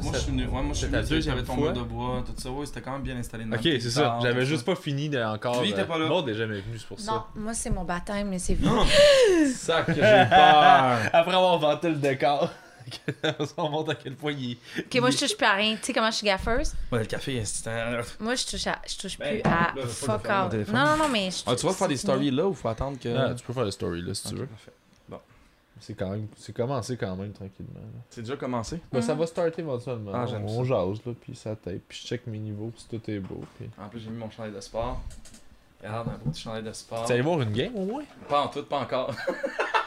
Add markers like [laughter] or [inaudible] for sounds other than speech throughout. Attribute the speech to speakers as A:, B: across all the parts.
A: Moi, je suis venu voir, moi, je suis
B: c'était la
A: venu, tu sais, j'avais
B: deuxième
A: ton
B: fois?
A: mur de bois, tout ça, ouais, c'était quand même bien installé. dans
B: Ok,
A: la
B: c'est ça.
A: guitare,
B: J'avais
A: tout
B: juste
A: ça.
B: pas fini de, encore.
A: Lui, il était pas là.
B: Le monde est jamais venu, c'est pour
C: Non,
B: ça.
C: moi c'est mon baptême, mais c'est vous.
A: Non,
B: Sac, [laughs] que j'ai [laughs] peur. Après avoir vanté le décor, [laughs] on se rend compte à quel point il.
C: Ok, moi je touche plus à rien. Tu sais comment je suis gaffeuse?
A: ouais, le café, c'était.
C: Moi je touche à, je touche
A: Ben,
C: plus à
A: là, je vais pas le
C: fuck
A: faire, mon
C: out.
A: téléphone.
C: Non, non, non, mais je
A: Ah, tu vas faire des
C: c'est
A: stories
C: fini.
A: là ou faut attendre que.
B: Ah, tu peux faire le story là si tu
A: Ok,
B: veux.
A: parfait.
B: C'est quand même. C'est commencé quand même tranquillement. là.
A: C'est déjà commencé?
B: Ben, ça va starter éventuellement.
A: Ah,
B: on
A: j'aime
B: on jase là, puis ça tape. Puis je check mes niveaux, puis tout est beau. Puis...
A: En plus, j'ai mis mon chandail de sport. Regarde, un beau petit chandail de sport.
B: T'es allé voir une game au moins
A: Pas en tout, pas encore.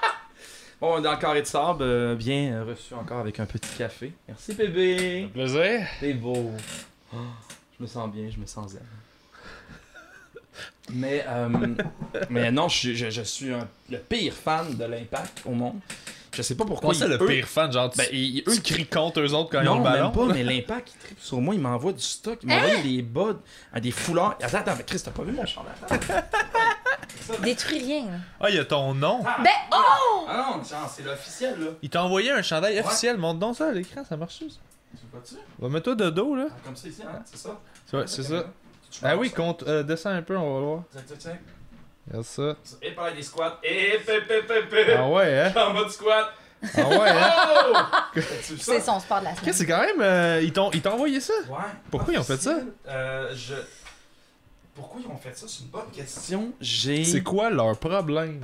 A: [laughs] bon, dans le carré de sable, euh, bien reçu encore avec un petit café. Merci bébé.
B: plaisir.
A: T'es beau. Ah, Je me sens bien, je me sens zen. Mais, euh, mais non, je, suis- je- je suis un- le pire fan de l'Impact au monde. Je sais pas pourquoi.
B: Pourquoi c'est
A: ils-
B: le
A: eux-
B: pire fan Genre, tu,
A: Ben, ils-
B: tu cries contre eux autres quand ils ont
A: non,
B: le ballon
A: même pas, mais l'impact, il tripe sur moi, il m'envoie du stock, il m'envoie
C: Hein?
A: des bas, euh, des foulards. Attends, attends, mais Chris, t'as pas vu mon chandail?
C: Détruis rien. là.
B: Ah, il y a ton nom.
C: Ben, oh!
A: Ah non, genre, c'est l'officiel, là.
B: Il t'a envoyé un chandail
A: Ouais.
B: officiel. Montre donc ça à l'écran, ça marche ça.
A: Tu vois tu
B: Va Mets-toi de dos là.
A: Comme ça ici, hein, c'est ça?
B: Ouais, c'est ça. Ah oui, compte, euh, descends un peu, on va voir.
A: Tiens, tiens, tiens.
B: Regarde ça.
A: Et pareil, des squats. Et pep, pep, pep, pep.
B: Ah ouais, hein?
A: En mode squat.
B: Ah ouais, hein? [laughs]
A: Oh! T'as-tu vu ça?
C: C'est son sport de la
B: Qu'est-ce que c'est
C: semaine.
B: quand même. euh, ils t'ont ils t'ont envoyé ça?
A: Ouais.
B: Pourquoi ils ont fait ça?
A: Officiel. Euh, je... Pourquoi ils ont fait ça? C'est une bonne question. J'ai...
B: C'est quoi leur problème?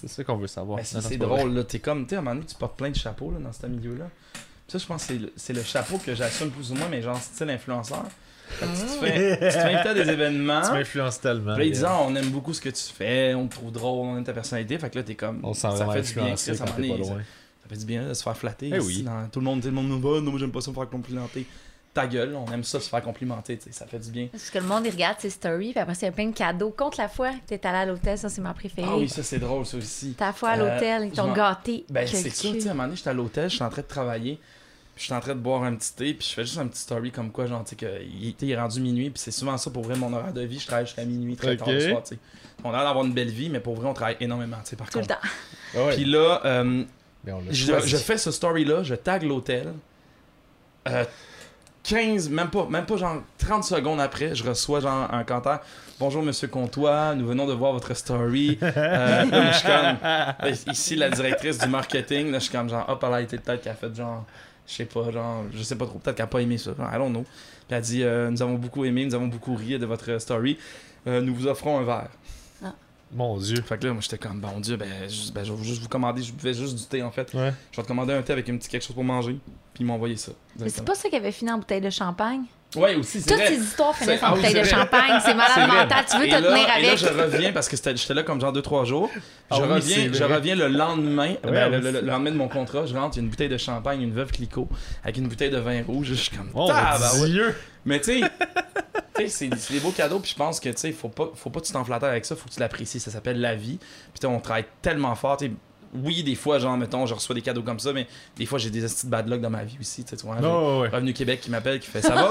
B: C'est ça qu'on veut savoir.
A: Ben, c'est
B: Non, non,
A: c'est
B: pas vrai.
A: drôle, là. T'es comme, t'es à un moment donné, tu portes plein de chapeaux, là, dans ce milieu-là. Puis Ça, je pense que c'est le- c'est le, chapeau que j'assume plus ou moins, mais genre style influenceur. Fait que tu te fais, tu te fais inviter à des événements.
B: Ah. [laughs] Tu m'influences tellement.
A: Hein?
B: euh,
A: Puis là, ils
B: Yann.
A: disent, Ah, on aime beaucoup ce que tu fais, on te trouve drôle, on aime ta personnalité. Fait que là, t'es comme,
B: On
A: ça
B: s'en va
A: fait du bien, Chris,
B: influencer
A: à un
B: quand t'es
A: moment
B: pas
A: donné, ça,
B: loin.
A: ça fait du bien de se faire flatter.
B: Eh
A: ici,
B: oui.
A: dans- tout le monde dit, le monde nous va, non, moi j'aime pas ça me faire complimenter. Ta gueule, on aime ça se faire complimenter, tu sais, ça fait du bien.
C: Parce que le monde il regarde ses stories, puis après c'est plein de cadeaux. Contre la fois que t'es allé à l'hôtel, ça c'est ma préférée.
A: Ah oui, ça c'est drôle, ça aussi.
C: Ta fois à
A: Euh,
C: l'hôtel, ils
A: je
C: t'ont
A: m'en-
C: gâté.
A: Ben,
C: que
A: c'est ça,
C: cul.
A: tu sais, à un moment donné, j'étais à l'hôtel, je suis en train de travailler, puis je suis en train de boire un petit thé, puis je fais juste un petit story comme quoi, genre, tu sais, que il était- il est rendu minuit, puis c'est souvent ça pour vrai, mon horaire de vie, je travaille jusqu'à minuit, très tard le
B: Ok.
A: soir, tu sais. On a l'air d'avoir une belle vie, mais pour vrai, on travaille énormément, tu sais, par
C: Tout le
A: contre.
C: temps.
B: Ah ouais.
A: Puis là, euh,
B: Mais on l'a
A: je,
B: choisi.
A: je fais ce story-là, je tag l'hôtel. Euh, 15, même pas, même pas genre 30 secondes après, je reçois genre un commentaire. Bonjour Monsieur Comtois, nous venons de voir votre story. Euh, là, je suis comme, euh, ici la directrice du marketing, là je suis comme genre, hop, elle a été peut-être qu'elle a fait genre, je sais pas, genre, je sais pas trop, peut-être qu'elle a pas aimé ça, genre, I don't know. Puis elle dit, euh, nous avons beaucoup aimé, nous avons beaucoup ri de votre story. Euh, nous vous offrons un verre.
B: Mon dieu.
A: Fait que là, moi j'étais comme, bon Dieu, ben, juste- ben, je vais juste vous commander, je buvais juste du thé en fait.
B: Ouais.
A: Je vais te commander un thé avec un petit quelque chose pour manger. Puis ils m'ont envoyé ça.
C: Mais c'est pas ça qui avait fini en bouteille de champagne.
A: Ouais, aussi, c'est
C: Toutes
A: vrai.
C: ces histoires finissent
A: Ah
C: en
A: oui,
C: bouteille
A: c'est
C: de
A: vrai.
C: champagne. C'est
A: C'est vrai.
C: malade mental. Tu veux
A: et
C: te
A: là,
C: tenir
A: Et là,
C: avec.
A: je reviens parce que c'était- j'étais là comme genre 2-3 jours.
B: Ah
A: je,
B: oui, c'est
A: reviens, je
B: vrai.
A: reviens le lendemain.
B: Ouais,
A: ben,
B: ouais,
A: le, le-
B: c'est-
A: le lendemain de mon contrat, je rentre, il y a une bouteille de champagne, une veuve Clicquot, avec une bouteille de vin rouge. Je suis comme.
B: Mon
A: tabarouette.
B: dieu.
A: Mais tu sais, tu sais, c'est c'est des beaux cadeaux, puis je pense que tu sais, faut pas, faut pas que tu t'enflatter avec ça, faut que tu l'apprécies. Ça s'appelle la vie. Puis tu sais, on travaille tellement fort. tu sais, Oui, des fois, genre, mettons, je reçois des cadeaux comme ça, mais des fois, j'ai des petits bad luck dans ma vie aussi. Tu sais, tu vois, j'ai-
B: Non, Ah, ouais.
A: Revenu Québec qui m'appelle, qui fait ça va.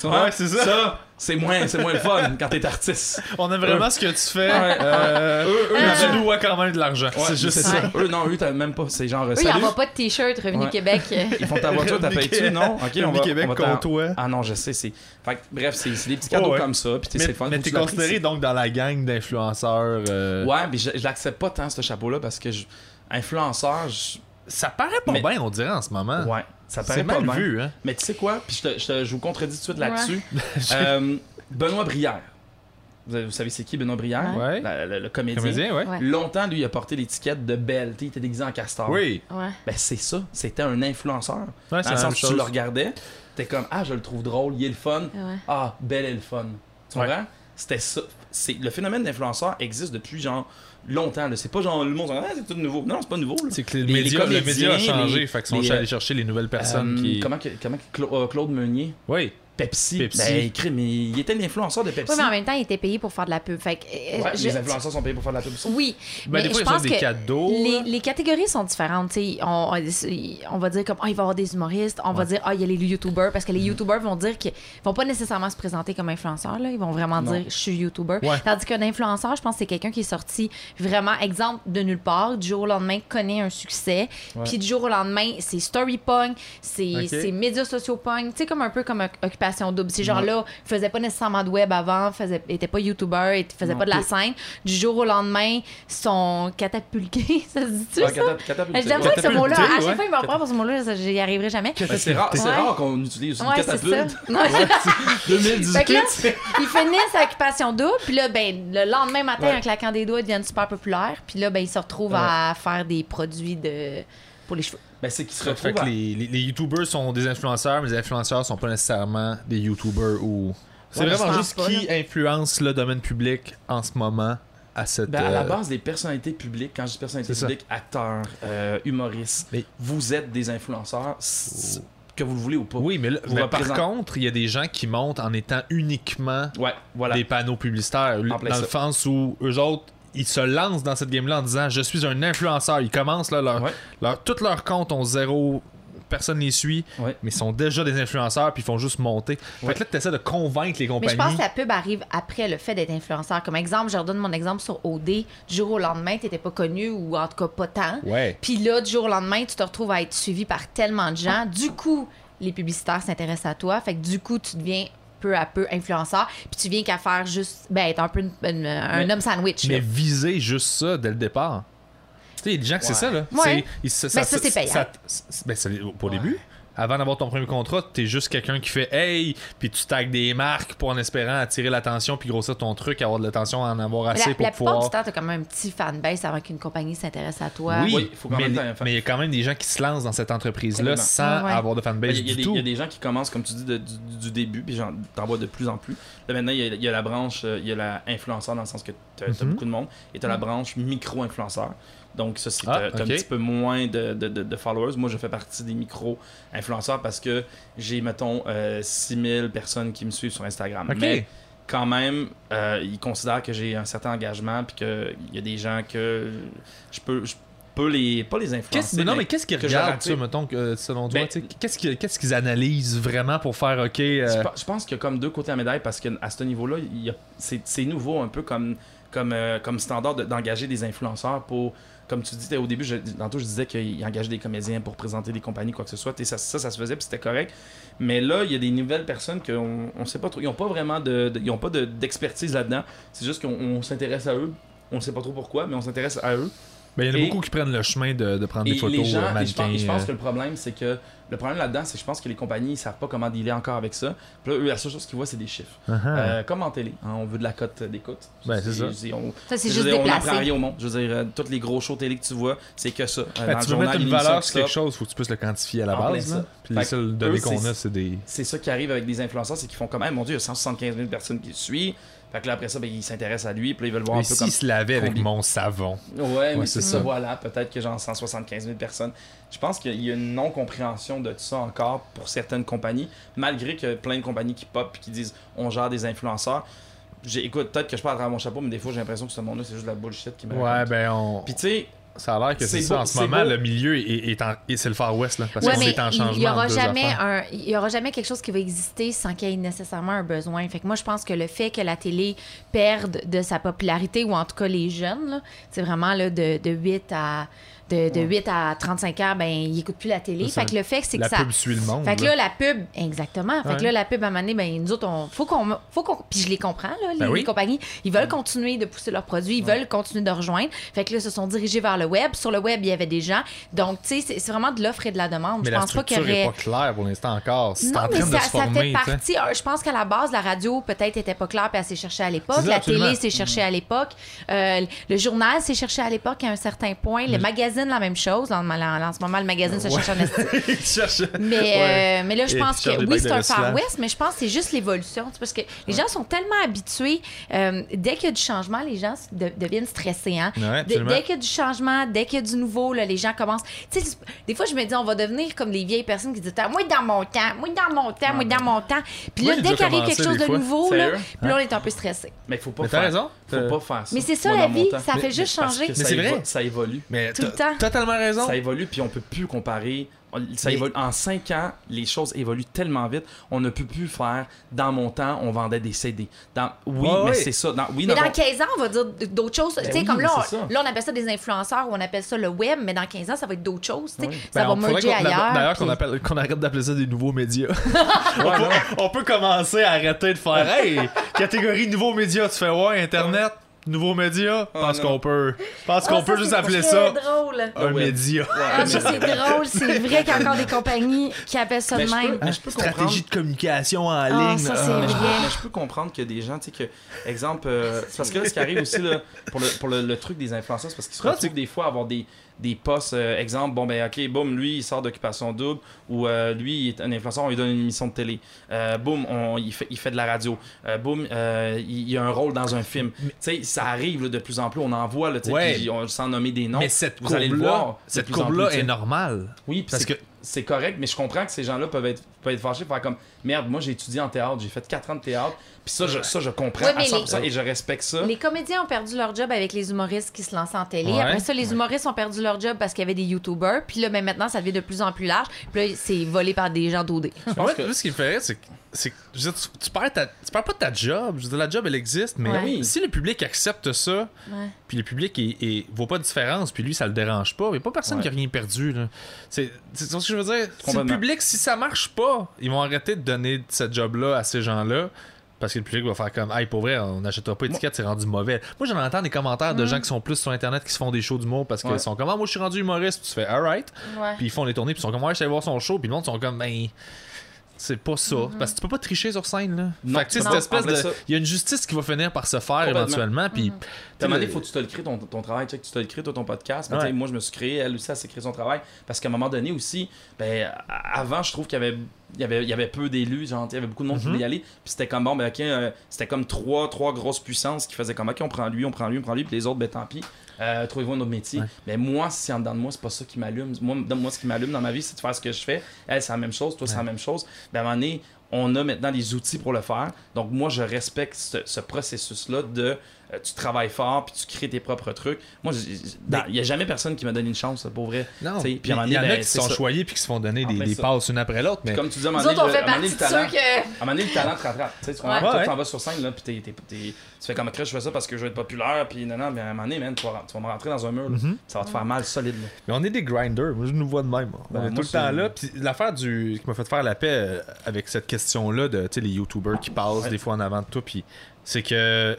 A: tu
B: [laughs]
A: vois,
B: Ouais, c'est ça.
A: c'est moins, c'est moins le fun quand t'es artiste.
B: On aime vraiment ce que tu fais.
A: Ouais.
B: Euh,
A: eux,
B: mais
C: euh,
B: tu nous dois quand même de l'argent.
A: Ouais,
B: c'est juste
A: mais
B: ça.
A: Eux, non, eux, t'as même pas. C'est genre, euh,
C: Eux, ils
A: salut.
C: n'envoient pas de t-shirt Revenu
A: Ouais. [laughs]
C: Québec.
A: Ils font ta voiture, t'as
B: Revenu
A: payé-tu,
B: Québec.
A: non? Ok, on
B: Revenu
A: va.
B: Québec
A: on va t'en-
B: contre toi.
A: Ah non, je sais, c'est. Fait que, bref, c'est c'est des petits
B: Oh,
A: cadeaux
B: ouais.
A: comme ça, puis t'sais, c'est
B: Mais,
A: le fun.
B: mais
A: faut que
B: t'es
A: tu l'apprécies.
B: considéré donc dans la gang d'influenceurs. euh,
A: Ouais, mais je, je l'accepte pas tant, ce chapeau-là, parce que je- influenceur, je-
B: Ça paraît pas
A: Mais-
B: bien, on dirait en ce
C: Ah.
B: moment.
A: ouais, ça paraît
B: c'est
A: pas
B: mal
A: bien.
B: vu, hein.
A: Mais tu sais quoi? Puis je, te- je, te- je vous contredis tout de suite
C: Ouais. [laughs]
A: là-dessus. Euh, Benoît Brière. Vous, vous savez c'est qui Benoît Brière?
B: Ouais.
A: La- la- le
B: Comédien, ouais.
C: Ouais.
A: Longtemps, lui, il a porté l'étiquette de Belle. Il était déguisé en castor.
B: Oui.
C: Ouais.
A: Ben, c'est ça. C'était un influenceur.
B: Ouais,
A: Dans
B: c'est
A: le
B: la même
A: sens où tu
B: chose.
A: le regardais, t'es comme Ah, je le trouve drôle, il est le fun.
C: Ouais.
A: Ah, Belle est le fun. Tu
B: Ouais.
A: comprends? C'était ça. C'est, le phénomène d'influenceur existe depuis genre longtemps. là. C'est pas genre le monde, ah, c'est tout nouveau. Non, c'est pas nouveau. là.
B: C'est que les
A: Les- les
B: médias, le média a
A: comédiens,
B: changé,
A: les-
B: fait qu'ils sont
A: les,
B: allés chercher les nouvelles personnes
A: Euh,
B: qui.
A: Comment, que- comment que Cla- euh, Claude Meunier
B: Oui.
A: Pepsi.
B: Pepsi.
A: Ben, crime, il il était l'influenceur de Pepsi.
C: Oui, mais en même temps, il était payé pour faire de la pub. Fait que, euh,
A: Ouais,
C: je-
A: Les influenceurs sont payés pour faire de la pub aussi.
C: Oui,
B: Ben,
C: mais
B: des fois, ils
C: je
B: ont
C: pense
B: des
C: que
B: cadeaux.
C: les,
B: là.
C: les catégories sont différentes. tu sais. On, on- on va dire comme, ah, il va y avoir des humoristes. On va dire, ah, il y a les YouTubers. Parce que les YouTubers vont dire qu'ils vont pas nécessairement se présenter comme influenceurs. Là. Ils vont vraiment
A: Non.
C: dire, je suis YouTuber.
B: Ouais.
C: Tandis qu'un influenceur, je pense que c'est quelqu'un qui est sorti vraiment, exemple, de nulle part. Du jour au lendemain, connaît un succès.
A: Ouais.
C: Puis du jour au lendemain, c'est story punk, c'est
B: Ok.
C: c'est médias sociaux punk. Tu sais, comme un peu comme Oc- Occupation Double. Ces gens-là faisaient pas nécessairement de web avant, faisaient, étaient pas YouTubers, étaient- faisaient
A: Non.
C: pas de la scène. Du jour au lendemain, sont catapulqués. [laughs] ça se dit-tu,
A: Ah,
C: ça?
A: catap- catapulté,
C: J'aime
A: ouais.
C: pas que ce mot-là. À
B: Catapulté, ouais.
C: chaque fois, il me reprend pour ce mot-là, ça, j'y arriverai jamais.
A: Ben, C'est rare, c'est
C: Ouais.
A: rare qu'on utilise une
C: [laughs] Ouais, c'est ça.
A: catapulte.
C: Non, [laughs] Fait que là,
A: 2018.
C: ils finissent à Occupation Double, puis là, ben, le lendemain matin,
A: Ouais.
C: en claquant des doigts, ils deviennent super populaires, puis là, ben, ils se retrouvent
A: Ouais.
C: à faire des produits de... pour les cheveux.
A: Ben, c'est qu'ils se
B: Fait
A: retrouvent.
B: que
A: à-
B: les, les, les YouTubers sont des influenceurs, mais les influenceurs sont pas nécessairement des YouTubers ou. C'est
A: Ouais,
B: vraiment
C: je pense
B: juste
C: pas,
B: qui influence le domaine public en ce moment à cette.
A: Ben, à la
B: euh,
A: base, des personnalités publiques, quand je dis personnalités
B: C'est ça.
A: publiques, acteurs, euh, humoristes,
B: Mais-
A: vous êtes des influenceurs, c- que vous le voulez ou pas.
B: Oui, mais, là-
A: Vous
B: mais par
A: représente-
B: contre, il y a des gens qui montent en étant uniquement
A: Ouais, voilà.
B: des panneaux publicitaires. Dans
A: plein
B: le
A: ça.
B: sens où eux autres, ils se lancent dans cette game-là en disant Je suis un influenceur. Ils commencent, là, leur,
A: Ouais.
B: leur, tous leurs comptes ont zéro. Personne les suit,
A: Ouais.
B: mais ils sont déjà des influenceurs, puis ils font juste monter. Fait
A: Ouais.
B: que là, tu essaies de convaincre les
C: Mais
B: compagnies.
C: je pense que la pub arrive après le fait d'être influenceur. Comme exemple, je redonne mon exemple sur OD. Du jour au lendemain, t'étais pas connu ou en tout cas pas tant.
B: Ouais.
C: Puis là, du jour au lendemain, tu te retrouves à être suivi par tellement de gens. Du coup, les publicitaires s'intéressent à toi. Fait que du coup, tu deviens peu à peu influenceur. Puis tu viens qu'à faire juste, ben, être un peu une- une- un
A: Mais-
C: homme sandwich.
B: Mais
C: là.
B: viser juste ça dès le départ. Tu sais, il y a des gens que c'est ça,
A: Ouais.
B: là.
C: Ouais.
B: C'est- ils- ça,
C: Mais ça, c'est payant.
B: ça- ben, c'est- pour le début, avant d'avoir ton premier contrat, t'es juste quelqu'un qui fait Hey, puis tu tags des marques pour en espérant attirer l'attention, puis grossir ton truc, avoir de l'attention, en avoir
C: Mais la,
B: assez pour
C: la plupart
B: pouvoir.
C: du temps, t'as quand même un petit fanbase avant qu'une compagnie s'intéresse à toi.
B: Oui,
A: Oui, faut quand
B: mais
A: même
B: les-
A: t'en faire.
B: mais il y a quand même des gens qui se lancent dans cette entreprise-là
A: Complètement.
B: sans
C: Ah ouais.
B: avoir de
A: Il y,
B: fanbase
A: a- il y a
B: du
A: des-
B: tout.
A: il y a des gens qui commencent, comme tu dis, de- du, du début, puis j'en- t'en vois de plus en plus. Là, maintenant, il y a, il y a la branche, euh, il y a la influenceur dans le sens que t'as t'as
B: Mhm.
A: beaucoup de monde, et t'as la
C: Mhm.
A: branche micro-influenceur. Donc, ça, c'est
B: Ah,
A: t'as- t'as
B: ok.
A: un petit peu moins de, de- de- de followers. Moi, je fais partie des micro-influenceurs parce que j'ai, mettons, euh, 6000 personnes qui me suivent sur Instagram.
B: Ok.
A: Mais quand même, euh, ils considèrent que j'ai un certain engagement, puis qu'il y a des gens que je peux, je peux les, pas les
B: Qu'est-ce-
A: influencer.
B: mais non, mais qu'est-ce qu'ils
A: que je
B: regardent,
A: raté.
B: ça, mettons, que, euh, selon toi?
A: Ben-
B: tu sais, Qu'est-ce qu'ils qu'est-ce qu'ils analysent vraiment pour faire OK. euh,
A: Je pe- Je pense qu'il y a comme deux côtés à la médaille parce qu'à ce niveau-là, il y a- c'est c'est nouveau un peu comme, comme, euh, comme standard de- d'engager des influenceurs pour. Comme tu disais au début, je, tantôt je disais qu'ils engageaient des comédiens pour présenter des compagnies, quoi que ce soit. Et ça, ça, ça se faisait, puis c'était correct. Mais là, il y a des nouvelles personnes qu'on on sait pas trop. Ils n'ont pas vraiment de, de- ils ont pas de- d'expertise là-dedans. C'est juste qu'on on s'intéresse à eux. On sait pas trop pourquoi, mais on s'intéresse à eux.
B: Ben, il y en a
A: Et-
B: beaucoup qui prennent le chemin de, de prendre
A: Et
B: des photos
A: les gens,
B: euh,
A: et je, pense,
B: mannequins.
A: et je pense
B: euh,
A: que le problème, c'est que le problème là-dedans, c'est que je pense que les compagnies, ils savent pas comment dealer encore avec ça. Puis là, eux, la seule chose qu'ils voient, c'est des chiffres.
B: uh-huh.
A: Euh, comme en télé, hein, on veut de la cote euh, d'écoute.
B: Ben, c'est ça.
A: Je dis, on-
C: Ça, c'est
A: je
C: juste
A: veux dire, on
C: déplacé.
A: n'apprend rien au monde. Je veux dire, euh, tous les gros shows télé que tu vois, c'est que ça. Euh,
B: Ben,
A: dans
B: tu
A: le
B: veux
A: journal,
B: mettre une
A: l'émission,
B: valeur
A: tout
B: sur quelque
A: ça.
B: chose, faut que tu puisses le quantifier à la
A: En plein
B: base.
A: ça.
B: là. Puis les
A: Fait que
B: seules données
A: eux,
B: qu'on
A: c'est-
B: a, c'est des.
A: C'est ça qui arrive avec des influenceurs, c'est qu'ils font comme, hey, mon dieu, il y a 175 000 personnes qui le suivent. Fait que là, après ça, ben, ils s'intéressent à lui, puis là, ils veulent voir
B: Mais
A: un peu
B: s'ils se lavaient avec
A: combien-
B: mon savon.
A: comme. Ouais, mais
B: c'est
A: c'est
B: ça.
A: ça. Voilà, peut-être que genre 175 000 personnes. Je pense qu'il y a une non-compréhension de tout ça encore pour certaines compagnies, malgré que plein de compagnies qui pop et qui disent, on gère des influenceurs. J'ai- Écoute, peut-être que je parle à travers mon chapeau, mais des fois, j'ai l'impression que ce monde-là, c'est juste de la bullshit qui me
B: Ouais, ben on.
A: Puis tu sais,
B: ça a l'air que c'est
A: c'est
B: ça.
A: beau-
B: En ce
A: c'est
B: moment,
A: beau.
B: le milieu est, est en- et c'est le Far West, là, parce
C: Ouais,
B: qu'on
C: mais
B: est en
C: il-
B: changement.
C: Il y aura,
B: entre deux
C: jamais
B: affaires.
C: un, il y aura jamais quelque chose qui va exister sans qu'il y ait nécessairement un besoin. Fait que moi, je pense que le fait que la télé perde de sa popularité, ou en tout cas les jeunes, là, c'est vraiment là, de, de 8 à. De, de
A: Ouais.
C: 8 à 35 heures, ben, ils n'écoutent plus la télé.
B: C'est ça.
C: Fait que le fait, c'est que
B: La
C: ça.
B: pub suit le monde.
C: Fait que
B: là.
C: là, la pub, exactement. Fait
B: Ouais.
C: que là, la pub, à un moment donné, ben, nous autres, on, faut qu'on, faut qu'on, puis je les comprends, là, les,
B: Ben oui.
C: les compagnies, ils veulent continuer de pousser leurs produits, ils
A: Ouais.
C: veulent continuer de rejoindre. Fait que là, ils se sont dirigés vers le web. Sur le web, il y avait des gens. Donc, tu sais, c'est, c'est vraiment de l'offre et de la demande.
B: mais
C: je
B: la
C: pense pas qu'il y
B: structure
C: aurait.
B: n'est pas claire pour l'instant encore. C'est
C: Non,
B: en
C: mais
B: train de
C: ça,
B: se
C: ça fait
B: former. tu sais.
C: partie. euh, Je pense qu'à la base, la radio, peut-être, était pas claire, puis elle s'est cherchée à l'époque.
B: C'est ça,
C: La
B: absolument. Mm.
C: télé s'est cherchée à l'époque. Euh, le journal s'est cherché à l'époque à un certain point. Le
B: Mais-
C: magazine magazine la même chose. En, en, en ce moment, le magazine se cherche en esti.
B: Il cherche-
C: Mais,
B: Ouais.
C: euh, mais là, je
B: Et
C: pense
B: Charles
C: que
B: Desbacs
C: oui, c'est
B: de
C: un Far
B: Westland.
C: West, mais je pense que c'est juste l'évolution. tu sais, Parce que les gens sont tellement habitués. euh, dès qu'il y a du changement, les gens s- de- deviennent stressés. Hein?
B: Ouais,
C: Dès-
B: absolument.
C: dès qu'il y a du changement, dès qu'il y a du nouveau, là, les gens commencent. Tu sais, c'est- des fois, je me dis, on va devenir comme les vieilles personnes qui disent Ah, Moi, dans mon temps, moi, dans mon temps, moi, dans mon temps. Puis
B: Ah, Moi,
C: là,
B: j'ai
C: dès
B: déjà
C: qu'il arrive
B: commencé
C: quelque
B: des
C: chose de
B: fois. Hein?
C: nouveau, là,
A: Sérieux?
C: puis là, on est un peu stressé.
A: Mais faut pas
B: Mais t'as
A: faire.
B: raison.
A: Faut
B: T'as-
A: pas faire ça.
C: Mais c'est ça,
A: Moi,
C: la
A: dans mon
C: vie,
A: temps-
C: ça fait
A: Mais-
C: juste
A: parce que
C: changer.
A: ça
B: Mais c'est
A: évo-
B: vrai.
A: Ça évolue.
B: Mais
C: Tout le
B: t'as
C: temps.
B: totalement raison.
A: Ça évolue, puis on peut plus comparer. On- Ça
B: Mais-
A: évolue. En 5 ans, les choses évoluent tellement vite, on ne peut plus faire. Dans mon temps, on vendait des CD. Dans... Oui,
B: Ouais,
A: mais
B: ouais.
A: c'est ça. Dans... Oui,
C: Mais
A: dans
C: dans
A: ton-
C: 15 ans, on va dire d'autres choses. tu sais,
A: Ben oui,
C: comme là
A: mais c'est ça.
C: on, là, on appelle ça des influenceurs ou on appelle ça le web, mais dans 15 ans, ça va être d'autres choses. tu sais.
A: Oui.
C: Ça
B: Ben,
C: va
B: on- faudrait
C: merger
B: qu'on-
C: ailleurs.
B: D'ailleurs,
C: puis-
B: qu'on appelle- qu'on arrête d'appeler ça des nouveaux [laughs] médias.
A: Ouais, non.
B: on peut commencer à arrêter de faire Hey, catégorie nouveaux médias, tu fais ouais, Internet, nouveaux médias. Je pense
A: Ah, non.
B: qu'on peut. Je pense
C: Ah,
B: qu'on
C: ça,
B: peut juste
C: c'est
B: appeler
C: très
B: ça
C: drôle.
B: un
A: Le web.
B: média.
C: Ah, mais
A: mais-
C: c'est drôle, c'est vrai qu'il y a encore des compagnies qui appellent ça
A: Mais
C: de
A: je peux-
C: même.
A: mais je peux comprendre.
B: Stratégie de communication en
C: Ah,
B: ligne.
C: ça,
B: là.
C: c'est
B: Ah.
A: Mais je,
C: vrai.
A: mais je peux comprendre qu'il y a des gens, tu sais, que, exemple, euh, c'est parce que là, ce qui arrive aussi là, pour, le, pour le, le truc des influenceurs, c'est parce qu'ils se
B: Ah,
A: retrouvent des fois à avoir des, des postes, euh, exemple, bon, ben, ok, boum, lui, il sort d'occupation double, ou euh, lui, il est un influenceur, on lui donne une émission de télé, Euh, boum, on- il, fait, il fait de la radio, Euh, boum, euh, il, il a un rôle dans un film. Tu sais, ça arrive là, de plus en plus, on en voit, là, tu sais,
B: Ouais.
A: puis on s'en nommer des noms.
B: Mais cette
A: Vous allez le
B: courbe-là
A: voir de
B: cette
A: plus en
B: courbe-là
A: plus,
B: est
A: tu sais.
B: normale.
A: Oui, parce
B: Parce
A: que
B: que-
A: c'est correct, mais je comprends que ces gens-là peuvent être, peuvent être fâchés, faire comme merde, moi j'ai étudié en théâtre, j'ai fait 4 ans de théâtre, puis ça, je, ça, je comprends
C: Ouais,
A: à
C: mais
A: 100%
C: les-
A: et je respecte ça.
C: Les comédiens ont perdu leur job avec les humoristes qui se lançaient en télé.
B: Ouais.
C: Après ça, les humoristes ont perdu leur job parce qu'il y avait des YouTubers. Puis là, mais maintenant, ça devient de plus en plus large. Puis là, c'est volé par des gens dodés.
B: En fait,
A: que-
B: lui, ce qu'il ferait, c'est que. c'est que, je veux dire, tu, tu perds ta- tu perds pas de ta job. Je veux dire, la job, elle existe, mais
C: Ouais.
A: Oui.
B: si le public accepte ça,
C: Ouais.
B: puis le public ne voit pas de différence, puis lui, ça le dérange pas, mais pas personne
A: Ouais.
B: qui a rien perdu. là. C'est c'est- tu vois ce que je veux dire. Si le
A: Complètement.
B: public, si ça marche pas, ils vont arrêter de donner cette job-là à ces gens-là. Parce que le public va faire comme, hey, pour vrai, on n'achètera pas étiquette, c'est rendu mauvais. Moi, j'en entends des commentaires de gens qui sont plus sur Internet, qui se font des shows d'humour parce qu'ils
A: Ouais.
B: sont comme, ah, moi, je suis rendu humoriste, Puis tu fais, alright.
C: Ouais.
B: Puis ils font les tournées, puis ils sont comme, ouais, je suis allé voir son show, puis le monde sont comme, ben. C'est pas ça. Parce que tu peux pas tricher sur scène, là.
A: Non,
B: fait que, tu sais,
A: non,
B: cette espèce
A: en fait,
B: de.
A: ça.
B: Il y a une justice qui va finir par se faire
A: Complètement.
B: éventuellement, puis.
A: T'as demandé, faut que tu te le crées ton, ton travail, tu sais, que tu te le crées toi, ton podcast. Mais
B: Ouais.
A: tu sais, moi, je me suis créé, elle aussi, elle s'est créée son travail. Parce qu'à un moment donné aussi, ben, a- avant, je trouve qu'il y avait, il y avait, il y avait peu d'élus, genre, tu sais, il y avait beaucoup de monde qui voulait y aller. Puis c'était comme, bon, ben, ok, euh, c'était comme trois, trois grosses puissances qui faisaient comme, ok, on prend lui, on prend lui, on prend lui, puis les autres, ben, tant pis, euh, trouvez-vous un autre métier.
B: Ouais.
A: Mais moi, si en dedans de moi, c'est pas ça qui m'allume. Moi, dans- moi, ce qui m'allume dans ma vie, c'est de faire ce que je fais. Elle, c'est la même chose, toi, c'est la même chose. Ben, à un moment donné, on a maintenant les outils pour le faire. Donc, moi, je respecte ce, ce processus-là de euh, tu travailles fort, puis tu crées tes propres trucs. Moi,
B: Mais-
A: il n'y a jamais personne qui m'a donné une chance, pour vrai.
B: Non,
A: T'sais,
B: puis il
A: puis
B: y
A: à un moment
B: en
A: donné,
B: a
A: ben,
B: qui
A: c'est
B: se sont
A: ça.
B: choyés puis qui se font donner
A: Ah,
B: des,
A: ben
B: des
A: ça.
B: passes une après l'autre. Mais
A: Comme tu disais, à un
C: Nous
A: moment donné,
C: autres, on
A: le-
C: fait
A: à un moment donné,
C: partie
A: le talent-
C: de ceux
A: à
C: que.
A: un moment donné, le talent te rattrape. Tu sais, tu comprends?
C: Ouais.
A: Toi,
B: Ouais.
A: t'en vas sur scène, là, puis t'es- t'es- t'es- tu fais comme Chris, je fais ça parce que je veux être populaire, puis non, non, mais à un moment donné, man, tu vas, tu vas me rentrer dans un mur, là.
B: Mm-hmm.
A: ça va te faire mal solide. là.
B: Mais on est des grinders. Moi, je nous vois de même. On
A: Ben,
B: est
A: moi,
B: tout le
A: c'est-
B: temps là. Puis l'affaire du qui m'a fait faire la paix euh, avec cette question-là de tu sais, les YouTubers qui passent
A: Ouais.
B: des fois en avant de toi. Puis c'est que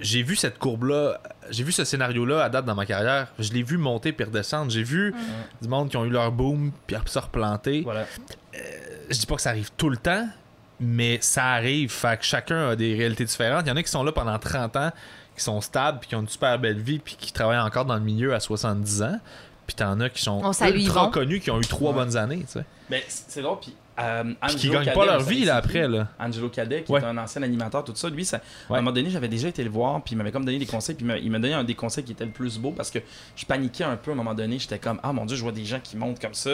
B: j'ai vu cette courbe-là, j'ai vu ce scénario-là à date dans ma carrière. Je l'ai vu monter puis redescendre. J'ai vu du monde qui ont eu leur boom puis après se replanter.
A: Voilà.
B: Je dis pas que ça arrive tout le temps, mais ça arrive. Fait que chacun a des réalités différentes. Il y en a qui sont là pendant 30 ans, qui sont stables, puis qui ont une super belle vie, puis qui travaillent encore dans le milieu à 70 ans. Puis t'en as qui sont
C: On salue
B: ultra
C: Yvon.
B: connus, qui ont eu trois
A: Ouais.
B: bonnes années, tu sais.
A: Mais c'est c'est drôle, puis. euh,
B: Puis qui
A: Angelo
B: gagnent pas
A: Cadet,
B: leur
A: vous savez,
B: vie,
A: c'est
B: là,
A: qui?
B: après, là.
A: Angelo Cadet, qui
B: Ouais.
A: est un ancien animateur, tout ça, lui, ça, à
B: Ouais.
A: un moment donné, j'avais déjà été le voir, puis il m'avait comme donné des conseils, puis il m'a- il m'a donné un des conseils qui était le plus beau parce que je paniquais un peu à un moment donné. J'étais comme, ah mon dieu, je vois des gens qui montent comme ça,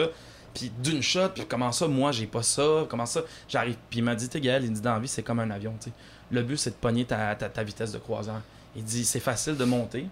A: puis d'une shot, puis comment ça, moi, j'ai pas ça, comment ça, j'arrive. Puis il m'a dit, tu Gaël, il me dit, dans la vie, c'est comme un avion, tu sais. Le but, c'est de pogner ta, ta, ta vitesse de croisière. Il dit, c'est facile de monter,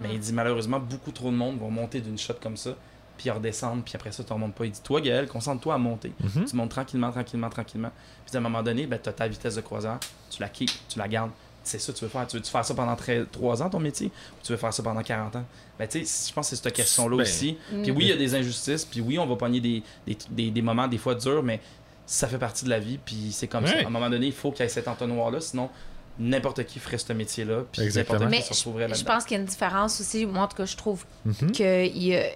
A: mais il dit, malheureusement, beaucoup trop de monde vont monter d'une shot comme ça. Puis redescendre, puis après ça, tu remontes pas. Il dit Toi, Gaël, concentre-toi à monter.
B: Mhm.
A: Tu montes tranquillement, tranquillement, tranquillement. Puis à un moment donné, ben, tu as ta vitesse de croisière, tu la keep, tu la gardes. C'est ça que tu veux faire. Tu veux-tu faire ça pendant 3 ans, ton métier, ou tu veux faire ça pendant 40 ans? Ben, tu sais, je pense que c'est cette question-là
B: Ben,
A: aussi.
C: Mm.
A: Puis oui, il y a des injustices, puis oui, on va pogner des, des, des- des moments, des fois durs, mais ça fait partie de la vie, puis c'est comme ça.
B: Ouais.
A: À un moment donné, il faut qu'il y ait cet entonnoir-là, sinon n'importe qui ferait ce métier-là, puis
B: Exactement.
A: n'importe qui
C: Mais
A: se retrouverait
C: Je
A: là-dedans.
C: pense qu'il y a une différence aussi. Moi, en tout cas, je trouve
B: Mhm.
C: que il y a-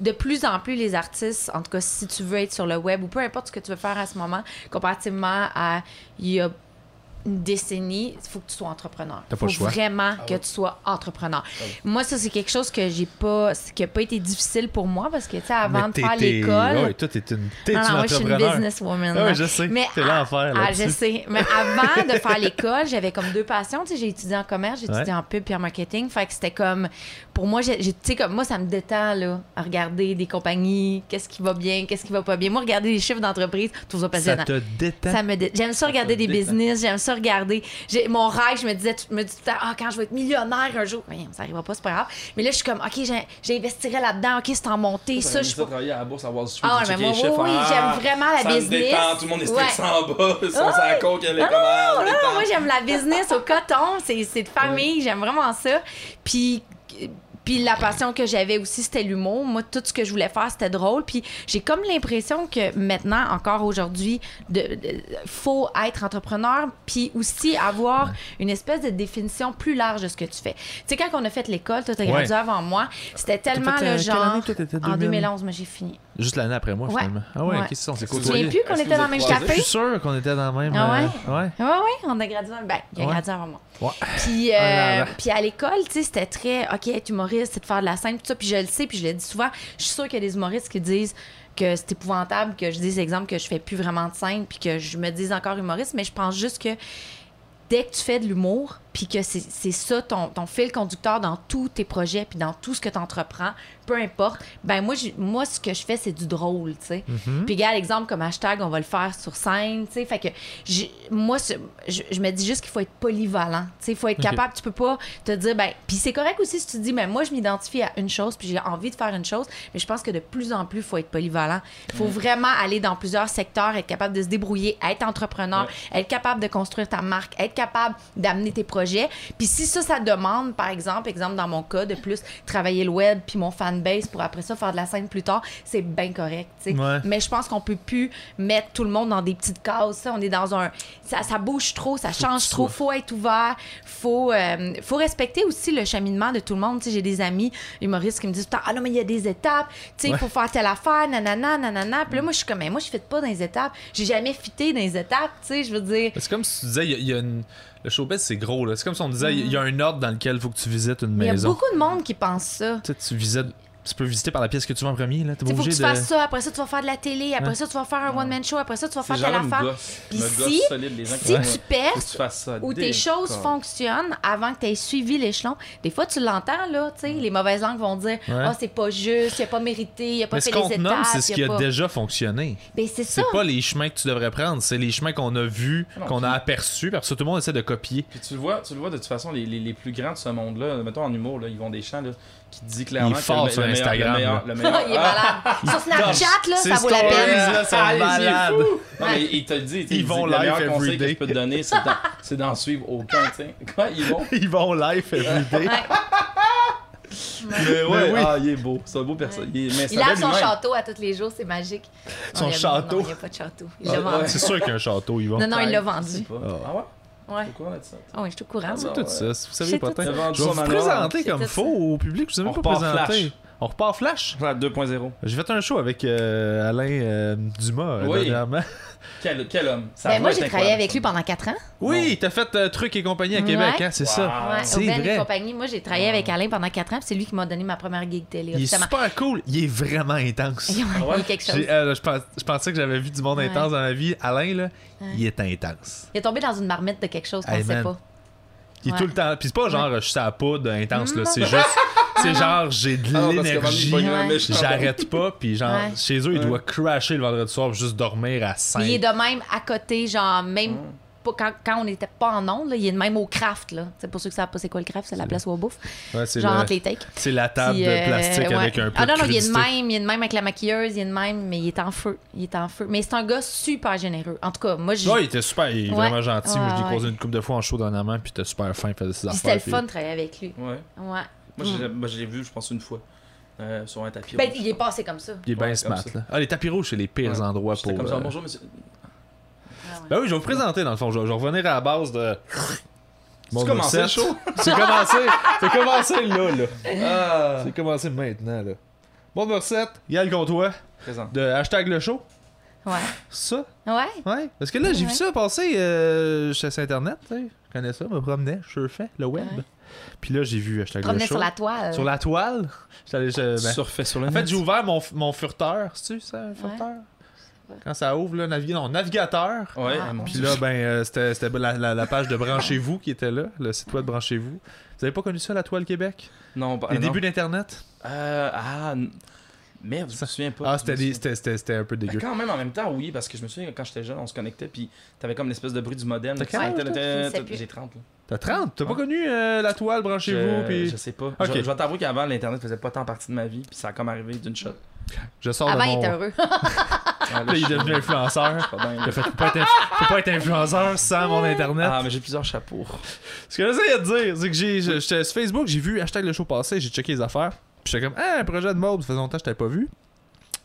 C: de plus en plus, les artistes, en tout cas, si tu veux être sur le web ou peu importe ce que tu veux faire à ce moment, comparativement à il y a une décennie, il faut que tu sois entrepreneur.
B: T'as
C: Il
B: pas
C: faut
B: le choix.
C: vraiment
A: Ah
C: que
A: oui.
C: tu sois entrepreneur.
A: Ah oui.
C: Moi, ça, c'est quelque chose que j'ai pas, qui n'a pas été difficile pour moi parce que, tu sais, avant
B: Mais
C: de
B: t'es-
C: faire
B: t'es-
C: l'école.
B: ouais, toi, t'es une, t'es une
C: Ah non, moi, je suis une
B: entrepreneur.
C: businesswoman.
B: Ah ouais, je sais.
C: Mais
B: T'es là à faire.
C: Ah, je
B: là-dessus.
C: sais. Mais avant de faire l'école, j'avais comme deux passions. Tu sais, j'ai étudié en commerce, j'ai étudié
B: Ouais.
C: en pub puis en marketing. Fait que c'était comme, pour moi, j'ai, j'ai- tu sais, comme moi, ça me détend, là, à regarder des compagnies, qu'est-ce qui va bien, qu'est-ce qui va pas bien. Moi, regarder les chiffres d'entreprise, je trouve ça
B: ça
C: passionnant.
B: te détend.
C: Ça me dé- J'aime ça regarder des
A: détend.
C: business, j'aime ça regarder. J'ai... Mon rêve, je me disais, tout- je me dis tout le temps, ah, quand je vais être millionnaire un jour, Voyons, ça arrivera pas, c'est pas grave. Mais là, je suis comme, OK, j'ai- j'investirai là-dedans, OK, c'est en montée, ça, je suis pas-
A: travailler à la bourse à Wall Street.
C: Ah,
A: checker
C: ouais, mais moi,
A: les
C: oui,
A: chiffres.
C: oui,
A: Ah,
C: j'aime vraiment la
A: ça me
C: business.
A: détend, tout le monde est
C: Ouais.
A: stressé en bas, [laughs] ils sont
C: Ah,
A: sur la coke, elle est
C: Ah,
A: comme ah,
C: Non,
A: détend.
C: non, moi j'aime la business au coton, c'est c'est de famille, j'aime vraiment ça. Puis puis la passion que j'avais aussi c'était l'humour. Moi tout ce que je voulais faire c'était drôle. Puis j'ai comme l'impression que maintenant encore aujourd'hui de, de- faut être entrepreneur puis aussi avoir une espèce de définition plus large de ce que tu fais. Tu sais quand on a fait l'école, toi t'as
B: Ouais.
C: gradué avant moi, c'était tellement
B: fait, euh,
C: le
B: quelle
C: genre
B: année, toi, t'étais
C: en
B: 2000?
C: 2011 moi j'ai fini.
B: Juste l'année après moi,
C: Ouais.
B: finalement. Ah ouais,
C: Ouais.
B: ok, c'est ça, on s'est
A: Tu te
C: Tu te souviens
B: côtoyés.
C: plus qu'on
A: Est-ce
C: était
A: que
C: dans le
A: vous
C: même
A: êtes
B: Je suis
C: café
B: sûr qu'on était dans le même.
C: Ah ouais?
B: euh, ouais.
C: Ouais ouais, on a gradué ben, il a
B: Ouais.
C: gradué avant moi.
B: Ouais.
C: Puis,
B: Ah
C: euh,
B: là là.
C: puis à l'école, tu sais, c'était très OK, être humoriste, c'est de faire de la scène, tout ça. Puis je le sais, puis je le dis souvent. Je suis sûre qu'il y a des humoristes qui disent que c'est épouvantable, que je dise, exemple, que je fais plus vraiment de scène, puis que je me dise encore humoriste. Mais je pense juste que dès que tu fais de l'humour, puis que c'est c'est ça ton, ton fil conducteur dans tous tes projets, puis dans tout ce que tu entreprends, peu importe, ben moi, j'ai- moi ce que je fais, c'est du drôle, tu sais.
B: Mm.
C: Puis, regarde, exemple, comme hashtag, on va le faire sur scène, tu sais. Fait que j'ai- moi, ce- je, je me dis juste qu'il faut être polyvalent, tu sais. Il faut être
B: Ok.
C: capable, tu peux pas te dire, ben. Puis, c'est correct aussi si tu te dis, ben, moi, je m'identifie à une chose, puis j'ai envie de faire une chose, mais je pense que de plus en plus, il faut être polyvalent. Il faut vraiment aller dans plusieurs secteurs, être capable de se débrouiller, être entrepreneur, être capable de construire ta marque, être capable d'amener tes projets. Puis si ça, ça demande, par exemple, exemple dans mon cas, de plus travailler le web puis mon fanbase pour après ça faire de la scène plus tard, c'est bien correct. tu sais.
B: Ouais.
C: Mais je pense qu'on peut plus mettre tout le monde dans des petites cases. ça. On est dans un... Ça, ça bouge trop, ça change trop, faut être ouvert, faut, euh, faut respecter aussi le cheminement de tout le monde. Tu sais, J'ai des amis humoristes qui me disent tout le temps, « Ah non, mais il y a des étapes, il
B: Ouais.
C: faut faire telle affaire, nanana, nanana. » Puis là, moi, je suis comme « Mais moi, je ne pas dans les étapes. J'ai jamais fité dans les étapes, tu sais, je veux dire. »
B: C'est comme si tu disais, il y a- il y, a une. Le showbiz, c'est gros, là. C'est comme si on disait, il y a un ordre dans lequel il faut que tu visites une
C: Mais il y a
B: maison.
C: beaucoup de monde qui pense ça.
B: Tu sais, tu visites. Tu peux visiter par la pièce que tu veux en premier, là. T'es
C: Il
B: pas
C: faut que
B: obligé
C: tu
B: de.
C: fasses ça, après ça, tu vas faire de la télé, après
B: Ouais.
C: ça, tu vas faire un one-man show, après ça, tu vas
A: Ces
C: faire telle
A: gens-là me
C: affaire.
A: gossent.
C: Puis
A: me
C: si-
A: gossent solide, les gens qui
C: Si
A: font
C: tu
A: ça. Faut que
C: perces
A: tu fasses ça.
C: ou
A: dès
C: tes
A: le
C: choses
A: corps.
C: fonctionnent avant que tu aies suivi l'échelon, des fois, tu l'entends, là, tu sais, les mauvaises langues vont dire «
B: Mm. Ouais.
C: Ah, c'est pas juste, il a pas mérité, il a pas
B: Mais ce
C: fait
B: qu'on
C: les
B: te
C: étapes.
B: nomme, c'est ce
C: il
B: qui a
C: pas... [laughs]
B: déjà fonctionné.
C: Ben, c'est ça.
B: C'est pas les chemins que tu devrais prendre, c'est les chemins qu'on a vus,
A: Ah Non,
B: qu'on a
A: puis-
B: aperçus, parce que tout le monde essaie de copier.
A: Puis tu le vois, tu le vois de toute façon, les, les, les plus grands de ce monde-là, mettons en humour, là, ils vont des chants là, qui disent clairement
B: Il est fort
A: que le,
B: sur
A: le meilleur,
B: Instagram, là.
A: le meilleur, le meilleur.
C: [laughs] il est
B: Ah!
C: malade. Sur Snapchat, là, ça
B: Ces
C: vaut la
B: stories,
C: peine.
B: là,
A: [laughs]
B: sont
A: Ah, il est
B: malades.
A: Non, mais ils te le disent.
B: Ils
A: Ils
B: vont
A: vont Le
B: live
A: meilleur
B: every
A: conseil que
B: day.
A: je peux te donner, c'est d'en- c'est d'en suivre aucun, tu sais. [laughs] Quoi, ils vont
B: [laughs] Ils vont live everyday.
A: Mais ouais,
B: oui.
A: ah, il est beau. C'est un beau personnage. Il, est- mais c'est
C: Il
A: un
C: lave
A: bel
C: son
A: humain.
C: château à tous les jours, c'est magique.
B: Son
C: On l'a-
B: château.
C: Non, il n'y a pas de château. Il
A: Ah,
C: l'a vendu.
A: ouais.
B: C'est sûr qu'il y a un château, ils vont.
C: Non, non, il l'a
A: Je sais
C: vendu.
A: pas. Ah ouais?
C: Ouais.
A: Pourquoi on a dit ça?
C: Oh, oui, je suis au courant.
A: Ah,
B: C'est tout ça, si vous
C: C'est
B: savez pas
C: tout
B: tant.
A: ça.
B: Je vais vous
A: Manoir.
B: présenter
C: C'est
B: comme
C: tout
B: faux au public, je vous ai
A: On
B: même pas
A: repart
B: présenté.
A: flash.
B: On repart flash.
A: 2.0.
B: J'ai fait un show avec euh, Alain euh, Dumas euh,
A: Oui.
B: dernièrement.
A: Quel, quel homme. Ça
C: Ben, moi,
A: doit
C: j'ai
A: être
C: travaillé
A: incroyable,
C: avec lui pendant 4 ans.
B: [laughs] Oui, t'as fait euh, Truc et compagnie à
C: Ouais.
B: Québec, hein, c'est
A: Wow.
B: ça.
A: Ah,
C: ouais,
B: c'est
C: Aubaine
B: vrai. Ah.
C: et compagnie. Moi, j'ai travaillé avec Alain pendant 4 ans, puis c'est lui qui m'a donné ma première gig télé.
B: Il est
C: officiellement.
B: super cool, il est vraiment intense.
C: [laughs] Il y a-
A: Ah ouais?
C: il y a quelque chose.
B: J'ai- euh, je, pense- je pensais que j'avais vu du monde
C: Ouais.
B: intense dans ma vie. Alain, là, il est intense.
C: Il est tombé dans une marmite de quelque chose qu'on ne
B: Hey,
C: sait
B: man.
C: pas.
B: Il est
C: Ouais.
B: tout le temps. Puis c'est pas genre euh, je suis à la poudre intense, là.
C: Non.
B: C'est juste. c'est genre j'ai de
A: Ah, parce que Van
B: l'énergie.
A: Gogh, il
C: Ouais.
A: est méchant.
B: J'arrête pas, puis genre,
C: Ouais.
B: chez eux, il
A: Ouais.
B: doit crasher le vendredi soir pour juste dormir à 5.
C: Puis il est de même à côté, genre, même
B: Hmm.
C: pas- quand, quand on n'était pas en onde, là, il est de même au craft. Là. C'est pour ceux qui savent pas c'est quoi le craft, c'est la place où on bouffe.
B: Ouais, c'est
C: Genre
B: le-
C: entre les takes.
B: c'est la table
C: Puis,
B: de plastique
C: euh,
B: avec
C: ouais.
B: un peu
C: Ah non,
B: de
C: non, il est de
B: crudité.
C: même, il est de même avec la maquilleuse, il est de même, mais il est en feu. Il est en feu. Mais c'est un gars super généreux. En tout cas, moi, j'ai.
B: Ouais, il était super, il est
C: Ouais.
B: vraiment gentil. Moi, je l'ai
C: Ouais,
B: croisé
C: ouais.
B: une couple de fois en show dernièrement, puis il était super fin, il faisait ses
C: Puis
B: affaires.
C: c'était le
B: puis-
C: fun de travailler avec lui.
A: Ouais.
C: Ouais.
A: Moi, j'ai- moi, je l'ai vu, je pense, une fois. euh, sur un tapis.
C: Ben,
A: rouge.
C: il est passé comme ça.
B: Il est bien
A: Ouais, comme
B: smart,
A: ça.
B: là. Ah, les tapis rouges, c'est les pires
A: Ouais.
B: endroits pour.
A: J'étais comme ça.
B: euh,
A: Bonjour, monsieur.
C: Ah ouais.
B: Ben oui, je vais vous présenter, dans le fond. Je vais je vais revenir à la base de.
A: Tu commences le
B: concept.
A: show?
B: C'est commencé, c'est commencé là, là.
A: Ah!
B: C'est commencé maintenant, là. Bon, 7, Yann Comtois,
A: Présent.
B: de hashtag le show.
C: Ouais.
B: Ça,
C: Ouais.
B: ouais. Parce que là, j'ai
C: Ouais.
B: vu ça passer euh, je suis sur Internet, tu sais. Je connais ça, me promenais, je fais le web.
C: Ouais.
B: Puis là, j'ai vu hashtag le
C: Promener sur
B: show.
C: la toile.
B: Sur la toile. J'allais- je- ben,
A: Surfait sur le
B: En fait,
A: net.
B: j'ai ouvert mon, mon furteur, c'est-tu ça, un furteur? Quand ça ouvre, là, navi- non, navigateur.
A: Ouais,
C: Ah.
A: mon
B: Puis
A: Dieu.
B: là, ben, euh, c'était c'était la, la- la page de Branchez-vous qui était là, le site web Branchez-vous. Vous avez pas connu ça, la toile Québec?
A: non, bah,
B: Les
A: non.
B: débuts d'Internet?
A: Euh, ah, n- merde, je me
B: Ça-
A: souviens pas.
B: Ah,
A: Je me
B: c'était des-
A: souviens-
B: c'était- c'était c'était un peu
A: Ben,
B: dégueu.
A: quand même, en même temps, oui, parce que je me souviens que quand j'étais jeune, on se connectait, puis t'avais comme l'espèce de bruit du modem.
B: T'as
A: là,
B: quel âge,
A: t'as-
C: toi?
A: t'as-
C: Je sais
A: t'as-
C: plus.
A: J'ai 30. là.
B: T'as 30? T'as pas
A: Ouais.
B: connu euh, la toile
A: je,
B: Branchez-vous? Puis
A: je sais pas.
B: Ok.
A: Je, je vais t'avouer qu'avant, l'Internet faisait pas tant partie de ma vie, puis ça a comme arrivé d'une shot.
B: je sors
C: Avant,
B: de
C: il
B: mon...
C: était heureux.
A: Ah,
B: Là,
A: là,
B: il
A: je
B: est
A: suis-
C: [laughs]
B: devenu influenceur.
A: pas bien,
B: Il a
A: là.
B: fait, faut pas être, inf- faut pas être influenceur sans mon Internet.
A: Ah, mais j'ai plusieurs chapeaux.
B: Ce que j'essayais de dire, c'est que j'ai, je- j'étais sur Facebook, j'ai vu hashtag le show passer, j'ai checké les affaires. Puis j'étais comme, ah, un projet de mode, ça faisait longtemps que je t'avais pas vu.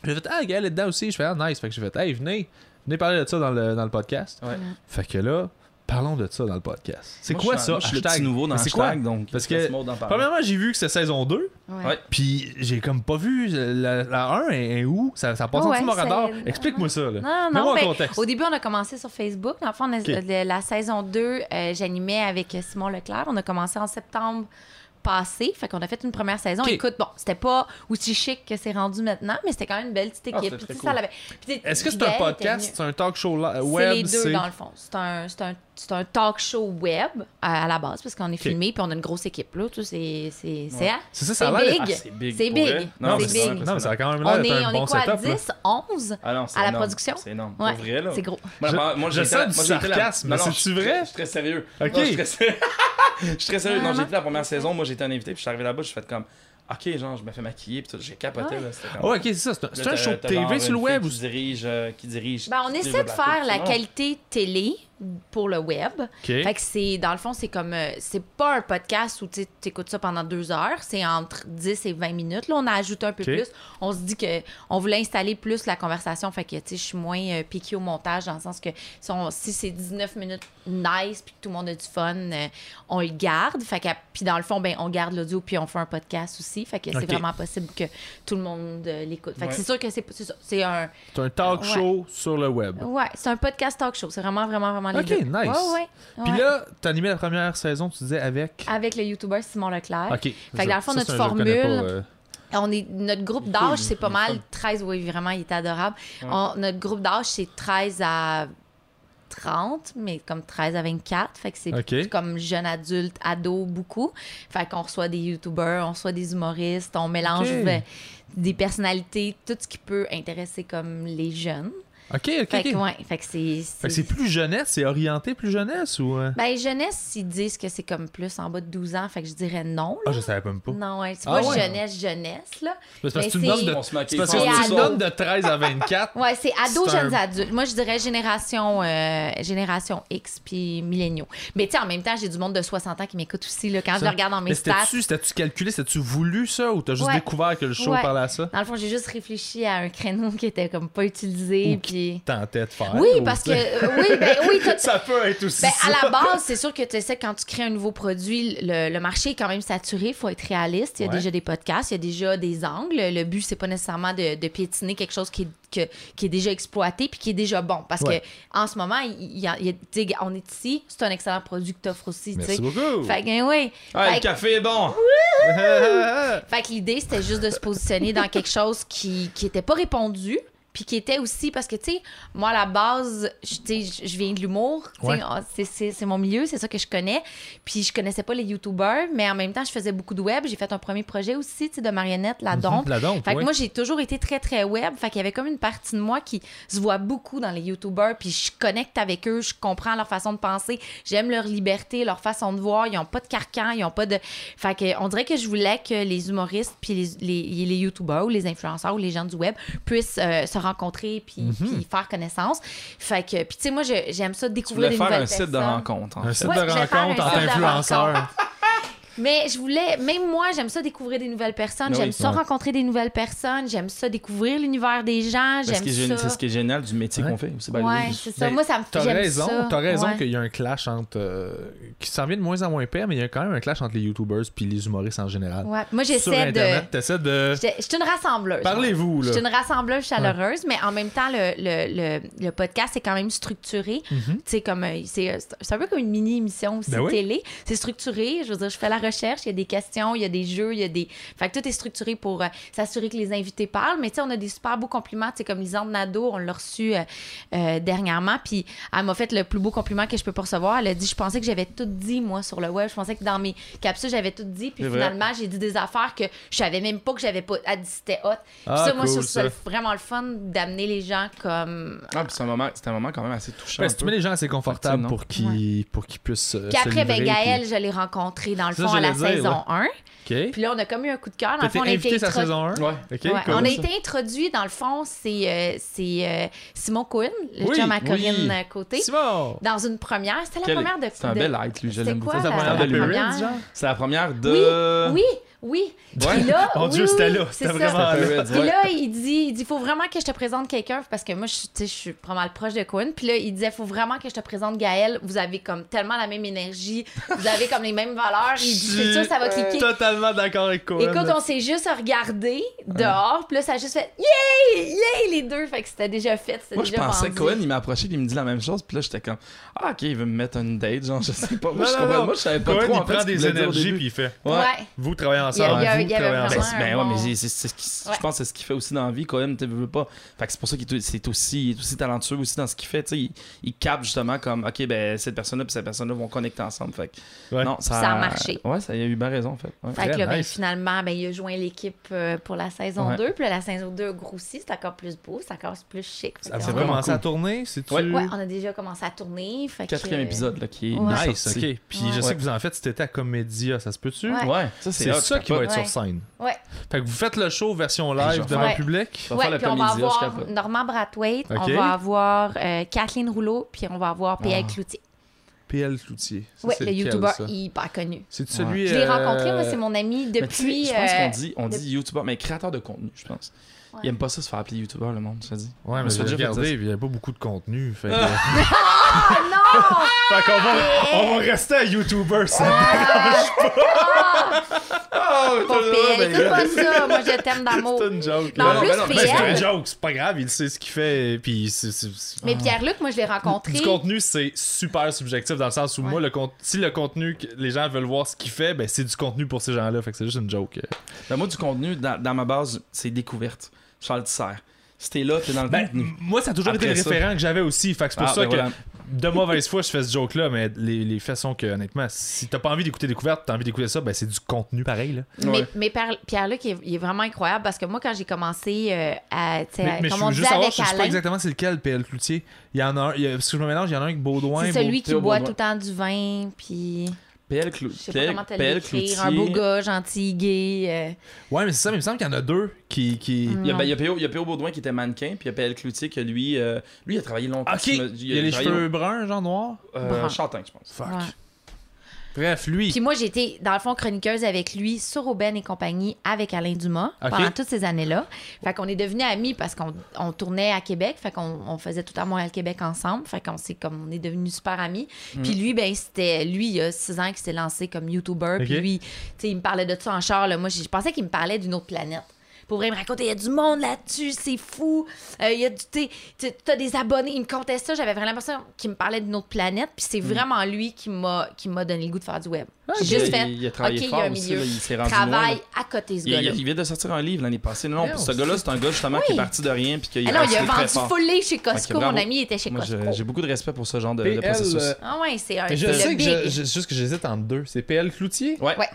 B: J'ai fait, ah, Gaël est dedans aussi. Je fais, ah, nice. Fait que j'ai fait, hey, venez, venez parler de ça dans le, dans le podcast.
A: Ouais.
B: Fait que là, parlons de ça dans le podcast. C'est
A: Moi,
B: quoi
A: je suis
B: ça,
A: un- Je suis le
B: hashtag?
A: petit nouveau dans
B: Mais c'est quoi?
A: hashtag, donc.
B: Parce
A: c'est
B: que-
A: ce mot d'en parler.
B: Premièrement, j'ai vu que c'était saison 2,
A: Ouais.
B: puis j'ai comme pas vu euh, la, la 1 et, et où, ça, ça passe
C: Ah
B: en
C: ouais,
B: dessous de mon
C: ça-
B: radar. Explique-moi ça, là.
C: Non,
B: Mets-moi
C: non,
B: en
C: ben,
B: contexte.
C: au début, on a commencé sur Facebook. Dans le fond, on a- le- la saison 2, euh, j'animais avec Simon Leclerc. On a commencé en septembre passé. Fait qu'on a fait une première saison.
B: Ok.
C: Écoute, bon, c'était pas aussi chic que c'est rendu maintenant, mais c'était quand même une belle petite
A: Ah,
C: équipe.
A: c'était
C: Puis,
A: très
C: tu sais,
A: cool.
C: ça l'avait- puis, tu sais,
B: Est-ce que c'est
C: Miguel
B: un
C: était
B: podcast,
C: venu.
B: c'est un talk show la-
C: C'est
B: web?
C: les deux, dans le fond. C'est un, c'est un, c'est un talk show web euh, à la base, parce qu'on est filmé, puis on a une grosse équipe. Là, Tu sais, c'est c'est- c'est-
A: Ouais.
B: C'est ça, ça a
C: c'est
B: l'air.
C: big.
A: big.
C: C'est
A: pour
C: big.
A: vrai.
B: Non, mais
A: mais
C: C'est
B: c'est-
A: vraiment
C: big.
B: non, mais ça a quand même l'air
C: On
B: d'être
C: est,
B: un
C: on
B: bon
C: est quoi, à
B: setup. là.
C: 10, 11?
A: Ah non, c'est
C: à la
A: énorme.
C: production?
A: C'est énorme.
C: Ouais,
A: Pour vrai, là.
C: C'est gros.
A: Moi,
B: Je-
A: moi, moi,
B: je
A: j'étais la-
B: sens du
A: moi, j'étais la-
B: sarcasme,
A: Non, non,
B: mais c'est-tu
A: je suis
B: vrai?
A: très- Je suis très sérieux.
B: Ok.
A: Non, je suis très sérieux. Je suis très sérieux. Non,
C: Vraiment?
A: j'ai été la première saison, moi j'étais un invité, puis je suis arrivé là-bas, je fait comme OK, genre je me fais maquiller puis tout, j'ai capoté
C: Ouais.
A: là, c'était
B: Ah
A: comme
B: ouais, ok, c'est ça. C'est un, c'est
A: Là,
B: un
A: t'as-
B: show de
A: t'as
B: TV
A: genre
B: sur
A: une
B: le web ou
A: fille qui dirige euh, qui dirige
C: Ben, on
A: qui dirige
C: essaie
A: le
C: de
A: bateau,
C: faire la
A: non?
C: qualité télé pour le web.
B: Ok.
C: Fait que c'est, dans le fond, c'est comme, euh, c'est pas un podcast où tu écoutes ça pendant deux heures, c'est entre 10 et 20 minutes. Là, on a ajouté un peu
B: Ok.
C: plus. On se dit que on voulait installer plus la conversation, fait que, tu sais, je suis moins euh, piquée au montage, dans le sens que si, on- si c'est 19 minutes nice, puis que tout le monde a du fun, euh, on le garde. Fait que, puis dans le fond, ben, on garde l'audio, puis on fait un podcast aussi. Fait que
B: Ok.
C: c'est vraiment possible que tout le monde euh, l'écoute. Fait que
A: Ouais.
C: c'est sûr que c'est, c'est, ça, c'est un...
B: C'est un talk
C: Ouais.
B: show sur le web.
C: Ouais, c'est un podcast talk show. C'est vraiment, vraiment, vraiment les
B: Ok,
C: deux.
B: nice.
C: Ouais, ouais,
B: Puis
C: ouais.
B: là, t'animais la première saison, tu disais avec.
C: Avec le YouTuber Simon Leclerc.
B: Ok.
C: que dans le fond,
B: Ça, ça,
C: notre
B: je le connais
C: formule-
B: pas, euh.
C: On est, notre groupe
A: Il est
C: d'âge,
A: cool,
C: c'est
A: il
C: pas
A: est
C: mal.
A: fun.
C: 13, oui, vraiment, il est adorable.
A: Ouais.
C: On- notre groupe d'âge, c'est 13 à 30, mais comme 13 à 24. Fait que c'est
B: Ok.
C: plus comme jeune adulte, ado, beaucoup. Fait qu'on reçoit des YouTubers, on reçoit des humoristes, on mélange
B: Ok.
C: euh, des personnalités, tout ce qui peut intéresser comme les jeunes.
B: Ok, ok.
C: Fait que,
B: ok.
C: ouais, fait que c'est...
B: Fait que c'est plus jeunesse, c'est orienté plus jeunesse ou. euh?
C: Ben, jeunesse, ils disent que c'est comme plus en bas de 12 ans, fait que je dirais non.
B: Ah,
C: là.
B: je savais même pas.
C: Non, ouais, c'est
B: Ah
C: pas
B: ouais.
C: jeunesse, jeunesse, là.
B: C'est parce que
C: Mais
B: tu me
C: c'est-
B: donnes de.
A: On se maquille.
B: C'est parce que
C: C'est
B: tu me
C: ado.
B: donnes de 13 à 24.
C: Ouais, c'est ado,
B: C'est un-
C: jeunes adultes. Moi, je dirais génération, euh, génération X puis milléniaux. Mais tu sais, en même temps, j'ai du monde de 60 ans qui m'écoute aussi, là, quand je
B: Ça-
C: le regarde dans [laughs] mes
B: Mais
C: stats.
B: c'était-tu c'était-tu calculé, c'était-tu voulu ça ou t'as juste
C: Ouais.
B: découvert que le show
C: Ouais.
B: parlait à ça?
C: Dans le fond, j'ai juste réfléchi à un créneau qui était comme pas utilisé,
B: Ou
C: puis...
B: Tentais de faire.
C: Oui,
B: ou- [laughs]
C: parce que... euh, oui, ben oui, t'as-
B: Ça peut être aussi.
C: Ben,
B: ça.
C: à la base, c'est sûr que tu sais, quand tu crées un nouveau produit, le, le marché est quand même saturé, il faut être réaliste. Il y a
B: Ouais.
C: déjà des podcasts, il y a déjà des angles. Le but, c'est pas nécessairement de, de piétiner quelque chose qui, est- que- qui est déjà exploité puis qui est déjà bon. Parce
B: Ouais.
C: que en ce moment, il y a- il y a- tu sais, on est ici, c'est un excellent produit que tu offres aussi. tu sais.
B: Merci beaucoup.
C: Fait que, oui.
A: Hey,
C: Fait
A: le
C: que-
A: café est bon.
B: [laughs]
C: fait que l'idée, c'était juste de se positionner dans quelque chose qui qui était pas répondu. Puis qui était aussi, parce que, tu sais, moi, à la base, je tu sais, je- je viens de l'humour. tu sais,
B: Ouais.
C: ah, c'est- C'est c'est mon milieu, c'est ça que je connais. Puis je connaissais pas les YouTubers, mais en même temps, je faisais beaucoup de web. J'ai fait un premier projet aussi, tu sais, de marionnette, la dompe.
B: La dompe,
C: Fait que
B: oui.
C: moi, j'ai toujours été très, très web. Fait qu'il y avait comme une partie de moi qui se voit beaucoup dans les YouTubers. Puis je connecte avec eux, je comprends leur façon de penser. J'aime leur liberté, leur façon de voir. Ils n'ont pas de carcan, ils n'ont pas de. Fait que, on dirait que je voulais que les humoristes, puis les, les, les YouTubers ou les influenceurs ou les gens du web puissent euh, se rencontrer puis, puis faire connaissance. Fait que, puis tu sais, moi, je- j'aime ça
A: Mhm. Tu voulais
C: découvrir des
A: faire un
C: nouvelles
A: site de
C: personnes.
A: rencontre. en
B: Un
A: fait.
B: site
C: Ouais,
B: de
C: je vais faire
B: rencontre
C: un
B: entre
C: site de
B: influenceurs.
C: Mais je voulais, même moi, j'aime ça découvrir des nouvelles personnes,
A: Ben
C: j'aime
A: oui.
C: ça
B: Ouais.
C: rencontrer des nouvelles personnes, j'aime ça découvrir l'univers des gens,
A: C'est ce
C: j'aime
A: qui est gén-
C: ça.
A: c'est ce qui est génial du métier
B: Ouais.
A: qu'on fait. C'est bien
C: Ouais,
A: lui.
C: c'est ça.
B: Ben,
C: Moi, ça me fait
B: T'as
C: j'aime
B: raison,
C: ça.
B: t'as raison
C: Ouais.
B: qu'il y a un clash entre. euh, qui s'en vient de moins en moins pire, mais il y a quand même un clash entre les YouTubers puis les humoristes en général.
C: Ouais. Moi,
B: Sur
C: j'essaie de.
B: Internet, t'essaies de.
C: J'étais- Je suis une rassembleuse.
B: Parlez-vous,
C: Je
B: là.
C: suis une rassembleuse chaleureuse, mais en même temps, le, le, le, le podcast est quand même structuré.
B: Mhm.
C: Tu sais, comme euh, c'est euh, c'est un peu comme une mini émission aussi
B: Ben oui.
C: télé. C'est structuré. Je veux dire, je fais la recherche. Il y a des questions, il y a des jeux, il y a des. Fait que tout est structuré pour euh, s'assurer que les invités parlent. Mais tu sais, on a des super beaux compliments. Tu sais, comme Lisande Nadeau, on l'a reçue euh, euh, dernièrement. Puis elle m'a fait le plus beau compliment que je peux pas recevoir. Elle a dit Je pensais que j'avais tout dit, moi, sur le web. Je pensais que dans mes capsules, j'avais tout dit. Puis
A: C'est vrai.
C: finalement, j'ai dit des affaires que je savais même pas que j'avais pas. Elle dit C'était hot. Puis
B: Ah,
C: ça, moi, je
B: cool,
C: trouve ça
B: ça.
C: vraiment le fun d'amener les gens comme.
A: Ah, puis c'est un moment, c'est un moment quand même assez touchant.
B: Ouais,
A: un
B: Ben, si tu
A: peu.
B: mets les gens assez confortables
A: Effectivement.
B: pour qu'ils pour qu'ils puissent. euh,
C: Puis après,
B: se
C: ben,
B: livrer,
C: Gaël, je l'ai rencontré dans le
B: Ça,
C: fond à la
B: j'allais dire,
C: saison 1.
B: puis- Ok.
C: Puis là, on a comme eu un coup de cœur. Dans
B: T'as
C: le fond,
B: été
C: on a été
B: invité sa
C: introduit-
B: saison 1.
A: Ouais.
B: Ok,
C: Ouais,
B: cool.
C: on a été introduit, dans le fond, c'est euh, c'est, euh, Simon Cohen, le
B: Oui,
C: chum à
A: oui.
C: Corinne euh, Côté,
B: Simon!
C: dans une première. C'était la
A: Quel-
C: première de.
A: C'est un
C: de-
A: bel light, lui, je
C: C'était
A: l'aime beaucoup.
C: quoi,
B: C'est la
C: Ah, la-
B: première
C: la
B: de Perry,
C: première?
B: genre?
A: C'est la première de.
C: Oui, oui.
B: [laughs]
A: Ouais.
C: Puis là,
B: Mon
C: oui,
B: Dieu,
C: oui,
B: c'était là,
C: c'est
B: c'était
C: ça.
B: vraiment là.
A: Parades,
C: Puis
A: ouais.
C: là, il dit, il dit, faut vraiment que je te présente quelqu'un parce que moi, je, suis- tu sais, je suis pas mal proche de Cohen. Puis là, il disait, faut vraiment que je te présente Gaël. Vous avez comme tellement la même énergie, vous avez comme les mêmes valeurs. Il dit, c'est sûr, ça va
B: Je suis
C: cliquer.
B: Totalement d'accord avec Cohen.
C: Écoute, on s'est juste regardé dehors, puis là, ça a juste fait Yay! Yay! Les deux, fait que c'était déjà fait. c'était
A: Moi, je
C: déjà
A: pensais que
C: vendu.
A: Cohen, il m'a approché, il me dit la même chose, puis là, j'étais comme Ah, ok, il veut me mettre une date, genre, je sais pas. Moi,
B: Non,
A: je,
B: non,
A: comprenais-
B: non.
A: moi, je savais pas
B: Cohen,
A: trop
B: il
A: en fait,
B: prend
A: ce qu'il
B: des
A: voulait dire au
B: énergies
A: début.
B: puis il fait.
A: Ouais.
C: Ouais.
B: Vous travaillez
C: Il y a-
B: ensemble.
C: il y a-
B: vous
C: il y avait
B: travaillez
A: Ben,
B: ensemble.
A: c'est-
C: un
A: ben ouais,
C: bon-
A: mais c'est- c'est c'est ce qui-
C: Ouais.
A: je pense que c'est ce qu'il fait aussi dans la vie, Cohen, tu veux pas. Fait que c'est pour ça qu'il est c'est aussi, il est aussi talentueux aussi dans ce qu'il fait, tu sais, il, il capte justement comme ok ben cette personne-là puis cette personne-là vont connecter ensemble, fait que-
B: Ouais.
A: non ça,
C: Ça a marché.
A: Ouais, ça il a eu bien raison en fait. Ouais.
C: Fait que là, ben,
B: nice.
C: finalement, ben, il a joint l'équipe euh, pour la saison
A: Ouais.
C: 2. Puis là, la saison 2 a grossi, c'est encore plus beau, c'est encore plus chic. Fait
B: Ça
C: que
B: vous
C: on-
B: a
A: vraiment
B: commencé
A: cool.
B: à tourner, c'est tu
A: Ouais.
C: Ouais, on a déjà commencé à tourner. Fait que-
A: Quatrième épisode là qui est
C: Ouais.
B: Nice, ok.
A: sorti.
B: Puis je sais que vous en faites cet été à Comédia, ça se peut-tu?
C: Ouais.
A: Ouais, ça c'est
B: C'est
A: hot,
B: ça qui va
A: capote.
B: être
C: Ouais.
B: sur scène.
C: Ouais.
B: Fait que vous faites le show version
A: Ouais, je
B: live
A: vais
B: devant
C: faire.
B: le public.
A: Ça va
C: Ouais,
A: faire le
C: puis on va
A: comédien, je
C: avoir
A: capote.
C: Normand Brathwaite,
B: Ok.
C: on va avoir euh, Kathleen Rouleau, puis on va avoir P.A.
A: Ah.
C: Cloutier.
B: PL Cloutier. Ça,
C: Ouais,
B: c'est
C: le
B: lequel,
C: youtubeur
B: ça?
C: hyper connu.
B: C'est
A: Ouais.
B: celui.
C: Je l'ai
B: euh,
C: rencontré, moi, c'est mon ami
A: Mais tu sais,
C: depuis.
A: je pense
C: euh,
A: qu'on dit, on dit youtubeur, mais créateur de contenu, je pense.
C: Ouais.
A: Il aime pas ça se faire appeler youtubeur, le monde, ça dit.
B: Ouais,
A: Je me
B: mais
A: suis
B: j'ai
A: déjà fait
B: regardé,
A: dire
B: puis il n'y avait pas beaucoup de contenu. [laughs] Fait, que-
C: Ah non!
B: Fait qu'on va, on va rester à YouTuber, ça.
C: [laughs]
A: Oh,
C: Pour PL, écoute pas ça, moi je t'aime d'amour.
B: C'est une joke.
C: Mais Oh.
B: là.
A: non,
C: en plus,
A: ben non, mais
B: Mais c'est une
C: PL,
B: joke, c'est pas grave, il sait ce qu'il fait. Puis c'est- c'est- c'est-
C: mais Pierre-Luc, moi je l'ai rencontré.
B: Du contenu, c'est super subjectif dans le sens où
C: Ouais.
B: moi, le con- si le contenu que les gens veulent voir ce qu'il fait, ben c'est du contenu pour ces gens-là. Fait que c'est juste une joke.
A: Ben, moi, du contenu, dans, dans ma base, c'est découverte. Charles Tisser. Si t'es là, t'es dans le
B: Ben,
A: contenu.
B: moi, ça a toujours
A: Après
B: été le
A: ça.
B: référent que j'avais aussi. Fait que c'est pour
A: Ah,
B: ça
A: ben
B: que
A: voilà.
B: de mauvaise foi, je fais ce joke-là. Mais les, les faits sont que, honnêtement, si t'as pas envie d'écouter Découverte, t'as envie d'écouter ça, ben c'est du contenu pareil. Là.
C: Mais,
A: Ouais.
C: mais Pierre- Pierre-Luc, il, est- il est vraiment incroyable parce que moi, quand j'ai commencé euh, à. tu sais,
B: Mais, mais je
C: comme on
B: veux
C: dit
B: juste savoir,
C: avec
B: je sais pas
C: Alain,
B: exactement c'est lequel, PL Cloutier. Il y en a un, il y a- si je me mélange, il y en a un avec Baudouin.
C: c'est
B: Baud-
C: celui qui
A: Théo
C: boit
A: Baudouin.
C: tout le temps du vin, puis
A: PL, Clou...
C: je sais pas
A: PL,
C: comment t'allais
A: PL
C: l'écrire,
A: Cloutier.
C: un beau gars, gentil, gay. euh,
B: Ouais, mais c'est ça, mais il me semble qu'il y en a deux qui. qui...
C: Mm.
A: Il y, a, ben, il y a PO, il y a PO Baudouin qui était mannequin, puis il y a PL Cloutier qui, lui, euh, lui, il a travaillé longtemps.
B: Ah, Ok,
A: Tu me-
B: il y a les
A: travaillé
B: cheveux bruns, genre noirs.
A: long- euh,
C: Brun.
A: Chantin, je pense.
B: Fuck.
C: Ouais.
B: Bref, lui.
C: Puis moi, j'étais, dans le fond, chroniqueuse avec lui sur Aubaine et compagnie, avec Alain Dumas,
B: Ok.
C: pendant toutes ces années-là. Fait qu'on est devenus amis parce qu'on on tournait à Québec. Fait qu'on on faisait tout à Montréal-Québec ensemble. Fait qu'on s'est comme, on est devenus super amis.
B: Mm.
C: Puis lui, ben, c'était, lui, il y a six ans qu'il s'est lancé comme YouTuber. Puis
B: Ok.
C: lui, tu sais, il me parlait de ça en char. là. Moi, j'ai- je pensais qu'il me parlait d'une autre planète. Pour vrai, il me racontait, il y a du monde là-dessus, c'est fou. Euh, il y a du, t'sais, t'sais, t'as des abonnés. Il me contait ça. J'avais vraiment l'impression qu'il me parlait d'une autre planète. Puis
A: Mm.
C: c'est vraiment lui qui m'a, qui m'a donné le goût de faire du web.
B: Ah,
C: J'ai
A: Puis là,
C: juste fait.
A: Il, il a travaillé
C: OK, il y
A: fort
C: a un
A: aussi,
C: milieu.
A: là, il s'est rendu loin, là.
C: Travaille à côté, ce
A: Il, il-
C: gars-là.
A: il vient de sortir un livre l'année passée. Non, non
B: Merde,
A: ce gars-là, c'est un gars justement qui est
C: Oui.
A: parti de rien puis qu'il
C: Ah non,
A: resté
C: il a
A: très
C: vendu
A: fort.
C: full lait chez Costco.
A: Ok, bravo.
C: mon ami était chez
A: Moi,
C: Costco.
A: je- j'ai beaucoup de respect pour ce genre de, de
B: PL,
A: processus.
B: euh,
C: Ah ouais, c'est un.
B: Je
C: c'est
B: sais
C: le
B: que
C: big.
B: je- je- c'est juste que j'hésite entre deux. C'est PL Cloutier.
A: Ouais.
C: Ouais.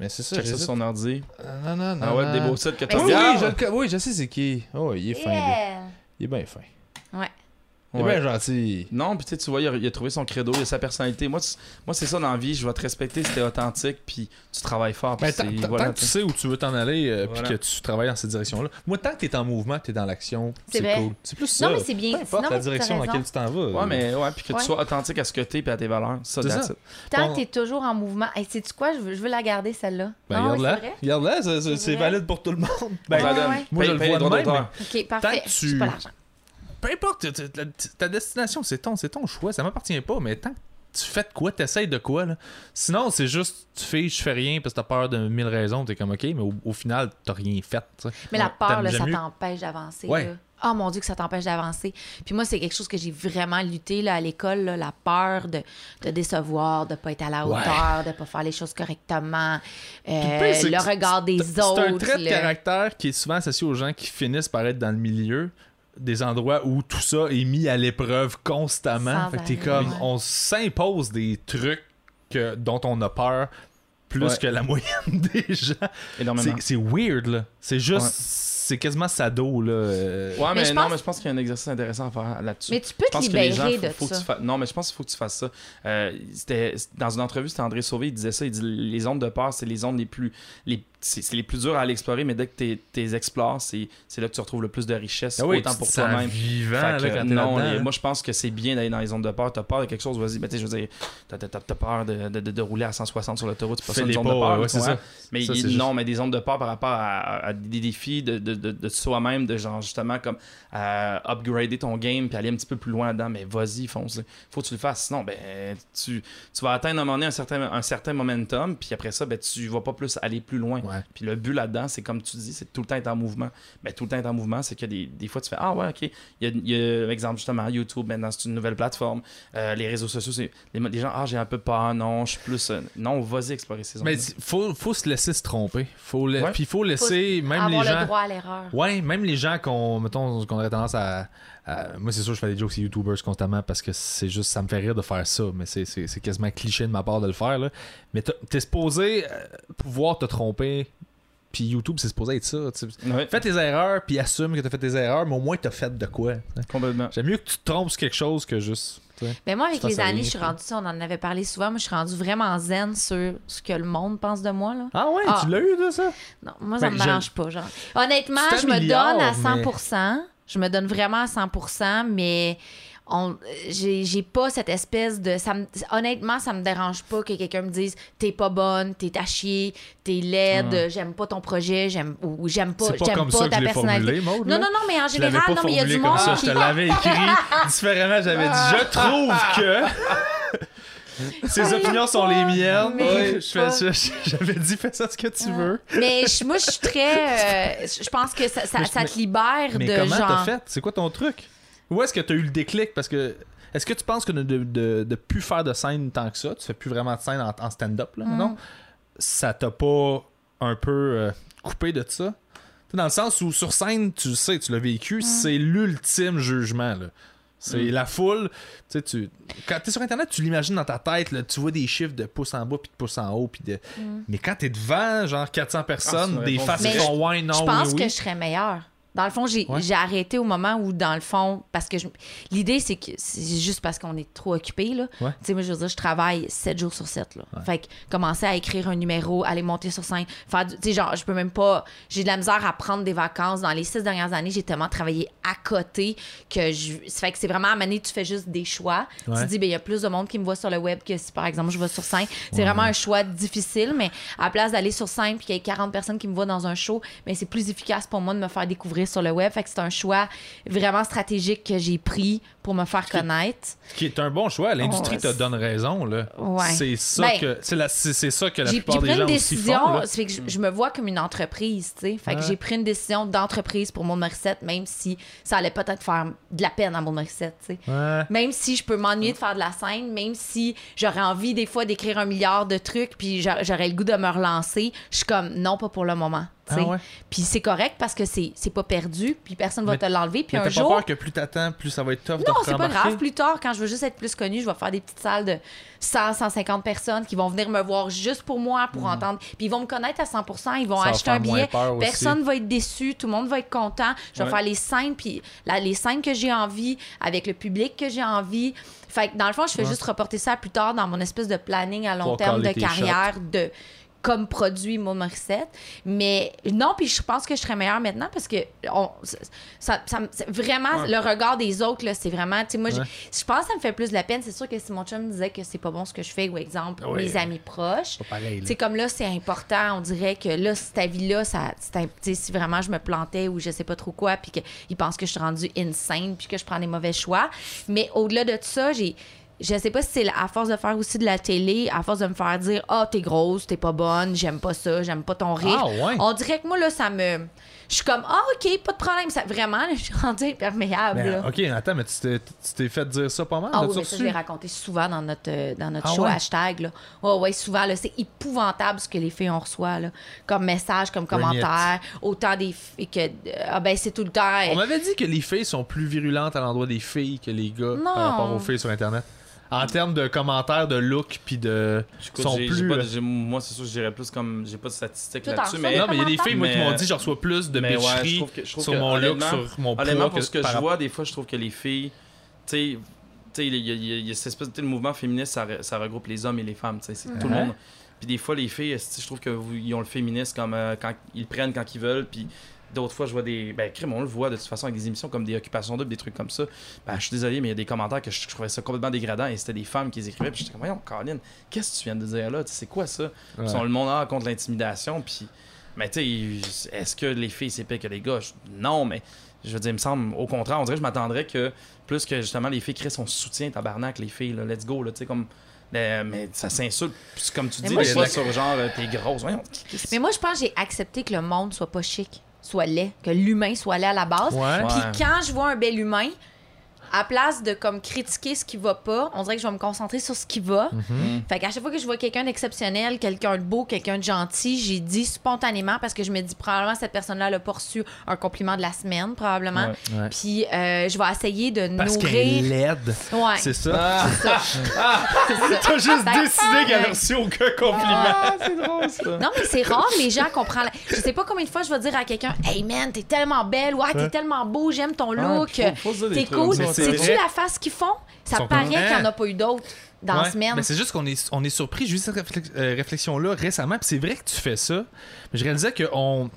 B: Mais c'est ça, Ah,
A: Check ça sur
B: j'hésite.
A: son ordi.
B: Euh, Non, non, non.
A: Ah ouais, des
B: non.
A: beaux sites que
B: Oui,
A: t'as
B: oui,
A: regardes.
B: je, le co- oui, je sais c'est qui. Oh, il est fin. lui.
C: Yeah.
B: Il est bien fin.
C: Ouais.
B: C'est
A: Ouais.
B: bien gentil.
A: Non, puis tu sais, tu vois, il a, il a trouvé son credo, il a sa personnalité. Moi, tu- moi c'est ça dans la vie, je vais te respecter si t'es authentique, puis tu travailles fort. Puis
B: Mais Ben, tant,
A: c'est-
B: tant-
A: voilà,
B: tant que tu sais où tu veux t'en aller euh,
A: Voilà.
B: puis que tu travailles dans cette direction-là. Moi, tant que t'es en mouvement, t'es dans l'action,
C: C'est
B: c'est
C: vrai.
B: cool. C'est plus ça.
C: Non, mais c'est bien.
B: Peu importe
C: Non,
B: la
C: mais t'as
B: direction dans
C: raison.
B: laquelle tu t'en vas.
A: Ouais, mais ouais, puis que
C: Ouais.
A: tu sois authentique à ce que t'es puis à tes valeurs. Ça,
B: C'est
A: that's
B: ça.
A: it.
C: Tant
B: Bon.
C: que t'es toujours en mouvement. et sais-tu quoi? Je veux, je veux la garder, celle-là.
B: Ben,
C: Ah, ouais,
B: regarde-la.
C: c'est vrai?
B: Regarde-la, c'est- c'est-
C: C'est
B: c'est
C: vrai.
B: valide pour tout le monde.
C: Ouais,
B: Ben,
A: On la
C: ouais,
A: donne.
C: ouais.
B: Moi, je
A: Paye-
B: le
A: paye les
B: vois de
A: droits
B: même,
A: d'auteur.
C: OK, parfait.
B: que
C: J'ai
B: tu-
C: pas l'argent.
B: peu importe t- t- la- t- ta destination, c'est ton, c'est ton choix, ça m'appartient pas, mais tant que tu fais de quoi, t'essayes de quoi, là. Sinon, c'est juste, tu fais, je fais rien parce que t'as peur de mille raisons, t'es comme, ok, mais au, au final, t'as rien fait, tu sais.
C: Mais la peur, là,
B: T'aimes
C: ça
B: mieux.
C: t'empêche d'avancer.
B: Ouais.
C: là. Oh mon Dieu, que ça t'empêche d'avancer. Puis moi, c'est quelque chose que j'ai vraiment lutté là, à l'école, là, la peur de, de décevoir, de pas être à la
B: Ouais.
C: hauteur, de pas faire les choses correctement, euh,
B: pire, c'est
C: le
B: que
C: regard des
B: C'est
C: autres.
B: un trait de
C: là.
B: caractère qui est souvent associé aux gens qui finissent par être dans le milieu des endroits où tout ça est mis à l'épreuve constamment.
C: Sans
B: fait que t'es
C: arrêt,
B: comme,
C: ouais.
B: on s'impose des trucs que- dont on a peur plus
A: Ouais.
B: que la moyenne [laughs] des gens.
A: Énormément.
B: C'est c'est weird, là. C'est juste.
A: Ouais.
B: C'est quasiment sado, là. Euh,
A: Ouais, mais,
C: je
A: non,
C: pense-
A: mais je pense qu'il y a un exercice intéressant à faire là-dessus.
C: Mais tu peux
A: Je
C: te
A: pense que les
C: libérer
A: gens, faut-
C: de
A: faut que
C: ça.
A: tu fasses- Non, mais je pense qu'il faut que tu fasses ça. Euh, c'était dans une entrevue, c'était André Sauvé, il disait ça. Il dit les ondes de peur, c'est les ondes les plus, les, c'est c'est les plus dures à aller explorer, mais dès que tu les explores, c'est c'est là que tu retrouves le plus de richesse,
B: ah oui,
A: autant
B: tu te
A: pour
B: sens
A: toi-même.
B: vivant,
A: Fait
B: là,
A: que,
B: quand t'es
A: non,
B: là-dedans,
A: les-
B: là.
A: moi je pense que c'est bien d'aller dans les zones de peur. T'as peur de quelque chose, vas-y. Mais tu sais, je veux dire, t'as t'as- t'as peur de, de- de- de rouler à 160 sur l'autoroute, c'est pas
B: Fais
A: ça une
B: les
A: zone
B: pas,
A: de peur.
B: ouais,
A: tu
B: c'est
A: comprends?
B: ça.
A: Mais
B: Ça,
A: il-
B: c'est juste-
A: non, mais des zones de peur par rapport à, à- à des défis de, de, de, de soi-même, de genre justement comme euh, upgrader ton game puis aller un petit peu plus loin dedans. Mais vas-y, fonce. là. Faut que tu le fasses. Sinon, ben tu, tu vas atteindre à un moment donné un certain, un certain momentum, puis après ça, ben tu vas pas plus aller plus loin.
B: Ouais.
A: Puis le but là-dedans, c'est comme tu dis, c'est tout le temps être en mouvement. Mais tout le temps être en mouvement, c'est que des, des fois, tu fais Ah ouais, OK. Il y a, il y a, exemple, justement, YouTube, maintenant, c'est une nouvelle plateforme. Euh, les réseaux sociaux, c'est les, mo- les gens Ah, j'ai un peu peur. Non, je suis plus. euh, non, vas-y explorer ces
B: Mais
A: zones.
B: dis- faut, faut se laisser se tromper. Faut la-
A: Ouais.
B: Puis faut laisser même
C: Avoir
B: les
C: le
B: gens.
C: droit à l'erreur.
B: Ouais, même les gens qu'on mettons qu'on aurait tendance à, à- moi c'est sûr je fais des jokes sur YouTubers constamment parce que c'est juste ça me fait rire de faire ça, mais c'est, c'est, c'est quasiment cliché de ma part de le faire là. Mais t'as- t'es supposé euh, pouvoir te tromper. Puis YouTube c'est supposé être ça. tu sais.
A: Ouais,
B: Fais tes erreurs puis assume que t'as fait tes erreurs, mais au moins t'as fait de quoi. tu sais.
A: complètement.
B: J'aime mieux que tu te trompes sur quelque chose que juste. tu sais.
C: Mais moi, avec
B: Je pense
C: les
B: à rien,
C: années, je suis
B: quoi.
C: rendue ça, on en avait parlé souvent, moi, je suis rendue vraiment zen sur ce que le monde pense de moi. Là.
B: Ah ouais,
C: Ah.
B: tu l'as eu de ça?
C: Non, moi, ça
B: Ben,
C: me
B: je-
C: dérange pas. Genre. Honnêtement,
B: Tu
C: je me
B: t'améliores,
C: donne à
B: mais-
C: 100 Je me donne vraiment à 100 mais on, j'ai, j'ai pas cette espèce de. Ça me- honnêtement, ça me dérange pas que quelqu'un me dise t'es pas bonne, t'es à chier, t'es laide, j'aime pas ton projet, j'aime, ou ou j'aime pas,
B: c'est pas
C: j'aime
B: comme
C: pas
B: ça que
C: ta
B: je l'ai
C: personnalité.
B: formulé, Maud.
C: Non,
B: là.
C: non, non, mais en
B: Je l'avais
C: général,
B: pas
C: non, mais il y a
B: formulé
C: du
B: comme
C: monde
B: ça,
C: qui.
B: je te l'avais écrit
C: [laughs]
B: différemment, j'avais dit je trouve que
C: [laughs]
B: ces opinions sont les miennes.
C: Mais- Ah.
B: Ouais, je fais- je- j'avais dit fais ça ce que tu veux.
C: [laughs] Mais je- moi, je suis très. euh, je pense que ça, ça,
B: Mais-
C: ça te libère
B: Mais
C: de
B: comment
C: genre.
B: t'as fait C'est quoi ton truc Où est-ce que t'as eu le déclic parce que est-ce que tu penses que de, de, de plus faire de scène tant que ça, tu fais plus vraiment de scène en, en stand-up là,
C: Mm.
B: non Ça t'a pas un peu euh, coupé de ça Tu sais, Dans le sens où sur scène, tu le sais, tu l'as vécu,
C: Mm.
B: c'est l'ultime jugement là. C'est
A: Mm.
B: la foule. Tu sais, tu... Quand t'es sur Internet, tu l'imagines dans ta tête, là, tu vois des chiffres de pouce en bas puis de pouce en haut. Puis de... Mais quand t'es devant, genre 400 personnes,
A: Ah, une
B: des
A: réponse
B: faces qui
C: directe.
B: font ouais, non,
C: Mm. je pense
B: oui,
C: que
B: oui.
C: je serais meilleure. Dans le fond, j'ai
B: Ouais.
C: j'ai arrêté au moment où, dans le fond, parce que je- l'idée, c'est que c'est juste parce qu'on est trop occupé. là.
B: Ouais.
C: Tu sais, moi, je veux dire, je travaille 7 jours sur 7. Là. Fait que commencer à écrire un numéro, aller monter sur scène, faire du- Tu sais, genre, je peux même pas. J'ai de la misère à prendre des vacances. Dans les six dernières années, j'ai tellement travaillé à côté que je. Ça fait que c'est vraiment à un moment donné, tu fais juste des choix. Tu
B: Ouais.
C: te dis, ben, il y a plus de monde qui me voit sur le web que si, par exemple, je vais sur scène. C'est vraiment un choix difficile, mais à la place d'aller sur scène puis qu'il y ait 40 personnes qui me voient dans un show, mais c'est plus efficace pour moi de me faire découvrir sur le web. Fait que c'est un choix vraiment stratégique que j'ai pris pour me faire connaître.
B: qui est un bon choix. L'industrie
C: Oh,
B: te
C: c'est-
B: donne raison là.
C: Ouais.
B: C'est ça
C: Ben,
B: que c'est la c'est c'est ça que la
C: J'ai j'ai
B: plupart
C: pris
B: des gens
C: une
B: aussi
C: décision,
B: font. là.
C: ça fait que je, je me vois comme une entreprise, tu sais. Fait que
B: Ouais.
C: j'ai pris une décision d'entreprise pour Maud Morissette, même si ça allait peut-être faire de la peine à Maud Morissette, tu sais.
B: Ouais. Ah
C: Même si je peux m'ennuyer de faire de la scène, même si j'aurais envie des fois d'écrire un milliard de trucs, puis j'a- j'aurais le goût de me relancer, je suis comme non, pas pour le moment. tu sais.
B: Ah ouais?
C: Puis c'est correct parce que c'est c'est pas perdu, puis personne va
B: Mais-
C: te l'enlever. Puis
B: Mais
C: un
B: t'as
C: jour.
B: pas peur que plus t'attends, plus ça va être tough de
C: Non, c'est pas
B: rembarquer?
C: grave. Plus tard, quand je veux juste être plus connue, je vais faire des petites salles de 100, 150 personnes qui vont venir me voir juste pour moi, pour entendre. Puis ils vont me connaître à 100 ils vont
B: Mm. Ça va
C: acheter
B: faire
C: un
B: moins
C: billet.
B: peur aussi.
C: Personne va être déçu, tout le monde va être content. Je vais
A: Ouais.
C: faire les scènes, puis la- les scènes que j'ai envie, avec le public que j'ai envie. Fait que dans le fond, je fais
B: Ouais.
C: juste reporter ça plus tard dans mon espèce de planning à long
B: Pour
C: terme de
B: caler tes
C: carrière de comme produit Mo Morissette. Mais non, puis je pense que je serais meilleure maintenant parce que on, ça, ça me- c'est vraiment
A: Ouais.
C: le regard des autres là c'est vraiment tu sais moi j'ai-
B: Ouais.
C: je pense que ça me fait plus de la peine c'est sûr que si mon chum me disait que c'est pas bon ce que je fais ou exemple
B: Oui.
C: mes amis proches
B: C'est pas pareil.
C: tu
B: là.
C: sais comme là c'est important on dirait que là cette vie là ça c'est un- tu sais, si vraiment je me plantais ou je sais pas trop quoi puis qu'ils pensent que je suis rendue insane puis que je prends des mauvais choix mais au-delà de ça j'ai je sais pas si c'est la- à force de faire aussi de la télé, à force de me faire dire Ah, t'es grosse, t'es pas bonne, j'aime pas ça, j'aime pas ton rire.
B: Ah, ouais.
C: On dirait que moi, là, ça me. Je suis comme Ah, OK, pas de problème. Ça, vraiment, là, je suis rendue imperméable.
B: Mais,
C: là.
B: ok, attends, mais tu t'es- tu t'es fait dire ça pas mal.
C: Ah
B: t'as-tu
C: oui, mais ça, je
B: reçu?
C: l'ai raconté souvent dans notre, euh, dans notre
B: Ah
C: show
B: ouais?
C: hashtag. Là. Ouais, ouais, souvent, là, c'est épouvantable ce que les filles on reçoit là, comme message, comme
B: Pognette.
C: commentaire. Autant des filles que. euh, Ah ben, c'est tout le temps.
B: On m'avait dit que les filles sont plus virulentes à l'endroit des filles que les gars
C: Non.
B: par rapport aux filles sur Internet. En termes de commentaires, de look, puis de.
A: J'écoute,
B: sont
A: j'ai- j'ai
B: plus.
A: pas-
B: euh,
A: j'ai- moi, c'est sûr, que j'irais plus comme. J'ai pas de statistiques
C: Tout en
A: là-dessus,
C: somme,
A: mais.
B: Non, mais il y a des filles, moi, qui
A: Mais-
B: m'ont dit je reçois plus de
A: mais ouais, je
B: bitcherie
A: trouve que- je trouve
B: sur
A: que,
B: mon look,
A: honnêtement-
B: sur mon poids.
A: Honnêtement, pour ce que
B: par
A: je
B: rapport-
A: vois, des fois, je trouve que les filles, tu sais, tu sais, il y, a- il y a- il y a cette espèce de le mouvement féministe, ça, re- ça regroupe les hommes et les femmes, tu sais, c'est tout le
B: Ouais.
A: monde. Puis des fois, les filles, esti, je trouve qu'ils ont le féministe comme euh, quand ils le prennent quand ils veulent, puis d'autres fois, je vois des. Ben, crime, on le voit de toute façon avec des émissions comme des occupations doubles, des trucs comme ça. Ben, je suis désolé, mais il y a des commentaires que je trouvais ça complètement dégradant et c'était des femmes qui les écrivaient, puis j'étais comme, voyons, Colin, qu'est-ce que tu viens de dire là? Tu sais, C'est quoi ça? Puis
B: Ouais.
A: sont le monde ah, contre l'intimidation, puis. Mais tu sais, est-ce que les filles c'est pire que les gars? Je- Non, mais je veux dire, il me semble, au contraire, on dirait que je m'attendrais que plus que justement les filles créent son soutien, tabarnak, les filles, là, let's go, là, tu sais, comme. euh, mais ça s'insulte, Puis comme tu
C: Mais
A: dis,
C: moi,
A: des
C: je
A: fois
C: suis-
A: sur genre, euh, t'es grosse, voyons.
C: Mais moi, je pense que j'ai accepté que le monde soit pas chic, soit laid, que l'humain soit laid à la base.
B: Ouais.
C: Puis
A: Ouais.
C: quand je vois un bel humain, à place de comme critiquer ce qui va pas, on dirait que je vais me concentrer sur ce qui va.
B: Mhm.
C: Fait qu'à chaque fois que je vois quelqu'un d'exceptionnel, quelqu'un de beau, quelqu'un de gentil, j'ai dit spontanément parce que je me dis probablement cette personne-là l'a pas reçu un compliment de la semaine, probablement.
B: Ouais, ouais.
C: Puis euh, je vais essayer de
B: Parce qu'elle est
C: nourrir.
B: laide.
C: Ouais. Ah,
B: C'est ça.
A: Ah,
B: T'as juste
C: D'accord,
B: décidé qu'elle
C: ouais.
B: avait reçu aucun compliment.
A: c'est drôle ça.
C: Non, mais Ah, c'est rare, les gens comprennent. la- Je sais pas combien de fois je vais dire à quelqu'un Hey man, t'es tellement belle, ouais, t'es tellement beau, j'aime ton look,
A: puis faut- faut se dire des
C: t'es
A: trucs comme
C: cool.
A: ça,
B: c'est
C: C'est-tu
B: vrai.
C: la face qu'ils font
B: Ils
C: Ça
B: sont
C: paraît
B: comme,
C: qu'il n'y en a
B: Hein?
C: pas eu d'autres dans la
B: Ouais,
C: semaine.
B: Mais c'est juste qu'on est, on est surpris. J'ai eu cette réflex- euh, réflexion-là récemment. Puis c'est vrai que tu fais ça. Mais je réalisais que on.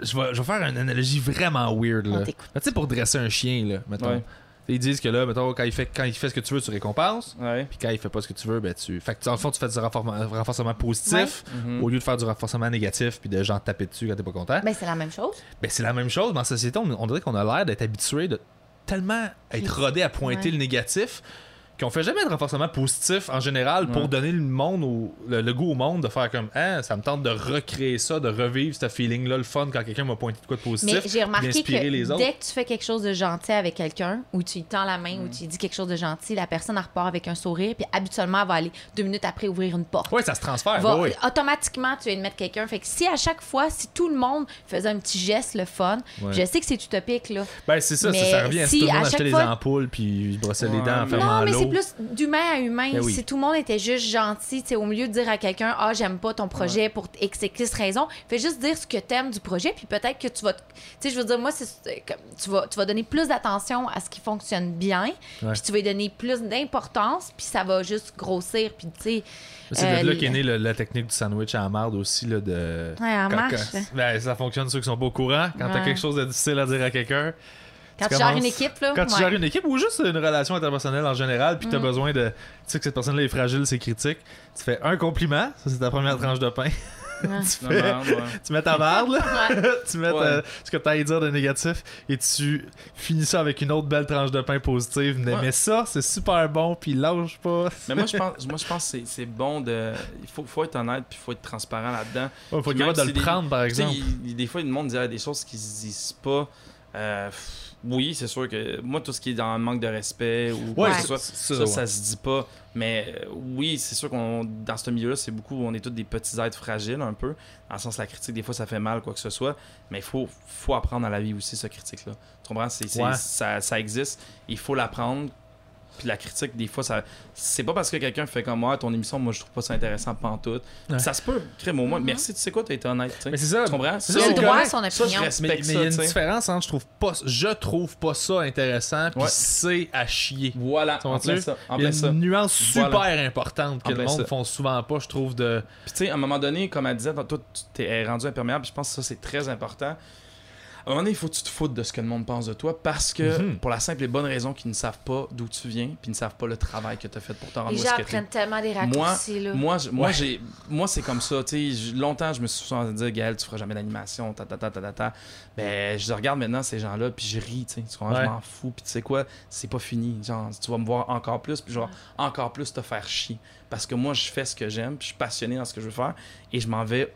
B: Je vais, je vais faire une analogie vraiment weird.
C: On
B: Là.
C: t'écoute.
B: Mais Tu sais, pour dresser un chien, là, mettons.
A: Ouais.
B: Ils disent que là, mettons, quand il, fait, quand il fait ce que tu veux, tu récompenses.
A: [laughs] Ouais.
B: Puis quand il fait pas ce que tu veux, ben tu. Fait que dans le fond, tu fais du renforcement, renforcement positif
C: Mm-hmm.
A: Mhm.
B: au lieu de faire du renforcement négatif puis de genre taper dessus quand t'es pas content.
C: Ben, c'est la même chose.
B: Ben, c'est la même chose, mais en société, on, on dirait qu'on a l'air d'être habitué de tellement être rodé à pointer
C: Ouais.
B: le négatif qu'on fait jamais de renforcement positif en général pour
A: Ouais.
B: donner le monde au- le, le goût au monde de faire comme ah ça me tente de recréer ça, de revivre ce feeling là, le fun quand quelqu'un m'a pointé de quoi de positif.
C: Mais j'ai remarqué que
B: d'inspirer les autres.
C: dès que tu fais quelque chose de gentil avec quelqu'un, ou tu lui tends la
B: Mm.
C: main, ou tu lui dis quelque chose de gentil, la personne elle repart avec un sourire, puis habituellement, elle va aller deux minutes après ouvrir une porte.
B: Ouais, ça se transfère.
C: Va-
B: ouais, ouais.
C: Automatiquement, tu viens de mettre quelqu'un. Fait que si à chaque fois, si tout le monde faisait un petit geste, le fun,
B: Ouais.
C: je sais que c'est utopique, là.
B: Ben c'est ça, ça,
C: Mais
B: ça revient à si
C: si
B: tout le
C: à
B: monde
C: chaque
B: achetait
C: fois-
B: des ampoules puis il brossait les
A: Ouais.
B: dents en fermant
C: Non, mais
B: l'eau.
C: c'est plus d'humain à humain.
B: Ben oui.
C: Si tout le monde était juste gentil, tu sais, au milieu de dire à quelqu'un Ah, j'aime pas ton projet pour X, X, X raison, fais juste dire ce que t'aimes du projet, puis peut-être que tu vas. te- Tu sais, je veux dire, moi, c'est euh, comme, tu vas, tu vas donner plus d'attention à ce qui fonctionne bien,
B: Ouais.
C: puis tu vas lui donner plus d'importance, puis ça va juste grossir, puis tu sais.
B: C'est de
C: euh,
B: là qu'est née le- la technique du sandwich à la marde aussi, là, de...
C: Ouais, en
B: quand-
C: marche,
B: quand-
C: là.
B: Ben, ça fonctionne ceux qui sont pas au courant. Quand t'as
C: Ouais.
B: quelque chose de difficile à dire à quelqu'un...
C: Quand tu gères
B: commences-
C: une équipe, là.
B: Quand tu
C: ouais.
B: gères une équipe ou juste une relation interpersonnelle en général,
C: Mm.
B: puis t'as besoin de... Tu sais que cette personne-là est fragile, c'est critique. Tu fais un compliment, ça c'est ta première tranche de pain.
A: Non, non, ouais.
B: [laughs] tu mets ta marde, là.
C: Ouais.
B: [laughs] tu mets
A: Ouais.
B: euh, ce que t'as à dire de négatif et tu finis ça avec une autre belle tranche de pain positive. Mais,
A: Ouais.
B: mais ça, c'est super bon, puis lâche pas.
A: Mais moi, je pense, moi, je pense que c'est- c'est bon de. Il faut, faut être honnête, puis faut être transparent là-dedans.
B: Ouais, faut
A: Puis
B: être capable
A: même
B: de
A: si
B: le
A: des-
B: prendre, par
A: Tu sais,
B: exemple.
A: il- il- des fois, le monde dit ah, des choses qu'ils se disent pas euh, pff, oui, c'est sûr que moi, tout ce qui est dans le manque de respect ou
B: Ouais,
A: quoi que ce
B: ça,
A: soit, ça,
B: ouais.
A: ça se dit pas. Mais euh, oui, c'est sûr qu'on dans ce milieu-là, c'est beaucoup, on est tous des petits êtres fragiles un peu. Dans le sens, la critique, des fois, ça fait mal, quoi que ce soit. Mais il faut, faut apprendre à la vie aussi, ce critique-là. Tu comprends? C'est- c'est-
B: Ouais.
A: ça, ça existe. Il faut l'apprendre. Puis la critique, des fois, ça c'est pas parce que quelqu'un fait comme moi, ton émission, moi, je trouve pas ça intéressant, pantoute.
B: Ouais. Mm-hmm.
A: Ça se peut, crime au moins. Merci, tu sais quoi, t'as été honnête. tu sais.
B: Mais c'est ça.
A: Tu comprends?
B: c'est
A: Ça,
C: Il a
B: c'est
C: le droit à
B: correct.
C: son
A: Ça, je
C: opinion.
A: reste-
B: Mais mais
A: Respecte
B: il y a
A: ça,
B: une
A: tu sais.
B: différence entre je trouve pas je trouve pas ça intéressant puis
A: Ouais.
B: c'est à chier.
A: Voilà,
B: Tu
A: en
B: comprends-tu?
A: plein ça. En
B: Il y a
A: plein ça.
B: une nuance super
A: Voilà.
B: importante que
A: En
B: le
A: plein
B: monde
A: ça.
B: font souvent pas, je trouve de
A: Puis tu sais, à un moment donné, comme elle disait, toi, tu t'es rendu imperméable, puis je pense que ça, c'est très important. À un moment donné, il faut que tu te foutes de ce que le monde pense de toi parce que,
B: Mhm.
A: pour la simple et bonne raison qu'ils ne savent pas d'où tu viens, puis ils ne savent pas le travail que tu as fait pour te
B: Ah,
A: rendre
C: Les
A: où
C: gens
A: est-ce que t'es.
C: prennent tellement des raccourcis, là.
A: Moi, je- moi,
B: Ouais.
A: j'ai, moi, c'est comme ça. Tu sais, je- longtemps, je me suis souvent dit, Gaël, tu feras jamais d'animation, ta ta ta ta ta ta. Ben, je regarde maintenant ces gens-là, puis je ris, tu sais. Tu comprends?
B: Ouais.
A: je m'en fous. Puis tu sais quoi, c'est pas fini. Genre, tu vas me voir encore plus, puis je vais encore plus te faire chier. Parce que moi, je fais ce que j'aime, puis je suis passionné dans ce que je veux faire, et je m'en vais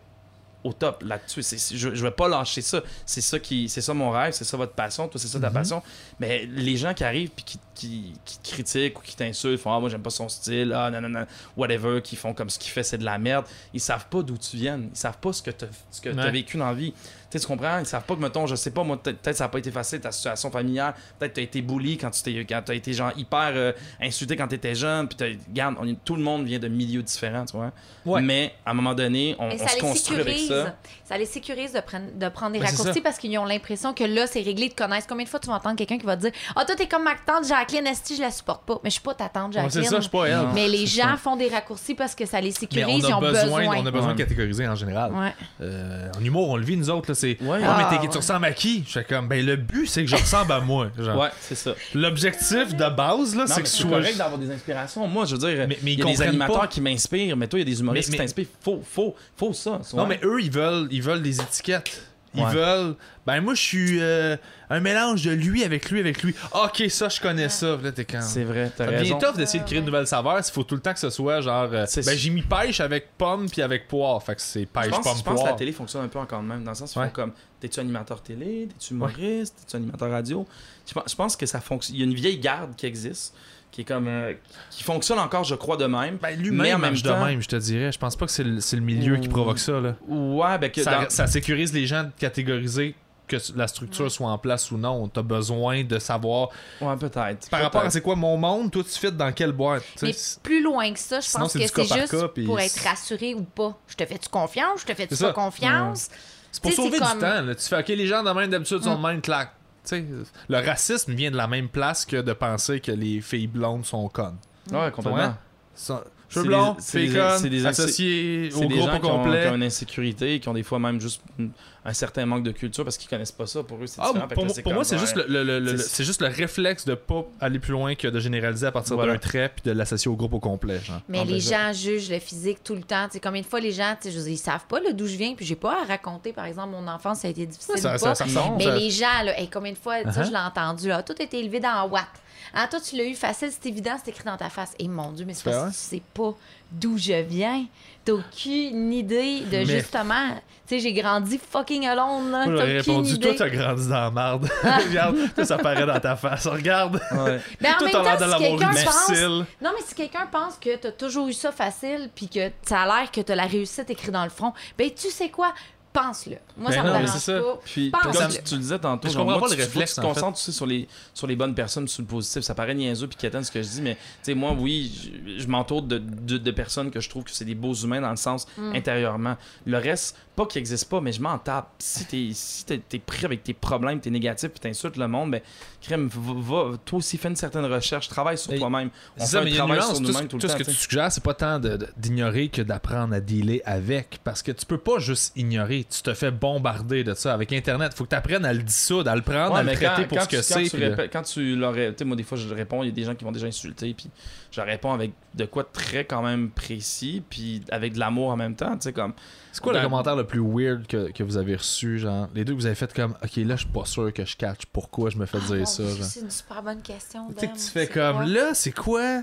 A: au top là-dessus. C'est- c'est- Je, je vais pas lâcher ça. C'est ça qui, c'est ça mon rêve, c'est ça votre passion, toi c'est ça ta
B: Mhm.
A: passion. Mais les gens qui arrivent puis qui, qui, qui te critiquent ou qui t'insultent, font ah moi j'aime pas son style, ah non non non, whatever, qui font comme ce qu'il fait c'est de la merde. Ils savent pas d'où tu viens, ils savent pas ce que t'as, ce que t'as
B: Ouais.
A: vécu dans la vie. Tu sais, tu comprends? Ils savent pas que, mettons, je sais pas, moi, peut- peut-être ça a pas été facile, ta situation familiale, peut-être t'as été bully quand tu t'es, quand t'as été, genre, hyper euh, insulté quand t'étais jeune, puis t'as- regarde, on est- tout le monde vient de milieux différents, tu vois.
B: Ouais.
A: Mais, à un moment donné, on,
C: Mais
A: on
C: ça
A: se
C: les
A: construit avec
C: sécurise.
A: ça.
C: Ça. les sécurise de, prendre- de prendre des
B: Ben, c'est
C: raccourcis
B: ça.
C: parce qu'ils ont l'impression que là, c'est réglé, ils te connaissent. Combien de fois tu vas entendre quelqu'un qui va te dire Ah, toi, t'es comme ma tante Jacqueline, Esti, je la supporte pas. Mais je suis pas ta tante
B: Ouais,
C: Jacqueline.
B: c'est ça, je suis pas elle.
A: Non.
C: Mais les
A: C'est
C: gens font des raccourcis parce que ça les
B: Mais
C: sécurise,
B: on
C: ils
B: a
C: ont
B: besoin, on a besoin
A: Ouais.
B: de catégoriser en général.
C: Ouais.
B: Euh, en humour, on le vit nous autres là, c'est
A: Ouais.
B: Ah, mais
C: Ah,
B: t'es-
C: ouais.
B: tu ressembles à qui Je fais comme ben le but c'est que je ressemble à moi, genre.
A: Ouais, c'est ça.
B: L'objectif de base là,
A: Non,
B: c'est
A: mais
B: que
A: c'est
B: je sois
A: correct d'avoir des inspirations. Moi, je veux dire,
B: Mais- mais ils
A: il y a des
B: comprennent
A: animateurs
B: pas.
A: qui m'inspirent, mais toi, il y a des humoristes
B: Mais-
A: qui
B: mais-
A: t'inspirent. Faut, faut, faut ça. tu
B: Non,
A: vois.
B: mais eux, ils veulent, ils veulent des étiquettes. Ils
A: Ouais.
B: veulent. Ben, moi, je suis euh, un mélange de lui avec lui, avec lui. Ah, Ok, ça, je connais ça. Puis Là, t'es quand.
A: c'est vrai, t'as
B: Ça devient
A: raison.
B: tough d'essayer de créer une nouvelle saveur. Il faut tout le temps que ce soit genre. euh,
A: C'est-
B: ben, j'ai mis pêche avec pomme puis avec poire. Fait que c'est
A: Je
B: pêche,
A: pense,
B: pomme,
A: je pense que la
B: poire.
A: télé fonctionne un peu encore de même, dans le sens où ils
B: Ouais.
A: font comme t'es-tu animateur télé, t'es-tu humoriste, t'es-tu animateur radio. Je pense, je pense que ça fonctionne. Il y a une vieille garde qui existe, qui est comme. euh, qui fonctionne encore, je crois, de même.
B: Ben,
A: Mais
B: l'humain
A: en même
B: marche de
A: temps-
B: même, je te dirais. Je pense pas que c'est le, c'est le milieu qui
A: Ouh.
B: provoque ça. Là.
A: Ouais, ben que.
B: Ça,
A: dans-
B: ça sécurise les gens de catégoriser que la structure soit en place ou non. T'as besoin de savoir
A: Ouais, peut-être.
B: par rapport à
A: peut-être.
B: c'est quoi mon monde, toi tu fites dans quelle boîte. tu sais.
C: Mais plus loin que ça, je
B: Sinon,
C: pense
B: c'est
C: que
B: du cas
C: c'est
B: par
C: juste
B: cas, puis
C: pour
B: c'est-
C: être rassuré ou pas. Je te fais-tu confiance? Je te fais-tu
B: C'est
C: pas
B: ça.
C: confiance?
B: C'est pour
C: Tu sais,
B: sauver
C: c'est comme- Mm.
B: du temps. là. Tu fais, OK, les gens de même d'habitude sont de même claque. Tu sais, le racisme vient de la même place que de penser que les filles blondes sont connes.
A: Ouais, complètement.
B: Ouais. Ça- Cheveux
A: C'est
B: blonds,
A: des- c'est
B: filles
A: des- c'est des-
B: connes, associées
A: C'est
B: au
A: des
B: groupe
A: gens
B: au
A: qui ont, qui
B: complet.
A: ont une insécurité, qui ont des fois même juste une- un certain manque de culture parce qu'ils connaissent pas ça. Pour eux, c'est
B: Ah,
A: différent. Fait que
B: pour,
A: là,
B: moi- pour
A: comme,
B: moi, c'est
A: ouais.
B: juste le, le- le- le-
A: C'est-
B: c'est juste le réflexe de pas aller plus loin que de généraliser à partir
A: Voilà.
B: d'un trait puis de l'associer au groupe au complet. genre.
C: Mais
A: Ah, ben
C: les
A: ça.
C: gens jugent le physique tout le temps. Tu sais, combien de fois les gens, tu sais, je veux dire, ils savent pas là, d'où je viens, puis j'ai pas à raconter, par exemple, mon enfance, ça a été difficile
B: Ça,
C: ou
B: ça-
C: pas.
B: ça ressemble,
C: Mais
B: ça-
C: les gens, là, hey, combien de fois, ça,
B: Uh-huh.
C: je l'ai entendu, là, tout a été élevé dans Watt. Hein, toi, tu l'as eu facile, c'est évident, c'est écrit dans ta face. Et mon Dieu, mais c'est
B: Ben
C: parce que tu sais pas d'où je viens. T'as aucune idée de
B: Mais-
C: justement. Tu sais, j'ai grandi fucking alone, là.
B: Moi,
C: T'as
B: j'aurais
C: aucune
B: répondu,
C: idée.
B: toi, t'as grandi dans la
C: [laughs]
B: marde. Regarde, toi, ça paraît dans ta face. Regarde,
A: Ouais.
C: Ben, en
B: toi, t'as
C: même
B: l'air
C: temps,
B: de
C: si
B: l'avoir eu
C: quelqu'un pense-
B: difficile.
C: Non, mais si quelqu'un pense que t'as toujours eu ça facile, puis que ça a l'air que t'as la réussite écrite dans le front, ben tu sais quoi, pense-le. Moi,
B: Ben
C: ça me
B: non, mais
C: dérange
B: c'est ça.
C: pas.
A: Puis,
C: Pense-le.
A: comme tu, tu le disais tantôt,
B: Je
A: genre,
B: comprends
A: moi,
B: pas
A: tu-
B: le
A: tu- faut que
B: réflexe,
A: Tu te
B: en fait.
A: concentres aussi sur les, sur les bonnes personnes, sur le positif. Ça paraît niaiseux puis quétaine ce que je dis, mais tu sais, moi, oui, je, je m'entoure de, de, de personnes que je trouve que c'est des beaux humains dans le sens intérieurement. Le reste, pas qu'il n'existe pas, mais je m'en tape. Si t'es si t'es- t'es pris avec tes problèmes, t'es négatif, puis t'insultes le monde, ben, crème, va, va- toi aussi fais une certaine recherche, travaille sur
B: Et-
A: toi-même. On
B: C'est
A: fait
B: ça, mais
A: un
B: il y a une
A: travail
B: nuance.
A: sur
B: Tout, ce-
A: nous-mêmes tout,
B: tout ce
A: le
B: que
A: temps.
B: tu
A: tu sais.
B: suggères, c'est pas tant de- de- d'ignorer que d'apprendre à dealer avec. Parce que tu peux pas juste ignorer. Tu te fais bombarder de ça avec Internet. Faut que tu apprennes à le dissoudre, à le prendre,
A: Ouais,
B: à le
A: mais
B: traiter
A: quand-
B: pour
A: quand
B: ce que
A: tu- quand
B: c'est.
A: tu
B: puis de-
A: répè- Quand tu leur. Tu sais, moi, des fois, je réponds, il y a des gens qui vont déjà insulter, puis je réponds avec de quoi de très quand même précis, puis avec de l'amour en même temps, tu sais, comme.
B: C'est quoi le
A: Dans-
B: commentaire le plus weird que, que vous avez reçu, genre Les deux que vous avez fait comme Ok, là, je suis pas sûr que je catch pourquoi je me fais
C: Ah, mon
B: dire ça.
C: Dieu,
B: genre.
C: C'est une super bonne question.
B: Tu sais
C: Ben,
B: que tu
C: c'est
B: fais comme
C: quoi?
B: Là, c'est quoi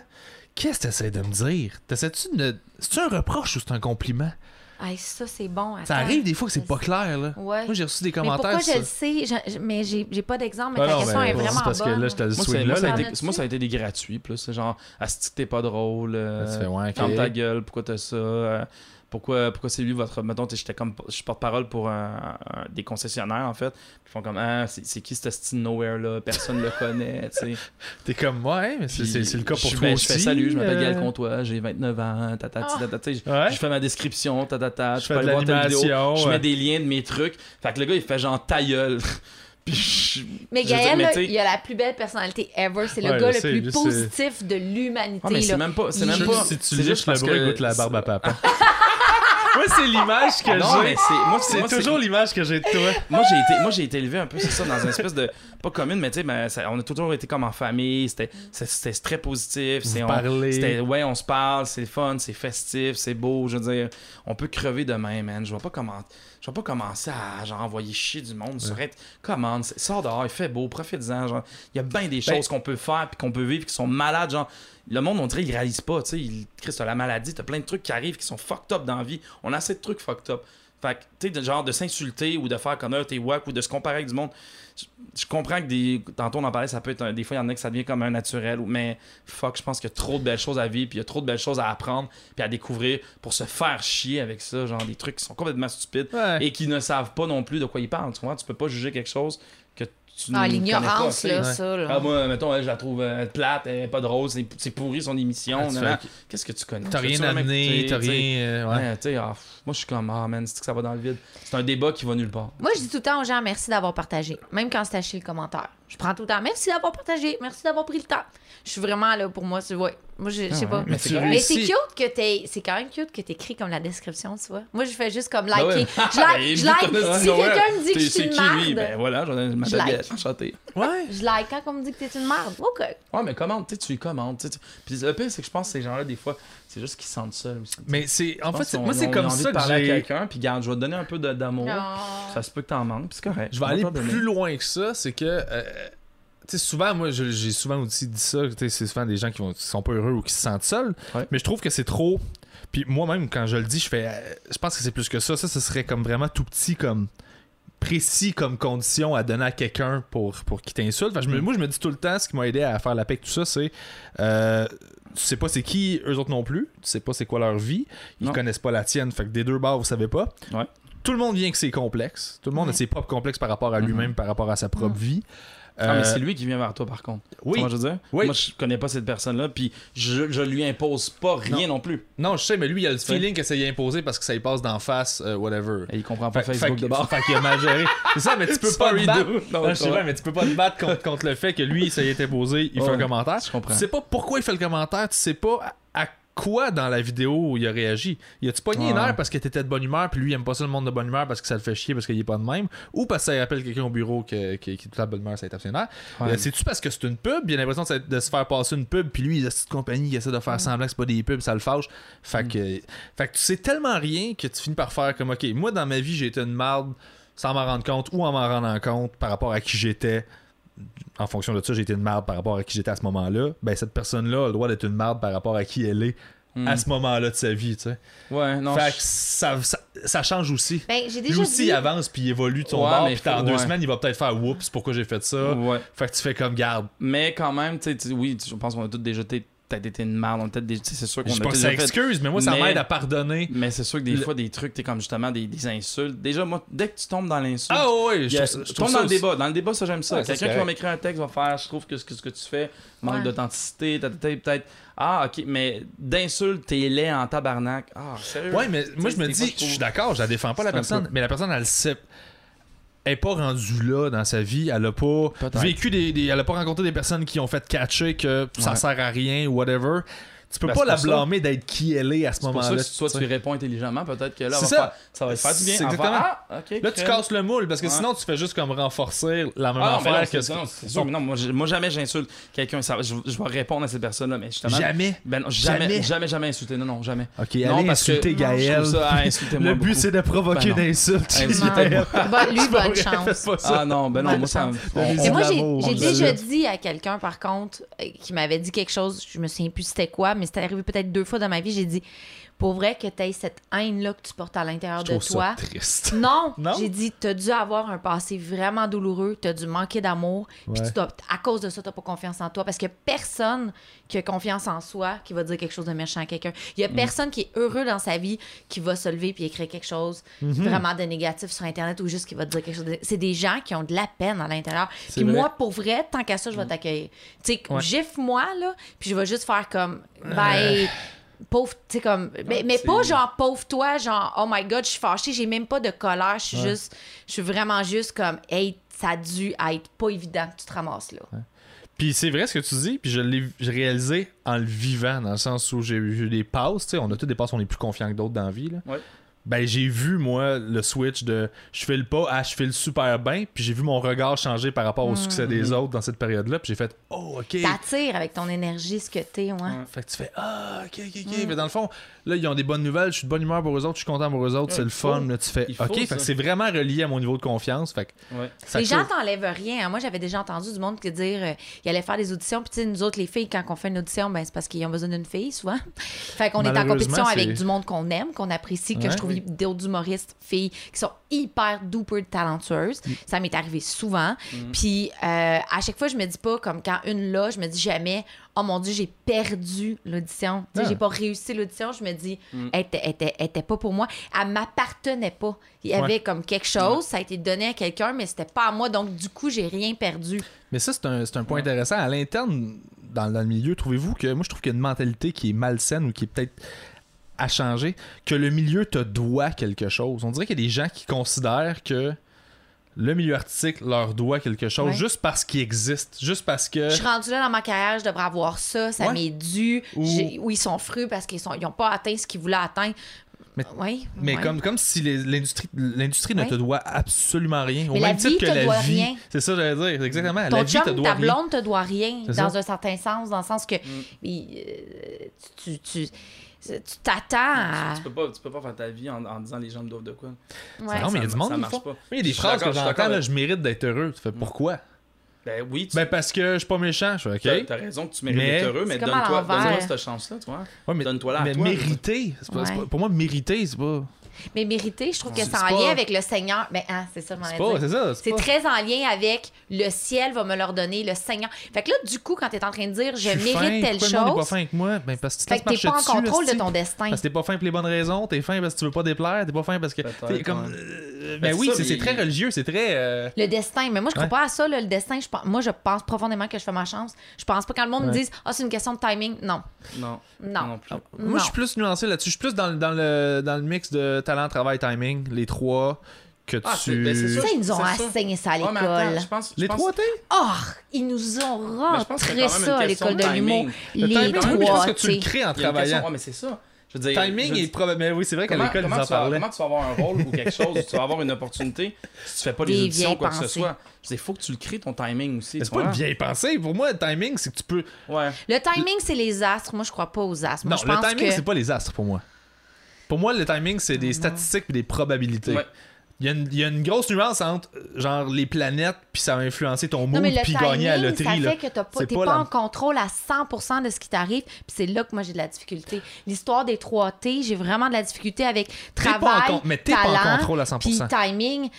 B: Qu'est-ce que t'essaies de me dire T'essaies-tu de. C'est-tu un reproche ou c'est un compliment
C: Hey, ça, c'est bon.
B: Ça
C: attends.
B: arrive des fois que c'est
C: je
B: pas
C: sais.
B: clair, là.
C: Ouais.
B: Moi, j'ai reçu des
C: Mais pourquoi
B: commentaires.
C: je
B: sur
C: le sais? Je- je- mais j'ai j'ai pas d'exemple, mais
B: Ah
C: ta
B: non,
C: question
B: mais
C: est vraiment
B: c'est parce
C: bonne.
B: que là, je te dis
A: Moi, c'est-
B: swing
A: moi,
B: là.
A: ça a
C: là.
A: été,
C: T'en as-tu?
A: moi, ça a été des gratuits. plus C'est genre, Asti, t'es pas drôle. euh,
B: Là, Ah, tu fais, ouais, ok.
A: Ferme ta gueule, pourquoi t'as ça euh, Pourquoi, pourquoi c'est lui votre. Mettons, t'es- j'étais comme. Je suis porte-parole pour un- un- des concessionnaires, en fait. Ils font comme Ah, c'est c'est qui ce style nowhere-là Personne le connaît, tu sais.
B: T'es comme, ouais, mais [laughs] c'est-
A: Puis
B: c'est c'est le cas pour
A: je
B: toi
A: fais-
B: aussi.
A: Je fais salut, je m'appelle
B: euh,
A: Gaël Comtois, j'ai 29 ans, ta, ta, ti,
C: Ah.
A: ta, ta, tu sais, je-
B: Ouais.
A: Je fais ma description, ta, ta, ta,
B: Je
A: tu
B: fais
A: peux
B: de
A: aller voir ta vidéo.
B: l'animation,
A: Je
B: ouais.
A: mets des liens de mes trucs. Fait que le gars, il fait genre ta gueule. [laughs] Puis je-
C: Mais
A: je veux dire,
C: Gaël,
A: mais
C: là,
A: tu sais-
C: il a la plus belle personnalité ever. C'est le
B: Ouais,
C: gars
B: je
C: le
B: sais, je
C: plus
B: sais.
C: positif de l'humanité.
A: Ah, mais c'est
C: là.
A: même pas. C'est même
C: Juste
A: pas.
B: Si tu
A: c'est
B: juste le
A: parce
B: bras,
A: que- Ah
B: il goûte la barbe à papa.
A: [laughs]
B: Moi, c'est l'image que
A: Non,
B: j'ai.
A: mais c'est. Moi,
B: C'est
A: moi,
B: toujours l'image que j'ai de toi.
A: Moi j'ai été moi j'ai été élevé un peu c'est ça dans une espèce de pas commune mais tu sais ben, ça- on a toujours été comme en famille c'était c'est- c'était très positif [laughs] c'est
B: Vous
A: on-
B: parlez.
A: c'était ouais on se parle c'est le fun c'est festif c'est beau je veux dire on peut crever demain man je vais pas comment je vais pas commencer à genre envoyer chier du monde sur être commande c'est- sors dehors il fait beau profite-en genre il y a bien des
B: Ben-
A: choses qu'on peut faire puis qu'on peut vivre qui sont malades genre le monde, on dirait, il réalise pas, tu sais, il Christ, t'as la maladie, t'as plein de trucs qui arrivent qui sont fucked up dans la vie. On a assez de trucs fucked up. Fait que, tu sais, de- genre de s'insulter ou de faire comme eux, t'es wack ou de se comparer avec du monde. Je, je comprends que des. Tantôt, on en parlait, ça peut être. un- des fois, il y en a que ça devient comme un naturel, ou- mais fuck, je pense qu'il y a trop de belles choses à vivre, puis il y a trop de belles choses à apprendre, puis à découvrir pour se faire chier avec ça, genre des trucs qui sont complètement stupides
B: Ouais.
A: et qui ne savent pas non plus de quoi ils parlent. Tu vois, tu peux pas juger quelque chose que tu ne connais
C: Ah,
A: pas.
C: l'ignorance,
A: tu sais.
C: là,
B: ouais.
C: ça. Là.
A: Ah, moi, mettons, elle, je la trouve euh, plate, elle est pas drôle, c'est c'est pourri son émission.
B: Ah, tu
A: nanana.
B: fais-
A: Qu'est-ce que tu connais?
B: T'as
A: Tu
B: rien
A: veux-tu vraiment
B: amené,
A: écouter,
B: t'as
A: tu sais?
B: rien. euh, ouais.
A: Ouais, tu sais, ah, pff, moi, je suis comme, ah, man, c'est que ça va dans le vide. C'est un débat qui va nulle part.
C: Moi, je dis tout le temps aux gens merci d'avoir partagé, même quand c'est acheté le commentaire. Je prends tout le temps merci d'avoir partagé, merci d'avoir pris le temps. Je suis vraiment là pour moi, c'est ouais. Moi, je, je sais
A: Ah,
C: pas.
A: ouais,
B: Mais
A: c'est
B: tu
A: correct.
C: Mais c'est
B: Ici.
C: cute que t'aies. C'est quand même cute que t'écris comme la description, tu vois. Moi, je fais juste comme
A: Ah
C: liker.
A: [laughs] ouais.
C: Je like, je like.
A: Ben,
C: Si
A: ouais.
C: quelqu'un me dit que
A: T'es-
C: je suis
A: c'est
C: une
A: qui, lui? Ben
C: merde,
A: voilà, j'en ai ma
C: Je like.
A: tablette, enchanté.
B: Ouais.
C: je like quand on me dit que t'es une merde. OK.
A: Ouais, mais commente, tu sais, tu y commentes. tu sais, tu- Puis le pire, c'est que je pense que ces gens-là, des fois, c'est juste qu'ils se sentent seuls aussi.
B: Mais c'est. En
A: Je
B: fait,
A: pense
B: c'est-
A: qu'on-
B: moi, c'est
A: on a
B: comme
A: envie
B: ça
A: de
B: que
A: parler à
B: j'ai.
A: quelqu'un, puis garde, je vais te donner un peu de- d'amour.
C: Non.
A: Ça se peut que t'en manques, puis c'est correct.
B: Je vais
A: On va
B: aller
A: t'en donner.
B: plus loin que ça, c'est que. euh, tu sais, souvent, moi, je- j'ai souvent aussi dit ça, tu sais, c'est souvent des gens qui, vont, qui sont pas heureux ou qui se sentent seuls,
A: Ouais.
B: mais je trouve que c'est trop. Puis moi-même, quand je le dis, je fais. euh, je pense que c'est plus que ça. Ça, ce serait comme vraiment tout petit, comme précis comme condition à donner à quelqu'un pour, pour qu'il t'insulte. Fait que je me-
A: Mm.
B: Moi, je me dis tout le temps, ce qui m'a aidé à faire la paix avec tout ça, c'est. euh, tu sais pas c'est qui eux autres non plus, tu sais pas c'est quoi leur vie, ils
A: Non.
B: connaissent pas la tienne, fait que des deux bords vous savez pas.
A: Ouais.
B: Tout le monde vient que c'est complexe, tout le monde a
C: Ouais.
B: ses propres complexes par rapport à lui-même, par rapport à sa propre vie.
A: Mhm. Ah, mais
B: Euh,
A: c'est lui qui vient vers toi, par contre.
B: oui,
A: Moi, je veux dire,
B: Oui.
A: moi, je connais pas cette personne-là, puis je, je lui impose pas rien non, plus.
B: non je sais, mais lui il a le
A: sais.
B: feeling que ça y est imposé parce que ça y passe d'en face, euh, whatever.
A: Et il comprend pas
B: Fait-
A: Facebook
B: fait-
A: de bord.
B: fait qu'il a mal géré. C'est ça, mais tu peux pas te
A: Sorry,
B: battre.
A: dude. Non,
B: Non, je
A: je
B: sais
A: comprends.
B: bien, mais tu peux pas te battre contre, contre le fait que lui, ça y est imposé, il fait
A: Ouais,
B: un commentaire.
A: je comprends.
B: Tu sais pas pourquoi il fait le commentaire, tu sais pas à, à quoi dans la vidéo il a réagi. Il a-tu pogné une
A: Ouais.
B: heure parce que t'étais de bonne humeur, puis lui, il aime pas ça le monde de bonne humeur parce que ça le fait chier parce qu'il est pas de même, ou parce que ça rappelle quelqu'un au bureau que- qui, qui est tout à bonne humeur, ça est abstionnaire.
A: Ouais.
B: Euh, C'est-tu parce que c'est une pub, il a l'impression de se- de se faire passer une pub, puis lui, il a cette compagnie qui essaie de faire semblant que c'est pas des pubs, ça le fâche. Fait
A: Mm.
B: que, fait que tu sais tellement rien que tu finis par faire comme, ok, moi dans ma vie, j'ai été une marde sans m'en rendre compte ou en m'en rendant compte par rapport à qui j'étais. En fonction de ça, j'ai été une marde par rapport à qui j'étais à ce moment-là. Ben, cette personne-là a le droit d'être une marde par rapport à qui elle est
A: Hmm.
B: à ce moment-là de sa vie, tu sais.
A: Ouais, non.
B: fait
A: je-
B: que ça, ça, ça change aussi.
C: Ben, j'ai
B: Lui
C: déjà
B: aussi,
C: dit.
B: il avance puis il évolue de son
A: Ouais,
B: bord,
A: mais
B: puis dans
A: faut-
B: deux
A: ouais.
B: semaines, il va peut-être faire oups, pourquoi j'ai fait ça.
A: Ouais.
B: Fait que tu fais comme garde.
A: Mais quand même, tu sais, tu- oui, tu- je pense qu'on a tous déjà été, peut-être été une marde, on a peut-être des- tu sais, c'est sûr qu'on
B: Je
A: a
B: sais pas que
A: tous
B: ça
A: déjà fait-
B: excuse, mais moi, ça
A: mais-
B: m'aide à pardonner.
A: Mais c'est sûr que des
B: Le-
A: fois, des trucs, t'es comme justement des, des insultes. Déjà, moi, dès que tu tombes dans l'insulte,
B: Ah ouais,
A: il
B: je
A: y a-
B: trouve,
A: je
B: je trouve
A: tombe
B: ça
A: dans le
B: aussi-
A: débat. Dans le débat, ça, j'aime ça.
B: Ouais, ça, c'est
A: Quelqu'un qui va
B: correct.
A: m'écrire un texte va faire, je trouve que ce que, ce que tu fais manque
C: Ouais.
A: d'authenticité, ta, ta, ta, peut-être. Ah, ok, mais d'insultes, t'es laid en tabarnak. Ah, sérieux?
B: Ouais, mais moi, je me
A: des
B: dis,
A: fois,
B: je,
A: je trouve-
B: suis d'accord, je la défends pas la
A: C'est un
B: personne, mais la personne, elle sait. Elle est pas rendue là dans sa vie, elle a pas
A: Peut-être.
B: vécu des, des- Elle a pas rencontré des personnes qui ont fait catcher que ça
A: Ouais.
B: sert à rien, whatever. Tu peux
A: Ben,
B: pas
A: c'est
B: la
A: pour ça.
B: blâmer d'être qui elle est à ce
A: C'est pour ça
B: moment-là.
A: que soit tu y réponds intelligemment, peut-être que là,
B: C'est
A: va
B: ça.
A: faire- ça va te faire du bien.
B: C'est
A: Elle va faire,
B: exactement.
A: Ah, ok,
B: Là, tu
A: crème.
B: casses le moule parce que
A: Ouais.
B: sinon, tu fais juste comme renforcer la même
A: Ah non, mais
B: affaire
A: non,
B: que
A: c'est non, c'est sûr, mais non, moi, j'ai- moi, jamais j'insulte quelqu'un. ça- Je, je vais répondre à cette personne-là, mais justement.
B: Jamais.
A: Ben non, jamais,
B: Jamais.
A: jamais, jamais, insulter. Non, non, jamais.
B: Ok,
A: non,
B: allez insulter
A: que, non, je trouve
B: Gaël.
A: ça, ah, insultez-moi
B: Le but,
A: beaucoup.
B: c'est de provoquer
A: Ben non.
B: une insulte.
A: Insultez-moi.
C: Bon,
A: [laughs]
C: lui,
B: C'est pas
C: bonne
B: vrai,
C: chance.
B: fais pas ça.
A: Ah non, ben non,
C: Bonne
A: moi, ça
C: chance.
A: on- on-
C: Mais moi,
B: l'amour,
C: j'ai- j'ai
B: de
C: déjà
B: l'amour.
C: dit à quelqu'un, par contre, euh, qui m'avait dit quelque chose, je me souviens plus c'était quoi, mais mais c'est arrivé peut-être deux fois dans ma vie, j'ai dit, pour vrai que t'aies cette haine-là que tu portes à l'intérieur
B: Je
C: Ah, de
B: trouve
C: toi.
B: ça triste.
C: [laughs] Non,
B: Non?
C: j'ai dit, t'as dû avoir un passé vraiment douloureux, t'as dû manquer d'amour, puis
B: Ouais.
C: tu dois- à cause de ça, t'as pas confiance en toi, parce qu'il y a personne qui a confiance en soi qui va dire quelque chose de méchant à quelqu'un. Il y
B: Mm.
C: a personne qui est heureux dans sa vie qui va se lever puis écrire quelque chose
B: Mm-hmm.
C: vraiment de négatif sur Internet ou juste qui va te dire quelque chose. de- C'est des gens qui ont de la peine à l'intérieur.
A: C'est
C: Puis
A: vrai.
C: moi, pour vrai, tant qu'à ça, je vais t'accueillir. Tu sais,
B: Mm. Ouais. Euh.
C: gifle-moi, là, puis je vais juste faire comme, ben... Pauvre, tu sais, comme. Mais, mais
A: c'est-
C: pas genre pauvre toi, genre oh my god, je suis fâchée, j'ai même pas de colère, je suis
B: Ouais.
C: juste. Je suis vraiment juste comme, hey, ça a dû être pas évident que tu te ramasses là.
B: Puis c'est vrai ce que tu dis, puis je l'ai j'ai réalisé en le vivant, dans le sens où j'ai eu j'ai eu des passes, tu sais, on a tous des passes, on est plus confiant que d'autres dans la vie. Là.
A: Ouais.
B: Ben j'ai vu, moi, le switch de je file pas à je file super bien, puis j'ai vu mon regard changer par rapport
C: Hmm.
B: au succès des autres dans cette période-là, puis j'ai fait oh, ok.
C: T'attires avec ton énergie ce que t'es, ouais.
B: Fait que tu fais ah, ok, ok, ok.
C: Hmm.
B: Mais dans le fond, là, ils ont des bonnes nouvelles, je suis de bonne humeur pour eux autres, je suis content pour eux autres,
A: Ouais,
B: c'est le
A: il faut.
B: fun. Là, tu fais
A: Il faut,
B: ok, fait
A: ça.
B: que c'est vraiment relié à mon niveau de confiance. Fait que
A: Ouais.
B: ça
C: les
B: crée-
C: gens t'enlèvent rien. hein. Moi, j'avais déjà entendu du monde qui dire euh, ils allaient faire des auditions. Puis, tu sais, nous autres, les filles, quand on fait une audition, ben, c'est parce qu'ils ont besoin d'une fille, souvent. fait qu'on est en
B: Malheureusement,
C: compétition
B: c'est-
C: avec du monde qu'on aime, qu'on apprécie, que
B: Ouais.
C: je trouve d'autres humoristes, filles, qui sont hyper duper talentueuses.
B: Mm.
C: Ça m'est arrivé souvent. Puis, euh, à chaque fois, je me dis pas, comme quand une là, je me dis jamais Oh mon Dieu, j'ai perdu l'audition. Tu sais,
B: Ah. Mm.
C: j'ai pas réussi l'audition. Je me dis elle était, elle était- elle était pas pour moi. Elle m'appartenait pas. Il y avait comme quelque chose, ça a été donné à quelqu'un, mais c'était pas à moi. Donc, du coup, j'ai rien perdu.
B: Mais ça, c'est un, c'est un point intéressant. À l'interne, dans, dans le milieu, trouvez-vous que. Moi, je trouve qu'il y a une mentalité qui est malsaine ou qui est peut-être à changer, que le milieu te doit quelque chose. On dirait qu'il y a des gens qui considèrent que le milieu artistique leur doit quelque chose
C: Ouais.
B: juste parce qu'il existe, juste parce que.
C: Je suis rendue là dans ma carrière, je devrais avoir ça, ça
B: Ouais.
C: m'est dû.
B: Ou-
C: J'ai- Ou ils sont fruits parce qu'ils n'ont pas atteint ce qu'ils voulaient atteindre.
B: Mais-
C: oui,
B: Mais
C: ouais.
B: comme, comme si les- l'industrie l'industrie ne
C: Ouais.
B: te doit absolument rien. Au
C: Mais la
B: même
C: vie
B: titre que
C: te
B: la
C: doit
B: vie.
C: rien.
B: C'est ça, j'allais dire. Exactement.
C: Ton
B: la vie
C: chum,
B: te doit
C: ta
B: rien.
C: blonde te doit rien,
B: C'est
C: dans
B: ça. Mm.
C: un certain sens, dans le sens que il- euh, tu tu- tu- tu t'attends à...
A: Tu peux, pas, tu peux pas faire ta vie en, en disant les gens me doivent de quoi.
C: Ouais.
B: non, mais il y a
A: Ça-
B: du monde qui
A: ça
B: le
A: marche
B: font.
A: pas.
B: Mais il y a des
A: Je suis
B: phrases que
A: d'accord, je suis
B: j'entends,
A: d'accord. Mm.
B: là, je mérite d'être heureux. Tu fais pourquoi?
A: Ben oui, tu
B: Ben parce que je suis pas méchant. Je fais
A: as
B: OK.
A: t'as raison que tu mérites
B: Mais-
A: d'être heureux, mais
C: C'est comme à
A: donne-toi
C: l'envers.
A: donne cette chance-là, tu vois.
B: Ouais, mais,
A: Donne-toi la à
B: mais
A: toi.
B: mériter, c'est pas- c'est
C: Ouais.
B: pas- pour moi, mériter, c'est pas.
C: Mais mériter, je trouve que
B: C'est-
C: c'est en
B: c'est
C: lien
B: pas-
C: avec le Seigneur. Ben, hein, c'est ça, je m'en
B: C'est
C: allais
B: pas,
C: dire.
B: c'est ça. C'est
C: C'est
B: pas.
C: très en lien avec le ciel va me leur donner, le Seigneur. Fait que là, du coup, quand t'es en train de dire je
B: suis
C: mérite
B: fin,
C: telle
B: pourquoi le monde est pas
C: chose,
B: fin avec moi, ben parce que tu te
C: fait que
B: laisses
C: t'es pas en
B: marcher dessus,
C: contrôle de
B: esti.
C: ton destin.
B: Parce que t'es pas fin pour les bonnes raisons, t'es fin parce que tu veux pas déplaire, t'es pas fin parce que.
A: Peut-être,
B: t'es comme.
A: ouais.
B: euh,
A: Mais
B: Ben
A: c'est
B: oui,
A: ça,
B: c'est c'est
A: mais-
B: très religieux, c'est très. euh,
C: Le destin. Mais moi, je crois
B: Ouais.
C: pas à ça, là, le destin. Je pense- moi, je pense profondément que je fais ma chance. Je pense pas quand le monde me
B: Ouais.
C: dise Ah, c'est une question de timing. Non.
A: Non.
C: Non.
A: non plus.
B: Moi, je suis
C: Non.
B: plus nuancé là-dessus. Je suis plus dans, le- dans, le, dans le mix de talent, travail, timing, les trois que
A: Ah, c'est-
B: tu.
A: ben, c'est
C: Tu
A: ça.
C: sais, ils nous ont
A: C'est ça.
C: enseigné ça à
A: Ouais, mais attends,
C: l'école.
A: je pense. je
B: Les
A: pense-
B: trois, t'es
C: Oh, ils nous ont
A: Mais je pense que c'est quand
C: rentré
A: même une
C: ça à
A: question
C: l'école de
A: de timing.
C: l'humour.
B: Le
C: Les
B: timing, oui, mais je pense
C: trois,
B: que tu le
C: tu sais.
B: crées en
A: Il y a une question-
B: travaillant.
A: ouais, mais c'est ça. Je veux dire, je
B: Timing
A: veux
B: est
A: dire,
B: probable. Mais oui, c'est vrai qu'à
A: Comment,
B: l'école, ils
A: comment
B: en
A: tu vas,
B: parlaient.
A: comment tu vas avoir un rôle ou quelque chose, ou tu vas avoir une opportunité si tu fais pas les
C: Des
A: auditions,
C: vieilles
A: quoi que ce
C: pensées.
A: soit? Je veux dire, faut que tu le crées ton timing aussi.
B: Mais
A: tu
B: C'est pas une
A: comprends?
B: vieille pensée. Pour moi, le timing, c'est que tu peux.
A: Ouais.
C: Le timing, c'est les astres. Moi, je crois pas aux astres. Moi,
B: non,
C: je
B: le
C: pense
B: timing,
C: que-
B: c'est pas les astres pour moi. Pour moi, le timing, c'est des statistiques et des probabilités.
A: Ouais.
B: Il y, a une, il y a une grosse nuance entre euh, genre les planètes, puis ça va influencer ton mood,
C: Non, mais le
B: puis
C: timing,
B: gagner à la loterie.
C: ça
B: là.
C: fait que t'as pas-
B: C'est
C: t'es
B: pas
C: pas,
B: la-
C: en contrôle à 100% de ce qui t'arrive. Puis c'est là que moi, j'ai de la difficulté. L'histoire des 3T, j'ai vraiment de la difficulté avec
B: pas en
C: travail,
B: con- mais t'es pas en
C: talent,
B: contrôle à
C: puis
B: 100%.
C: timing.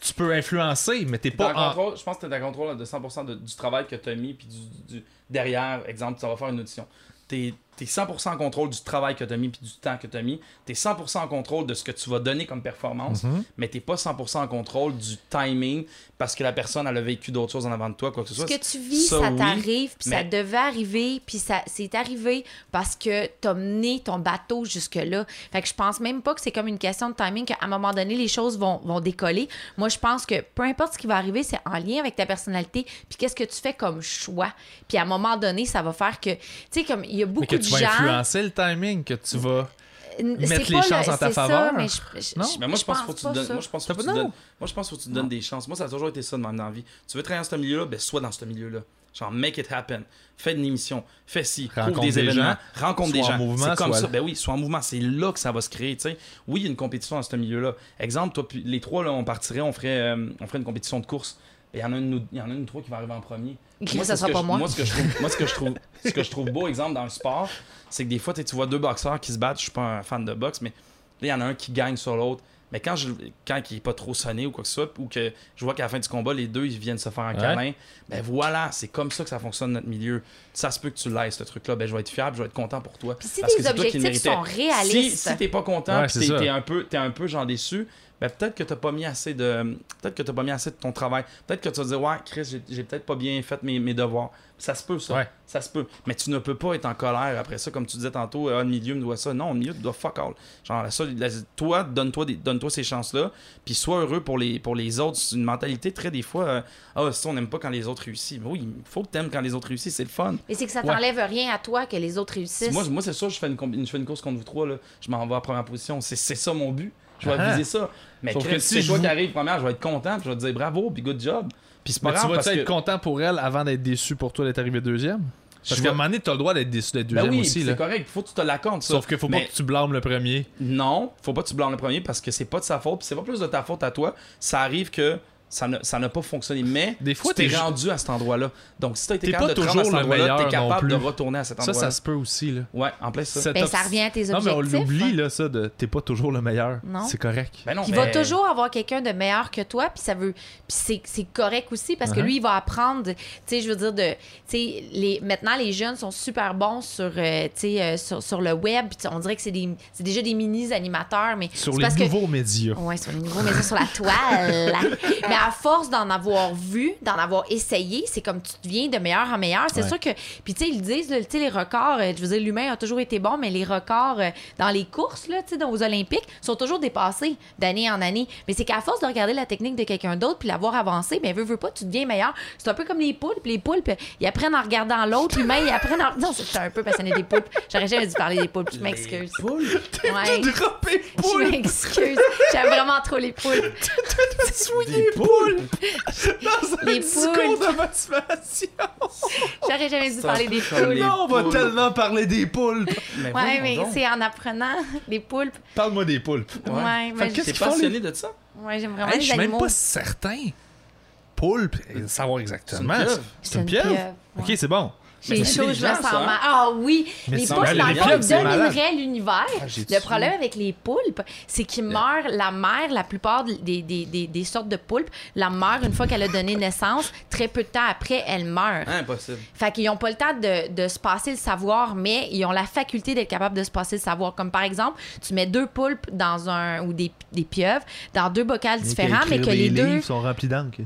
B: Tu peux influencer, mais t'es
A: T'es
B: pas
A: en
B: en.
A: contrôle- je pense que tu es en contrôle de 100% de- du travail que tu as mis puis du, du- derrière, exemple, tu vas faire une audition. Tu es, 100% en contrôle du travail que tu as mis puis du temps que tu as mis. Tu es 100% en contrôle de ce que tu vas donner comme performance, mais tu pas 100% en contrôle du timing parce que la personne elle a vécu d'autres choses en avant de toi, quoi que ce
C: Ce
A: soit.
C: que tu vis,
A: ça,
C: ça,
A: oui,
C: t'arrive, puis ça
A: mais-
C: devait arriver, puis ça c'est arrivé parce que t'as mené ton bateau jusque-là. Fait que je pense même pas que c'est comme une question de timing, qu'à un moment donné, les choses vont, vont décoller. Moi, je pense que peu importe ce qui va arriver, c'est en lien avec ta personnalité, puis qu'est-ce que tu fais comme choix. Puis à un moment donné, ça va faire que. Tu sais, comme il y a
B: Mais que
C: beaucoup de
B: tu vas
C: gens.
B: influencer le timing, que tu vas.
C: N-
B: mettre
C: c'est
B: les
C: pas
B: chances en ta
C: c'est ça,
B: faveur.
C: mais je- je-
B: Non?
C: je-
A: Mais moi, je pense
C: pense
A: qu'il faut que tu
C: pas
A: donnes.
C: ça.
A: Moi, je pense que
B: T'as
A: tu
B: pas- non.
A: donnes. Moi, je pense qu'il faut que tu donnes des chances. Moi, ça a toujours été ça de même dans la vie. Tu veux travailler dans ce milieu-là, ben sois dans ce milieu-là. Genre, make it happen. Fais une émission. Fais ci.
B: Rencontre
A: Couvre des,
B: des
A: événements.
B: Sois
A: Rencontre des
B: en
A: gens.
B: mouvement,
A: C'est comme
B: sois-
A: ça. Ben oui, sois en mouvement. C'est là que ça va se créer. tu sais. Oui, il y a une compétition dans ce milieu-là. Exemple, toi, puis les trois, là, on partirait, on ferait, euh, on ferait une compétition de course. il y en a une, ou- il y en a une ou trois qui va arriver en premier.
C: Ok,
A: Moi,
C: [laughs] ça
A: c'est ce
C: sera
A: que
C: pas
A: je-
C: moi.
A: Moi, ce que je trouve, moi, ce que je trouve, ce que je trouve beau exemple dans le sport, c'est que des fois, tu sais, tu vois deux boxeurs qui se battent. Je suis pas un fan de boxe, mais là, il y en a un qui gagne sur l'autre. Mais quand je, quand il est pas trop sonné ou quoi que ce soit, ou que je vois qu'à la fin du combat, les deux ils viennent se faire un
B: Ouais.
A: câlin, ben voilà, c'est comme ça que ça fonctionne notre milieu. Ça se peut que tu l'ailles ce truc-là, ben je vais être fiable, je vais être content pour toi.
C: Puis si
A: parce
C: tes
A: que c'est toi qui le
C: objectifs
A: méritais.
C: sont réalistes.
A: Si, si t'es pas content,
B: Ouais,
A: pis
B: c'est
A: t'es-
B: ça.
A: t'es un peu, t'es un peu genre déçu, ben peut-être que t'as pas mis assez de, peut-être que t'as pas mis assez de ton travail. Peut-être que tu vas dire ouais, Chris, j'ai- j'ai peut-être pas bien fait mes, mes devoirs. Ça se peut ça,
B: Ouais.
A: ça se peut. Mais tu ne peux pas être en colère après ça, comme tu disais tantôt, ah, le milieu me doit ça. Non, le milieu te doit fuck all. Genre la seule- la- toi, donne-toi, des- donne-toi ces chances là, puis sois heureux pour les, pour les autres. C'est une mentalité très des fois, euh, ah si on n'aime pas quand les autres réussissent. Mais oui, il faut que t'aimes quand les autres réussissent, c'est le fun.
C: Mais c'est que ça
B: Ouais.
C: t'enlève rien à toi que les autres réussissent.
A: Moi, moi c'est ça, je fais, une, combi- je fais une course contre vous trois, là. je m'en vais en première position. C'est c'est ça mon but. Je vais
B: Ah ah.
A: viser ça. Mais
B: Sauf
A: Chris,
B: que
A: si
B: si
A: c'est
B: je
A: toi
B: vous-
A: qui arrive première, je vais être content, puis je vais te dire bravo, puis good job. Puis c'est pas
B: Mais tu
A: grave
B: vas-tu
A: parce
B: être
A: que...
B: content pour elle avant d'être déçu pour toi d'être arrivé deuxième? Parce
A: Je
B: qu'à un
A: vais-
B: moment donné, t'as le droit d'être déçu d'être
A: Ben
B: deuxième
A: oui,
B: aussi.
A: puis
B: Là.
A: c'est correct, faut que tu te l'accordes ça.
B: Sauf qu'il faut
A: Mais
B: pas que tu blâmes le premier.
A: Non, faut pas que tu blâmes le premier parce que c'est pas de sa faute, puis c'est pas plus de ta faute à toi. Ça arrive que ça ne- ça n'a pas fonctionné, mais
B: Des fois,
A: tu t'es
B: t'es ju-
A: rendu à cet endroit-là. Donc si t'as été
B: T'es pas
A: capable de te rendre à cet
B: toujours le
A: endroit-là, t'es
B: meilleur non
A: capable de
B: plus.
A: retourner à cet
B: Ça, ça
A: endroit-là.
B: se peut aussi. Là.
A: Ouais, en plein ça.
B: Cet
C: Ben,
B: obs-
C: ça revient à tes
B: Non,
C: objectifs.
B: mais on l'oublie,
C: hein.
B: là, ça, de t'es pas toujours le meilleur.
C: Non.
B: C'est correct.
A: Ben non,
C: Puis il
A: mais-
C: va toujours avoir quelqu'un de meilleur que toi, puis ça veut, puis c'est, c'est correct aussi parce que
B: Uh-huh.
C: lui il va apprendre, tu sais, je veux dire de, tu sais, les maintenant les jeunes sont super bons sur, euh, tu sais, euh, sur, sur le web, puis on dirait que c'est des, c'est déjà des mini animateurs, mais
B: Sur
C: c'est
B: les
C: parce que
B: nouveaux médias.
C: Ouais, sur les nouveaux mais ça, sur la toile. mais à force d'en avoir vu, d'en avoir essayé, c'est comme tu deviens de meilleur en meilleur. C'est
B: Ouais.
C: sûr que. Puis, tu sais, ils disent, là, tu sais, les records, euh, je veux dire, l'humain a toujours été bon, mais les records euh, dans les courses, là, tu sais, dans- aux Olympiques, sont toujours dépassés d'année en année. Mais c'est qu'à force de regarder la technique de quelqu'un d'autre puis l'avoir avancé, ben, veux, veux pas, tu deviens meilleur. C'est un peu comme les poulpes. Les poulpes, ils apprennent en regardant l'autre, l'humain, ils apprennent en. Non, c'est j'étais un peu passionné des poulpes. J'aurais jamais dû parler des poulpes, je m'excuse.
A: Poule.
C: Ouais.
B: Dropper
C: Je m'excuse. J'aime vraiment trop les poules.
B: [laughs]
A: Des poules.
B: dans
C: Les poules.
B: de motivation.
C: J'aurais jamais dû
A: Ça
C: parler des
A: fait
C: poules.
A: Les
B: Non, on va
A: poules.
B: tellement parler des poulpes.
A: Mais
C: Ouais,
A: voyons
C: mais
A: donc.
C: c'est en apprenant les poulpes.
B: Parle-moi des poulpes.
C: Ouais,
A: Fait
C: mais
A: que
C: je-
A: t'es
B: qu'ils font,
A: passionné de ça?
C: Ouais, j'aime vraiment
B: Hey, je
C: les
B: suis même
C: animaux.
B: pas certain. Poulpe, euh, savoir exactement.
A: pieuvre.
C: C'est une pieuvre,
B: Ok,
C: ouais.
B: c'est bon.
C: J'ai
A: c'est
C: chaud, je me
A: intelligent,
C: sens
A: ça, hein?
C: mal. Ah oui,
B: Mais
C: les
B: c'est
C: poulpes,
A: malade,
C: dans
A: les
C: le fond,
A: pièges,
C: ils
A: c'est
C: domineraient l'univers.
B: Ah, j'ai
C: Le
B: tué.
C: problème avec les poulpes, c'est qu'ils meurent, la mère, la plupart des, des, des, des sortes de poulpes, la mère, une fois qu'elle a donné naissance, très peu de temps après, elle meurt.
A: Impossible.
C: Fait qu'ils n'ont pas le temps de, de se passer le savoir, mais ils ont la faculté d'être capables de se passer le savoir. Comme par exemple, tu mets deux poulpes dans un ou des, des pieuvres dans deux bocals différents, mais que les deux.
B: sont remplis
C: [laughs]
B: d'encre.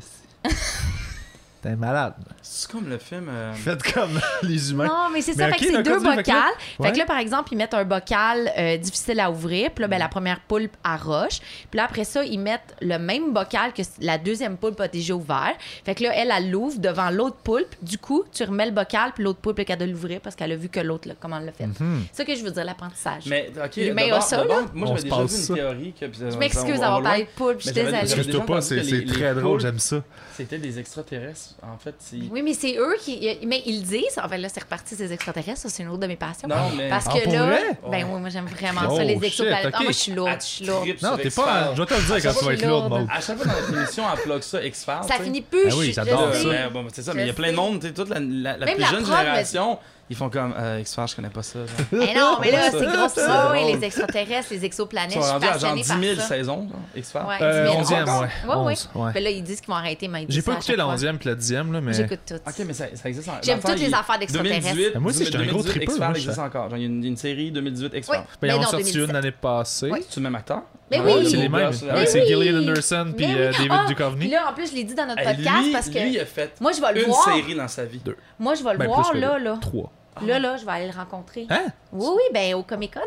B: T'es malade.
A: C'est comme le film. euh,
B: Faites comme [laughs] les humains.
C: Non, mais c'est ça,
B: Mais Ben, ok,
C: fait que c'est
B: d'accord,
C: deux
B: dis-le,
C: bocals.
B: fait
C: Fait
B: que
C: que,
B: là-
C: là,
B: ouais.
C: par exemple, ils mettent un bocal euh, difficile à ouvrir, puis là, ben, la première poulpe arroche. Puis là, après ça, ils mettent le même bocal que la deuxième poulpe a déjà ouvert. Fait que là, elle, elle l'ouvre devant l'autre poulpe. Du coup, tu remets le bocal, puis l'autre poulpe, elle doit l'ouvrir parce qu'elle a vu que l'autre, là, comment elle l'a fait.
B: Mhm.
C: C'est ça que je veux dire, l'apprentissage.
A: Mais ok,
C: L'humain
A: d'abord-
C: a ça,
A: d'abord,
C: là?
A: moi
B: On
A: j'avais
B: se
A: déjà
B: passe
A: vu
B: ça.
A: une théorie que. puis, euh,
C: Je
A: on va-
C: m'excuse
A: on va
C: d'avoir
A: loin.
C: parlé de poulpe, je suis
A: Mais j'avais- j'avais
C: désolée.
A: déjà
B: Excuse-toi pas,
A: entendu
B: c'est
A: que
B: c'est
A: les- les
B: très drôle,
A: poules,
B: j'aime ça.
A: C'était des extraterrestres. En fait, c'est.
C: Oui, mais c'est eux qui. Mais ils disent. En fait, là, c'est reparti, ces extraterrestres. Ça, c'est une autre de mes passions.
A: Non, mais.
C: Parce
B: Ah,
C: que
B: pour
C: là.
B: vrai?
C: Ben oui, moi, j'aime vraiment
B: Oh,
C: ça, les
B: shit,
C: exoplanètes. Ah,
B: ok.
C: moi, je suis lourde. Je
A: Ah,
C: suis
A: tu
C: lourde.
A: tripes
B: Non,
A: sur
B: t'es pas.
A: X-Files.
B: Je vais te le dire
C: Ça,
B: quand tu vas
C: c'est
B: être lourde,
C: lourd.
B: Maud.
A: À chaque fois dans notre émission, on plug ça, X-Files.
C: Ça
A: tu sais.
C: finit plus.
B: Ah oui,
C: je- je
B: j'adore
A: Ouais,
C: sais.
B: ça.
A: ouais, bon, ben, c'est ça, mais il y a
C: Je
A: plein de
C: sais.
A: monde, tu sais, toute la, la- la
C: Même
A: plus
C: la
A: jeune
C: prof, mais-
A: génération, ils font comme euh, X-Files, je connais pas ça. genre.
C: Mais non, mais
A: [laughs]
C: là,
A: Ça,
C: c'est
A: ça,
C: gros
A: c'est
C: ça.
A: drôle.
C: Oui, les extraterrestres, les
A: Ils
C: exoplanètes.
A: sont
C: Je suis
A: rendus à genre
C: passionnée
A: 10
C: par
A: 000
C: ça.
A: saisons, genre, X-Files.
C: Ouais,
B: Euh,
C: 10 000.
B: onzième,
C: Encore?
B: ouais.
C: Ouais,
B: Onze, ouais.
C: ouais. Mais là, ils disent qu'ils vont arrêter, mais ils disent
B: J'ai pas
C: ça à
B: écouté
C: chaque fois.
B: l'onzième puis la dixième, là, mais.
C: J'écoute tout.
A: Ah, Ok, mais ça, ça existe encore.
C: J'aime
A: Dans le
C: toutes
A: temps,
C: les
A: il-
C: affaires d'extraterrestres.
A: 2018,
B: Mais moi aussi, j'étais un gros
A: 2018,
B: tripeux,
A: X-Files
B: moi, je-
A: existe encore. Genre, il y a une, une série 2018 X-Files.
C: Oui,
B: Ben,
C: mais
B: ils en ont
C: non,
B: sorti
C: 2017.
B: une l'année passée.
C: Oui.
A: C'est le même acteur?
C: Mais
A: Ouais,
C: oui.
B: Ouais,
A: le
B: c'est les
A: gars,
B: mêmes.
A: c'est la-
B: Ah
C: Mais
B: ouais, c'est
C: oui.
B: Gillian Anderson puis
C: Mais
B: euh,
C: oui.
B: David
C: Ah, Puis
B: Duchovny.
C: là, en plus, je l'ai dit dans notre
B: Ah,
A: Hey,
C: podcast
A: lui,
C: parce que
A: lui, il a fait
C: moi, je vais le
A: une
C: voir.
A: série dans sa vie.
B: Deux.
C: Moi, je vais le
B: Ben,
C: voir
B: plus que
C: là,
B: deux.
C: là.
B: Trois.
C: Là, là, je vais aller le rencontrer.
B: Ah Hein? Ben,
C: Oui, oui, ben au Comic Con.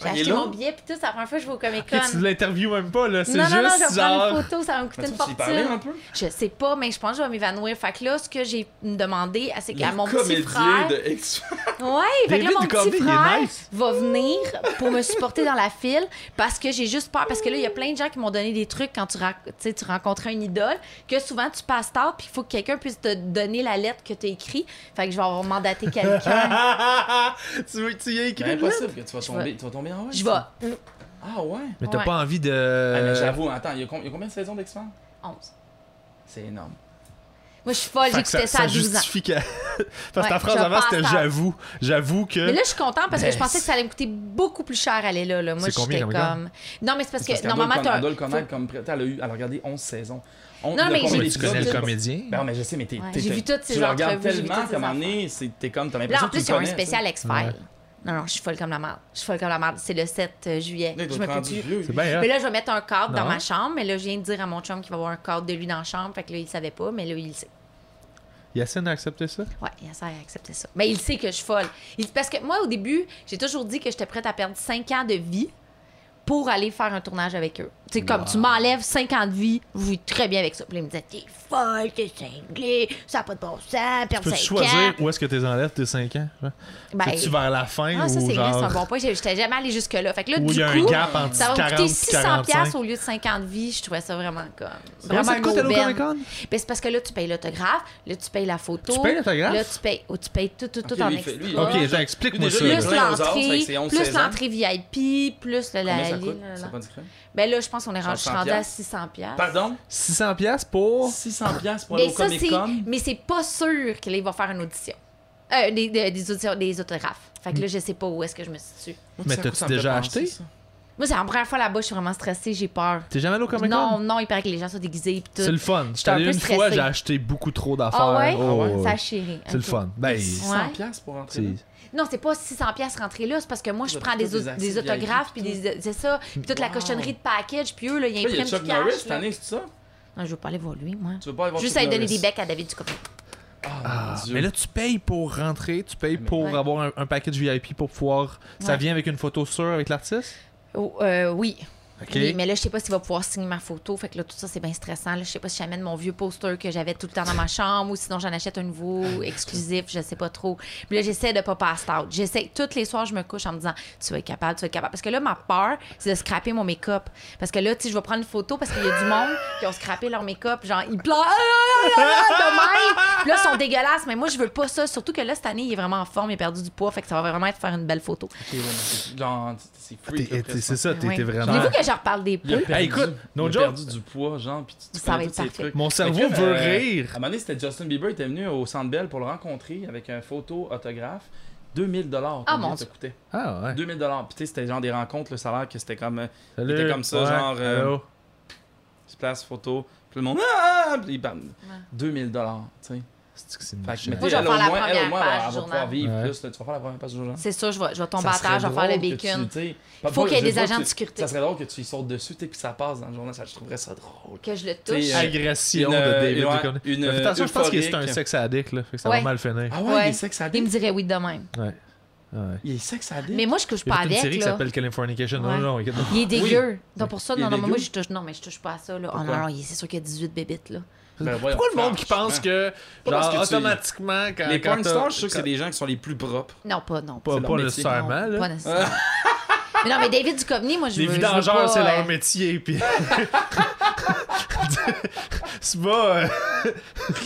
C: J'ai
A: Ah, il est
C: acheté
A: là?
C: mon billet, puis tout, c'est la première fois que je vais au Comic Con.
B: Ah, Ok, tu l'interviews même pas, là. C'est
C: non, non, non, je
B: juste Ben,
C: vais prendre
B: genre.
C: une photo, ça va me coûter
A: Mais
C: une
A: tu sais, il parlait un
B: hein.
C: fortune.
A: peu?
C: Je sais pas, mais je pense que je vais m'évanouir. Fait que là, ce que j'ai demandé, ah, c'est qu'à
A: Le
C: mon petit
A: comédien
C: frère.
A: de X.
C: Ouais, fait que là,
B: David
C: mon
B: Duchovny,
C: petit
B: il est
C: frère
B: nice.
C: va venir pour me supporter dans la file parce que j'ai juste peur. Parce que là, il y a plein de gens qui m'ont donné des trucs quand tu, ra- tu sais, tu rencontres une idole, que souvent tu passes tard, puis il faut que quelqu'un puisse te donner la lettre que tu as écrite. Fait que je vais avoir
B: [laughs]
C: mandaté quelqu'un.
B: tu veux que tu y aies
A: C'est
B: écrit là?
A: impossible que tu vas tomber, tu vas tomber en vrai.
C: Je vais.
A: Ah ouais?
B: Mais t'as
C: Ouais.
B: pas envie
A: Ah, mais
B: de.
A: J'avoue, attends, il y, a com- il y a combien de saisons d'X-Files?
C: 11.
A: C'est énorme.
C: Moi, je suis folle,
B: Fait que
C: j'écoutais ça, à 12 ans.
B: justifie que- [laughs] Parce que
C: Ouais,
B: ta phrase
C: je
B: avant, c'était
C: pense à-
B: j'avoue. J'avoue que.
C: Mais là, je suis contente parce que
A: Ben,
C: je pensais que ça allait me coûter beaucoup plus cher aller là. là. Moi,
B: C'est combien comme
C: j'étais comme.
B: gars?
C: Non, mais c'est parce,
A: Parce
C: que
A: qu'elle doit
C: normalement,
A: le conna-
C: t'as.
A: elle doit le connaître
C: faut-
A: comme prêt. Elle a eu, elle a regardé 11 saisons. On-
C: Non,
A: de
C: mais
B: Oh,
A: combien
B: mais tu
A: d'épisodes,
B: connais le
A: tu sais?
B: comédien.
A: Ben, mais je sais, mais t'es.
C: Ouais.
A: t'es-
C: J'ai
A: t'es-
C: vu toutes ces
A: Tu le regardes
C: entrevues, j'ai vu
A: tellement
C: toutes
A: qu'à un
C: ces
A: moment donné, c'est- t'es comme. T'as
C: Mais là,
A: l'impression
C: en
A: que tu
C: plus,
A: le
C: ils ont un
A: connais, tu sais.
C: spécial X-Files. Non, non, je suis folle comme la merde. Je suis folle comme la merde. C'est le 7 euh, juillet.
A: Là, il doit
C: je me
A: être rendu
C: fais
A: vieux, lui.
B: C'est bien, hein?
C: Mais là, je vais mettre un cadre
B: Non.
C: dans ma chambre. Mais là, je viens de dire à mon chum qu'il va avoir un cadre de lui dans la chambre. Fait que là, il savait pas, mais là, il le sait.
B: Yacine a accepté ça?
C: Ouais, il a ça, il a accepté ça. Mais il sait que je suis folle. Il- Parce que moi, au début, j'ai toujours dit que j'étais prête à perdre 5 ans de vie pour aller faire un tournage avec eux. Tu sais, comme tu m'enlèves 5 ans de vie, je vis très bien avec ça. Puis là, il me disait, t'es folle, t'es cinglée, ça n'a pas de bon sens,
B: Tu
C: perdre
B: peux
C: 5
B: choisir
C: ans.
B: où est-ce que t'es enlèves tes 5 ans? genre?
C: Ben,
B: C'est-tu vers la fin
C: Ah, ça,
B: ou
C: c'est vrai, c'est un bon
B: genre.
C: point. J'ai- J'étais jamais allée jusque-là. Fait que là,
B: Où
C: du
B: il y a un
C: coup,
B: gap entre
C: ça va me
B: 40
C: coûter
B: et
C: 600 pièces
B: 45?
C: au lieu de 50 vies. Je trouvais ça vraiment comme...
B: Comment
C: Vraiment
B: ça te coûte
C: une
B: aller au
C: aubaine.
B: Comic-Con?
C: Ben, c'est parce que là, tu payes l'autographe, là, tu payes la photo.
B: Tu payes l'autographe?
C: Là, tu payes, oh, tu payes tout, tout, tout
A: Ok,
C: en
A: lui, il fait-
C: extra.
A: lui, il
B: Ok, attends, explique-moi
A: Lui,
B: ça.
A: déjà,
B: là.
C: plus
A: plein aux autres, fait que
C: l'entrée,
A: c'est 11,
C: plus
A: 16 ans.
C: l'entrée VIP, plus le- la...
A: Combien ça
C: la-
A: coûte?
C: la-
A: C'est pas discret.
C: Ben là, je pense qu'on est rendu, je suis
A: 100
C: rendue à 600 pièces.
A: Pardon?
B: 600 pièces pour
A: 600 piastres pour aller
C: Mais
A: au
C: ça, c'est...
A: Comic Con?
C: Mais c'est pas sûr qu'il va faire une audition. Euh, des, des, des auditions, des autographes. Fait que là, je sais pas où est-ce que je me situe.
B: Mais t'as-tu déjà acheté?
C: Moi, c'est la première fois là-bas, je suis vraiment stressée, j'ai peur.
B: T'es jamais allé au Comic
C: Non,
B: Con
C: non, il paraît que les gens sont déguisés et
B: C'est le
C: tout.
B: fun.
C: J'étais un
B: J'étais
C: peu
B: une fois,
C: stressée.
B: j'ai acheté beaucoup trop d'affaires.
C: Ah ouais?
B: Oh, ouais.
C: Ça a chéré.
B: C'est le
C: Ok.
B: fun. Ben,
A: 600
C: Ouais.
A: piastres pour
B: c'est-
A: entrer là?
C: Non, c'est pas 600 pièces rentrée là, c'est parce que moi je
A: Tout
C: prends
A: le-
C: des,
A: tout
C: au-
A: des
C: des
A: accès
C: autographes puis
A: VIP,
C: des c'est ça, puis toute la
A: Wow.
C: cochonnerie de package puis eux là, ils
A: Là, il y a
C: impriment
A: Chuck
C: du cash.
A: Norris cette
C: là.
A: année, c'est ça?
C: Non, je veux pas aller voir lui, moi.
A: Tu veux pas aller voir
C: Juste
A: Chuck
C: aller donner
A: Norris?
C: des becs à David Ducopé.
A: Ah, mon Dieu.
B: Mais là, tu payes pour rentrer, tu payes pour
C: Ouais.
B: avoir un, un package VIP pour pouvoir. Ça
C: Ouais.
B: vient avec une photo sûre avec l'artiste?
C: Oh, euh, oui.
B: Ok.
C: Oui, mais là, je sais pas s'il va pouvoir signer ma photo. Fait que là, tout ça, c'est bien stressant. Là, je sais pas si j'amène mon vieux poster que j'avais tout le temps dans ma chambre ou sinon j'en achète un
A: Ah,
C: nouveau exclusif, je sais pas trop. Puis là, j'essaie de pas passer out. J'essaie, tous les soirs, je me couche en me disant, tu vas être capable, tu vas être capable. Parce que là, ma peur, c'est de scraper mon make-up. Parce que là, tu sais, je vais prendre une photo parce qu'il y a du monde qui ont scrappé leur make-up. Genre, ils pleurent, Ah, ah, ah, ah, ah, de même. Puis là, ils sont dégueulasses. Mais moi, je veux pas ça. Surtout que là, cette année, il est vraiment en forme, il a perdu du poids. Fait que ça va vraiment être faire une belle photo.
A: Ok, ouais, mais c'est- genre, c'est
B: T'es-
A: freak.
B: t'es-
A: après,
B: C'est
A: ça.
B: ça, t'es
C: Ouais.
B: t'es vraiment.
C: Voulez-vous que je reparle des
A: Il a
C: poules?
A: perdu-
B: écoute, no
A: il a
B: joke.
A: perdu du poids, genre, puis tu, tu
C: Ça va
A: connais
C: être
A: tous ces
C: parfait.
A: trucs.
B: Mon cerveau
A: Fait que,
B: veut
A: euh,
B: rire.
A: À un moment donné, c'était Justin Bieber, il était venu au Centre Bell pour le rencontrer avec un photo autographe. 2000 dollars,
C: Ah,
A: combien
C: mon
A: ça
C: Dieu.
A: coûtait?
B: Ah ouais.
A: 2000 dollars. Puis tu sais, c'était genre des rencontres, le salaire que c'était comme euh,
B: Salut.
A: était comme ça,
B: Ouais.
A: genre, euh,
B: Allô?
A: tu places photo, puis le monde ah! puis il bam, 2000 dollars, tu sais.
B: C'est-tu que c'est
A: Fait que, mais
B: méchant?
A: tu sais,
C: je vais
A: elle, au
C: faire la
A: moins, elle, au
C: première
A: moins, elle, va- elle
C: page du
A: va pouvoir
C: journal.
A: vivre
B: Ouais.
A: plus. là. tu vas faire la première page du journal.
C: C'est sûr, je vais, je vais tomber
B: Ça
C: à terre, je vais faire
B: serait
C: le
B: drôle que
C: bacon.
A: Tu sais, pas-
C: Faut qu'il y ait
A: je
C: des
A: vois que
C: agents de
A: tu-
C: sécurité.
A: Ça serait drôle que tu y sautes dessus, tu sais, puis ça passe dans le journal. Ça, je trouverais ça drôle.
C: que je le touche.
A: T'sais, euh,
B: Agression
A: Une,
B: de
A: euh,
B: David
A: ouais,
B: Duchovny.
A: une,
B: Mais fais
A: euh,
B: Attention, je pense que c'est un
A: euphorique.
B: sexe addict, là. Fait que ça
C: Ouais.
B: va mal finir.
A: Ah ouais,
C: Ouais.
A: il est sexe
C: Il me
A: addict.
C: dirait oui de même.
B: Ouais. Ouais.
A: Il est sexe addict.
C: Mais moi, je
B: Hein?
C: couche
B: Il y
C: pas
B: a toute une
C: avec.
B: série qui
C: là.
B: s'appelle Californication. Non,
C: Ouais.
B: non, écoute.
C: Il est dégueu. Donc pour ça,
A: Il est
C: non, non, mais
A: dégueu.
C: moi, je touche. Non, mais je touche pas à ça. Là. Oh non,
A: Pourquoi?
C: non, il- c'est sûr qu'il y a 18 bébites. là.
A: Ben, voyons,
B: Pourquoi le monde qui pense que,
A: Pas parce
B: genre,
A: que tu-
B: automatiquement, quand.
A: Les
B: quand
A: porn
B: t'as-
A: stars, je suis sûr que
B: quand-
A: c'est des gens qui sont les plus propres.
C: Non, pas, non.
B: Pas,
A: C'est
B: pas
A: leur métier.
B: nécessairement,
C: non,
B: là. [laughs]
C: pas nécessairement. mais non, mais David Duchovny, moi, je
B: Les
C: veux- je veux
B: vidangeurs,
C: pas,
B: c'est
C: euh,
B: leur métier, puis. [laughs] c'est pas. euh,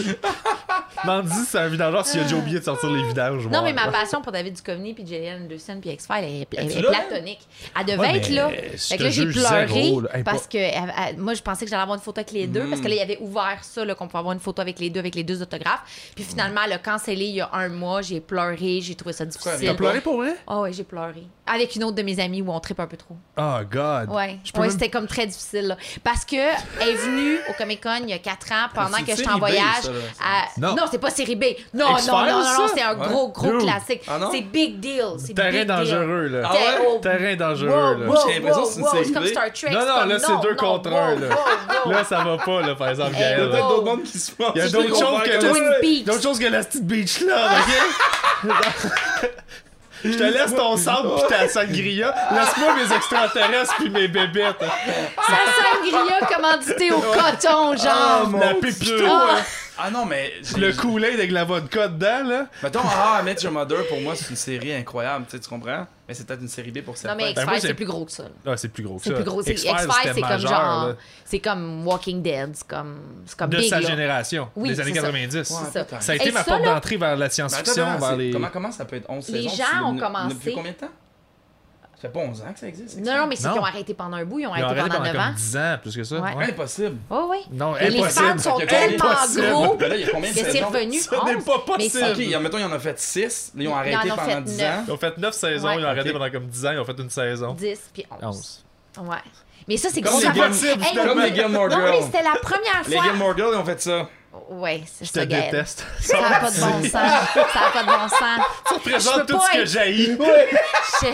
B: [laughs] Mandy, c'est un vidangeur s'il a déjà oublié de sortir les vidanges.
C: Non,
B: ouais.
C: mais ma passion pour David Duchovny, puis Jillian Anderson, puis X-Files, elle, est- elle
A: Es-tu
C: est
A: là,
C: platonique. Elle devait
B: Ouais,
C: être
B: mais
C: là.
B: je
C: Fait
B: te
C: que là, j'ai
B: juge
C: pleuré
B: zéro, là. Hey,
C: parce
B: pas-
C: que elle- elle- moi, je pensais que j'allais avoir une photo avec les deux, parce que là, il avait ouvert ça, là, qu'on pouvait avoir une photo avec les deux, avec les deux autographes.
B: Mm.
C: Puis finalement, elle a cancellé il y a un mois. J'ai pleuré, j'ai trouvé ça difficile.
B: T'as pleuré pour vrai?
C: Ah ouais, j'ai pleuré. Avec une autre de mes amies où on tripe un peu trop.
B: Oh, God.
C: Ouais,
B: Je peux
C: ouais
B: même-
C: c'était comme très difficile. là. Parce que elle est venue au Comic Con il y a 4 ans pendant
A: C'est
C: que
A: une
C: j'étais en
A: série B,
C: voyage.
A: ça, là.
C: à-
B: Non.
C: Ah, Non, c'est pas série B. Non, non,
B: X-Files,
C: non, non, non,
B: ça?
C: c'est un
A: Ouais.
C: gros, gros
B: Dude.
C: classique.
A: Ah non?
C: C'est big deal. C'est
B: Terrain
C: big deal.
B: dangereux, là.
A: Ah ouais?
C: Terre- oh,
B: Terrain dangereux,
C: wow,
B: là.
C: wow,
A: J'ai l'impression que c'est une
C: wow,
A: série
C: comme
A: B.
C: Star Trek.
B: Non, non,
C: comme,
B: là, c'est deux
C: non,
B: contre
C: wow,
B: un, là.
C: wow, wow.
B: Là, ça va pas, là, par exemple,
C: Hey,
B: Gaël.
C: wow.
A: d'autres mondes qui se font.
B: Il y a d'autres
C: Twin
B: choses que
C: Peaks.
B: la-
C: Twin Peaks.
B: d'autres choses que la petite beach là, ok?
C: [laughs]
B: Je te laisse ton sable pis ta sangria. Laisse-moi mes extraterrestres pis mes bébêtes.
C: Ça sangria commandité
B: Oh.
C: au
B: Ah,
C: coton, genre.
A: mon
B: la
A: Dieu.
B: pépito,
C: Oh Ah.
B: hein.
A: Ah non, mais. j'ai-
B: le coulet avec la vodka dedans, là.
A: Mettons, Ah, Met Your Mother, pour moi, c'est une série incroyable, tu sais, tu comprends? Mais c'est peut-être une série B pour
C: non,
A: certains.
C: mais
B: Ben, moi,
C: X-Files,
B: j'ai-
C: c'est plus gros que ça. là.
B: Ah, c'est plus gros que
C: C'est plus gros. c'est-
B: X-Files,
C: X-Files,
B: c'était
C: c'est comme
B: majeur,
C: genre.
B: là.
C: C'est comme Walking Dead. C'est comme. C'est comme
B: De
C: big,
B: sa
C: là.
B: génération,
C: Oui,
B: des années
C: c'est ça.
B: 90.
A: Ouais.
C: C'est
A: putain.
C: ça.
B: Ça a été
C: Et
B: ma
C: ça,
B: porte
C: là, Ben,
B: d'entrée vers la
A: Mais attends,
B: science-fiction,
A: attends,
B: vers
A: c'est-
B: les.
A: comment, comment ça peut être 11
C: Les
A: saisons?
C: gens
A: si
C: ont
A: ne-
C: commencé-
A: Depuis combien de temps? Ça fait pas 11 ans que ça existe.
C: Non, non, mais c'est
B: Non.
C: qu'ils ont arrêté pendant un bout, ils ont
B: Ils ont
C: arrêté
B: arrêté
C: pendant
B: pendant
C: 9
B: comme
C: ans.
B: 10 ans, plus que ça.
C: Ouais.
B: ouais.
A: Impossible.
C: Oh oui.
B: Non,
C: Et les
B: impossible.
C: fans sont
A: Fait que
C: tellement
B: impossible.
C: gros que
A: Là, il y a combien de
C: c'est
A: saisons?
C: revenu
B: Ce
C: 11.
B: n'est pas
C: mais
B: possible.
A: Ok, il y a- mettons, ils en ont fait 6, ils ont
C: Ils
A: arrêté
C: en ont
A: pendant
C: fait
A: 10
C: neuf.
A: ans.
B: Ils ont fait 9 saisons,
C: Ouais.
B: ils ont arrêté
A: Ok.
B: pendant comme 10 ans, ils ont fait une saison.
C: 10 puis 11.
B: 11.
C: Ouais. Mais ça, c'est
A: Comme
C: gros
A: les
C: affaire.
B: Gilmore-
C: Hey,
A: comme
C: mais-
A: les Gilmore
C: Non, mais
A: Girls.
C: c'était la première
A: Les
C: fois.
A: Gilmore Girls, ils ont fait ça.
C: Ouais, c'est
B: Je te
C: ça, Gaël. [laughs]
B: déteste.
C: Ça n'a pas de bon sens. Ça n'a pas de bon sens.
B: Ça représente
C: peux
B: tout
C: pas
B: ce que
C: être-
B: j'haïs.
C: Je, je,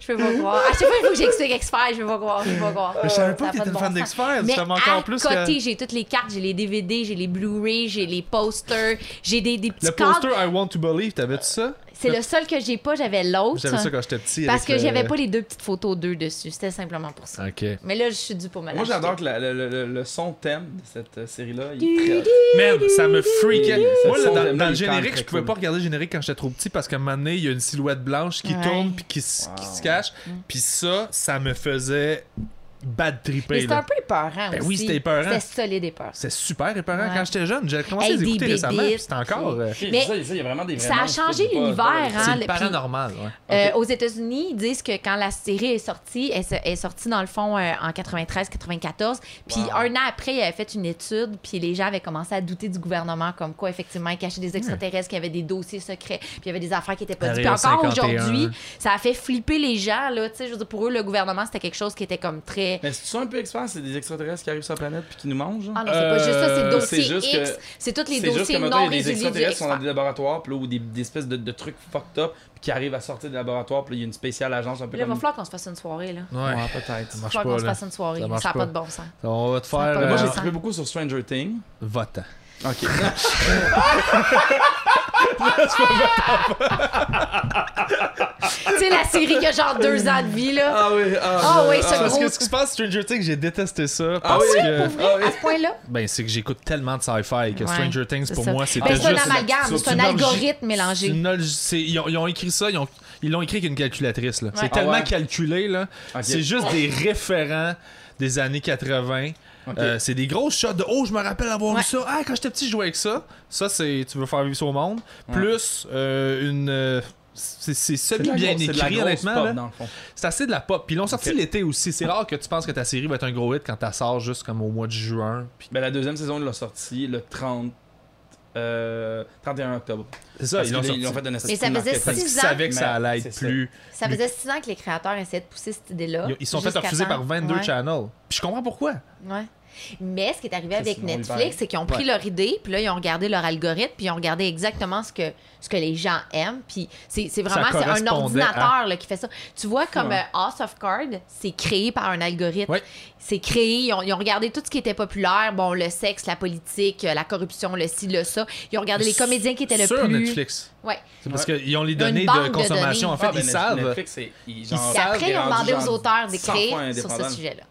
C: je peux pas croire. À chaque fois, il faut que j'explique expert. Je peux pas croire. Je peux pas croire.
B: Je savais pas
C: Oh,
B: que
C: Ça a
B: t'étais une
C: de
B: fan
C: bon sens.
B: d'Experts, tu
C: Mais
B: fais encore
C: à
B: plus euh, que-
C: côté, j'ai toutes les cartes, j'ai les DVD, j'ai les Blu-ray, j'ai les posters, j'ai des, des petits
B: Le
C: cadres.
B: poster I Want to Believe, t'avais-tu ça?
C: C'est le seul que j'ai pas, j'avais l'autre.
B: J'avais ça euh, quand j'étais petit.
C: Parce que
B: avec le-
C: j'avais pas les deux petites photos d'eux dessus. C'était simplement pour ça.
B: Ok.
C: Mais là, je suis due pour me
A: Moi,
C: l'acheter.
A: j'adore que la- le, le- le- le son thème de cette euh, série-là, il
C: Du-
A: est
C: du-
A: très...
B: Man, ça me freakait.
A: Ça
B: Moi, là,
A: sonne
B: dans,
A: vraiment
B: dans le
A: les
B: générique,
A: camps
B: je pouvais
A: très
B: pas regarder le générique quand j'étais trop petit parce qu'à un moment donné, il y a une silhouette blanche qui
C: Ouais. Mm.
B: tourne puis qui, s- qui
A: Wow.
B: se cache. Puis ça, ça me faisait bad
C: Mais
B: tripper.
C: c'était un
B: là.
C: peu épeurant
B: Ben
C: aussi.
B: oui, c'était épeurant.
C: C'était solide épeurant.
B: C'est super épeurant.
C: Ouais.
B: Quand j'étais jeune, j'avais commencé
C: Hey,
B: à les
C: des
B: écouter récemment.
C: bébites,
B: puis C'était encore. euh,
A: Ok,
C: Mais
A: ça, il y a vraiment des
C: ça a
A: vraiment-
C: changé
A: c'est pas-
C: l'univers,
A: c'est pas-
C: hein.
B: C'est
C: le-
B: le paranormal, ouais.
C: Euh,
A: Ok.
C: aux États-Unis, ils disent que quand la série est sortie, elle se- est sortie dans le fond euh, en 93-94, puis
A: Wow.
C: un an après, ils avaient fait une étude, puis les gens avaient commencé à douter du gouvernement, comme quoi effectivement ils cachaient des extraterrestres, qu'il y avait des dossiers secrets, puis il y avait des affaires qui étaient pas dites. Puis
B: Area
C: encore
B: 51.
C: aujourd'hui, ça a fait flipper les gens là. Tu sais, je veux dire, pour eux, le gouvernement c'était quelque chose qui était comme très
A: Mais c'est ça un peu expert, c'est des extraterrestres qui arrivent sur la planète puis qui nous mangent. genre?
C: ah non, c'est pas juste ça, c'est
B: Euh,
C: dossier
A: c'est juste
C: X,
A: que-
C: c'est tous les
A: C'est juste que
C: dossiers
A: maintenant,
C: non
A: il y a des
C: résolus du
A: extraterrestres qui sont dans des
C: X-Files.
A: laboratoires, puis là, ou des, des espèces de, de trucs fucked up, puis qui arrivent à sortir des laboratoires, puis là, il y a une spéciale agence un peu
C: Là, il va
A: comme...
C: falloir qu'on se fasse une soirée là.
A: Ouais,
B: Ouais.
A: peut-être.
B: Ça
C: Il va
B: marche
C: falloir qu'on
B: pas,
C: se
B: là.
C: fasse une soirée.
B: Ça
C: là.
B: marche
C: Ça n'a
B: pas.
C: pas de bon sens.
B: On va te
C: Ça a
B: faire.
C: pas de
A: Moi,
B: euh,
A: j'ai
C: Ouais.
A: trippé beaucoup sur Stranger Things.
B: Votant.
A: Ok.
C: tu sais, la série qui a genre deux ans de vie là.
A: [laughs] ah oui, ah,
C: Ah oui, ça-
B: Parce
C: Gros-
B: que ce qui se passe, Stranger Things, j'ai détesté ça.
A: Ah
B: Parce
A: oui?
B: que.
A: Ah oui.
C: à ce point-là.
B: Ben, c'est que j'écoute tellement de sci-fi que
C: Ouais,
B: Stranger Things,
C: c'est
B: pour
C: ça.
B: moi, c'était
C: Ben, c'est un
B: juste.
C: amalgame,
B: c'est
C: c'est un
B: une orgie-
C: algorithme mélangé.
B: c'est une orgie- c'est- ils, ont, ils ont écrit ça, ils ont- ils l'ont écrit avec une calculatrice. là.
C: Ouais.
B: C'est tellement
A: Ah ouais.
B: calculé, là.
A: Ok.
B: C'est juste des référents des années 80.
A: Ok.
B: Euh, c'est des grosses shots de oh je me rappelle avoir
C: Ouais.
B: vu ça ah quand j'étais petit je jouais avec ça ça c'est tu veux faire vivre ça au monde plus euh, une euh, c'est c'est
A: C'est de
B: semi
A: la
B: bien
A: grosse- c'est de la
B: écrit
A: grosse
B: honnêtement
A: pop,
B: là.
A: dans le fond.
B: C'est assez de la pop. Puis ils l'ont sorti
A: Ok.
B: l'été aussi. C'est rare que tu penses que ta série va être un gros hit quand t'as sort juste comme au mois de juin. Puis
A: Ben, la deuxième saison, il l'a sorti le 30... euh, 31 octobre.
B: c'est ça,
A: Parce
B: ils l'ont
A: qu'ils-
B: sorti.
A: fait de
C: Mais ça faisait
B: Parce qu'ils
C: six ans.
B: savaient que ça
A: Mais
B: allait
A: c'est
B: être
A: ça.
B: plus.
C: Ça faisait six ans que les créateurs essayaient de pousser cette idée-là.
B: Ils- Ils sont fait
C: Ah, Jusqu'à
B: refuser
C: temps.
B: par 22
C: Ouais.
B: channels. Puis je comprends pourquoi.
C: Ouais. Mais ce qui est arrivé
A: Chris,
C: avec
A: ils vont lui
C: Netflix,
A: parler.
C: c'est qu'ils ont pris
B: Ouais.
C: leur idée, puis là, ils ont regardé leur algorithme, puis ils ont regardé exactement ce que, ce que les gens aiment. Puis c'est c'est vraiment c'est un
B: correspondait
C: ordinateur là, qui fait ça. Tu vois, comme
A: Ouais.
C: euh, House of Cards, c'est créé par un algorithme.
B: Ouais.
C: C'est créé, ils ont, ils ont regardé tout ce qui était populaire, bon, le sexe, la politique, euh, la corruption, le ci, le ça. Ils ont regardé Ah, les comédiens qui étaient le
B: Sur
C: plus.
B: Netflix.
C: Ouais.
B: C'est parce qu'ils ont les données
C: banque
B: de
C: de
B: consommation.
C: données.
B: En fait,
A: Ah, ben,
B: ils savent.
A: Netflix, c'est- ils, genre,
C: Puis après, ils ont
A: rendu
C: demandé aux
A: genre
C: auteurs
A: 100 points
C: d'écrire sur ce
A: indépendants.
C: sujet-là.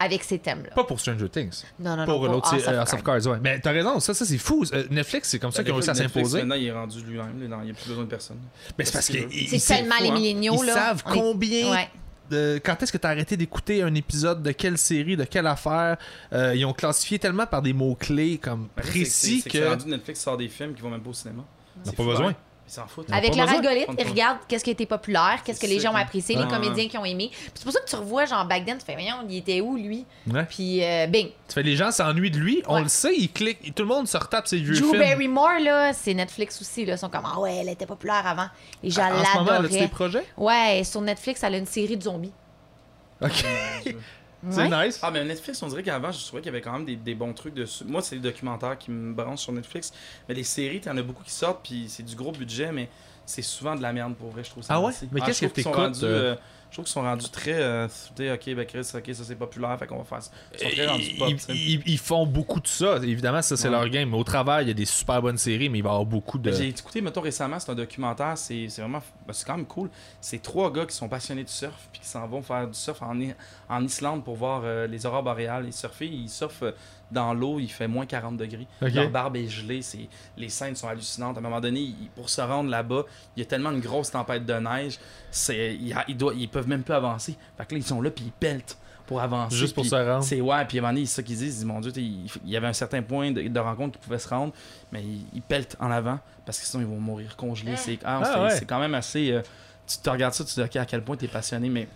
C: Avec ces thèmes-là.
B: Pas pour Stranger Things.
C: Non, non,
B: Pour
C: non.
B: l'autre,
C: House
B: c'est
C: of
B: euh, House of
C: Cards.
B: Cards. ouais. Mais t'as raison, ça, ça c'est fou. Euh, Netflix, c'est comme ça qu'ils ont réussi à
A: Netflix,
B: s'imposer.
A: Maintenant, il est rendu lui-même. là, non, Il n'y a plus besoin de personne.
B: Mais c'est parce
A: C'est
B: qu'ils
C: C'est
B: ils-
C: seulement
A: fou,
C: les
A: hein.
C: milléniaux,
B: ils
C: là.
B: savent
C: On est-
B: combien
C: Ouais.
B: de- quand est-ce que tu as arrêté d'écouter un épisode de quelle série, de quelle affaire. Euh, ils ont classifié tellement par des mots-clés comme
A: Ben, c'est-
B: précis
A: c'est- c'est
B: que.
A: rendu Netflix sort des films qui vont même pas au cinéma.
B: Ils
A: C'est
B: n'ont pas
A: fou,
B: besoin.
A: hein. Ils s'en foutent.
C: Avec
B: pas
C: leur
B: besoin.
C: algorithme, ils regardent qu'est-ce qui a été populaire, qu'est-ce que les
A: C'est
C: gens ont
A: ça.
C: apprécié, les
A: Ouais.
C: comédiens qui ont aimé. Puis C'est pour ça que tu revois, genre, back then, tu fais, voyons, il était où, lui?
B: Ouais.
C: Puis, euh, bing.
B: Tu fais les gens s'ennuient de lui, on
C: Ouais.
B: le sait, ils cliquent, tout le monde se retape ses vieux
C: Drew
B: films.
C: Barrymore, là, c'est Netflix aussi, là. Ils sont comme, ah ouais, elle était populaire avant. Les gens
B: en ce moment, elle a des
C: l'adoraient.
B: projets
C: Ouais, sur Netflix, elle a une série de zombies.
B: Ok. [laughs]
C: Ouais.
B: C'est nice.
A: Ah, mais Netflix, on dirait qu'avant, je trouvais qu'il y avait quand même des, des bons trucs dessus. Moi, c'est les documentaires qui me branchent sur Netflix. Mais les séries, t'en as beaucoup qui sortent, puis c'est du gros budget, mais c'est souvent de la merde pour vrai, je trouve ça.
B: Ah ouais?
A: merci.
B: Mais qu'est-ce
A: je trouve
B: que
A: qu'ils sont
B: t'écoutes,
A: rendus,
B: euh,
A: euh, Je trouve qu'ils sont rendus très. euh, tu sais, ok, ben Chris, ok, ça c'est populaire, fait qu'on va faire ça. Ils sont très rendus
B: Euh, Ils,
A: pop, tu sais.
B: ils- ils- ils font beaucoup de ça. Évidemment, ça, c'est
A: Ouais.
B: leur game. Au travail, il y a des super bonnes séries, mais il va y avoir beaucoup de.
A: Ben, J'ai écouté, mettons, récemment, c'est un documentaire, c'est c'est vraiment, ben, c'est quand même cool. C'est trois gars qui sont passionnés de surf, puis qui s'en vont faire du surf en, I- en Islande pour voir euh, les aurores boréales. Ils surfent, ils surfent euh, dans l'eau, il fait moins 40 degrés.
B: Ok.
A: Leur barbe est gelée, c'est- les scènes sont hallucinantes. À un moment donné, ils- pour se rendre là-bas, il y a tellement une grosse tempête de neige, c'est- ils, ils doivent- ils peuvent même plus avancer. Fait que là, ils sont là, puis ils peltent pour avancer.
B: Juste pour
A: puis
B: se rendre.
A: C'est ouais, puis à un moment donné, c'est ça qu'ils disent. Ils disent, mon Dieu, t'sais, il il y avait un certain point de, de rencontre qu'ils pouvaient se rendre, mais ils, ils peltent en avant parce que sinon ils vont mourir congelés. C'est ah,
B: Ah
A: c'est-
B: ouais.
A: c'est quand même assez. euh, tu te regardes ça, tu te dis, OK, à quel point t'es passionné, mais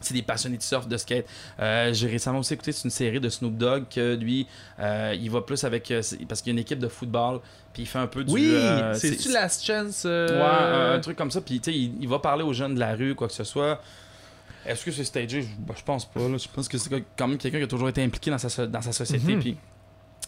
A: c'est des passionnés de surf, de skate. Euh, J'ai récemment aussi écouté c'est une série de Snoop Dogg que lui, euh, il va plus avec. euh, c'est- parce qu'il y a une équipe de football, puis il fait un peu du.
B: Oui,
A: euh,
B: c'est-tu Last Chance? euh,
A: Ouais, un, un truc comme ça. Puis, tu sais, il, il va parler aux jeunes de la rue, quoi que ce soit. Est-ce que c'est stagé Je, ben, je pense pas. là. Je pense que c'est quand même quelqu'un qui a toujours été impliqué dans sa, so- dans sa société.
B: Mhm.
A: Puis.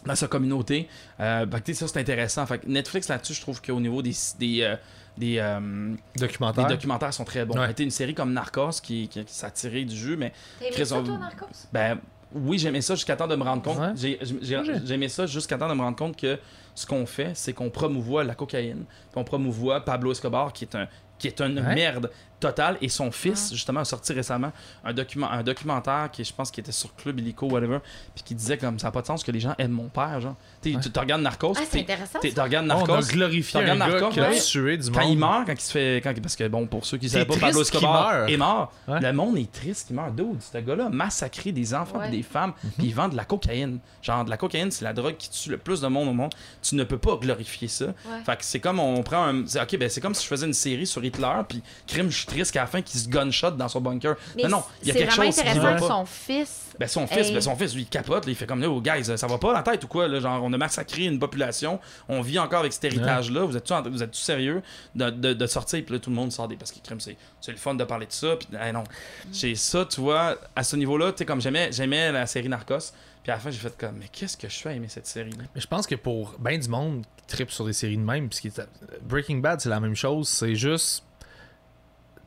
A: Dans sa communauté. Euh, ben, tu sais, ça, c'est intéressant. Fait que Netflix, là-dessus, je trouve qu'au niveau des. des, euh, des, euh,
B: Documentaire.
A: les documentaires sont très bons. Ben,
B: Ouais.
A: Tu sais, une série comme Narcos qui, qui, qui s'attirait du jeu, mais
C: T'as aimé
A: Chris,
C: ça,
A: on-
C: toi, Narcos?
A: ben oui, j'aimais ça jusqu'à temps de me rendre compte.
B: Ouais.
A: J'ai- j'ai- j'ai-
B: Ouais.
A: J'aimais ça jusqu'à temps de me rendre compte que ce qu'on fait, c'est qu'on promouvoit la cocaïne, puis on promouvoit Pablo Escobar qui est un qui est une
B: Ouais. Ah.
A: merde totale et son fils justement a sorti récemment un document un documentaire qui je pense qui était sur Club Illico whatever puis qui disait comme ça n'a pas de sens que les gens aiment mon père genre Tu sais,
B: Ouais.
A: tu tu regardes Narcos
C: Ah, c'est
A: puis
C: intéressant.
A: tu tu regardes
B: Oh, on a
A: Narcos
B: glorifié
A: T'as
B: un
A: regardé
B: gars
A: Narcos,
B: qui a
A: ouais.
B: tué du
A: quand
B: monde.
A: il meurt, quand il se fait. Quand, parce que bon, pour ceux qui ne
B: C'est
A: savaient pas,
B: triste
A: Pablo
B: qu'il
A: Escobar
B: meurt.
A: est mort.
B: Ouais.
A: Le monde est triste qu'il meurt. Dude, ce gars-là a massacré des enfants
C: Ouais.
A: et des femmes,
B: Mhm.
A: puis il vend de la cocaïne. Genre, de la cocaïne, c'est la drogue qui tue le plus de monde au monde. Tu ne peux pas glorifier ça.
C: Ouais.
A: Fait que c'est comme on prend un. c'est- Ok, ben c'est comme si je faisais une série sur Hitler, puis crime, je suis triste qu'à la fin qu'il se gunshot dans son bunker.
C: Mais
A: non, non, il y a
C: c'est
A: quelque
C: vraiment
A: chose qui
C: intéressant
A: va
C: que
A: pas.
C: son fils.
A: Ben son fils,
C: Hey.
A: ben son fils, lui, il capote, là, il fait comme nous, guys, ça va pas la tête ou quoi, là, genre, on a massacré une population, on vit encore avec cet héritage-là, vous êtes-tu en- vous êtes-tu sérieux de, de, de sortir, puis là, tout le monde sort des, parce que crime, c'est c'est le fun de parler de ça, puis hey, non, j'ai ça, tu vois, à ce niveau-là, tu sais, comme j'aimais j'aimais la série Narcos, puis à la fin, j'ai fait comme, mais qu'est-ce que je fais à aimer cette série-là?
B: Mais je pense que pour ben du monde qui tripe sur des séries de même, puisque euh, Breaking Bad, c'est la même chose. C'est juste.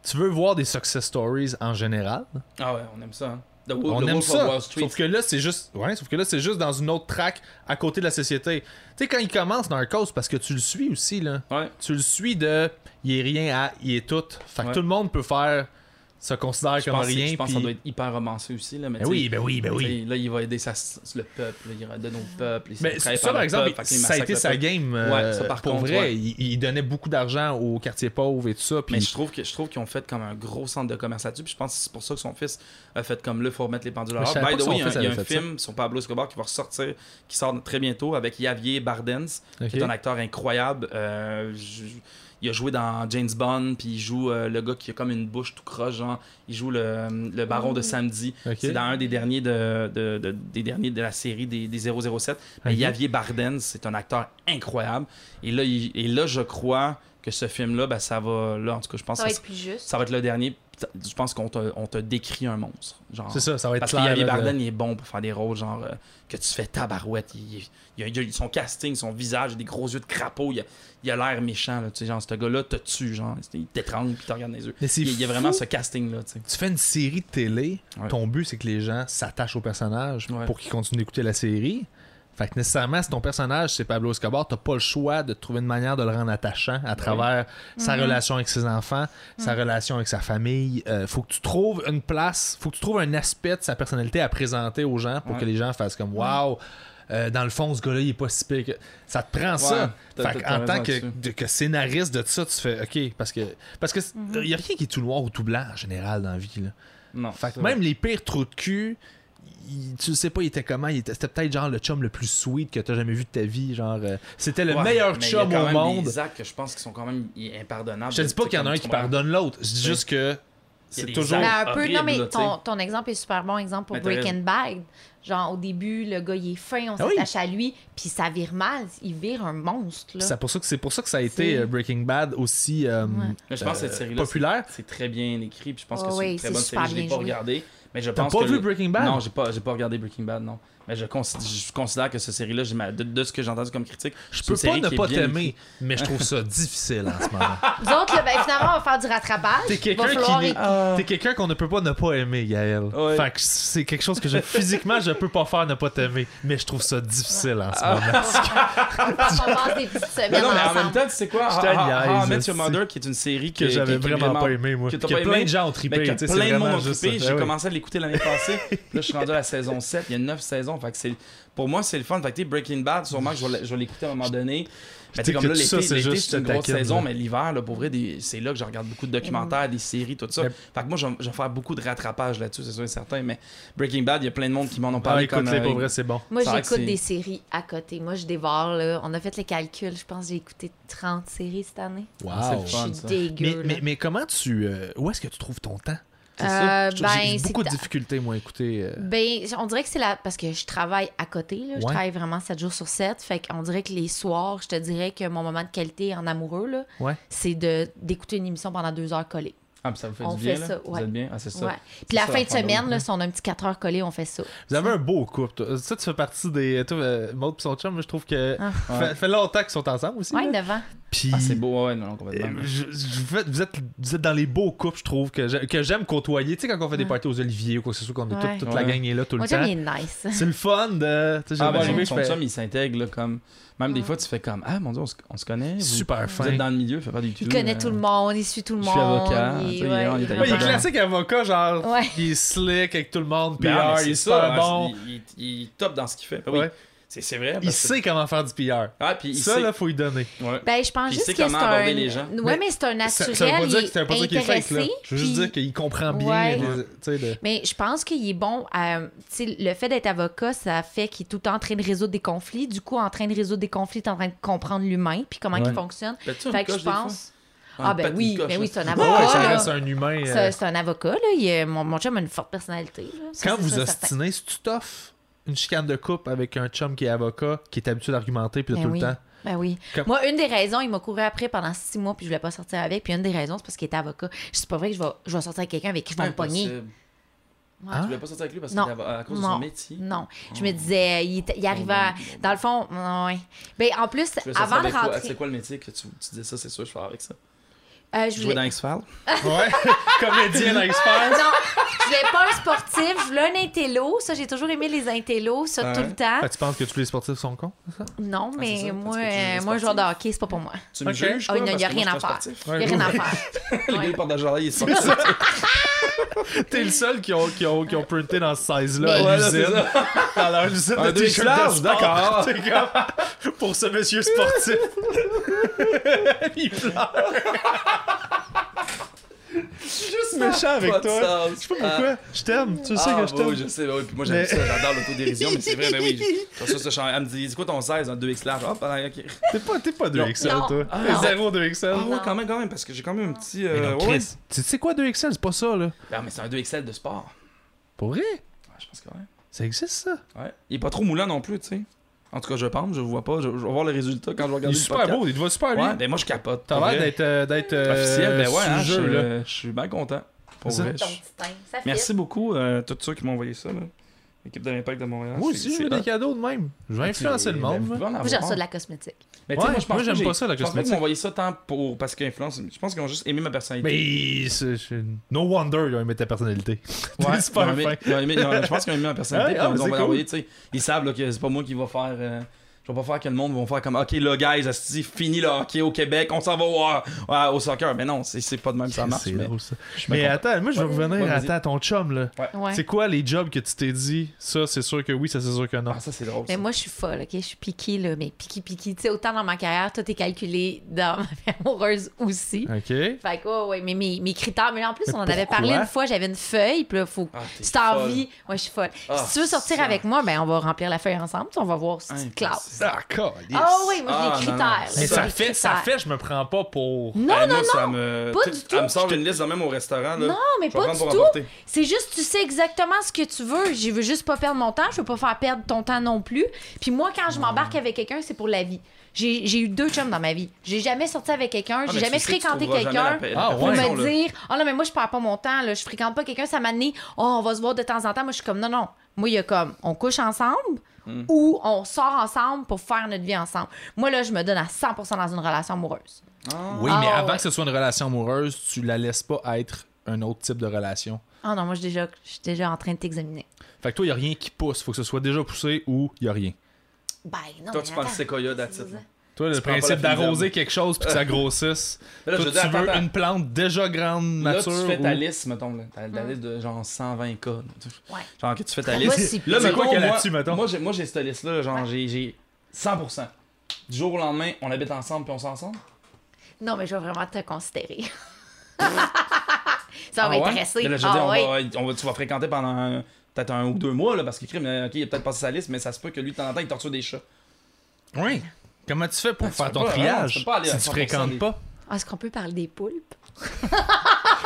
B: Tu veux voir des success stories en général.
A: Ah ouais, on aime ça, hein. The, Wo-
B: On
A: The
B: aime
A: Wolf of
B: ça.
A: Wall Street.
B: Sauf que là, c'est juste. Ouais, sauf que là, c'est juste dans une autre track à côté de la société. Tu sais, quand il commence Narcos, parce que tu le suis aussi, là.
A: Ouais.
B: Tu le suis de. Il est rien à. Il est tout. Fait que
A: Ouais.
B: tout le monde peut faire. Se considère
A: Je
B: comme
A: pense,
B: rien.
A: je pense
B: puis-
A: que ça doit être hyper romancé aussi, là, mais
B: Ben
A: tu sais,
B: oui, ben oui, ben oui.
A: tu sais, Là, il va aider sa- le peuple, il redonne au peuple. il se
B: Mais ça,
A: travaille
B: par
A: le
B: exemple,
A: peuple, fait qu'il
B: ça a été
A: massacre
B: sa
A: le peuple.
B: game. euh,
A: ça, par
B: pour
A: contre,
B: vrai,
A: ouais.
B: il, il donnait beaucoup d'argent aux quartiers pauvres et tout ça. Puis
A: Mais je trouve que je trouve qu'ils ont fait comme un gros centre de commerce là-dessus. Puis je pense que c'est pour ça que son fils a fait comme là, faut remettre les pendules à
B: Mais je
A: l'heure.
B: savais
A: By
B: pas
A: the
B: que
A: way, il
B: son
A: y a,
B: fils
A: il y a
B: avait
A: un
B: fait
A: film sur Pablo Escobar qui va ressortir, qui sort très bientôt avec Javier Bardens, qui est
B: Ok.
A: un acteur incroyable. Euh, je- il a joué dans James Bond, puis il joue euh, le gars qui a comme une bouche tout croche, genre. Il joue le, le baron de samedi.
B: Ok.
A: C'est dans un des derniers de, de- de- des derniers de la série des, des 007. Mais
B: Ok.
A: Javier Bardem, c'est un acteur incroyable. Et là, il- et là je crois que ce film-là, ben, ça va. Là, en tout cas, je pense
C: Ça
A: que
C: va
A: ça,
C: être plus juste.
A: ça va être le dernier. Je pense qu'on te, on te décrit un monstre. Genre.
B: C'est ça, ça va être
A: Parce que
B: clair.
A: Javier
B: là, de-
A: Bardem, il est bon pour faire des rôles genre euh, que tu fais tabarouette. Il, il- il a- il a- son casting, son visage, des gros yeux de crapaud. Il a il a l'air méchant. Là, tu sais, genre, ce gars-là te tue. Genre, il t'étrangle puis il te regarde dans les yeux.
B: Mais c'est
A: Il, il y a vraiment
B: fou.
A: ce casting-là. tu sais.
B: Tu fais une série de télé,
A: Ouais.
B: ton but c'est que les gens s'attachent au personnage
A: Ouais.
B: pour qu'ils continuent d'écouter la série. Fait que nécessairement, si ton personnage c'est Pablo Escobar, t'as pas le choix de trouver une manière de le rendre attachant
A: Ben
B: à travers sa
A: Mhm.
B: relation avec ses enfants, sa relation avec sa famille. Euh, faut que tu trouves une place, faut que tu trouves un aspect de sa personnalité à présenter aux gens pour
A: Ouais.
B: que les gens fassent comme Waouh! euh, dans le fond, ce gars-là, il est pas si pire que. Ça te prend
A: Ouais,
B: ça.
A: t'as-
B: Fait
A: t'as
B: en
A: raison
B: tant que,
A: là-dessus.
B: de- que scénariste de ça, tu fais OK, parce que. Parce que
A: Mhm.
B: il y a rien qui est tout noir ou tout blanc en général dans la vie. Là.
A: Non,
B: Fait que
A: c'est vrai.
B: même les pires trous de cul, il- tu sais pas, il était comment il était, C'était peut-être genre le chum le plus sweet que t'as jamais vu de ta vie. Genre, euh, c'était le
A: Ouais,
B: meilleur
A: mais il y a
B: chum
A: quand
B: au
A: même
B: monde.
A: Des actes que je pense qui sont quand même impardonnables.
B: Je te dis pas
A: C'est
B: qu'il y en a
A: Ah, comme
B: un
A: tu
B: qui
A: comprends.
B: pardonne l'autre. Je dis
A: Oui.
B: juste que
A: Il y
B: c'est
A: a des
B: toujours.
A: actes.
C: Ben, un peu,
A: horrible,
C: non, mais
A: là, tu sais.
C: ton, ton exemple est super bon exemple pour
A: Mais t'as
C: Breaking Bad. Genre, au début, le gars, il est fin, on
B: Ah oui.
C: s'attache à lui, puis ça vire mal, il vire un monstre, là.
B: C'est pour ça que c'est pour ça que ça a été
C: C'est-
B: euh, Breaking Bad aussi euh,
C: Ouais.
A: Mais je pense que cette
B: euh,
A: série-là,
B: populaire.
A: c'est très bien écrit. Puis je pense
C: Ouais,
A: que c'est
C: Ah ouais,
A: une très
C: c'est
A: bonne
C: super
A: série. Je l'ai
C: bien
A: pas
C: joué.
A: regardé. Mais je
B: T'as
A: pense
B: pas
A: que
B: vu
A: le-
B: Breaking Bad
A: Non, j'ai pas, j'ai pas regardé Breaking Bad, non. Mais je, con- je considère que cette série-là, j'ai ma- de, de ce que j'ai entendu comme critique,
B: Je
A: c'est
B: peux
A: une
B: pas
A: série
B: ne
A: qui est
B: pas
A: bien
B: t'aimer, mais je trouve
A: [laughs]
B: ça difficile en ce moment.
C: Nous autres, là, ben, finalement, on va faire du rattrapage.
B: T'es quelqu'un
C: Va falloir Ah.
B: qui-
C: éc-
A: Ah.
B: T'es quelqu'un qu'on ne peut pas ne pas aimer, Gaël.
A: Ouais.
B: Fait que c'est quelque chose que je, physiquement, je peux pas faire ne pas t'aimer. Mais je trouve ça difficile en ce moment.
A: Ah.
C: on passe des petites semaines
A: Mais non, mais en
C: ensemble.
A: même temps, tu sais quoi?
B: Je te
A: Ah,
B: niaise,
A: ah, Met Your
B: aussi.
A: Mother, qui est une série
B: Que
A: qui-
B: j'avais
A: qui- qui est
B: vraiment pas aimé, moi.
A: que t'as
B: Que
A: pas aimé,
B: plein de gens ont
A: Mais
B: trippé.
A: Ben, que
B: tu sais, c'est
A: plein de
B: vraiment
A: monde ont
B: juste
A: trippé.
B: ça.
A: J'ai
B: Ah oui.
A: commencé à l'écouter l'année
B: [laughs]
A: passée. là, je suis rendu à la saison 7. Il y a 9 saisons. Fait que c'est- pour moi, c'est le fun. Fait que, tu sais, Breaking Bad, sûrement que je vais l'- je vais l'écouter à un moment donné. Mais
B: Tu sais
A: t'sais, comme
B: que
A: là,
B: tout ça,
A: l'été,
B: c'est
A: l'été, c'est
B: juste
A: une
B: une
A: grosse
B: taquine,
A: saison,
B: là.
A: mais l'hiver, là, pour vrai, des- c'est là que je regarde beaucoup de documentaires, des séries, tout ça.
B: Mais-
A: Fait que moi, je vais- je vais faire beaucoup de rattrapage là-dessus, c'est sûr et certain. Mais Breaking Bad, il y a plein de monde qui m'en ont
B: Ah,
A: parlé. comme,
B: écoute-les,
A: euh,
B: pour vrai, c'est bon.
C: Moi,
A: C'est vrai que
C: j'écoute
A: c'est-
C: des séries à côté. Moi, je dévore, là. On a fait les calculs. Je pense que j'ai écouté 30 séries cette année.
A: Wow.
C: Je
A: Fun,
C: suis
A: ça.
B: Mais,
C: dégueu, là.
B: mais, mais comment tu. euh, où est-ce que tu trouves ton temps?
A: c'est ça.
C: Euh,
B: J'ai- J'ai
C: ben,
B: beaucoup de
C: c'est...
B: difficultés, moi, à écouter. euh,
C: Ben, on dirait que c'est la. Parce que je travaille à côté, là.
B: Ouais.
C: Je travaille vraiment 7 jours sur 7. Fait qu'on dirait que les soirs, je te dirais que mon moment de qualité en amoureux, là,
B: Ouais.
C: c'est de, d'écouter une émission pendant deux heures collées.
A: Ah, mais ça vous fait
C: On
A: du bien,
C: fait
A: là?
C: ça,
A: Vous
C: ouais.
A: êtes bien? Ah, c'est ça.
C: Ouais. Puis la
A: ça,
C: fin
A: la
C: de
A: fin de
C: semaine,
A: l'autre,
B: hein.
C: là, si on a un petit 4 heures collées, on fait ça.
B: Vous avez un beau couple. toi. Ça, tu fais partie des. Toi, euh, Maud pis son chum, moi, je trouve que.
C: Ah.
B: Fait, fait longtemps qu'ils sont ensemble aussi.
C: Ouais,
B: là.
C: devant.
B: Puis.
A: Ah, c'est beau, ouais, ouais, non, non,
B: euh,
A: complètement.
B: je- je- vous, êtes, vous êtes- vous êtes dans les beaux couples, je trouve, que j'ai- que j'aime côtoyer. Tu sais, quand on fait des
C: Ouais.
B: parties aux Oliviers ou quoi que ce soit, qu'on est
C: Ouais.
B: toute, toute la
A: Ouais.
B: gang est là tout le
C: Mon chum,
B: temps.
C: il est nice.
B: C'est le fun de. tu sais,
A: Ah,
B: j'ai-
A: ouais,
B: j'ai-
A: son,
B: je
A: son
B: fais-
A: chum, il s'intègre, là, comme. Même des fois, tu fais comme, ah, mon dieu, on se, on se connaît. Vous,
B: Super
A: vous
B: fin.
A: êtes dans le milieu, fait faire des
C: Il
A: tutos.
C: connaît tout le monde, il suit tout le
A: je
C: monde.
A: suis avocat, tu
C: Il,
A: sais, il est-
C: ouais,
A: il est
C: il est
A: avocat.
B: Ouais, il est
C: vraiment-
B: classique avocat, genre.
C: Ouais.
B: Il est slick avec tout le monde. PR,
A: Ben, ah, mais
B: il est
A: c'est
B: super
A: ça, hein,
B: bon.
A: c'est- Il, il- il est top dans ce qu'il fait. Ben oui,
B: Ouais.
A: c'est c'est vrai.
B: Il
A: parce que-
B: sait comment faire du PR.
A: Ah, puis il
B: ça,
A: sait.
B: là, faut lui donner.
A: Ouais.
C: Ben, je pense
A: Puis il
C: juste
A: sait
C: que c'est un.
A: comment aborder les gens.
C: Ouais,
B: Mais
C: mais, c'est un
B: Ça-
C: naturel.
B: ça veut pas dire
C: il
B: que c'est un
C: est
B: produit qui est fake, là.
C: intéressé,
B: Je veux juste
C: puis-
B: dire qu'il comprend bien.
C: Ouais.
B: les- tu sais, le-
C: Mais je pense qu'il est bon à. tu sais, le fait d'être avocat, ça fait qu'il est tout le temps en train de résoudre des conflits. Du coup, en train de résoudre des conflits, t'es en train de comprendre l'humain, puis comment
B: Ouais.
C: il fonctionne.
A: Pète-tu une
C: Fait que
A: coche
C: je
A: des fois?
C: pense.
A: Ouais,
C: Ah,
A: pète
C: ben
A: une
C: oui,
A: coche,
C: ben
A: là.
C: oui, c'est un
B: Ouais,
C: avocat.
B: ça
C: là.
B: reste un humain. euh,
C: C'est c'est un avocat, là. Il est- mon, mon chum a une forte personnalité. là. Ça,
B: Quand
C: c'est
B: vous
C: sûr, certain.
B: ostinez, c'est tu tough une chicane de couple avec un chum qui est avocat, qui est habitué d'argumenter puis de
C: Ben
B: tout
C: oui.
B: le
C: [laughs]
B: temps.
C: Ben oui.
B: Comme-
C: Moi, une des raisons, il m'a couru après pendant six mois, puis je voulais pas sortir avec. Puis une des raisons, c'est parce qu'il était avocat. Je c'est pas vrai que je vais, je vais sortir avec quelqu'un avec qui je vais me pogner.
A: Impossible. Ah?
C: Ouais.
A: Tu voulais pas sortir avec lui parce que
C: Non.
A: t'avais- à cause de
C: Non.
A: son métier.
C: Non. Je me disais, il, était- il arrivait. à- Dans le fond, ouais. Ben, en plus,
A: Tu voulais sortir
C: avant de
A: avec quoi-
C: rentrer.
A: C'est quoi le métier que tu, tu dis ça, c'est sûr, je fais avec ça.
C: euh,
A: Je
C: je
A: vois
C: voulais...
A: dans X-Files.
B: Ouais. [laughs] Comédien dans Expert.
C: Euh, Non, je voulais pas un sportif, je voulais un intello. Ça, j'ai toujours aimé les intellos, ça,
A: Ah
C: tout
A: ouais?
C: le temps.
B: Ah, tu penses que tous les sportifs sont cons?
C: Non, mais
A: c'est ça,
C: moi,
A: parce que tu es
C: euh, moi, joueur de
A: sportif.
C: hockey, c'est pas pour moi.
A: Tu me
B: Ok.
A: juges,
C: Ah,
A: quoi,
C: il n'y a
A: parce que
C: rien
A: moi,
C: à
A: je suis pas
C: faire.
A: sportif.
C: Il y a rien à faire.
A: Le gars, il porte de la journée, il
B: [laughs]
A: est sportif.
B: T'es le seul qui ont, qui ont, qui ont printé dans ce
C: Mais-
B: size-là
A: Ouais,
B: à
A: là, c'est
B: l'usine.
A: ça.
B: [laughs] Dans leur usine
A: Un
B: de
A: deux
B: t-shirts
A: large,
B: de sport. [laughs]
A: d'accord.
B: T'es comme, Pour ce monsieur
A: [laughs]
B: sportif. Il pleure. Je suis juste méchant avec
A: Pas de
B: toi.
A: sens. Euh,
B: Je sais pas pourquoi. Je t'aime. Tu sais
A: Ah,
B: que je
A: bah oui,
B: t'aime.
A: je sais, bah oui. Puis moi, j'aime
B: Mais-
A: ça, j'adore l'autodérision, mais c'est vrai,
B: [laughs]
A: ben oui. je- Sur ça, ça change. Elle me dit, c'est quoi ton 16 Un 2X large. Hop, ah, ok.
B: T'es pas, t'es pas 2XL,
C: Non.
B: toi.
A: Ah,
B: T'es
A: non.
B: 0 2XL.
A: Ah, ouais,
C: Non.
A: quand même, quand même, parce que j'ai quand même un petit.
B: Mais non,
A: euh, ouais.
B: Chris, tu sais quoi 2XL? C'est pas ça, là.
A: Ah, mais c'est un 2XL de sport.
B: Pour vrai?
A: Ouais, je pense que ouais.
B: Ça existe, ça?
A: Ouais. Il est pas trop moulant non plus, tu sais. En tout cas, je pense, je vois pas. Je, je vais voir le résultat quand je
B: Il
A: vais regarder
B: est
A: le
B: super
A: podcast.
B: beau, il te va super
A: Ouais,
B: bien.
A: ben moi, je capote.
B: T'as
A: pour
B: l'air
A: vrai.
B: d'être euh, d'être, euh,
A: officiel, ben ouais,
B: sous
A: hein,
B: le
A: je,
B: jeu, là.
A: je suis bien content. Pour
B: C'est
A: vrai.
C: Ton petit teint, ça fit.
A: Merci beaucoup, euh, tous ceux qui m'ont envoyé ça. là. L'équipe de l'Impact de Montréal.
B: Moi
A: c'est-
B: aussi, je
A: c'est
B: veux des
A: hot.
B: cadeaux de même. Je vais influencer le
A: Ben,
B: monde.
A: vous
B: moi.
A: pouvez en
C: Moi, j'aime
A: avoir.
C: ça de la cosmétique.
A: Mais tu sais,
B: Ouais,
A: moi, je pense
B: moi,
A: que
B: j'aime
A: j'ai-
B: pas ça, la
A: Je pense pas
B: cosmétique.
A: qu'ils m'ont envoyé ça tant pour. Parce qu'influence. Je pense qu'ils ont juste aimé ma personnalité.
B: Mais c'est- c'est- no wonder ils ont aimé ta personnalité. T'es [laughs]
A: Ouais,
B: super
A: ils ont aimé-
B: fin.
A: ils ont aimé- non, je pense qu'ils ont aimé ma personnalité.
B: Ouais,
A: puis
B: ah,
A: ils
B: mais
A: ont
B: c'est
A: envoyé,
B: cool.
A: tu sais, Ils savent là, que c'est pas moi qui va faire. euh, je vais pas faire que le monde va faire comme OK, là, guys, asti, fini le hockey au Québec, on s'en va au, à- au soccer. Mais non, c'est c'est pas de même, ça marche.
B: C'est
A: mais
B: drôle, ça.
A: je suis
B: Mais
A: bien
B: attends, moi je veux
A: Ouais,
B: revenir
A: ouais,
B: à
A: vas-y.
B: ta- ton chum là.
C: Ouais.
B: C'est quoi les jobs que tu t'es dit Ça c'est sûr que oui, ça c'est sûr que
A: content.
B: non.
A: Ah, ça, c'est drôle.
C: Mais
A: ça.
C: moi, je suis folle, OK? Je suis piquée, là, mais piquée, piquée. Tu sais, autant dans ma carrière, tout est calculé dans ma vie amoureuse aussi.
A: Ah,
B: Ok.
C: Fait que, ouais, ouais, mais mes, mes critères. Mais là, en plus,
B: Mais
C: on en avait
B: pourquoi?
C: parlé une fois, j'avais une feuille, puis là, faut.
A: Ah, t'es
C: Si t'as
A: folle.
C: envie, ouais, je suis folle.
A: Ah,
C: si tu veux sortir
A: ça.
C: avec moi, ben, on va remplir la feuille ensemble, puis on va voir si tu te classes.
A: Impossible.
B: Ah câlisse.
C: Ah oui, moi,
A: Ah,
C: j'ai des
A: non, non.
C: critères. là,
B: Mais
A: ça,
C: j'ai
B: ça
C: des
B: fait, ça
C: critères.
B: fait, je me prends pas pour.
C: Non,
A: Hey,
C: non,
A: Ben, moi, ça me...
C: pas
A: tu-
C: du
A: Elle
C: tout.
A: me sort une liste de même au restaurant. Là. Ah,
C: Non, mais
A: Je vais
C: pas
A: prendre
C: du
A: pour
C: tout.
A: emporter.
C: C'est juste, tu sais exactement ce que tu veux. Je veux juste pas perdre mon temps. Je veux pas faire perdre ton temps non plus. Puis moi, quand je m'embarque avec quelqu'un, c'est pour la vie. J'ai j'ai eu deux chums dans ma vie. J'ai jamais sorti avec quelqu'un.
A: Ah,
C: J'ai
A: mais
C: jamais
A: tu sais que tu
C: fréquenté
A: trouveras jamais
C: quelqu'un.
A: la paix-
B: Ah,
A: la
C: Pour
B: ouais.
A: perfection,
C: me
A: là.
C: dire, oh non, mais moi, je perds pas mon temps, là. je fréquente pas quelqu'un, ça m'a donné, oh, on va se voir de temps en temps. Moi, je suis comme, non, non. Moi, il y a comme, on couche ensemble
A: Hmm.
C: ou on sort ensemble pour faire notre vie ensemble. Moi, là, je me donne à 100 dans une relation amoureuse.
B: Oui,
C: Ah,
B: mais avant
C: ouais.
B: que ce soit une relation amoureuse, tu la laisses pas être un autre type de relation.
C: Ah non, moi, je suis déjà, je suis déjà en train de t'examiner.
B: Fait que toi, il a rien qui pousse. Faut que ce soit déjà poussé ou il a rien.
C: Ben, non.
A: Toi,
C: mais
A: tu prends le
C: attends.
A: séquoia d'attitude.
B: Toi, le
A: Tu prends pas
B: principe
A: la fille
B: d'arroser quelque chose puis que ça [laughs] grossisse.
A: Là, je
B: toi,
A: veux
B: tu
A: dire,
B: veux
A: attends, attends.
B: une plante déjà grande
A: Là,
B: nature.
A: tu fais ta
B: ou-
A: liste, mettons. Là. Ta, ta liste de genre 120 cas. là.
C: Hmm. Ouais.
A: Genre que tu fais ta
C: Moi,
A: liste.
C: c'est-
A: là,
B: C'est
A: mettons,
B: quoi qu'il y a
A: moi-
B: là-dessus, mettons?
A: Moi, j'ai, moi, j'ai cette liste-là. Genre, j'ai, j'ai 100%. du jour au lendemain, on habite ensemble puis on s'ensemble?
C: Non, mais je vais vraiment te
A: [laughs]
C: considérer. ça va
A: ouais?
C: m'intéresser.
A: Mais là, je veux
C: Ah
A: dire, on
C: ouais.
A: va- on va- tu vas fréquenter pendant euh, peut-être un ou deux mois, là, parce que crime, euh, ok, il a peut-être passé sa liste, mais ça se peut que lui, de temps en temps, il torture des chats.
B: Oui. Comment tu fais pour
A: Ah, tu
B: faire
A: peux
B: ton
A: pas, hein, tu
B: triage
A: peux pas aller
B: si
A: à
B: tu
A: 100%
B: fréquentes
A: des-
B: pas?
C: Ah, Est-ce qu'on peut parler des poulpes?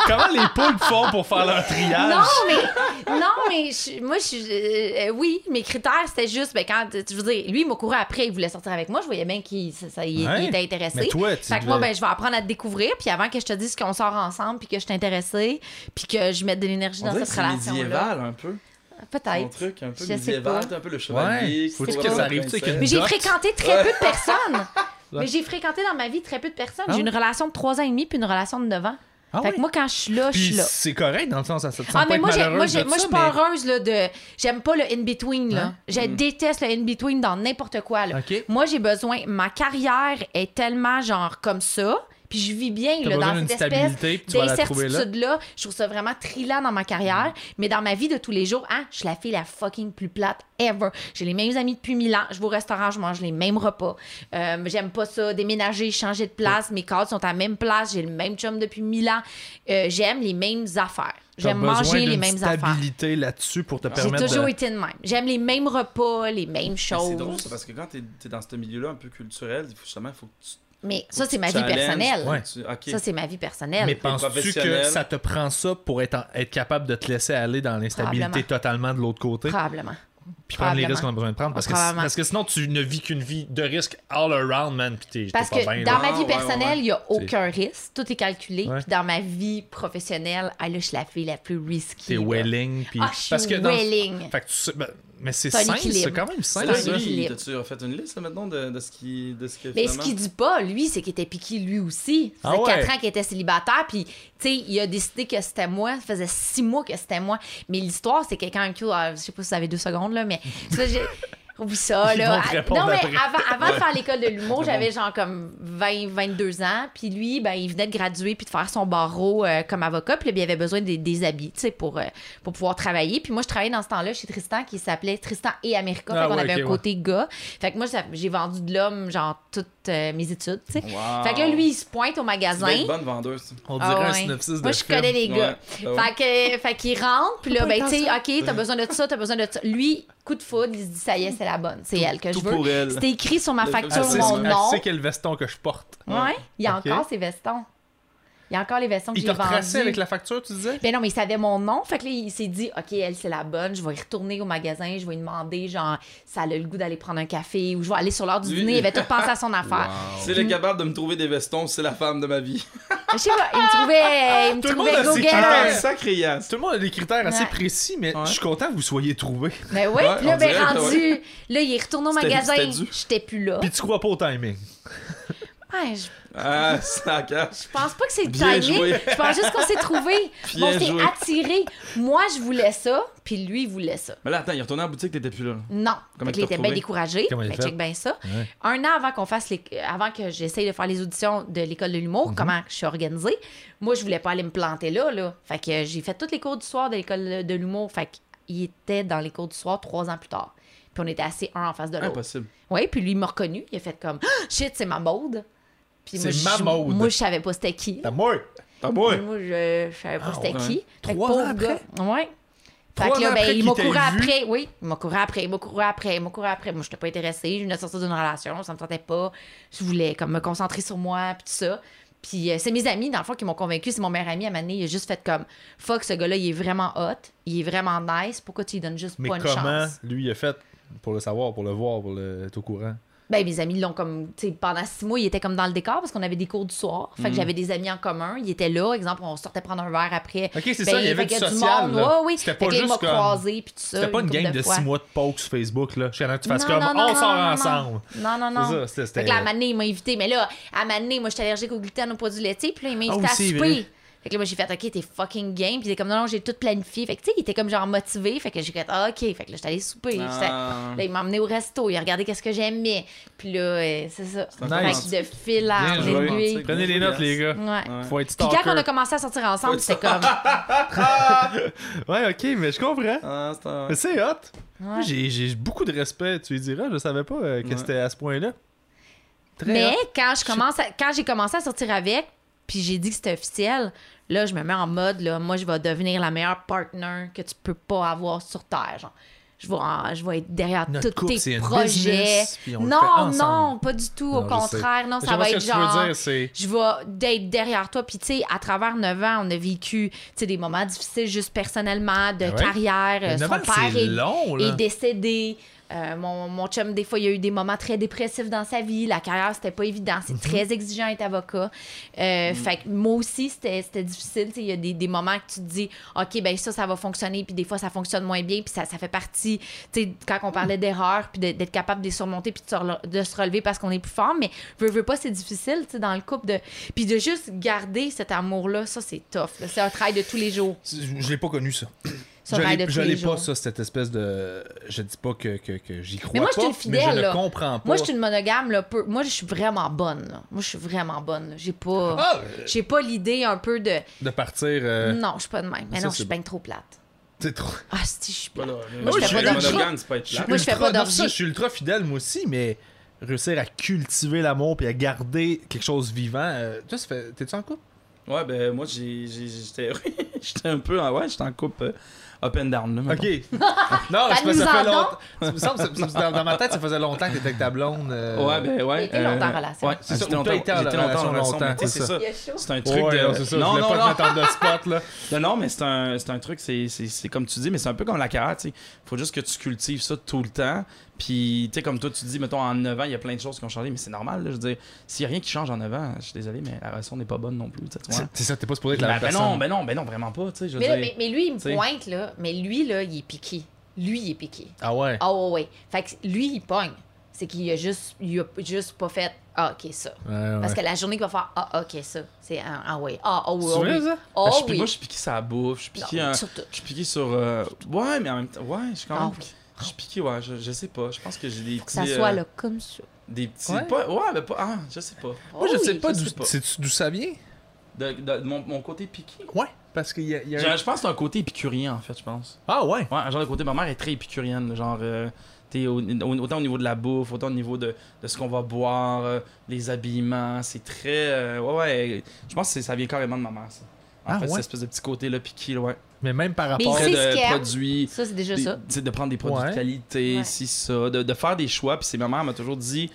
B: Comment les poules font pour faire leur
A: Ah,
B: triage?
C: Non, mais,
A: [laughs]
C: non, mais je- moi, je suis. euh, euh, oui, mes critères, c'était juste. Ben, quand, tu veux dire, lui, il m'a couru après, il voulait sortir avec moi. Je voyais bien qu'il ça- ça- il-
B: Ouais.
C: il était intéressé.
B: Mais toi, tu
C: Fait que moi,
B: devais-
C: ben, je vais apprendre à te découvrir. Puis avant que je te dise qu'on sort ensemble, puis que je t'intéressais, puis que je mette de l'énergie
A: On
C: dans
A: dirait que
C: cette
A: c'est
C: relation-là.
A: médiéval, un peu. Mon
C: Peut-être.
A: truc, un peu
C: Je sais
A: médiéval,
C: pas.
A: t'es un peu le
B: Ouais.
A: chevalier. qui
B: Faut
A: se
B: que
A: trouve
B: ça
A: la
B: arrive, tu sais,
A: princesse.
B: que-
C: Mais j'ai
B: Dot.
C: fréquenté très peu de personnes.
B: [laughs] Ouais.
C: Mais j'ai fréquenté dans ma vie très peu de personnes.
B: Ah ouais?
C: J'ai une relation de 3 ans et demi puis une relation de 9 ans.
B: Ah
C: fait
B: ouais?
C: que moi, quand je suis là, je suis
B: Puis
C: là.
B: c'est correct dans le sens, ça te sent
C: Ah,
B: pas
C: mais
B: être
C: moi, j'ai- moi,
B: malheureuse
C: j'ai-
B: de
C: moi, je
B: ça,
C: suis pas
B: mais-
C: heureuse là, de. J'aime pas le in-between. là.
B: Hein?
C: Je déteste le in-between dans n'importe quoi. Là.
B: Ok.
C: Moi, j'ai besoin. Ma carrière est tellement genre comme ça. Puis je vis bien
B: T'as
C: là,
B: besoin
C: dans
B: d'une
C: cette espèce
B: stabilité, puis tu vas la trouver là.
C: d'incertitude-là. Je trouve ça vraiment trillant dans ma carrière. Mais dans ma vie de tous les jours, hein, je suis la fille la fucking plus plate ever. J'ai les mêmes amis depuis mille ans. Je vais au restaurant, je mange les mêmes repas. Euh, J'aime pas ça. Déménager, changer de place. Mes cadres sont à la même place. J'ai le même chum depuis mille ans. Euh, J'aime les mêmes affaires.
B: T'as
C: J'aime
B: besoin
C: manger les
B: d'une
C: mêmes affaires.
B: stabilité là-dessus pour te
C: J'ai
B: permettre
C: toujours
B: de...
C: été de même. J'aime les mêmes repas, les mêmes
A: Mais
C: choses.
A: C'est drôle, ça, parce que quand t'es es dans ce milieu-là un peu culturel, il faut- justement, il faut que tu.
C: Mais
A: faut
C: ça,
A: que
C: c'est
A: tu
C: ma vie
A: challenges,
C: personnelle.
A: faut que tu- ok.
C: Ça, c'est ma vie personnelle.
B: Mais penses-tu que
A: professionnel.
B: ça te prend ça pour être, en- être capable de te laisser aller dans l'instabilité
C: Probablement.
B: totalement de l'autre côté?
C: Probablement.
B: Puis prendre les
C: probablement.
B: risques qu'on a besoin de prendre? Parce que,
C: Probablement.
B: parce que sinon, tu ne vis qu'une vie de risques all around, man. Puis t'es t'es
C: Parce
B: pas
C: que
B: bien, là.
C: dans
B: Ah,
C: ma
A: Ouais,
C: vie
A: ouais, ouais.
C: personnelle, il n'y a aucun risque. Tout est calculé.
B: Ouais.
C: Puis dans ma vie professionnelle, ah là, je suis la fille la plus risky.
B: T'es
C: là.
B: welling. Puis...
C: Ah, je suis
B: parce que dans-
C: welling.
B: Fait que tu sais- ben, mais c'est
C: C'est un
B: simple,
C: équilibre.
B: c'est quand même
A: Mais
B: simple.
A: là,
C: C'est un
B: ça.
A: lui,
C: équilibre.
A: t'as-tu refait une liste, là, maintenant, de, de ce qui. De ce que,
C: Mais Ben, ce
A: finalement-
C: qu'il dit pas, lui, c'est qu'il était piqué lui aussi. Ça
B: Ah
C: faisait
B: ouais.
C: 4 ans qu'il était célibataire, puis, tu sais, il a décidé que c'était moi. Ça faisait 6 mois que c'était moi. Mais l'histoire, c'est quelqu'un qui. ah, Je sais pas si vous avez deux secondes, là, mais.
B: [laughs]
C: ça, j'ai- Oublie ça,
B: Ils
C: là.
B: vont te
C: Ah,
B: répondre
C: Non, mais
B: après.
C: avant, avant de faire l'école de l'humour, j'avais genre comme 20, 22 ans. Puis lui, ben, il venait de graduer puis de faire son barreau euh, comme avocat. Puis là, ben, il avait besoin des, des habits, tu sais, pour, euh, pour pouvoir travailler. Puis moi, je travaillais dans ce temps-là chez Tristan qui s'appelait Tristan et America.
B: Ah
C: fait qu'on
B: ouais,
C: avait
B: ok,
C: un
B: ouais.
C: côté gars. Fait que moi, ça- j'ai vendu de l'homme, genre, toutes euh, mes études, tu sais.
A: Wow.
C: Fait que là, lui, il se pointe au
A: Tu
C: magasin.
A: dois être bonne vendeuse. ça.
B: On dirait
C: Ah
B: un
C: ouais.
B: synopsis de
C: Moi, je
B: film.
C: connais les
A: Ouais,
C: gars.
A: bah ouais.
C: Fait que, fait qu'il rentre, puis là,
B: T'as pas
C: ben,
B: le
C: tu sais,
B: temps,
C: OK, t'as besoin de ça, t'as besoin de ça. Lui, coup de foudre, il se dit, ça y est, c'est la bonne, c'est elle que je
A: Tout
C: veux.
A: pour elle.
C: C'était écrit sur ma
A: Le-
B: Elle
C: facture,
A: Ah,
B: sait-
C: mon
A: c'est-
B: elle
C: nom.
B: sait quel veston que je porte.
C: Ouais, il y a
B: Ok.
C: encore ses vestons. Il y a encore les vestons que
B: Il
C: j'ai
B: t'a retracé
C: vendus.
B: avec la facture, tu disais?
C: Ben non, mais il savait mon nom. Fait que là, il s'est dit, OK, elle, c'est la bonne. Je vais y retourner au magasin. Je vais lui demander, genre, ça a le goût d'aller prendre un café ou je vais aller sur l'heure du
A: Lui-
C: dîner. Il avait tout pensé à son affaire.
A: Si elle est capable de me trouver des vestons, c'est la femme de ma
C: [laughs]
A: vie.
C: Je sais pas, il me trouvait, il me
B: Tout le monde
C: trouvait
B: a ses
C: go-getter.
B: critères.
A: Un sacré Yas.
B: Tout le monde a des critères assez
C: Ouais.
B: précis, mais
A: Ouais.
B: je suis content que vous soyez trouvés.
C: Ben oui,
A: Ouais,
C: puis là,
A: on
C: ben
A: dirait,
C: rendu.
A: ouais.
C: Là, il est retourné au
A: C'était-
C: magasin.
A: c'était dû.
C: J'étais plus là.
B: Puis tu crois pas au timing.
C: Ouais, je,
A: Ah, sac
C: je pense pas que c'est le
A: Bien
C: timing.
A: joué.
C: Je pense juste qu'on
A: [laughs]
C: s'est trouvés.
A: Bien
C: on s'est
A: joué.
C: attirés. Moi, je voulais ça, puis lui, il voulait ça.
A: Mais là, attends, il est retourné en boutique, t'étais plus là.
C: Non.
A: Comment il
C: Fait que là, il
A: t'a
C: était
A: retrouvé?
C: bien découragé.
B: Comment il
C: Ben,
B: fait?
C: check bien ça.
B: Ouais.
C: Un an avant qu'on fasse les... avant que j'essaye de faire les auditions de l'école de l'humour,
B: Mm-hmm.
C: comment je suis organisée, moi, je voulais pas aller me planter là, là. Fait que j'ai fait tous les cours du soir de l'école de l'humour. Fait qu'il était dans les cours du soir trois ans plus tard. Puis on était assis un en face de l'autre.
A: Impossible.
C: Oui, puis lui, il m'a reconnu. Il a fait comme [gasps] Ah, Shit, c'est ma mode. Puis moi,
B: C'est ma
C: je-
B: Maude.
C: Moi, je savais pas c'était qui.
B: T'as moi! T'as moi!
C: Moi, je, je savais pas
B: Ah,
C: c'était
A: ouais.
C: qui. Fait que
B: Trois
C: pauvre
B: ans
C: gars. Ouais. Fait
B: Trois
C: que là,
B: ans
C: ben,
B: après
C: il m'a
B: qu'il t'ait
C: couru
B: vu.
C: après. Oui, il m'a couru après, il m'a couru après, il m'a couru après. Moi, je n'étais pas intéressée. Je venais de sortir d'une relation, ça me tentait pas. Je voulais comme me concentrer sur moi, puis tout ça. Puis euh, c'est mes amis, dans le fond, qui m'ont convaincu. C'est mon meilleur ami à Mané. Il a juste fait comme Fuck, ce gars-là, il est vraiment hot, il est vraiment nice. Pourquoi tu lui donnes juste
B: Mais
C: pas une
B: comment
C: chance?
B: lui il a fait pour le savoir, pour le voir, pour le être au courant?
C: Ben, mes amis l'ont comme. tu sais, pendant six mois, ils étaient comme dans le décor parce qu'on avait des cours du soir. Fait
B: Mm.
C: que j'avais des amis en commun. Ils étaient là. Exemple, on sortait prendre un verre après.
B: Ok, c'est
C: Ben,
B: ça, il y avait du
C: fait qu'il
B: social.
C: monde.
B: là.
C: Ouais, oui.
B: C'était
C: Fait
B: pas
C: que là, il
B: juste
C: m'a
B: comme.
C: croisé, puis tout ça.
B: C'était pas une
C: couple
B: gang
C: de
B: de
C: fois.
B: 6 mois de poke sur Facebook, là. J'aimerais que tu fasses
C: Non,
B: comme
C: non, non,
B: on
C: non,
B: sort
C: non, non.
B: ensemble.
C: Non, non,
B: C'est
C: non.
B: ça, c'était-
C: Fait que là, à un moment donné, il m'a invité. Mais là, à un moment donné, moi, j'étais allergique au gluten, au produit laitier. Puis là, il m'a
B: Ah,
C: invité
B: oui,
C: à
B: c'est
C: souper.
B: vrai.
C: Fait que là, moi, j'ai fait, OK, t'es fucking game. Puis il est comme, non, non, j'ai tout planifié. Fait que, tu sais, il était comme genre motivé. Fait que j'ai fait, Ah, OK. Fait que là, j'étais allée souper. J'étais-
A: Ah.
C: Là, il m'a emmené au resto, il a regardé qu'est-ce que j'aimais. Puis là, euh, c'est ça.
A: Nice.
C: Fait que de fil à
B: Bien joué.
C: aiguille. Ouais.
B: Prenez les notes, les gars.
A: Ouais.
B: Faut être
C: Puis
B: stalker.
C: quand on a commencé à sortir ensemble, c'était comme.
B: Ouais, ok, mais je comprends.
A: Ah, c'est un-
B: Mais c'est hot.
C: Ouais.
B: J'ai j'ai beaucoup de respect, tu lui diras. Je savais pas euh, que
A: Ouais.
B: c'était à ce point-là. Très
C: Mais
B: hot.
C: quand je commence à- quand j'ai commencé à sortir avec, puis j'ai dit que c'était officiel, là, je me mets en mode, là, moi, je vais devenir la meilleure partner que tu peux pas avoir sur Terre. Genre. Je vais, en- je vais être derrière
B: Notre
C: tous
B: couple, c'est
C: tes
B: une
C: projets.
B: business, puis on le fait
C: Non,
B: ensemble.
C: non, pas du tout.
B: Non, je
C: au
B: sais.
C: contraire, non,
B: Je
C: ça
B: vois
C: va
B: ce
C: être
B: que tu veux
C: genre.
B: dire, c'est-
C: je vais d'être derrière toi. Puis, tu sais, à travers 9 ans, on a vécu tu sais, des moments difficiles, juste personnellement, de
B: Ah ouais?
C: carrière.
B: Mais
C: Euh,
B: neuf
C: Son
B: ans,
C: père
B: c'est
C: est,
B: long, là.
C: est décédé. Euh, mon, mon chum, des fois, il y a eu des moments très dépressifs dans sa vie. La carrière, c'était pas évident.
B: Mhm.
C: C'est très exigeant être avocat. Euh, Fait que moi aussi, c'était c'était difficile. Tu sais, Il y a des, des moments que tu te dis, OK, ben ça, ça va fonctionner. Puis des fois, ça fonctionne moins bien. Puis ça, ça fait partie, tu sais, quand on parlait
B: Mhm.
C: d'erreurs, puis de- d'être capable de les surmonter, puis de se rele- de se relever parce qu'on est plus fort. Mais veux, veux pas, c'est difficile, tu sais, dans le couple. de Puis de juste garder cet amour-là, ça, c'est tough. là. C'est un travail de tous les jours.
B: Je je l'ai pas connu, ça.
C: C'est un
B: je
C: travail
B: l'ai-
C: de tous
B: je
C: les
B: l'ai pas,
C: jours.
B: ça, cette espèce de. Je dis pas que, que, que j'y crois
C: moi, je
B: pas,
C: suis une
B: mais
C: fidèle,
B: je
C: là.
B: ne comprends pas.
C: Moi, je suis une monogame, là. peu- Moi, je suis vraiment bonne, là. Moi, je suis vraiment bonne, là. J'ai pas.
B: Ah, euh,
C: J'ai pas l'idée un peu de.
B: de partir. euh,
C: Non, je suis pas de même. Mais
B: ça,
C: non, je
B: c'est
C: suis bien trop plate.
B: C'est trop.
C: Ah, si, je suis
A: Pas
C: plate.
A: là, là.
C: Moi, je
B: fais pas
A: suis
B: d'orgie.
A: monogame, c'est pas être plate.
C: Moi, je fais
B: ultra-
C: pas
B: non,
C: d'orgie.
B: ça, Je suis ultra fidèle, moi aussi, mais réussir à cultiver l'amour puis à garder quelque chose vivant. euh, toi, ça fait- t'es-tu en couple?
A: Ouais, ben moi, j'ai- j'ai- j'étais [laughs] j'étais un peu en. Ouais, j'étais en coupe euh, up and down. Là, mettons.
B: Ok.
C: [laughs]
B: non, c'est parce que ça fait
C: Parle-nous-en
B: longtemps. Ça me semble- ça- ça- dans, dans ma tête, ça faisait longtemps que t'étais avec ta blonde. euh, Ah,
A: Ouais, ben ouais.
C: T'as été longtemps en relation.
A: Ouais,
B: C'est
A: c'est
B: ça,
A: ça.
B: ou t'as été en
A: J'étais longtemps
B: relation
A: en relation.
B: longtemps,
A: mais tu sais,
B: c'est
A: C'est
B: ça.
A: ça.
C: Il y a chaud.
A: C'est un
B: Ouais,
A: truc
B: non, c'est ça,
A: de. Non,
B: je voulais
A: non,
B: pas
A: non.
B: te mettre en de spot,
A: [laughs]
B: là.
A: Non, non, mais c'est un, c'est un truc, c'est, c'est, c'est comme tu dis, mais c'est un peu comme la carrière, tu sais. Faut juste que tu cultives ça tout le temps. Puis, tu sais, comme toi, tu dis, mettons, en 9 ans, il y a plein de choses qui ont changé, mais c'est normal, là. Je veux dire, s'il n'y a rien qui change en 9 ans, je suis désolé, mais la relation n'est pas bonne non plus, tu sais, tu vois.
B: C'est- C'est ça, t'es pas supposé être la
A: Ben,
B: même
A: ben
B: personne.
A: non, ben non, ben non, vraiment pas, tu sais. Je veux
C: Mais, là,
A: dire,
C: mais, mais lui, il me
A: T'sais.
C: pointe, là. Mais lui, là, il est piqué. Lui, il est piqué.
B: Ah ouais.
C: Ah, ouais, ouais. Fait que lui, il pogne. C'est qu'il a juste, il a juste pas fait Ah, ok, ça.
B: Ouais, ouais.
C: Parce que la journée qu'il va faire Ah, ok, ça. C'est un Ah, ouais. Ah, oh, oui.
B: C'est
C: ah,
B: vrai,
C: oui.
B: ça?
C: Ah,
A: Ben, je suis-
C: oui.
A: Moi, je suis piqué sur la bouffe, je suis
C: Non,
A: piqué, euh,
C: surtout.
A: je suis piqué sur. euh, ouais, mais en même temps, ouais, je suis quand
C: Ah,
A: même.
C: oui.
A: Je suis piqué, ouais, je, je sais pas. Je pense que j'ai des
C: Que
A: petits.
C: ça
A: euh,
C: soit là comme ça.
A: Des petits.
B: Ouais.
A: pas- ouais, mais pas. Ah, je sais pas.
B: Moi, je
C: Ah,
B: sais
C: oui.
B: pas
A: je
B: d'où
A: sais pas.
B: sais-tu d'où ça vient.
A: De, de- de mon, mon côté piqué.
B: Ouais. Parce qu'il y a. il y a un-
A: Je, je pense que c'est un côté épicurien, en fait, je pense.
B: Ah ouais.
A: Ouais, un genre de côté, ma mère est très épicurienne, là, genre, euh, t'es au- au- autant au niveau de la bouffe, autant au niveau de, de ce qu'on va boire, euh, les habillements, c'est très, euh, ouais, ouais, je pense que c'est- ça vient carrément de ma mère, ça. En
B: Ah,
A: fait,
B: ouais?
A: cette espèce de petit côté, là, piqué, là, ouais.
B: Mais même par
C: Mais
B: rapport.
C: c'est-
A: Près
C: ce qu'elle
A: de
C: aime.
A: produits,
C: Ça, c'est déjà
A: des-
C: ça.
A: tu sais, de prendre des produits
B: Ouais.
A: de qualité,
C: Ouais.
A: si ça, de, de faire des choix. Puis c'est ma mère m'a toujours dit,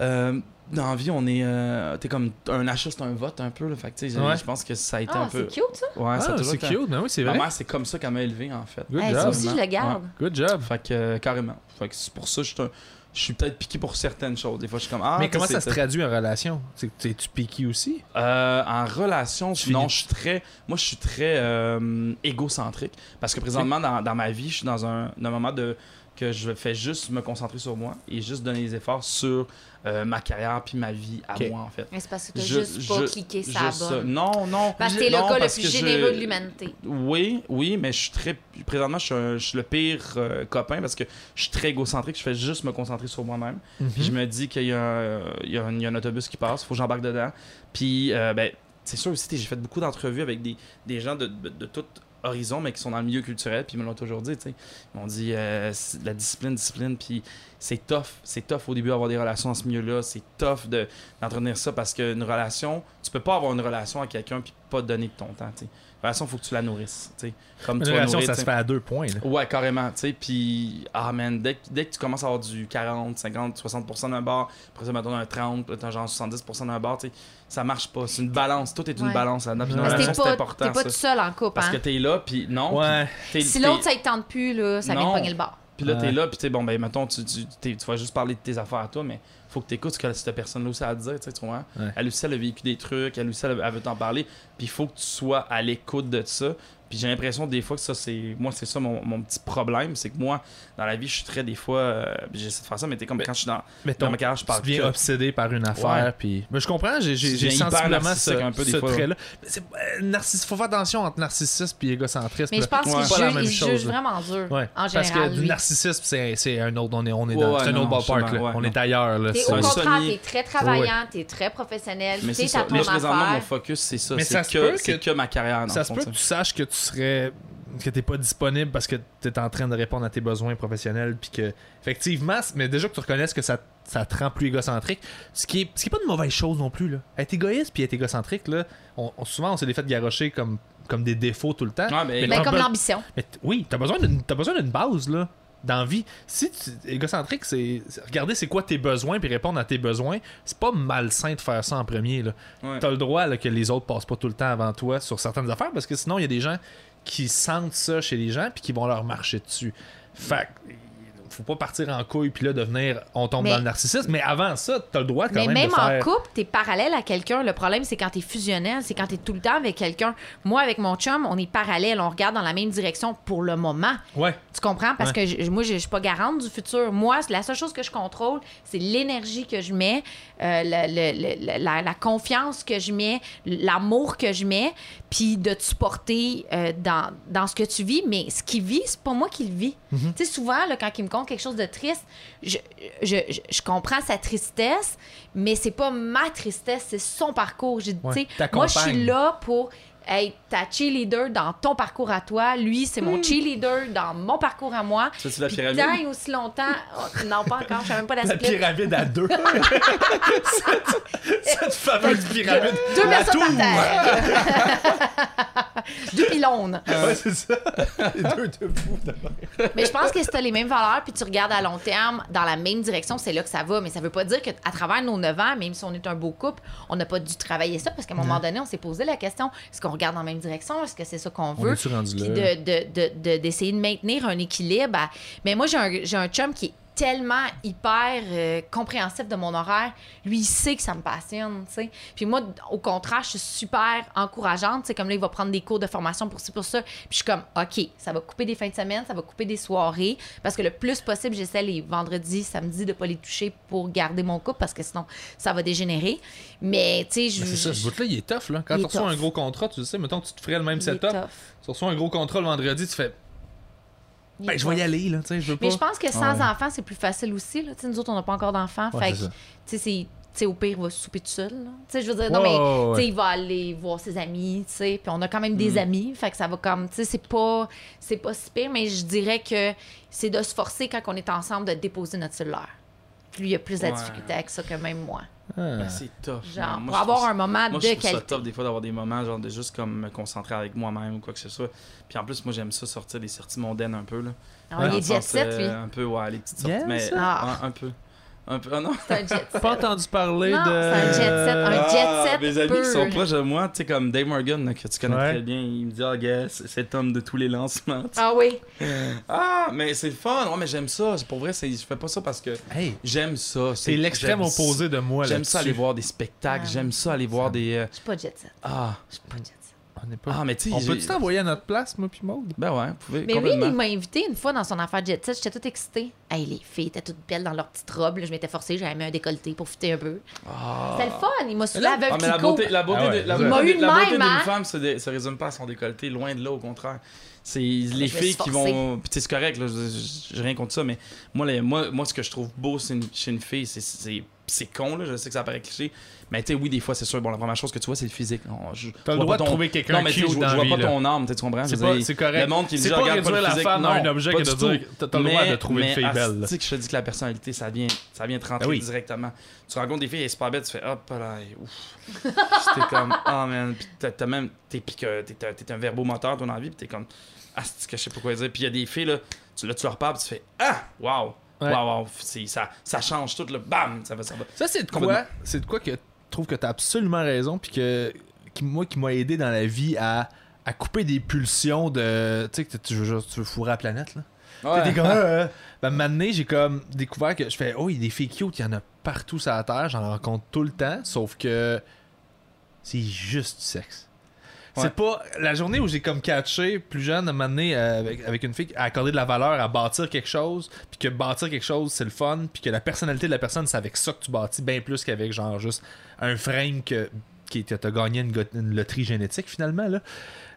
A: euh, dans la vie, on est, euh, t'es comme un achat, c'est un vote un peu. Là, fait que, tu sais,
B: Ouais.
A: je pense que ça a été
C: Ah,
A: un peu.
C: c'est cute, ça.
A: Ouais, ça a
B: Ah,
A: toujours
B: c'est
A: été-
B: cute. Mais oui, c'est
A: Ma
B: vrai.
A: mère, c'est comme ça qu'elle m'a élevé en fait.
B: Good
C: Hey,
B: job.
C: ça aussi,
A: hein.
C: je le garde.
B: Good job.
A: Fait que euh, carrément. Fait que c'est pour ça que je suis un- je suis peut-être piqué pour certaines choses. Des fois, je suis comme ah.
B: mais comment ça se
A: c'est-
B: traduit en relation C'est que tu piqué aussi
A: Euh, En relation,
B: Tu
A: non,
B: finis-
A: je suis très, moi, je suis très euh, égocentrique parce que présentement dans, dans ma vie, je suis dans un, un moment de que je fais juste me concentrer sur moi et juste donner les efforts sur euh, ma carrière puis ma vie à
B: Ok.
A: moi en fait.
C: Mais c'est parce que t'as
A: Je-
C: juste pas
A: je-
C: cliqué ça
A: Juste ça.
C: bonne.
A: Non, non.
C: Parce que
A: Je-
C: t'es le
A: non,
C: gars le
A: parce
C: plus
A: que je-
C: généreux de l'humanité.
A: Oui, oui, mais je suis très. Présentement, je suis, un- je suis le pire euh, copain parce que je suis très égocentrique. Je fais juste me concentrer sur moi-même. Puis
B: Mhm.
A: je me dis qu'il y, a un- il y a un- il y a un autobus qui passe, faut que j'embarque dedans. Puis, euh, ben, c'est sûr aussi, t'sais, j'ai fait beaucoup d'entrevues avec des, des gens de, de, de tout horizon, mais qui sont dans le milieu culturel, puis ils me l'ont toujours dit, tu sais. Ils m'ont dit, euh, c'est de la discipline, discipline, puis c'est tough, c'est tough au début avoir des relations dans ce milieu-là, c'est tough de- d'entretenir ça, parce qu'une relation, tu peux pas avoir une relation à quelqu'un puis pas donner de ton temps, tu sais. Une relation, faut que tu la nourrisses, tu sais. Comme
B: Une
A: tu vas
B: relation,
A: nourrir,
B: ça
A: t'sais.
B: se fait à deux points. là.
A: Ouais, carrément, tu sais, puis ah man, dès, que- dès que tu commences à avoir du 40, 50, 60% d'un bar, après ça maintenant un 30, puis t'as genre 70% d'un bar, tu sais, ça marche pas, c'est une balance, tout est une
C: Ouais.
A: balance là-dedans, puis une
B: Parce que
C: Parce
A: relation,
C: que
A: c'est
C: t'es pas, t'es
A: important
C: pas
A: ça.
C: tout seul en couple,
A: Parce que
C: hein.
A: t'es là, puis non,
B: Ouais.
A: puis t'es-
C: Si
A: t'es-
C: l'autre, ça ne tente plus, là, ça vient
A: Non.
C: de pogner le bord.
A: puis là,
B: Ouais.
A: t'es là, puis t'es bon, ben, mettons, tu, tu, t'es- tu vas juste parler de tes affaires à toi, mais faut que t'écoutes ce que cette personne-là aussi a à dire, tu sais, tu vois. hein.
B: Ouais.
A: Elle aussi, elle a vécu des trucs, elle aussi, elle, elle veut t'en parler, puis il faut que tu sois à l'écoute de ça. Puis j'ai l'impression, des fois, que ça, c'est. Moi, c'est ça mon, mon petit problème, c'est que moi, dans la vie, je suis très, des fois, euh, j'essaie de faire ça, mais t'es comme
B: Mais-
A: quand je suis dans,
B: Mais ton
A: dans ma carrière, je
B: tu
A: parle
B: deviens
A: que.
B: obsédé par une affaire.
A: Ouais.
B: Puis... Mais je comprends, j'ai, j'ai,
A: Tu
B: j'ai
A: deviens hyper
B: sensiblement ce,
A: narcissique un peu des
B: ce
A: fois,
B: trait-là. Mais c'est- euh, narciss- Faut faire attention entre narcissisme et égocentrisme.
C: Mais je
B: là.
C: pense
A: Ouais.
C: qu'ils
B: Pas la
C: jugent,
B: même
C: ils
B: chose,
C: jugent
B: là.
C: vraiment dur,
B: Ouais.
C: en
B: Parce que
C: général,
B: du
C: lui.
B: narcissisme, c'est, c'est un autre. On est, on est
A: Ouais,
B: dans
A: ouais,
B: c'est un
A: non,
B: autre
A: non,
B: ballpark. là.
A: justement, ouais,
B: on
A: non.
B: est ailleurs. Là,
C: T'es
B: C'est-
C: au
A: un
C: contraire,
A: semi-
C: t'es très travaillant, t'es très professionnel,
A: Mais c'est
C: t'es
A: ça.
C: à
A: Là,
C: ton
A: présentement, mon
C: affaire.
A: focus, c'est ça.
B: Mais
A: C'est
B: ça se
A: que,
B: peut
A: c'est
B: que-
A: que ma carrière, dans
B: Ça
A: le
B: se
A: fond,
B: peut
A: tu
B: que
A: sais.
B: tu saches que tu serais que t'es pas disponible parce que t'es en train de répondre à tes besoins professionnels puis que effectivement c- mais déjà que tu reconnaisses que ça, ça te rend plus égocentrique ce qui est ce qui est pas une mauvaise chose non plus là être égoïste puis être égocentrique là on, on- souvent on s'est les fait garocher comme comme des défauts tout le temps
A: Ah, mais-
B: Mais
C: Ben,
B: t'as
C: comme
B: be-
C: l'ambition.
B: mais t- oui, t'as besoin d'une t'as besoin d'une base là d'envie. Si tu égocentrique, c'est c'est- regarder c'est quoi tes besoins puis répondre à tes besoins. C'est pas malsain de faire ça en premier là.
A: Ouais.
B: T'as le droit là, que les autres passent pas tout le temps avant toi sur certaines affaires parce que sinon il y a des gens qui sentent ça chez les gens puis qui vont leur marcher dessus. Fait que, faut pas partir en couille puis là devenir on tombe
C: Mais-
B: dans le narcissisme. Mais avant ça, t'as le droit quand
C: Mais
B: même,
C: même
B: de
C: en
B: faire.
C: couple, t'es parallèle à quelqu'un. Le problème, c'est quand t'es fusionnel, c'est quand t'es tout le temps avec quelqu'un. Moi, avec mon chum, on est parallèle, on regarde dans la même direction pour le moment.
B: Ouais.
C: Tu comprends? Parce
B: Ouais.
C: que je- moi, je je suis pas garante du futur. Moi, la seule chose que je contrôle, c'est l'énergie que je mets, euh, le- le- le- la, la confiance que je mets, l'amour que je mets, puis de te supporter euh, dans, dans ce que tu vis. Mais ce qu'il vit, c'est pas moi qui le vis.
B: Mhm.
C: Tu sais, souvent, là, quand il me compte quelque chose de triste, je, je, je- je comprends sa tristesse, mais c'est pas ma tristesse, c'est son parcours. J'ai- tu
B: Ouais.
C: sais, Moi,
B: T'accompagnes.
C: je suis là pour être ta cheerleader dans ton parcours à toi. Lui, c'est mon cheerleader dans mon parcours à moi.
A: Ça, c'est la
C: Puis
A: pyramide?
C: tant et aussi longtemps. Oh, non, pas encore, je suis même pas la,
B: Ah, La
C: split.
B: pyramide à
C: [laughs]
B: deux. cette, cette fameuse pyramide.
C: Deux
B: la
C: personnes par
B: tour.
C: terre. [laughs] Deux pylônes.
B: Ouais, c'est ça. Les deux debout devant.
C: Mais je pense que si t'as les mêmes valeurs puis tu regardes à long terme dans la même direction, c'est là que ça va. Mais ça veut pas dire qu'à travers nos 9 ans, même si on est un beau couple, on n'a pas dû travailler ça parce qu'à un moment donné, on s'est posé la question est-ce qu'on regarde dans la même direction Est-ce que c'est ça qu'on
B: On
C: veut
B: est-tu rendu
C: Puis
B: là?
C: de- de- de- de- d'essayer de, maintenir un équilibre. à- Mais moi, j'ai un, j'ai un chum qui est tellement hyper euh, compréhensif de mon horaire. Lui, il sait que ça me passionne, tu sais. Puis moi, d- au contraire, je suis super encourageante. C'est comme là, il va prendre des cours de formation pour ci, pour ça. Puis je suis comme, OK, ça va couper des fins de semaine, ça va couper des soirées. Parce que le plus possible, j'essaie les vendredis, samedis de pas les toucher pour garder mon couple parce que sinon, ça va dégénérer. Mais, tu sais, je...
B: Mais c'est ça, ce
C: je-
B: bout-là, il est tough. Là. Quand
C: Il
B: tu
C: est
B: reçois
C: tough.
B: un gros contrat, tu le sais, mettons que tu te ferais le même
C: il est
B: setup.
C: tough.
B: Tu reçois un gros contrat le vendredi, tu fais
C: Il est
B: Ben, je vais
C: tough.
B: y aller, là, tu sais, je veux pas.
C: Mais je pense que sans
A: Ah Ouais.
C: enfants, c'est plus facile aussi. Là. Tu sais, Nous autres, on n'a pas encore d'enfants.
B: Ouais, c'est
C: fait que,
B: ça.
C: tu sais, c'est- tu sais, au pire, il va souper tout seul. là. Tu sais, Je veux dire, non,
B: Ouais,
C: mais
B: ouais, ouais.
C: tu sais, il va aller voir ses amis. tu sais, Puis on a quand même
A: Mm.
C: des amis. Fait que ça va comme. tu sais, C'est pas, c'est pas si pire, mais je dirais que c'est de se forcer quand on est ensemble de déposer notre cellulaire. Lui, il a plus de la
A: Ouais.
C: difficulté avec ça que même moi.
A: Ben,
B: Ah.
A: [laughs] c'est tough.
C: Genre,
A: man. Moi,
C: pour
A: je
C: avoir
A: trouve
C: un moment
A: Moi,
C: de
A: je trouve ça
C: qualité.
A: top des fois d'avoir des moments genre de juste comme me concentrer avec moi-même ou quoi que ce soit. Puis en plus, moi j'aime ça sortir des sorties mondaines un peu là.
C: Ah,
A: Dans
C: il
A: le
C: est jet
A: sens,
C: set,
A: euh, [laughs]
C: lui.
A: Un peu, ouais, les petites sorties,
B: Yeah,
A: mais
C: ça.
A: un, un peu. Un peu, ah non.
C: C'est un jet set.
B: pas entendu parler
C: Non,
B: de.
C: c'est un jet set, un jet set
A: Ah, mes amis
C: pur.
A: qui sont proches de moi, tu sais, comme Dave Morgan, là, que tu connais
B: Ouais.
A: très bien, il me dit, ah, gars, c'est cet homme de tous les lancements. tu sais.
C: Ah oui.
A: Ah, mais c'est le fun, ouais, mais j'aime ça. C'est Pour vrai, c'est- je fais pas ça parce que
B: Hey,
A: j'aime ça.
B: c'est l'extrême
A: j'aime-
B: opposé de moi, là.
A: J'aime ça aller voir des spectacles,
C: Ah.
A: j'aime ça aller voir des. euh,
C: Je suis pas jet set.
A: Ah,
C: Je suis pas jet set.
B: On, est pas...
A: ah mais tu sais,
B: on
A: j'ai-
B: peut-tu t'envoyer à notre place, moi, puis Maud
A: Ben ouais, vous pouvez.
C: Mais oui,
A: complètement.
C: il m'a invité une fois dans son affaire jet set. J'étais toute excitée. Hey, les filles étaient toutes belles dans leurs petites robes. là. Je m'étais forcée, j'avais mis un décolleté pour fitter un peu.
A: Ah.
C: C'était le fun. Il m'a soulevé
A: Ah,
C: avec un
A: mais la
C: Kiko.
A: beauté, la beauté,
B: Ah ouais,
A: de, la
B: c'est ça.
A: beauté-
C: Il m'a eu de
A: la beauté
C: même,
A: d'une
C: hein.
A: femme se, dé- se résume pas à son décolleté, loin de là, au contraire.
B: Ah,
A: C'est les
C: vais
A: filles
C: se
A: qui
C: forcer.
A: vont. Puis tu sais, c'est correct, là, je- je- j'ai rien contre ça, mais moi, les- moi, moi ce que je trouve beau c'est une- chez une fille, c'est- c'est c'est con, là, je sais que ça paraît cliché, mais tu sais, oui, des fois, c'est sûr, bon, la première chose que tu vois, c'est le physique. On- je- je
B: T'as le
A: vois
B: droit
A: pas
B: de trouver quelqu'un
A: Non, mais tu sais,
B: cute
A: je,
B: dans
A: je
B: la
A: vois pas
B: vie,
A: ton âme, tu sais, tu comprends? Je
B: C'est
A: veux
B: pas-
A: dire,
B: c'est correct.
A: Le monde qui me dit,
B: C'est pas
A: regarde
B: réduire
A: le
B: la
A: physique,
B: femme à un
A: non,
B: objet
A: pas
B: que de
A: du
B: dire
A: tout.
B: que t'as le droit
A: Mais-
B: de trouver une
A: mais
B: fille belle.
A: asti que je te dis que la personnalité, ça vient, ça vient te rentrer
B: Ah oui.
A: directement. Tu rencontres des filles, elles sont pas belles, tu fais hop là, et ouf. J'étais comme, [laughs] ah man, Puis t'as- t'as même, t'es pis que t'es un- t'es un verbomoteur, ton envie, pis t'es comme, asti que je sais pas quoi dire. Puis il y a des filles, là, tu, là, tu leur parles, pis tu fais, ah, wow,
B: Ouais.
A: wow, wow, c'est- ça, ça change tout, le bam, ça va, ça va.
B: Ça, c'est de quoi
A: Complètement.
B: C'est de quoi que je trouve que t'as absolument raison, puis que qui, moi, qui m'a aidé dans la vie à, à couper des pulsions de. Tu sais, que tu veux, juste- tu veux fourrer la planète, là. T'es comme. euh, euh. Ben, maintenant, j'ai comme découvert que je fais. Oh, il y a des filles cute, il y en a partout sur la terre, j'en rencontre tout le temps, sauf que. C'est juste du sexe.
A: Ouais.
B: C'est pas. La journée où j'ai comme catché, plus jeune, à un moment donné, euh, avec, avec une fille, à accorder de la valeur à bâtir quelque chose, puis que bâtir quelque chose, c'est le fun, puis que la personnalité de la personne, c'est avec ça que tu bâtis, bien plus qu'avec genre juste un frame que qui que t'as gagné une, go- une loterie génétique finalement là.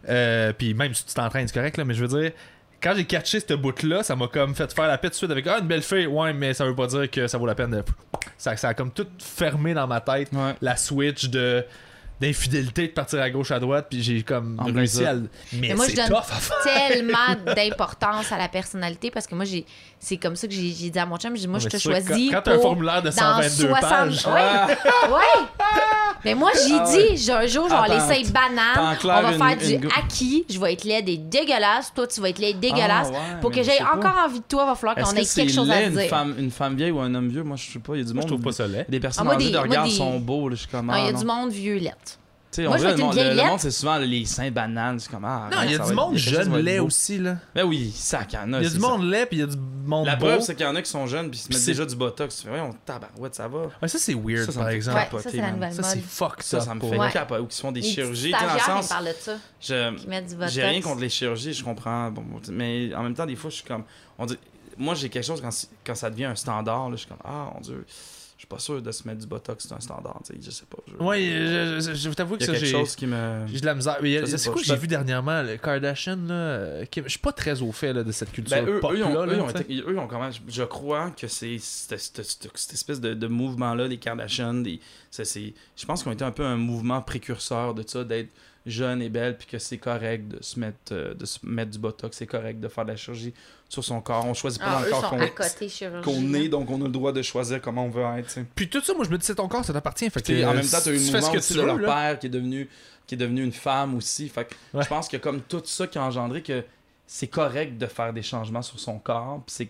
B: Euh, puis même si tu t'entraînes c'est correct là, mais je veux dire quand j'ai catché ce bout là, ça m'a comme fait faire la paix tout de suite avec ah une belle fille, ouais mais ça veut pas dire que ça vaut la peine de ça, ça a comme tout fermé dans ma tête
A: Ouais.
B: la switch de d'infidélité de partir à gauche à droite puis j'ai comme
A: En
B: réussi
A: blazer.
B: à le- mais,
C: Mais moi,
B: c'est
C: je donne-
B: tough à faire.
C: tellement d'importance à la personnalité parce que moi j'ai c'est comme ça que j'ai j'ai dit à mon chum j'ai
A: Ah,
C: dit, moi je
B: Mais
C: te
B: c'est sûr que
C: choisis
B: quand, quand t'as un
C: pour
B: formulaire de 122
C: dans
B: pages
C: 60 ouais, mais moi j'ai
A: Ah
C: dit j'ai un jour je vais
A: Ah,
C: aller
A: t'en-
C: essayer
A: t'en
C: banane on
A: claires
C: va
A: une-
C: faire
A: une
C: du
A: go-
C: acquis je vais être laide et dégueulasse toi tu vas être laide et dégueulasse
A: Ah ouais,
C: pour que
A: mais je
C: j'aie
A: sais pas.
C: encore envie de toi va falloir
A: Est-ce
C: qu'on
A: que
C: ait quelque
A: c'est
C: chose
A: laid,
C: à
A: une
C: dire
A: femme, une femme vieille ou un homme vieux? Moi, je sais pas. Il y a du
B: Moi,
A: monde.
B: je trouve pas ça laid
A: Des personnes
C: Ah, moi,
A: âgées
C: des-
A: de
C: moi,
A: regard
C: des-
A: sont beaux. là, Je suis comme.
C: Non, il y
A: ah,
C: a
A: non.
C: du monde vieux lettre
A: Tu sais, on
C: Moi,
A: dirait
C: je vais
A: le monde,
C: être une
A: le- le
C: vieillette.
A: monde, c'est souvent les seins bananes. C'est comme. Ah,
B: [laughs] non il y a du
A: ça va être-
B: monde
A: quelque chose qui
B: jeune
A: va être
B: laid
A: beau.
B: aussi là
A: Ben oui, sac, il y en a.
B: il y a du
A: c'est ça.
B: monde laid puis il y a du monde
A: La
B: beau
A: preuve, c'est qu'il y en a qui sont jeunes puis ils se
B: Puis
A: mettent
B: c'est-
A: déjà du botox. Tu fais, voyons, tabarouette, ça va.
B: Ouais, ça c'est weird
A: Ça, ça me
B: par
A: fait
B: exemple
C: ouais
A: capoter,
C: ça c'est la
A: man.
C: nouvelle
B: ça c'est
C: mode
B: fucked
A: Ça,
B: up,
A: ça me
B: pour
A: fait
C: Ouais.
A: capoter. Ou qui se font des
C: Les
A: chirurgies. Tu sais,
C: petits
A: dans le
C: stagiaires, ils
A: sens.
C: parlent de ça
A: je-
C: qui mettent du
A: J'ai rien contre
C: botox
A: les chirurgies, je comprends. Bon, bon, mais en même temps, des fois, je suis comme. On dit, moi, j'ai quelque chose quand, c- quand ça devient un standard. Là, je suis comme, ah, mon Dieu, je suis pas sûr de se mettre du botox, c'est un standard. tu sais, je sais pas. je-
B: ouais je, je, je t'avoue
A: il
B: que
A: y
B: ça
A: a quelque
B: j'ai
A: chose qui me.
B: j'ai de la misère mais il y a-
A: Je sais
B: c'est
A: pas,
B: quoi que
A: je
B: j'ai
A: sais-
B: vu dernièrement le Kardashian là euh, Kim- je suis pas très au fait là, de cette culture
A: Ben, eux,
B: pop
A: eux, ils ont,
B: là,
A: eux, ils ont
B: tu sais.
A: été- eux, ils ont quand même. Je crois que c'est cette, cette- cette- cette espèce de, de mouvement-là, des Kardashians. Des, ça, c'est- je pense qu'ils ont été un peu un mouvement précurseur de ça, d'être jeune et belle, puis que c'est correct de se mettre euh, de se mettre du botox, c'est correct de faire de la chirurgie sur son corps. On choisit pas
C: ah,
A: dans le
C: eux
A: corps
C: sont à
A: qu'on
C: côté chirurgie
A: qu'on est, donc on a le droit de choisir comment on veut être. tu sais.
B: puis tout ça moi je me dis c'est ton corps ça t'appartient fait que
A: Puis en
B: euh,
A: même temps, t'as eu
B: tu
A: le
B: fais ce
A: mouvement
B: que
A: aussi
B: tu
A: de leur
B: veux là.
A: père qui est devenu qui est devenu une femme aussi. Fait que
B: Ouais.
A: je pense que comme tout ça qui a engendré que c'est correct de faire des changements sur son corps. Puis c'est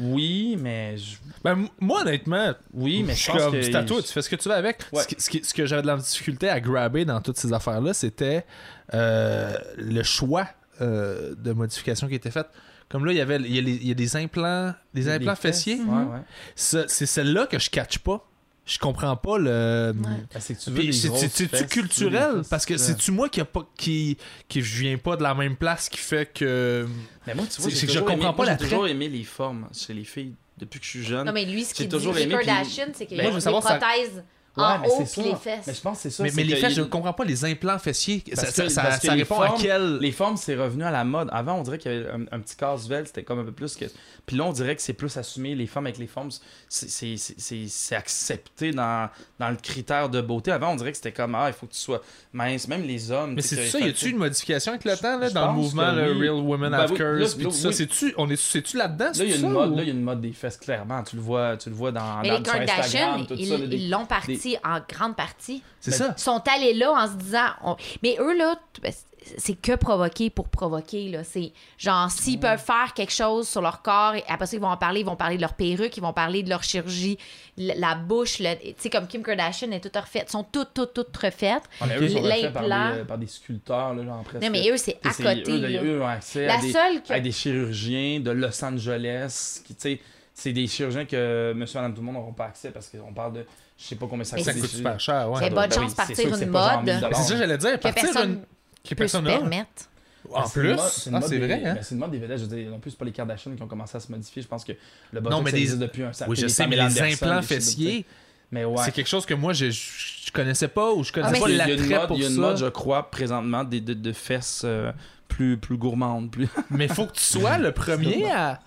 A: oui, mais je-
B: Ben, m- moi honnêtement
A: oui, mais
B: Je
A: je
B: suis
A: pense
B: comme,
A: que
B: c'est à toi, tu fais ce que tu veux avec.
A: Ouais.
B: Ce, qui- ce qui- ce que j'avais de la difficulté à grabber dans toutes ces affaires-là, c'était euh, le choix euh, de modification qui était fait. Comme là, il y avait il y a, les- il y a des implants, des
A: Les
B: implants
A: fesses,
B: fessiers. hein?
A: Ouais, ouais.
B: Ça, C'est celle-là que je catch pas. Je comprends pas le.
A: Ben, c'est que tu veux
B: Puis
A: des
B: c'est-
A: grosses
B: c'est- C'est-tu
A: fesses, tu veux
B: culturel?
A: des fesses,
B: Parce que
A: euh,
B: c'est-tu moi qui a pas qui, qui je viens pas de la même place qui fait que.
A: Mais moi, tu vois,
B: c'est-
A: j'ai
B: c'est que je
A: toujours
B: comprends
A: aimé-
B: pas
A: moi,
B: la
A: J'ai toujours aimé les formes chez les filles depuis que je suis jeune.
C: Non, mais lui, ce
A: J'ai
C: qu'il dit,
A: toujours
C: les
A: aimé, puis-
C: Kardashian, c'est qu'il y
A: Ben,
C: a
A: je
C: des
A: veux
B: savoir ça-
C: prothèses
A: Ouais,
C: en
A: mais
C: haut
A: c'est
C: puis
A: ça.
C: les fesses.
A: Mais je pense que c'est ça.
B: mais
A: c'est
B: mais les
A: que
B: fesses,
A: il-
B: je comprends pas les implants fessiers. Ça,
A: Parce
B: ça-
A: que-
B: ça-
A: parce que
B: ça
A: les
B: répond à
A: formes-
B: quel.
A: Les formes, c'est revenu à la mode. Avant, on dirait qu'il y avait un, un petit casse-vel, c'était comme un peu plus que. Puis là, on dirait que c'est plus assumé. Les femmes avec les formes, c'est- c'est- c'est c'est- c'est accepté dans, dans le critère de beauté. Avant, on dirait que c'était comme Ah, il faut que tu sois mince. Même les hommes.
B: Mais
A: tu sais,
B: c'est
A: que-
B: ça, y a-tu une modification avec le
A: Je-
B: temps là,
A: je
B: dans le
A: pense
B: mouvement
A: que
B: là,
A: oui.
B: Real Women
A: Ben
B: Have
A: oui,
B: Curves
A: là,
B: puis
A: là,
B: tout ça,
A: oui.
B: c'est-tu on est c'est-tu là-dedans
A: Là, il y a
B: c'est ça,
A: une mode,
B: ou-
A: là, il y a une mode des fesses, clairement. Tu le vois, tu le vois dans,
C: Mais
A: dans
C: les
A: sur
C: Kardashian,
A: Instagram, tout ça, là,
C: ils
A: des-
C: ils l'ont parti en grande partie.
B: C'est
A: Mais-
B: ça.
C: Ils sont allés là en se disant. on- Mais eux, là, t- ben, c'est- c'est que provoquer pour provoquer. là. C'est genre, s'ils peuvent faire quelque chose sur leur corps, et après ça, ils vont en parler. Ils vont parler de leur perruque, ils vont parler de leur chirurgie, l- la bouche. le- Tu sais, comme Kim Kardashian est toute refaite. Ils sont toutes, toutes, toutes refaites.
A: Ah, mais eux sont refaits par,
C: L'implant.
A: des- euh, par des sculpteurs, là, genre, presque.
C: Non, mais eux, c'est à
A: C'est-
C: côté.
A: eux, là,
C: là.
A: eux ont accès
C: La
A: à des,
C: seule que-
A: à des chirurgiens de Los Angeles qui, tu sais, c'est des chirurgiens que monsieur, madame, tout le monde n'auront pas accès parce qu'on parle de, je sais pas combien ça
C: Mais
A: coûte.
B: Ça
A: des
B: coûte
A: chirurgiens.
B: super cher, ouais.
C: Mais
A: doit-
C: bonne
A: ben
C: chance
A: oui,
C: partir
A: c'est sûr que
C: une
A: c'est pas genre
C: mode
A: 1000
B: Mais c'est ça que j'allais dire,
C: Que
B: partir
C: personne
B: une qui
C: peut se
B: personne n'a.
C: permettre.
B: En
A: Ben, c'est une
B: plus,
A: mode- c'est une
B: ah,
A: mode
B: c'est
A: des-
B: vrai hein.
A: ben, c'est une mode des vedettes. Je veux dire, en plus, c'est pas les Kardashian qui ont commencé à se modifier. Je pense que le botox
B: Non, mais
A: ça
B: des-
A: existe depuis un certain
B: Oui, je
A: des
B: sais mais
A: Pamela
B: les
A: Anderson,
B: implants
A: des choses de-
B: fessiers,
A: Mais ouais.
B: c'est quelque chose que moi je je je connaissais pas ou je
C: Ah,
B: connaissais
C: mais
B: pas
A: Il y a une
B: l'attrait
A: mode,
B: pour
A: il y a une mode, je
B: ça.
A: crois, présentement, des, de, de fesses euh, plus, plus gourmandes. Plus...
B: Mais faut que tu sois le premier à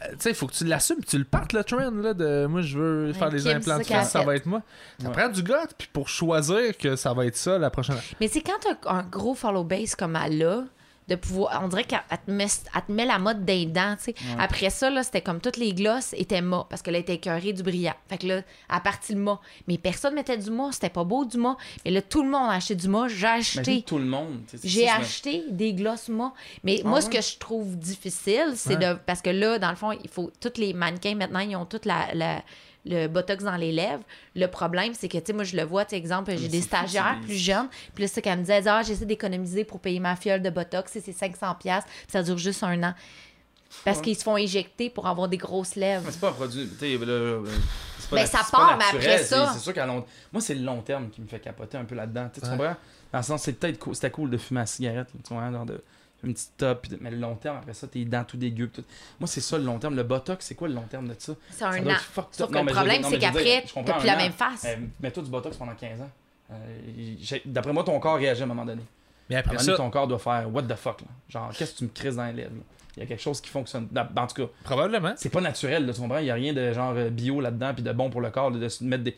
B: à- tu sais, faut que tu l'assumes, tu le partes le trend là de moi je veux faire des
C: Kim, c'est
B: implants de
C: ça qu'elle a
B: face, ça
C: fait.
B: va être moi. Ça
A: Ouais.
B: prend du goût puis pour choisir que ça va être ça la prochaine
C: Mais c'est quand t'as un gros follow base comme elle a, de pouvoir. On dirait qu'elle elle te, met, elle te met la mode d'un dent, tu sais. Après ça, là, c'était comme toutes les glosses étaient mâts, parce que là, elle était écœurée du brillant. Fait que là, à partir le mât. Mais personne mettait du mât, c'était pas beau du mât. Mais là, tout le monde a acheté du mât, j'ai
A: [laughs] Imagine
C: acheté.
A: tout le monde. tu sais, c'est Ah
C: J'ai
A: ça, je me-
C: acheté des glosses mâts. Mais moi, ce que je trouve difficile, c'est
B: Ouais.
C: de. Parce que là, dans le fond, il faut. Tous les mannequins, maintenant, ils ont toute la. la- le botox dans les lèvres. Le problème, c'est que, tu sais, moi, je le vois, tu sais, exemple, j'ai
A: mais
C: des
A: c'est fou,
C: stagiaires
A: c'est des-
C: plus jeunes, puis là, c'est ça qu'elle me disait, ah, j'essaie d'économiser pour payer ma fiole de botox, et c'est 500$, puis ça dure juste un an. Parce
A: Ouais.
C: qu'ils se font éjecter pour avoir des grosses lèvres.
A: Mais c'est pas un produit. tu sais, là, euh, c'est pas
C: Ben,
A: la-
C: ça
A: c'est pas
C: part, mais
A: naturel,
C: après ça-
A: c'est- C'est sûr qu'à long Moi, c'est le long terme qui me fait capoter un peu là-dedans. Tu sais, tu
B: Ouais.
A: comprends? Dans le sens, c'est peut-être cool, c'était cool de fumer la cigarette, là, tu vois, genre de. Une petite top, puis de- mais le long terme, après ça, t'es dents tout dégueu. pis Tout. Moi, c'est ça le long terme. Le botox, c'est quoi le long terme de ça?
C: C'est
A: Ça
C: un
A: doit
C: an.
A: être fucked
C: Sauf
A: up.
C: que
A: Non,
C: le
A: mais je veux
C: problème,
A: dire- non,
C: c'est
A: mais je veux
C: qu'après,
A: dire, je
C: t'as
A: comprends
C: plus
A: un
C: la
A: an.
C: même face.
A: Euh, Mets-toi du botox pendant 15 ans. Euh, j'ai- D'après moi, ton corps réagit à un moment donné.
B: Mais
A: À un
B: après
A: moment donné,
B: ça,
A: ton corps doit faire What the fuck? Là? Genre, qu'est-ce que tu me crises dans les lèvres? là? Il y a quelque chose qui fonctionne. En tout cas,
B: probablement.
A: c'est pas naturel, là, tu comprends? Il n'y a rien de genre euh, bio là-dedans, puis de bon pour le corps, là, de se mettre des.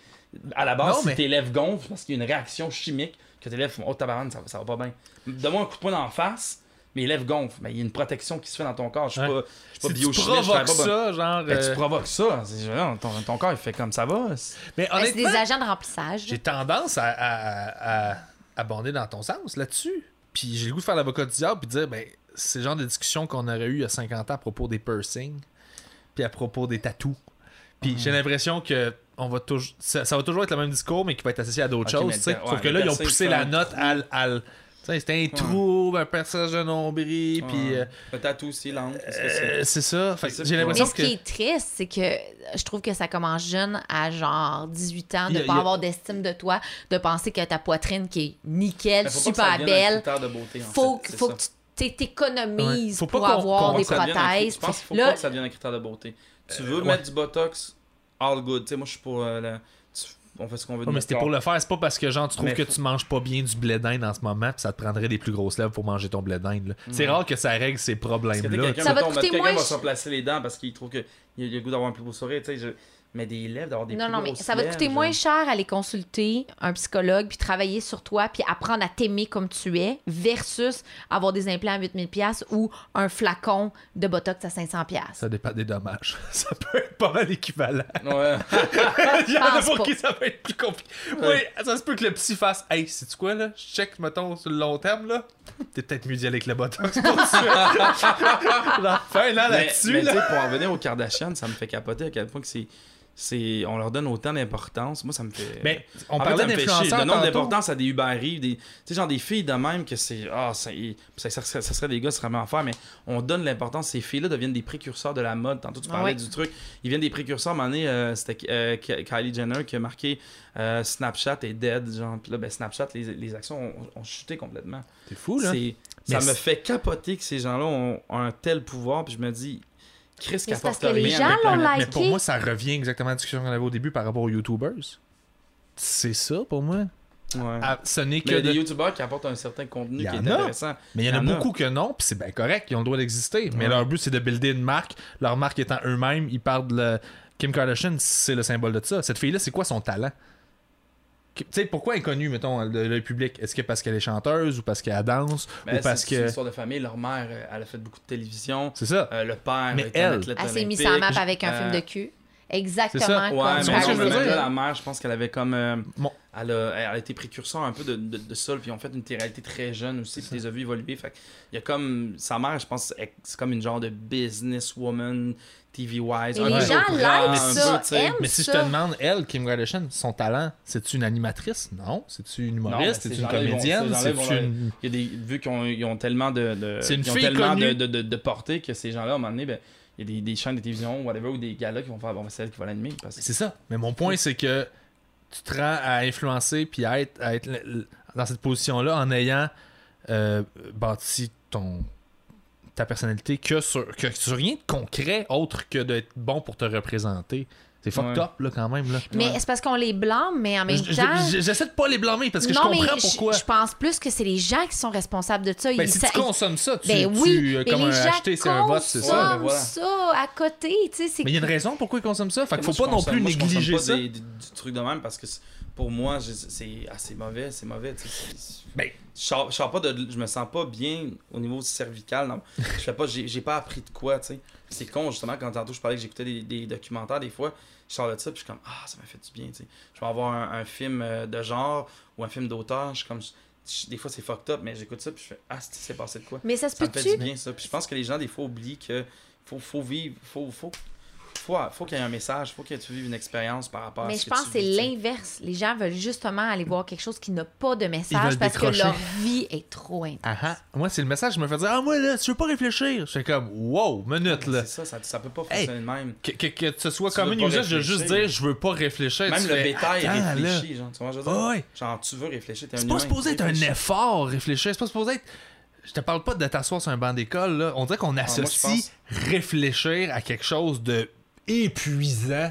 A: À la base,
B: Non, mais-
A: si tes lèvres gonflent, parce qu'il y a une réaction chimique que tes lèvres font Oh tabarane, ça, va- ça va pas bien. Donne-moi un coup de poing dans la face, mes lèvres gonflent. Mais il y a une protection qui se fait dans ton corps. Je suis
B: Ouais.
A: pas, je suis
B: Si
A: pas
B: tu
A: biochimiste. je travaille
B: provoques
A: pas bon-
B: ça, genre.
A: Ben,
B: euh,
A: tu provoques ça. C'est- non, ton, ton corps, il fait comme ça va. c'est-
B: Mais
C: Ben, c'est des
B: honnêtement,
C: agents de remplissage.
B: j'ai tendance à, à, à- à abonder dans ton sens là-dessus. Puis j'ai le goût de faire l'avocat du diable puis de dire, ben, c'est le genre de discussion qu'on aurait eu il y a 50 ans à propos des piercings, puis à propos des tatous. Puis
A: Hmm.
B: j'ai l'impression que on va toujours, ça, ça va toujours être le même discours, mais qui va être associé à d'autres
A: Ok, mais
B: choses.
A: le
B: tu sais.
A: per-
B: Sauf
A: ouais,
B: que
A: le
B: là, ils ont
A: piercing,
B: poussé
A: c'est
B: la
A: un
B: note à. l- à l- tu sais, C'était un trou, un perçage de nombril, puis. euh,
A: Le tatou, c'est lent. qu'est-ce que c'est?
B: euh, c'est ça. Fait que
A: C'est ça,
B: j'ai
A: puis-
C: Mais
B: l'impression
C: ce
B: que.
C: qui est triste, c'est que je trouve que ça commence jeune à genre 18 ans,
B: Il
C: de
B: y a-
C: pas
B: il y a-
C: avoir d'estime de toi, de penser que ta poitrine qui est
A: Mais
C: nickel,
A: Ben, faut pas que ça
C: super
A: devienne un
C: belle,
A: critère de beauté, en
C: faut,
A: fait,
C: que-
A: c'est
C: faut
A: ça.
C: que tu t'é- t'économises
B: Ouais. Faut pas
C: pour
B: qu'on-
C: avoir
B: qu'on-
C: des
A: Ça devient un cri-
C: prothèses.
A: Je pense qu'il faut
C: Là-
A: pas que ça devienne un critère de beauté. Tu veux
B: Euh, ouais.
A: mettre du botox, all good. Tu sais, moi, je suis pour. euh, la- tu- On fait ce qu'on veut de
B: Ouais, mais
A: notre
B: c'était
A: corps.
B: pour le faire, c'est pas parce que genre tu trouves
A: Mais
B: que
A: faut-
B: tu manges pas bien du blé d'Inde en ce moment, puis ça te prendrait des plus grosses lèvres pour manger ton blé d'Inde. là. C'est rare que ça règle ces
A: Parce que, tu sais,
B: problèmes-là.
A: quelqu'un,
C: Ça va te
A: mettons,
C: coûter
A: quelqu'un
C: moins
A: va
C: ch-
A: se placer les dents parce qu'il trouve qu'il a le goût d'avoir un plus beau sourire. tu sais, je- Mais des lèvres, d'avoir des
C: Non,
A: plus
C: non, mais
A: grosses
C: ça va te coûter
A: lèvres,
C: moins
A: je-
C: cher aller consulter un psychologue, puis travailler sur toi, puis apprendre à t'aimer comme tu es, versus avoir des implants à 8000$ ou un flacon de Botox à 500$.
B: Ça dépend des dommages. [laughs] Ça peut être pas mal équivalent.
A: Ouais.
B: [laughs] Il y en a
C: pense
B: pour
C: pas.
B: qui ça peut être plus compliqué.
A: Ouais.
B: Oui, ça se peut que le psy fasse Hey, c'est quoi là Je check, mettons, sur le long terme là. T'es peut-être mieux d'y aller avec le botox pour ça.
A: [laughs]
B: Enfin, là,
A: Mais-
B: Ah, là-dessus,
A: mais
B: là.
A: tu sais, pour en venir aux Kardashians, ça me fait capoter à quel point que c'est. c'est- On leur donne autant d'importance. Moi, ça me fait.
B: Mais on
A: En fait,
B: parlait
A: ça me fait chier.
B: d'influenceurs.
A: Le nombre
B: tantôt.
A: d'importance à des Uber Eats, des, tu sais, genre des filles de même que c'est. Ah, ça, ça, ça- ça- ça serait des gars, ça serait vraiment à faire, mais on donne l'importance. Ces filles-là deviennent des précurseurs de la mode. Tantôt, tu parlais
C: Ah Ouais.
A: du truc. Ils viennent des précurseurs. À un moment donné, euh, c'était euh, Ki- Kylie Jenner qui a marqué euh, Snapchat est dead. Genre, puis là, ben, Snapchat, les, les actions ont, ont chuté complètement.
B: T'es fou là.
A: C'est-
B: hein. Mais
A: Ça me
B: c'est-
A: fait capoter que ces gens-là ont, ont un tel pouvoir, puis je me dis, Chris,
C: Mais c'est parce
A: qu'apporte
C: que les
A: rien
C: gens
A: avec la-
C: l'ont
B: Mais pour
C: liké.
B: moi, ça revient exactement à la discussion qu'on avait au début par rapport aux YouTubers. C'est ça pour moi.
A: Ouais.
B: Ah, ce n'est
A: Mais
B: que
A: il y a des
B: de-
A: youtubeurs qui apportent un certain contenu
B: Il y
A: qui est
B: en a.
A: intéressant.
B: Mais il y en a
A: Il y en a.
B: beaucoup que non, puis c'est bien correct, ils ont le droit d'exister. Mais
A: Ouais.
B: leur but, c'est de builder une marque. Leur marque étant eux-mêmes, ils parlent de le- Kim Kardashian, c'est le symbole de ça. Cette fille-là, c'est quoi son talent? Qui- Tu sais, pourquoi elle est connue, mettons, le, le public? Est-ce que parce qu'elle est chanteuse ou parce qu'elle danse
A: Ben,
B: ou parce
A: c'est une
B: que.
A: histoire de famille. Leur mère, euh, elle a fait beaucoup de télévision.
B: C'est ça.
A: Euh, le père,
B: Mais
A: est
B: elle-
A: un athlète
C: Elle s'est mise
A: olympique.
C: Ah, sur la map avec un
A: Euh,
C: film de cul. Exactement
B: c'est ça.
C: comme
A: Ouais,
B: Tu vois
A: mais
B: ce
A: non,
B: que je veux
A: mais
B: dire?
A: là, la mère, je pense qu'elle avait comme. euh,
B: Bon.
A: elle, a, elle a été précurseur un peu de, de, de ça, puis ils ont fait une réalité très jeune aussi, puis les a vu évoluer. Fait que il y a comme. Sa mère, je pense, elle- c'est comme une genre de businesswoman, TV-wise.
C: Mais
A: un
C: les
A: peu
C: gens
A: au
C: like
A: bras, un
C: ça,
A: peu, tu sais.
C: aiment
B: Mais si je
C: ça.
B: te demande, elle, Kim Kardashian, son talent, c'est-tu une animatrice? Non. C'est-tu une
A: Non, ben, mais
B: humoriste?
A: ces
B: C'est-tu une
A: gens-là, ils vont- ces
B: comédienne?
A: gens-là, ils vont
B: C'est-tu
A: leur-
B: une.
A: Il y a des, vu qu'ils ont, ils ont tellement de, de-
B: C'est une
A: ils ont
B: fille
A: tellement de,
B: connue.
A: de, de- de portée que ces gens-là, à un moment donné, ben, il y a des, des chaînes de télévision, whatever, ou des gars-là qui vont faire bon, ben, c'est elle qui va l'animer. parce que-
B: C'est ça. Mais mon point, c'est que tu te rends à influencer puis à être, à être le- le- dans cette position-là en ayant euh, bâti ton ta personnalité que sur, que sur rien de concret autre que d'être bon pour te représenter. C'est fucked
A: Ouais.
B: up, là, quand même. Là.
C: Mais
A: Ouais.
C: c'est parce qu'on les blâme, mais en même
B: Je- je-
C: temps.
B: je- J'essaie de pas les blâmer parce que
C: non,
B: je
C: mais
B: comprends pourquoi.
C: Je pense plus que c'est les gens qui sont responsables de ça.
B: Ben,
C: Ils-
B: si
C: ça-
B: tu consommes ça, tu,
C: Ben
B: tu-
C: oui,
B: euh,
C: mais
B: comme
C: les
B: un
C: gens
B: acheter, c'est un vote, c'est ça.
A: consomment. Ouais, ben voilà.
C: ça à côté, tu sais, c'est
B: Mais il y a une raison pourquoi ils consomment ça. Fait qu'il
A: Moi,
B: faut
A: je
B: pas non
A: consomme-
B: plus
A: moi, je consomme
B: négliger
A: pas
B: ça.
A: des- du, du truc de même parce que c'est- pour moi, je- c'est assez mauvais, c'est mauvais. tu sais, c'est-
B: Ben.
A: je sors- je sors pas de, je me sens pas bien au niveau cervical. Non. Je fais pas, j'ai j'ai pas appris de quoi, tu sais. C'est con justement quand tantôt je parlais que j'écoutais des, des documentaires des fois, je sors de ça puis je suis comme ah ça m'a fait du bien, tu sais. Je vais avoir un, un film euh, de genre ou un film d'auteur, je suis comme je- des fois c'est fucked up mais j'écoute ça puis je fais ah c'est- c'est passé de quoi.
C: Mais ça se
A: Ça me fait du
C: peut-tu?
A: bien, ça. Puis je pense que les gens, des fois, oublient que faut, faut vivre, faut, faut, faut, faut qu'il y ait un message, faut que tu vives une expérience par rapport à
C: Mais
A: ce
C: je pense
A: que tu
C: que c'est
A: vis, tu sais.
C: l'inverse. Les gens veulent justement aller voir quelque chose qui n'a pas de
B: Ils
C: message
B: veulent
C: parce
B: décrocher.
C: que leur vie est trop intense.
B: Ah ah. Moi, c'est le message qui me fait dire Ah, moi, là, tu veux pas réfléchir. Je fais comme Wow, minute, là.
A: C'est ça, ça, ça peut pas
B: Hey.
A: fonctionner de même.
B: Que, que, que ce soit
A: Tu
B: comme
A: veux
B: une
A: pas
B: usage de juste
A: réfléchir.
B: dire je veux pas réfléchir.
A: Même
B: tu
A: le
B: fais,
A: bétail
B: Attends,
A: réfléchit,
B: là.
A: genre, tu vois, je veux dire,
B: Ah ouais.
A: genre, tu veux réfléchir, t'es un
B: C'est pas
A: humain,
B: supposé être un
A: réfléchis.
B: effort réfléchir. C'est pas supposé être. Je te parle pas de t'asseoir sur un banc d'école. là. On dirait qu'on
A: Ah, je
B: associe
A: pense-
B: réfléchir à quelque chose de épuisant.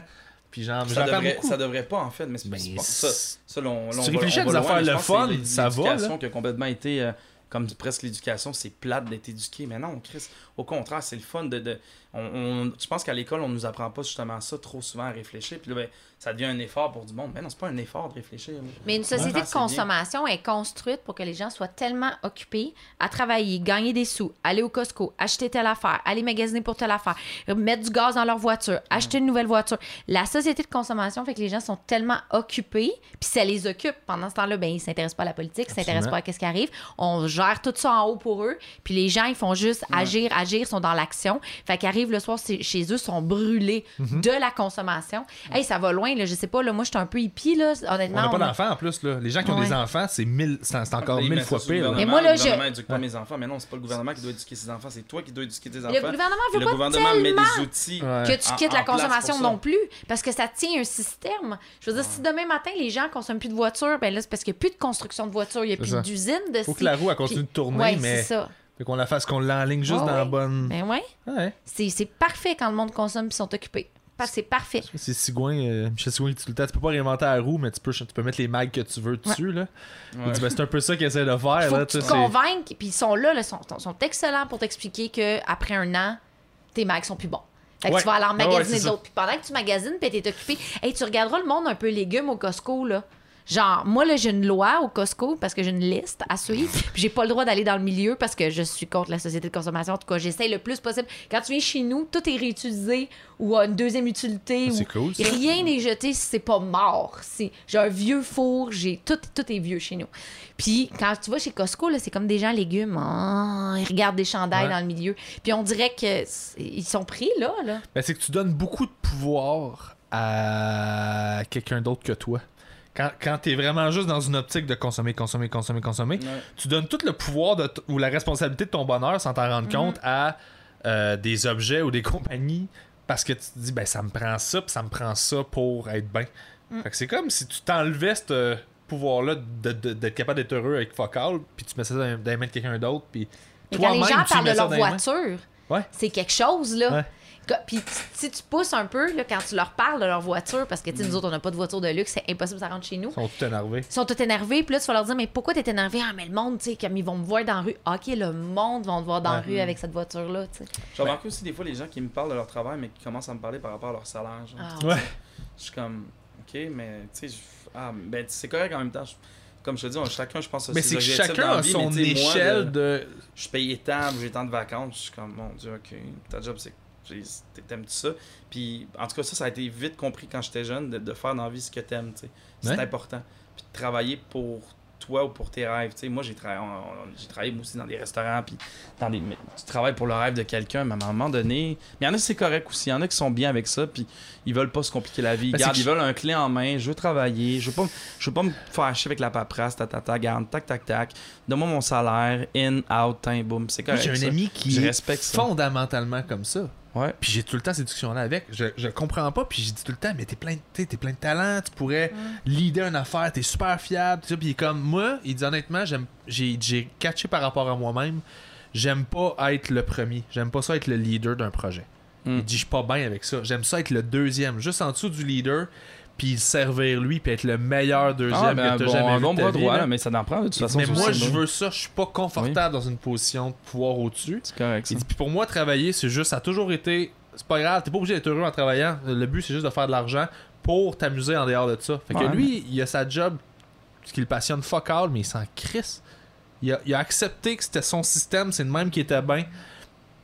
B: Puis genre, j'en
A: Ah, Ça
B: parle
A: devrait,
B: beaucoup.
A: ça devrait pas, en fait, mais c'est
B: Ben,
A: c'est pas ça.
B: c'est-
A: Ça, l'on-
B: Si
A: l'on
B: tu
A: va-
B: réfléchis à
A: on va
B: des
A: loin,
B: affaires
A: mais je
B: le
A: pense que
B: fun,
A: c'est l'é-
B: ça va,
A: L'éducation
B: là.
A: qui a complètement été, euh, comme presque l'éducation, c'est plate d'être éduqué. Mais non, Chris, au contraire, c'est le fun de. de- on, on- je pense qu'à l'école, on nous apprend pas justement ça trop souvent à réfléchir. Puis là, ben, ça devient un effort pour du monde. Mais non, c'est pas un effort de réfléchir. là.
C: Mais une société
A: Ouais.
C: de consommation est construite pour que les gens soient tellement occupés à travailler, gagner des sous, aller au Costco, acheter telle affaire, aller magasiner pour telle affaire, mettre du gaz dans leur voiture, acheter une nouvelle voiture. La société de consommation fait que les gens sont tellement occupés, puis ça les occupe. Pendant ce temps-là, ben, ils s'intéressent pas à la politique, ils s'intéressent
B: Absolument.
C: pas à ce qui arrive. On gère tout ça en haut pour eux, puis les gens, ils font juste agir, agir, sont dans l'action. Fait qu'ils arrivent le soir c'est- chez eux, sont brûlés
B: Mhm.
C: de la consommation. Hey, ça va loin, là, je sais pas, là, moi, je suis un peu hippie, là,
B: On
C: honnêtement.
B: n'a pas
C: on-
B: d'enfants en plus, là. Les gens qui ont
C: Ouais.
B: des enfants, c'est mille- c'est c'est encore
A: Ils
B: mille
A: mettent ça
B: fois
A: sur le
B: pire. là.
A: gouvernement.
C: Mais moi, là,
A: le
C: je-
A: gouvernement éduque pas mes enfants. Mais non, c'est pas le gouvernement qui doit éduquer ses enfants, c'est toi qui dois éduquer tes enfants.
C: Le gouvernement veut
A: Le
C: pas
A: gouvernement met des outils.
B: Ouais.
C: que tu
A: en-
C: quittes
A: en
C: la
A: place
C: consommation
A: pour ça.
C: non plus parce que ça tient un système. Je veux dire, si demain matin les gens consomment plus de voitures, ben là c'est parce qu'il n'y a plus de construction de voitures, il n'y a
B: C'est ça.
C: plus d'usine de
B: Faut
C: ci.
B: que la roue elle continue
C: Puis-
B: de tourner,
C: Ouais,
B: mais Mm.
C: c'est ça.
B: fait qu'on la fasse, qu'on l'enligne juste
C: Ouais,
B: dans la
C: ouais.
B: bonne.
C: Ben ouais,
B: Ouais.
C: c'est c'est parfait quand le monde consomme et sont occupés. Parce que C'est parfait.
B: C'est Sigouin, euh, Michel Sigouin qui dit tout le temps, tu peux pas réinventer la roue, mais tu peux, tu peux mettre les mags que tu veux dessus. Là. Il
A: Ouais.
B: dit, ben, c'est un peu ça qu'il essaie de faire.
C: Il faut
B: là,
C: que tu
B: tu
C: te
B: sais, c'est-
C: convainques, puis ils sont là, là, sont, sont- sont excellents pour t'expliquer que après un an, tes mags sont plus bons. Fait que
B: Ouais. Ben
C: tu vas aller en
B: Ouais, ouais,
C: magasiner
B: c'est ça.
C: d'autres. Puis pendant que tu magasines, puis t'es occupé, hey, tu regarderas le monde un peu légumes au Costco, là. Genre, moi, là, j'ai une loi au Costco parce que j'ai une liste à suivre. [laughs] Puis j'ai pas le droit d'aller dans le milieu parce que je suis contre la société de consommation. En tout cas, j'essaye le plus possible. Quand tu viens chez nous, tout est réutilisé ou a une deuxième utilité.
B: Ah, C'est
C: ou-
B: cool, ça.
C: Rien n'est jeté si c'est pas mort. C'est- J'ai un vieux four, j'ai tout, tout est vieux chez nous. Puis quand tu vas chez Costco, là, c'est comme des gens légumes. Ah, ils regardent des chandails
B: Ouais.
C: dans le milieu. Puis on dirait que c'est- ils sont pris là, là.
B: Ben, c'est que tu donnes beaucoup de pouvoir à quelqu'un d'autre que toi. Quand, quand tu es vraiment juste dans une optique de consommer, consommer, consommer, consommer,
A: Ouais.
B: tu donnes tout le pouvoir de t- ou la responsabilité de ton bonheur sans t'en
C: Mhm.
B: rendre compte à euh, des objets ou des [laughs] compagnies parce que tu te dis ben ça me prend ça puis ça me prend ça pour être bien.
C: Mm.
B: Fait que c'est comme si tu t'enlevais ce pouvoir là d'être capable d'être heureux avec focal puis tu mets ça dans dans les mains de quelqu'un d'autre puis
C: Mais quand les gens
B: tu
C: parlent
B: mets
C: de
B: ça
C: leur
B: dans les mains.
C: voiture,
B: Ouais.
C: c'est quelque chose, là.
B: Ouais.
C: Que- Puis t- si tu pousses un peu, là, quand tu leur parles de leur voiture, parce que tu sais,
B: Mm.
C: nous autres, on n'a pas de voiture de luxe, c'est impossible, ça rentre chez nous.
B: Ils sont tout énervés.
C: Ils sont tout énervés, puis là, tu vas leur dire, mais pourquoi t'es énervé? Ah, mais le monde, tu sais, comme ils vont me voir dans la rue. Ah, OK, le monde va te voir dans la
B: Ouais.
C: rue avec cette voiture-là, tu sais.
A: J'ai
B: Ben-
A: remarqué aussi des fois les gens qui me parlent de leur travail, mais qui commencent à me parler par rapport à leur salaire. genre.
C: Ah.
B: Ouais.
A: Je suis comme, ok, mais tu sais, je- ah, ben, c'est correct en même temps. Je- Comme je te dis, on- chacun, je pense, a
B: Mais
A: ses
B: c'est que
A: objectifs
B: chacun
A: dans la
B: a
A: vie,
B: son
A: mais tu sais, moi,
B: échelle
A: de-
B: de
A: Je suis payé tant, j'ai tant de vacances. Je suis comme, mon Dieu, ok, ta job, c'est. c'est- T'aimes-tu ça? Puis, en tout cas, ça, ça a été vite compris quand j'étais jeune de, de faire dans la vie ce que t'aimes, tu sais. C'est
B: Ouais.
A: important. Puis de travailler pour toi ou pour tes rêves, tu sais. Moi, j'ai travaillé, on- on- j'ai travaillé moi aussi dans des restaurants, puis dans des. mais tu travailles pour le rêve de quelqu'un, mais à un moment donné. Mais il y en a, c'est correct aussi. Il y en a qui sont bien avec ça, puis ils veulent pas se compliquer la vie.
B: Ben, c'est
A: Garde,
B: que
A: ils veulent un clé en main. Je veux travailler. Je veux pas, me- je veux pas me fâcher avec la paperasse, ta, ta, ta, garde, tac, tac, tac. Donne-moi mon salaire, in, out, tin, boum. C'est
B: Moi,
A: correct.
B: J'ai
A: ça.
B: un ami qui
A: Je
B: est
A: respecte ça.
B: fondamentalement comme ça.
A: Ouais.
B: Puis j'ai tout le temps cette discussion-là avec. Je, je comprends pas, puis j'ai dit tout le temps, mais t'es plein, de- t'es- t'es plein de talent, tu pourrais leader une affaire, t'es super fiable, tout ça. Puis il est comme moi, il dit honnêtement, j'aime- j'ai j'ai catché par rapport à moi-même, j'aime pas être le premier, j'aime pas ça être le leader d'un projet.
A: Mm.
B: Il dit, je suis pas bien avec ça, j'aime ça être le deuxième, juste en dessous du leader, puis il servir lui, puis être le meilleur deuxième
A: Ah, ben,
B: que t'as
A: bon,
B: jamais
A: un
B: vu
A: bon
B: de ta
A: bras
B: vie,
A: droit,
B: là.
A: là, mais ça n'en prend, de toute façon.
B: mais
A: c'est
B: moi,
A: aussi,
B: je
A: là.
B: veux ça, je suis pas confortable dans une position de pouvoir au-dessus.
A: C'est correct. ça.
B: Il dit, puis pour moi, travailler, c'est juste, ça a toujours été, c'est pas grave, t'es pas obligé d'être heureux en travaillant. Le but, c'est juste de faire de l'argent pour t'amuser en dehors de ça. Fait que
A: Ouais.
B: lui, il a sa job, ce qui le passionne fuck all, mais il s'en crisse. Il a, il a accepté que c'était son système, c'est le même qui était bien.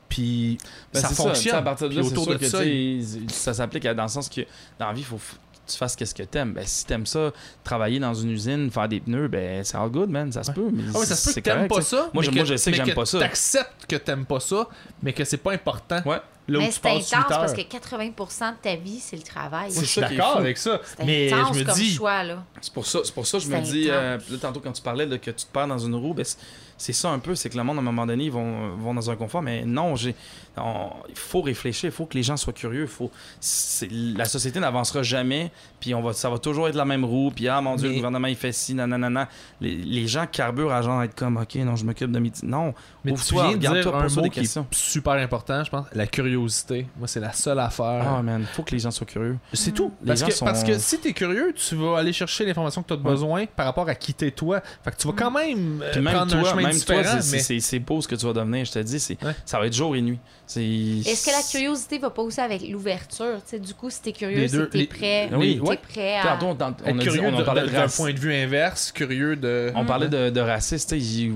B: Puis
A: Ben,
B: ça
A: c'est
B: fonctionne.
A: tu sais, à partir de
B: Puis
A: là, c'est
B: autour
A: sûr
B: de
A: que
B: ça,
A: tu sais, il- ça s'applique à- dans le sens que dans la vie, il faut f- que tu fasses qu'est-ce que t'aimes. Ben, si t'aimes ça, travailler dans une usine, faire des pneus, ben c'est all good, man. Ça se peut. Mais
B: Ah ouais, ça se peut
A: c'est
B: que t'aimes
A: correct,
B: pas
A: tu sais.
B: ça.
A: Moi,
B: mais
A: je- moi, je sais que
B: mais
A: j'aime pas ça.
B: T'acceptes que t'aimes pas ça, mais que c'est pas important.
A: Ouais.
B: Là où
C: mais
B: tu
C: c'est
B: passes
C: intense
B: 8 heures.
C: parce que 80 de ta vie, c'est le travail.
B: Je suis
A: ça qui est
B: d'accord
A: fou.
B: avec ça.
C: C'est
B: Mais
C: intense
B: je me
C: comme
B: dis,
C: choix, là.
A: C'est pour ça, c'est pour ça que je
C: C'est
A: me dis,
C: intense.
A: euh, là, tantôt quand tu parlais de que tu te perds dans une roue, ben, c'est- c'est ça un peu, c'est que le monde à un moment donné, ils vont, euh, vont dans un confort, mais non, j'ai, on- il faut réfléchir, il faut que les gens soient curieux, il faut, c'est- la société n'avancera jamais, puis on va, ça va toujours être la même roue, puis ah mon dieu,
B: Mais-
A: le gouvernement il fait ci, nanana, les, les gens carburent à genre être comme, ok, non, je m'occupe de midi, non,
B: Mais tu
A: ouvre-toi,
B: viens de dire
A: regarde-toi,
B: un
A: pose-toi
B: mot
A: des
B: qui est
A: questions.
B: super important, je pense. La curiosité. Moi, c'est la seule affaire.
A: Ah man, faut que les gens soient curieux.
B: c'est
C: Mm.
B: tout.
A: Les
B: Parce
A: gens
B: que,
A: sont-
B: parce que si t'es curieux, tu vas aller chercher l'information que t'as
A: Ouais. Mm.
B: besoin par rapport à quitter toi. Fait que tu vas quand même, euh,
A: Puis même
B: prendre un
A: toi,
B: chemin
A: même toi,
B: indifférent,
A: c'est- c'est
B: mais-
A: c'est- c'est beau ce que tu vas devenir, je te dis. c'est-
B: Ouais.
A: Ça va être jour et nuit. C'est-
C: Est-ce que la curiosité va pas aussi avec l'ouverture? Tu sais, du coup, si t'es
B: Les
C: curieux,
B: deux,
C: c'est que t'es
B: les-
C: prêt,
A: Ah oui,
C: t'es
A: ouais.
C: prêt à...
A: Tantôt, on, t'en- on
B: Être
A: a dit-
B: curieux
A: on en
B: de-
A: parlait
B: de-
A: de
B: d'un
A: racisme.
B: point de vue inverse, curieux de.
A: On parlait de, de racisme, tu sais, il-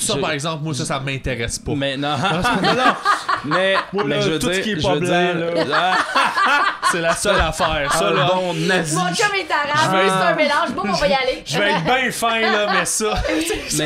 B: Ça,
A: je-
B: par exemple, moi, ça, ça m'intéresse pas.
A: Mais non, [laughs] non, non. Mais,
B: Moi,
A: mais
B: là,
A: je veux
B: tout
A: dire,
B: ce qui est
A: je
B: pas
A: veux
B: blanc,
A: dire-
B: [laughs] C'est la [laughs] seule affaire,
A: Ah,
B: ça,
A: le
B: là.
A: bon nazi.
C: Mon chum est arabe,
A: vais-
C: c'est un mélange, bon, on va y aller.
B: Je vais
C: [laughs]
B: être bien fin, là, mais ça.
A: Mais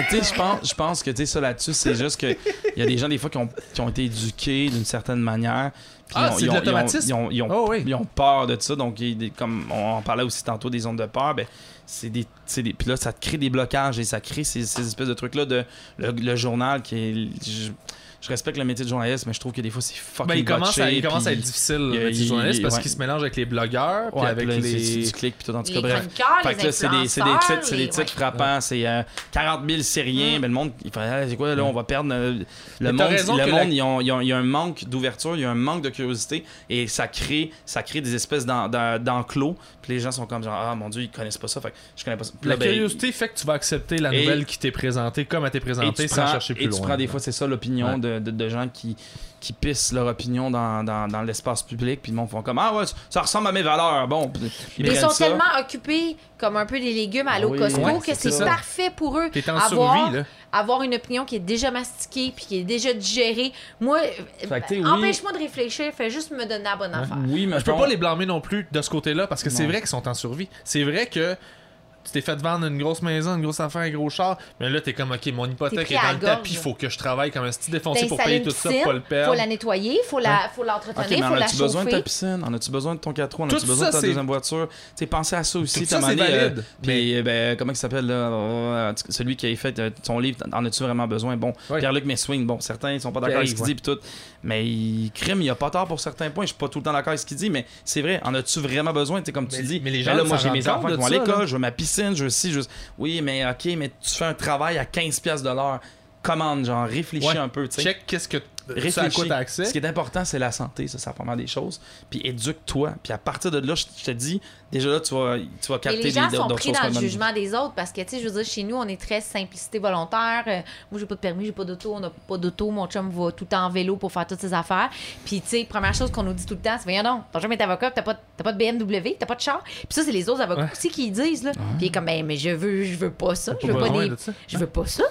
A: tu sais, je pense, je pense que tu sais, ça là-dessus, c'est juste que il y a des gens des fois qui ont, qui ont été éduqués d'une certaine manière. puis
B: Ah,
A: ils ont-
B: c'est de
A: ils ont- ils ont-
B: l'automatisme?
A: Ils ont, ils ont-
B: Oh, oui.
A: ils ont peur de ça. Donc, il y a des- comme on en parlait aussi tantôt des zones de peur, ben, c'est des, c'est des. Puis là, ça te crée des blocages et ça crée ces, ces espèces de trucs-là de. Le, le journal qui est. Je, je respecte le métier de journaliste, mais je trouve que des fois, c'est fucking
B: Ben, il commence, à,
A: botché,
B: il commence à être
A: puis-
B: difficile,
A: il-
B: le métier de
A: il-
B: journaliste, parce
A: ouais.
B: qu'il se mélange avec les blogueurs, puis
A: Ouais,
B: avec
A: puis là, c'est-
B: les.
A: Tu cliques, puis tout, en tout
C: Les
A: cas, bref.
C: chroniqueurs,
A: Fait que là,
C: Ah, les
A: c'est des, c'est des
C: influenceurs,
A: titres, c'est des
C: les-
A: titres
C: ouais.
A: frappants. C'est euh, 40 000 Syriens.
C: Mm.
A: Ben, le monde, il fait, ah, c'est quoi, là, on va perdre. euh,
B: Mais t'as
A: Le monde,
B: raison
A: le
B: que
A: monde
B: la-
A: ils ont- ils ont- il y a un manque d'ouverture, il y a un manque de curiosité. Et ça crée, ça crée des espèces d'en- d'en- d'enclos. Puis les gens sont comme, genre, ah mon Dieu, ils connaissent pas ça. Fait que je connais pas ça. Puis
B: La
A: là, ben,
B: curiosité fait que tu vas accepter la
A: Et-
B: nouvelle qui t'est présentée comme elle t'est
A: et tu
B: présentée sans
A: prends,
B: chercher plus
A: et
B: loin.
A: tu prends des fois, c'est ça l'opinion
B: Ouais.
A: de, de- de gens qui, qui pissent leur opinion dans, dans- dans l'espace public. Puis le monde font comme, ah ouais, ça ressemble à mes valeurs. Bon, puis ils
C: Ils sont
A: prennent ça.
C: tellement occupés, comme un peu des légumes à l'eau
A: Oui.
C: Costco,
A: Ouais,
C: que
B: c'est
C: c'est
B: ça.
C: parfait pour eux.
B: T'es en
C: avoir,
B: survie, là.
C: avoir une opinion qui est déjà mastiquée puis qui est déjà digérée. Moi, euh,
A: Fait que, tu sais, oui.
C: empêche-moi de réfléchir, fais juste me donner la bonne affaire.
A: Oui, mais
B: Je peux pas les blâmer non plus de ce côté-là parce que c'est
A: Non.
B: vrai qu'ils sont en survie. C'est vrai que tu t'es fait vendre une grosse maison, une grosse affaire, un gros char, mais là t'es comme ok, mon
C: T'es
B: hypothèque
C: pris
B: est
C: à
B: dans le
C: la gorge.
B: tapis, faut que je travaille comme un petit défoncé pour
C: T'installer
B: payer
C: une
B: tout ça,
C: piscine,
B: pour pas le
C: faut
B: perdre.
C: la nettoyer, faut la, faut
A: Hein? Ok,
C: l'entretenir,
A: mais en
C: faut la
A: as-tu besoin de ta
C: chauffer.
A: piscine? En as-tu besoin de ton 4 roues? En
B: Tout
A: as-tu besoin
B: ça,
A: de ta
B: c'est-
A: deuxième voiture? Tu sais, pensez à ça aussi.
B: Tout
A: t'as
B: ça, c'est
A: demandé, euh,
B: valide,
A: Puis, euh, ben, comment il s'appelle, là? euh, tu- celui qui a fait euh, son livre, en as-tu vraiment besoin? Bon,
B: Ouais.
A: Pierre-Luc Messwing, bon, certains, ils sont pas
B: Qui
A: d'accord avec ce qu'il
B: arrive,
A: dit, puis tout. Mais il crime, il a pas tort pour certains points. Je suis pas tout le temps d'accord avec ce qu'il dit, mais c'est vrai, en as-tu vraiment besoin? Tu sais, comme tu
B: Mais-
A: dis,
B: mais les
A: ben
B: gens
A: là,
B: ne
A: moi,
B: s'en
A: j'ai
B: rendent
A: mes
B: compte
A: enfants qui
B: de
A: vont à
B: ça, là.
A: l'école, je veux ma piscine, je veux ci, je veux- Oui, mais OK, mais tu fais un travail à 15$ piastres de l'heure. Commande, genre, réfléchis
B: Ouais.
A: un peu, tu sais
B: Check qu'est-ce que ce à
A: réfléchis.
B: quoi t'as accès.
A: Ce qui est important, c'est la santé, ça, c'est la première des choses. Puis éduque-toi. Puis à partir de là, je je te dis, déjà là, tu vas, tu vas
C: Et
A: capter
C: les gens
A: des-
C: sont
A: d'autres
C: pris
A: choses
C: dans
A: comme
C: le
A: bonne-
C: jugement des autres parce que, tu sais, je veux dire, chez nous, on est très simplicité volontaire. Euh, moi, j'ai pas de permis, j'ai pas d'auto, on n'a pas d'auto. Mon chum va tout le temps en vélo pour faire toutes ses affaires. Puis, tu sais, première chose qu'on nous dit tout le temps, c'est Voyons donc, ton chum est avocat, t'as pas, de- t'as pas de BMW, t'as pas de char. Puis ça, c'est les autres avocats
B: Ouais.
C: aussi qui le disent, là. Puis, il est comme, ben, mais je veux, je veux pas ça. Je veux pas,
B: besoin
C: des-
B: de ça.
C: Je veux pas ça.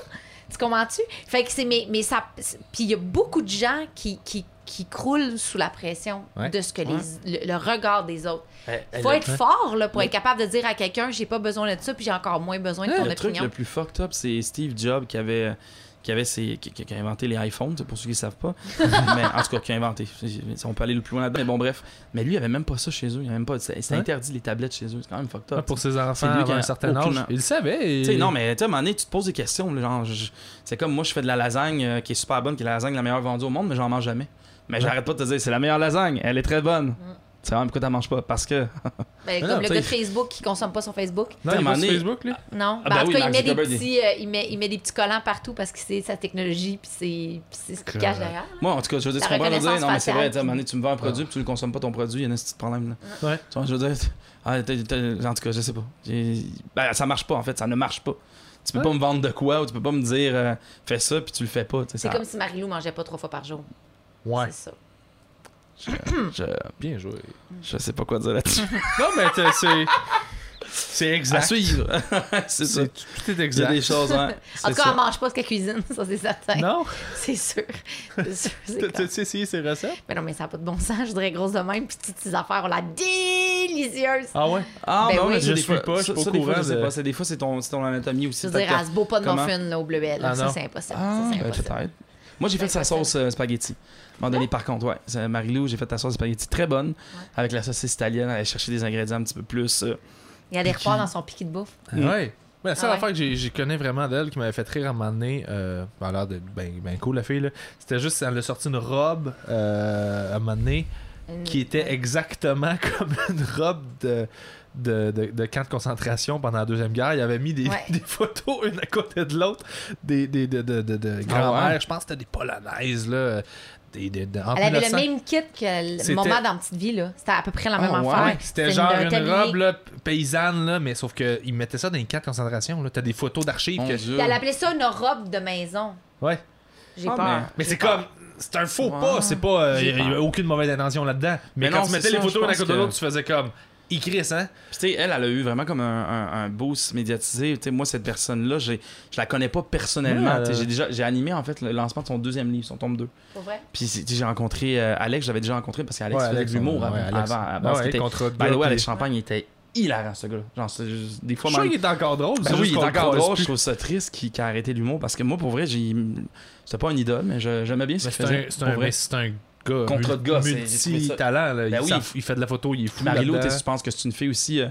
C: Tu comprends-tu? Fait que c'est. Mais, mais ça. c'est- Puis, il y a beaucoup de gens qui. qui qui croulent sous la pression
B: Ouais.
C: de ce que les,
A: Ouais.
C: le- le regard des autres
A: Eh, eh,
C: faut
A: le-
C: être fort là, pour être capable de dire à quelqu'un j'ai pas besoin de ça puis j'ai encore moins besoin de ton
A: Le truc
C: opinion.
A: le plus fucked up, c'est Steve Jobs qui avait qui avait ses- qui, qui- qui a inventé les iPhones, pour ceux qui ne savent pas.
C: [laughs]
A: mais en tout cas, qui a inventé. On peut aller le plus loin là-dedans. Mais bon, bref. Mais lui, il avait même pas ça chez eux. Il avait même pas. C'est c'est
B: Hein?
A: interdit les tablettes chez eux. C'est quand même fucked
B: Ouais,
A: up.
B: Pour ses
A: C'est
B: enfants
A: lui qui
B: avant
A: a
B: un certain
A: aucune-
B: âge. Il le savait.
A: Tu sais, non, mais tu sais, à un moment donné, tu te poses des questions. là, Genre, je- c'est comme moi, je fais de la lasagne euh, qui est super bonne, qui est la lasagne la meilleure vendue au monde, mais j'en mange jamais. Mais j'arrête pas de te dire, c'est la meilleure lasagne, elle est très bonne.
C: Mm.
A: Tu sais, ah, mais pourquoi t'en manges pas? Parce que.
C: Ben,
B: Ah
C: comme
B: non,
C: le
A: t'sais-
C: gars de Facebook qui consomme pas son Facebook.
B: Non,
A: à un
B: il est
A: moment
B: pas sur
A: donné-
B: Facebook, lui.
C: Non,
A: Ah,
C: Ben,
A: ben
C: en tout
A: oui,
C: cas, il
A: Mark
C: met, des
A: Zuckerberg,
C: petits, euh, il, met, il met des petits collants partout parce que c'est sa technologie puis c'est puis c'est ce qui
B: Claire.
C: cache derrière.
A: Moi, en tout cas, je veux dire,
C: La
A: tu comprends, je veux dire,
C: reconnaissance
A: non, mais c'est vrai,
C: faciale.
A: tu sais, à un moment donné, tu me vends un produit, puis tu le consommes pas ton produit, il y en a un petit problème. là.
B: Ouais.
A: Tu vois, je veux dire, ah, t'es- t'es- en tout cas, je sais pas. J'ai- Ben, ça marche pas, en fait, ça ne marche pas. Tu peux
B: Ouais.
A: pas me vendre de quoi, ou tu peux pas me dire, euh, fais ça, puis tu le fais pas. tu sais,
C: C'est
A: ça-
C: comme si Marie-Lou mangeait pas trois fois par jour.
B: Ouais.
C: C'est ça.
A: je,
B: Bien joué.
A: je sais pas quoi dire là-dessus.
B: Non, mais t'as- c'est. C'est
A: À
B: exact.
A: suivre. [laughs] c'est ça.
B: C'est tout est
A: Il y a des
B: exact.
A: choses, hein.
C: [laughs] En
A: C'est
C: tout cas,
A: ça.
C: elle mange pas ce qu'elle cuisine, [laughs] ça c'est certain.
B: Non?
C: [laughs] C'est sûr.
A: [laughs]
C: C'est sûr. c'est
B: T'as-
C: clair.
B: T'as-tu essayé ses recettes?
C: Mais Ben non, mais ça n'a pas de bon sens. Je dirais grosse de même puis toutes ces affaires, on la délicieuse.
B: Ah ouais?
A: Ah,
C: Ben
A: ben
C: oui.
A: oui,
B: Je suis pas, je suis pas au
A: des fois,
B: courant
A: je sais
B: de-
A: pas. C'est des fois, c'est ton, c'est ton anatomie aussi.
C: Je veux
A: peut-être
C: dire, elle se beau pas de
A: comment?
C: muffin là, au bleuet. là.
B: Ah,
C: ça,
B: non.
C: c'est impossible.
A: Ah,
C: ça, c'est
A: ben,
C: impossible.
A: peut-être. Moi, j'ai fait sa
C: Impossible.
A: sauce euh, spaghetti. À un moment donné, par contre, ouais. C'est- Marie-Lou, j'ai fait ta sauce spaghetti très bonne. Avec la saucisse italienne, elle a cherché des ingrédients un petit peu plus. euh,
C: Il y a des repas dans son piquet de bouffe.
A: Mm.
B: Ouais. Ben, la seule
C: Ah ouais.
B: affaire que j'ai- j'ai connais vraiment d'elle qui m'avait fait rire à un moment donné, euh, ben, elle a l'air de ben, ben cool la fille, là. c'était juste, elle a sorti une robe euh, à un moment donné, qui était exactement [laughs] comme une robe de, de, de- de camp de concentration pendant la Deuxième Guerre. Il avait mis des,
C: Ouais.
B: [laughs] des photos une à côté de l'autre des, des, de, de, de- de grand-mère. Je pense que c'était des Polonaises. Là, des, des- de- entre
C: Elle avait
B: 1900.
C: le même kit que
B: C'était-
C: le moment dans Petite Vie, là. C'était à peu près la même
A: Ah, ouais.
C: affaire.
B: C'était
C: C'est
B: genre
C: d'un
B: une
C: tablier.
B: robe là, p- paysanne, là, mais sauf qu'ils mettaient ça dans les camps de concentration. là. T'as des photos d'archives.
A: Mon
B: que-
A: Dieu.
C: Puis Elle appelait ça une robe de maison.
B: Ouais.
C: J'ai
A: Ah,
C: peur.
A: mais-
B: Mais c'est comme. C'est un faux
A: Ouais.
B: pas, c'est pas.
A: J'ai
B: Il n'y a
A: peur.
B: aucune mauvaise intention là-dedans. Mais,
A: Mais
B: quand
A: non,
B: tu
A: c'est
B: mettais les
A: ça,
B: photos
A: je
B: une à
A: pense
B: côté de
A: que-
B: l'autre, tu faisais comme. Il crisse, hein?
A: Puis, tu sais, elle, elle a eu vraiment comme un, un- un boost médiatisé. Tu sais, moi, cette personne-là, j'ai- je la connais pas personnellement.
B: Ouais,
A: Tu sais,
B: euh.
A: J'ai déjà j'ai animé en fait le lancement de son deuxième livre, son tome 2.
C: Pour vrai?
A: Puis tu sais, j'ai rencontré euh, Alex, j'avais déjà rencontré parce qu'Alex
B: Ouais,
A: faisait
B: Alex,
A: de l'humour
B: ouais,
A: avant.
B: ouais, Alex.
A: hein, avant, avant
B: Ouais,
A: ce qui était-
B: contre
A: By the
B: Bill,
A: way, Alex
B: puis-
A: Champagne il était hilarant, ce gars-là. Genre, c'est juste- des
B: Je
A: fois,
B: suis sûr
A: même.
B: qu'il est encore drôle.
A: Ben
B: c'est
A: oui,
B: juste
A: il est
B: qu'on
A: encore
B: le croise
A: drôle, je
B: plus.
A: trouve ça triste qu'il qu'il a arrêté l'humour parce que moi, pour vrai, j'ai. C'était pas un idole, mais je- j'aimais bien ce
B: Mais
A: qu'il
B: C'est un,
A: faisait.
B: c'est
A: pour
B: un,
A: vrai.
B: mais c'est un gars.
A: Contre
B: mul-
A: de gars, c'est- j'ai trouvé ça-
B: Multi-talent. là.
A: Ben
B: il,
A: oui.
B: s'en- il fait de la photo, il est fou.
A: Marie-Lou, tu
B: là-dedans.
A: sais, tu penses que c'est une fille aussi. euh,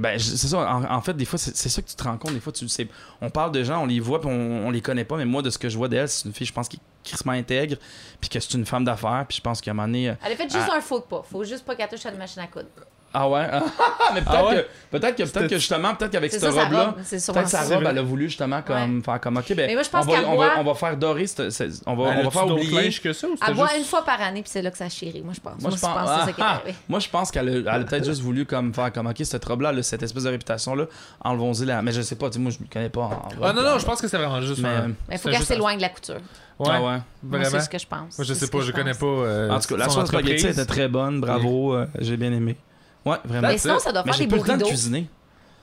A: ben, je- c'est ça, en, en fait, des fois, c'est c'est ça que tu te rends compte. Des fois, tu le sais. On parle de gens, on les voit, puis on, on les connaît pas. Mais moi, de ce que je vois d'elle, c'est une fille, je pense, qui est crissement intègre, puis que c'est une femme d'affaires, puis je pense qu'à un moment donné. euh,
C: Elle a fait juste
A: Ah.
C: un faux pas. Faut juste pas qu'elle touche à la machine à coudre.
A: ah ouais, ah, [laughs] mais peut-être
B: Ah ouais?
A: que, peut-être que, peut-être que justement, peut-être qu'avec
C: C'est
A: cette
C: ça, sa
A: robe-là.
C: robe. C'est sûrement
A: Peut-être que sa
C: ça.
A: robe, elle a voulu justement comme faire comme OK, ben,
C: Mais moi, je pense
A: on, va,
C: qu'elle
A: on, va,
C: boit-
A: on va faire dorer, cette- cette- on va,
B: Elle
A: on va
B: a-tu
A: faire
B: d'autres
A: oublier.
B: linges que ça ou c'était
C: Elle boit
B: juste-
C: une fois par année, puis c'est là que ça chérit, moi, je pense. Moi, je pense que c'est ça qui est
A: ah,
C: arrivé.
A: ah, moi, je pense qu'elle a, elle a peut-être juste voulu comme faire comme OK, cette robe-là, elle a cette espèce de réputation-là, enlevons-y la. Mais je sais pas, tu sais, moi, je me connais pas. en robe,
B: Ah non,
A: là.
B: non, je pense que c'est vraiment juste.
A: Mais- euh,
B: un-
C: Mais faut
B: c'était
C: qu'elle
B: juste-
C: s'éloigne de la couture.
B: Ouais,
A: Ah ouais.
C: Moi,
B: vraiment.
C: c'est ce que je pense.
B: Moi, je
C: C'est
B: sais
C: ce
B: pas,
C: que
B: je connais
C: pense.
B: pas. euh,
A: En tout cas, la
B: son
A: sauce spaghetti
B: entreprise.
A: était très bonne, bravo, euh, j'ai bien aimé. Ouais, vraiment.
C: Mais sinon, ça doit
A: Mais
C: faire
A: j'ai
C: des
A: pas
C: beaux
A: le temps de
C: rideaux.
A: cuisiner.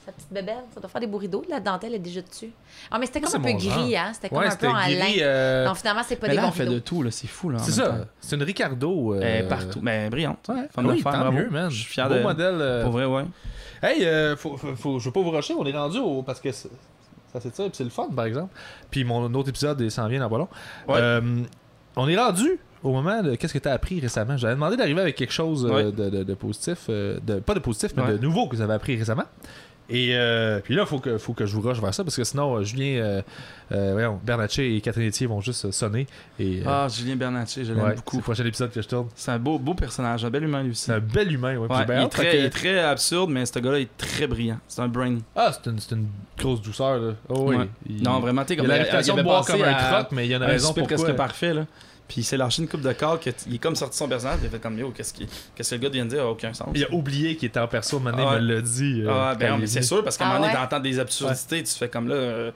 C: Sa petite bébelle, ça doit faire des beaux rideaux. La dentelle est déjà dessus. Ah, mais c'était comme
B: C'est
C: un peu
B: mon
C: gris,
B: genre.
C: hein? C'était comme
B: Ouais,
C: un
B: c'était
C: peu en
B: gris.
C: lin.
B: euh,
C: Non, finalement, c'est pas
A: Mais
C: des
A: là,
C: bons
A: on fait de
C: rideaux.
A: tout, là, c'est fou, là. en
B: C'est
A: même temps.
B: ça. C'est une Ricardo. euh,
A: Elle est partout, mais brillante.
B: Ouais,
A: Femme
B: oui,
A: d'affaires,
B: tant
A: bravo.
B: mieux, man.
A: Je suis fier
B: Beau
A: de-
B: modèle. euh,
A: Pour vrai, ouais.
B: Hey, euh, faut, faut, faut- je veux pas vous rusher, on est rendu au. Parce que c'est- ça c'est ça, puis c'est le fun, par exemple. Puis mon autre épisode il s'en vient dans pas long.
A: Ouais.
B: Euh, on est rendu au moment de qu'est-ce que t'as appris récemment. J'avais demandé d'arriver avec quelque chose euh,
A: Ouais.
B: de, de- de positif, euh, de, pas de positif, mais
A: Ouais.
B: de nouveau que vous avez appris récemment. Et euh, puis là, faut que, faut que je vous rush vers ça, parce que sinon, euh, Julien, euh, euh, voyons, Bernatchez et Catherine Etier vont juste euh, sonner. Et, euh,
A: Ah, Julien Bernatchez, je l'aime
B: ouais, c'est
A: beaucoup.
B: le prochain épisode que je tourne.
A: C'est un beau, beau personnage, un bel humain lui aussi.
B: C'est un bel humain, ouais. puis
A: Ouais,
B: j'ai bien
A: il, est
B: hâte, fait
A: très,
B: que-
A: il est très absurde, mais ce gars-là est très brillant. C'est un brain.
B: Ah, c'est une, c'est une grosse douceur, là. Oh, oui.
A: Ouais.
B: Il-
A: Non, vraiment, t'es
B: Il a
A: comme
B: la réputation de boire comme un croc, mais il y a une
A: Un
B: raison
A: souper
B: pourquoi.
A: presque parfait, là. Puis il s'est lâché une coupe de corps, que t- il est comme sorti de son personnage, il a fait comme yo, qu'est-ce qui- qu'est-ce que le gars vient de dire, a aucun sens.
B: Il a oublié qu'il était en perso, maintenant
A: Ah ouais.
B: il me l'a dit. euh,
A: Ah,
B: quand
A: ben non,
B: il
A: mais
B: est
A: c'est
B: venu.
A: sûr, parce qu'à un
C: Ah
A: moment donné,
C: ouais?
A: t'entends des absurdités, tu fais comme là, euh,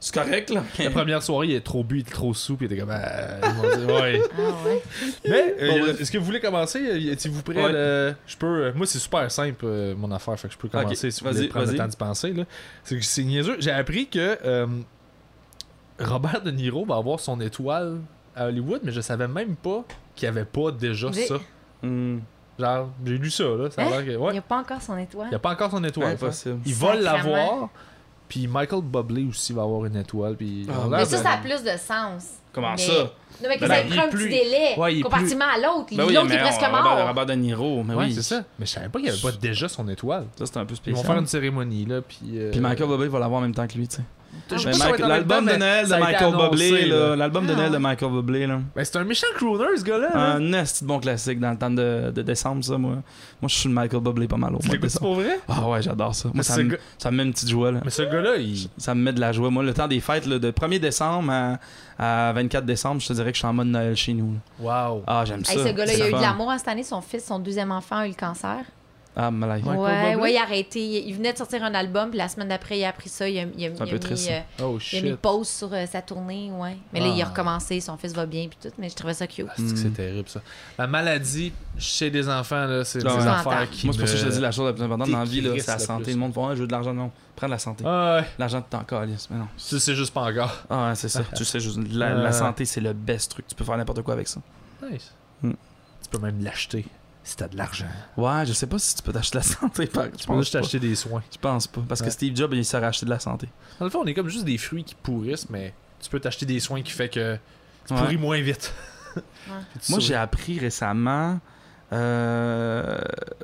A: c'est correct, là.
B: La
A: [laughs]
B: première soirée, il est trop bu, il est trop sous, puis il était comme. Ah, ils m'ont dit, ouais.
C: Ah, ouais.
B: [laughs] Mais, euh,
A: Bon,
B: y a-
A: bref.
B: est-ce que vous voulez commencer Euh, Êtes-vous prêt
A: Ouais.
B: le- Je peux. euh, Moi, c'est super simple, euh, mon affaire, fait que je peux commencer si vous voulez
A: vas-y,
B: prendre le
A: vas-y.
B: temps d'y penser. là. C'est que c'est niaiseux. J'ai appris que euh, Robert De Niro va avoir son étoile à Hollywood, mais je savais même pas qu'il n'y avait pas déjà
C: J'ai-
B: ça.
A: Hum,
B: Genre, j'ai lu ça, là. Ça a
C: Hein?
B: l'air que.
C: Il
B: Ouais.
C: n'y a pas encore son
B: Il
C: étoile.
B: n'y a pas encore son étoile. ça.
A: impossible.
B: Ils veulent
C: Sacrément.
B: l'avoir. Puis Michael Bublé aussi va avoir une étoile. Puis
A: Ah,
B: on
A: a-
C: Mais ça,
B: l'air
C: ça a plus de sens.
A: Comment
C: Mais-
A: ça
C: Non, mais qu'ils
A: Ben,
C: aient
A: il
C: pris
B: est
C: un
B: plus-
C: petit délai,
B: Ouais, il est plus-
C: compartiment à l'autre.
A: Ben oui,
C: l'autre
A: mais
C: est presque
A: on- Robert,
C: mort.
A: Robert De Niro, mais
B: de- Ouais,
A: oui.
B: c'est ça. Mais je savais pas qu'il n'y avait pas déjà son étoile.
A: Ça, c'est un peu
B: Ils
A: spécial.
B: vont faire une cérémonie, là. Puis, euh,
A: Puis Michael Bublé va l'avoir en même temps que lui, tu sais.
B: je sais
A: Mais
B: pas si ça va
A: Mike-
B: être en même
A: L'album
B: temps,
A: de
B: mais
A: Noël de
B: ça a été
A: Michael
B: annoncé,
A: Bublé,
B: là.
A: là, l'album de
C: Ah.
A: Noël de Michael Bublé, là.
B: Ben, c'est un méchant crooner, ce gars-là. hein. là.
A: Un esti de bon classique dans le temps de, de décembre, ça, moi. Moi, je suis le Michael Bublé pas mal au
B: Tu
A: mois de
B: l'écoutes, c'est
A: décembre.
B: pour vrai?
A: Ah ouais, j'adore ça.
B: Mais
A: Moi, ça
B: ce
A: me,
B: gars-
A: ça me met une petite joie, là.
B: Mais ce gars-là, il.
A: Ça me met de la joie. Moi, le temps des fêtes, là, de 1er décembre à, à 24 décembre, je te dirais que je suis en mode Noël chez nous. là.
B: Wow.
A: Ah, j'aime ça.
C: Hey, ce gars-là,
A: C'est
C: il a eu
A: fun.
C: de l'amour hein, cette année. Son fils, son deuxième enfant, a eu le cancer.
A: Ah, malaise.
B: Michael
C: ouais,
B: Bublé?
C: ouais, il a arrêté. Il il venait de sortir un album, puis la semaine d'après, il a pris ça. Il a, il a- il a
A: peu
C: mis,
A: triste,
C: euh,
B: Oh
C: il a mis
B: shit.
C: pause sur euh, sa tournée, ouais. Mais là, il a
B: Ah.
C: recommencé, son fils va bien, puis tout. Mais je trouvais ça cute.
B: Ah, c'est que
A: Hmm.
B: C'est terrible, ça. La maladie chez les enfants, là, c'est des
A: Ah ouais.
B: affaires qui.
A: Moi, c'est pour ça que je
B: me-
A: te dis la chose la plus importante dans la vie, là,
B: Décrisse
A: c'est la
B: le
A: santé.
B: plus.
A: Le monde va, ah, je veux de l'argent. Non, prends de la santé.
B: Ah ouais.
A: L'argent, tu t'en calisses, mais non.
B: Tu sais juste pas encore.
A: Ah, ouais,
B: [laughs]
A: c'est ça. tu sais, juste, la,
B: Euh.
A: la santé, c'est le best truc. Tu peux faire n'importe quoi avec ça.
B: Nice.
A: Hmm.
B: Tu peux même l'acheter si t'as de l'argent.
A: Ouais, je sais pas si tu peux t'acheter de la santé. Par... Hmm. Je
B: Tu peux
A: pense
B: juste
A: pas.
B: acheter des soins.
A: Je pense pas. Parce
B: Ouais.
A: que Steve Jobs, il s'est racheté de la santé.
B: Dans le fond, on est comme juste des fruits qui pourrissent, mais tu peux t'acheter des soins qui fait que tu
A: Ouais.
B: pourris moins vite.
C: Ouais.
B: [laughs] Puis tu
A: Moi,
B: souris.
A: j'ai appris récemment. euh,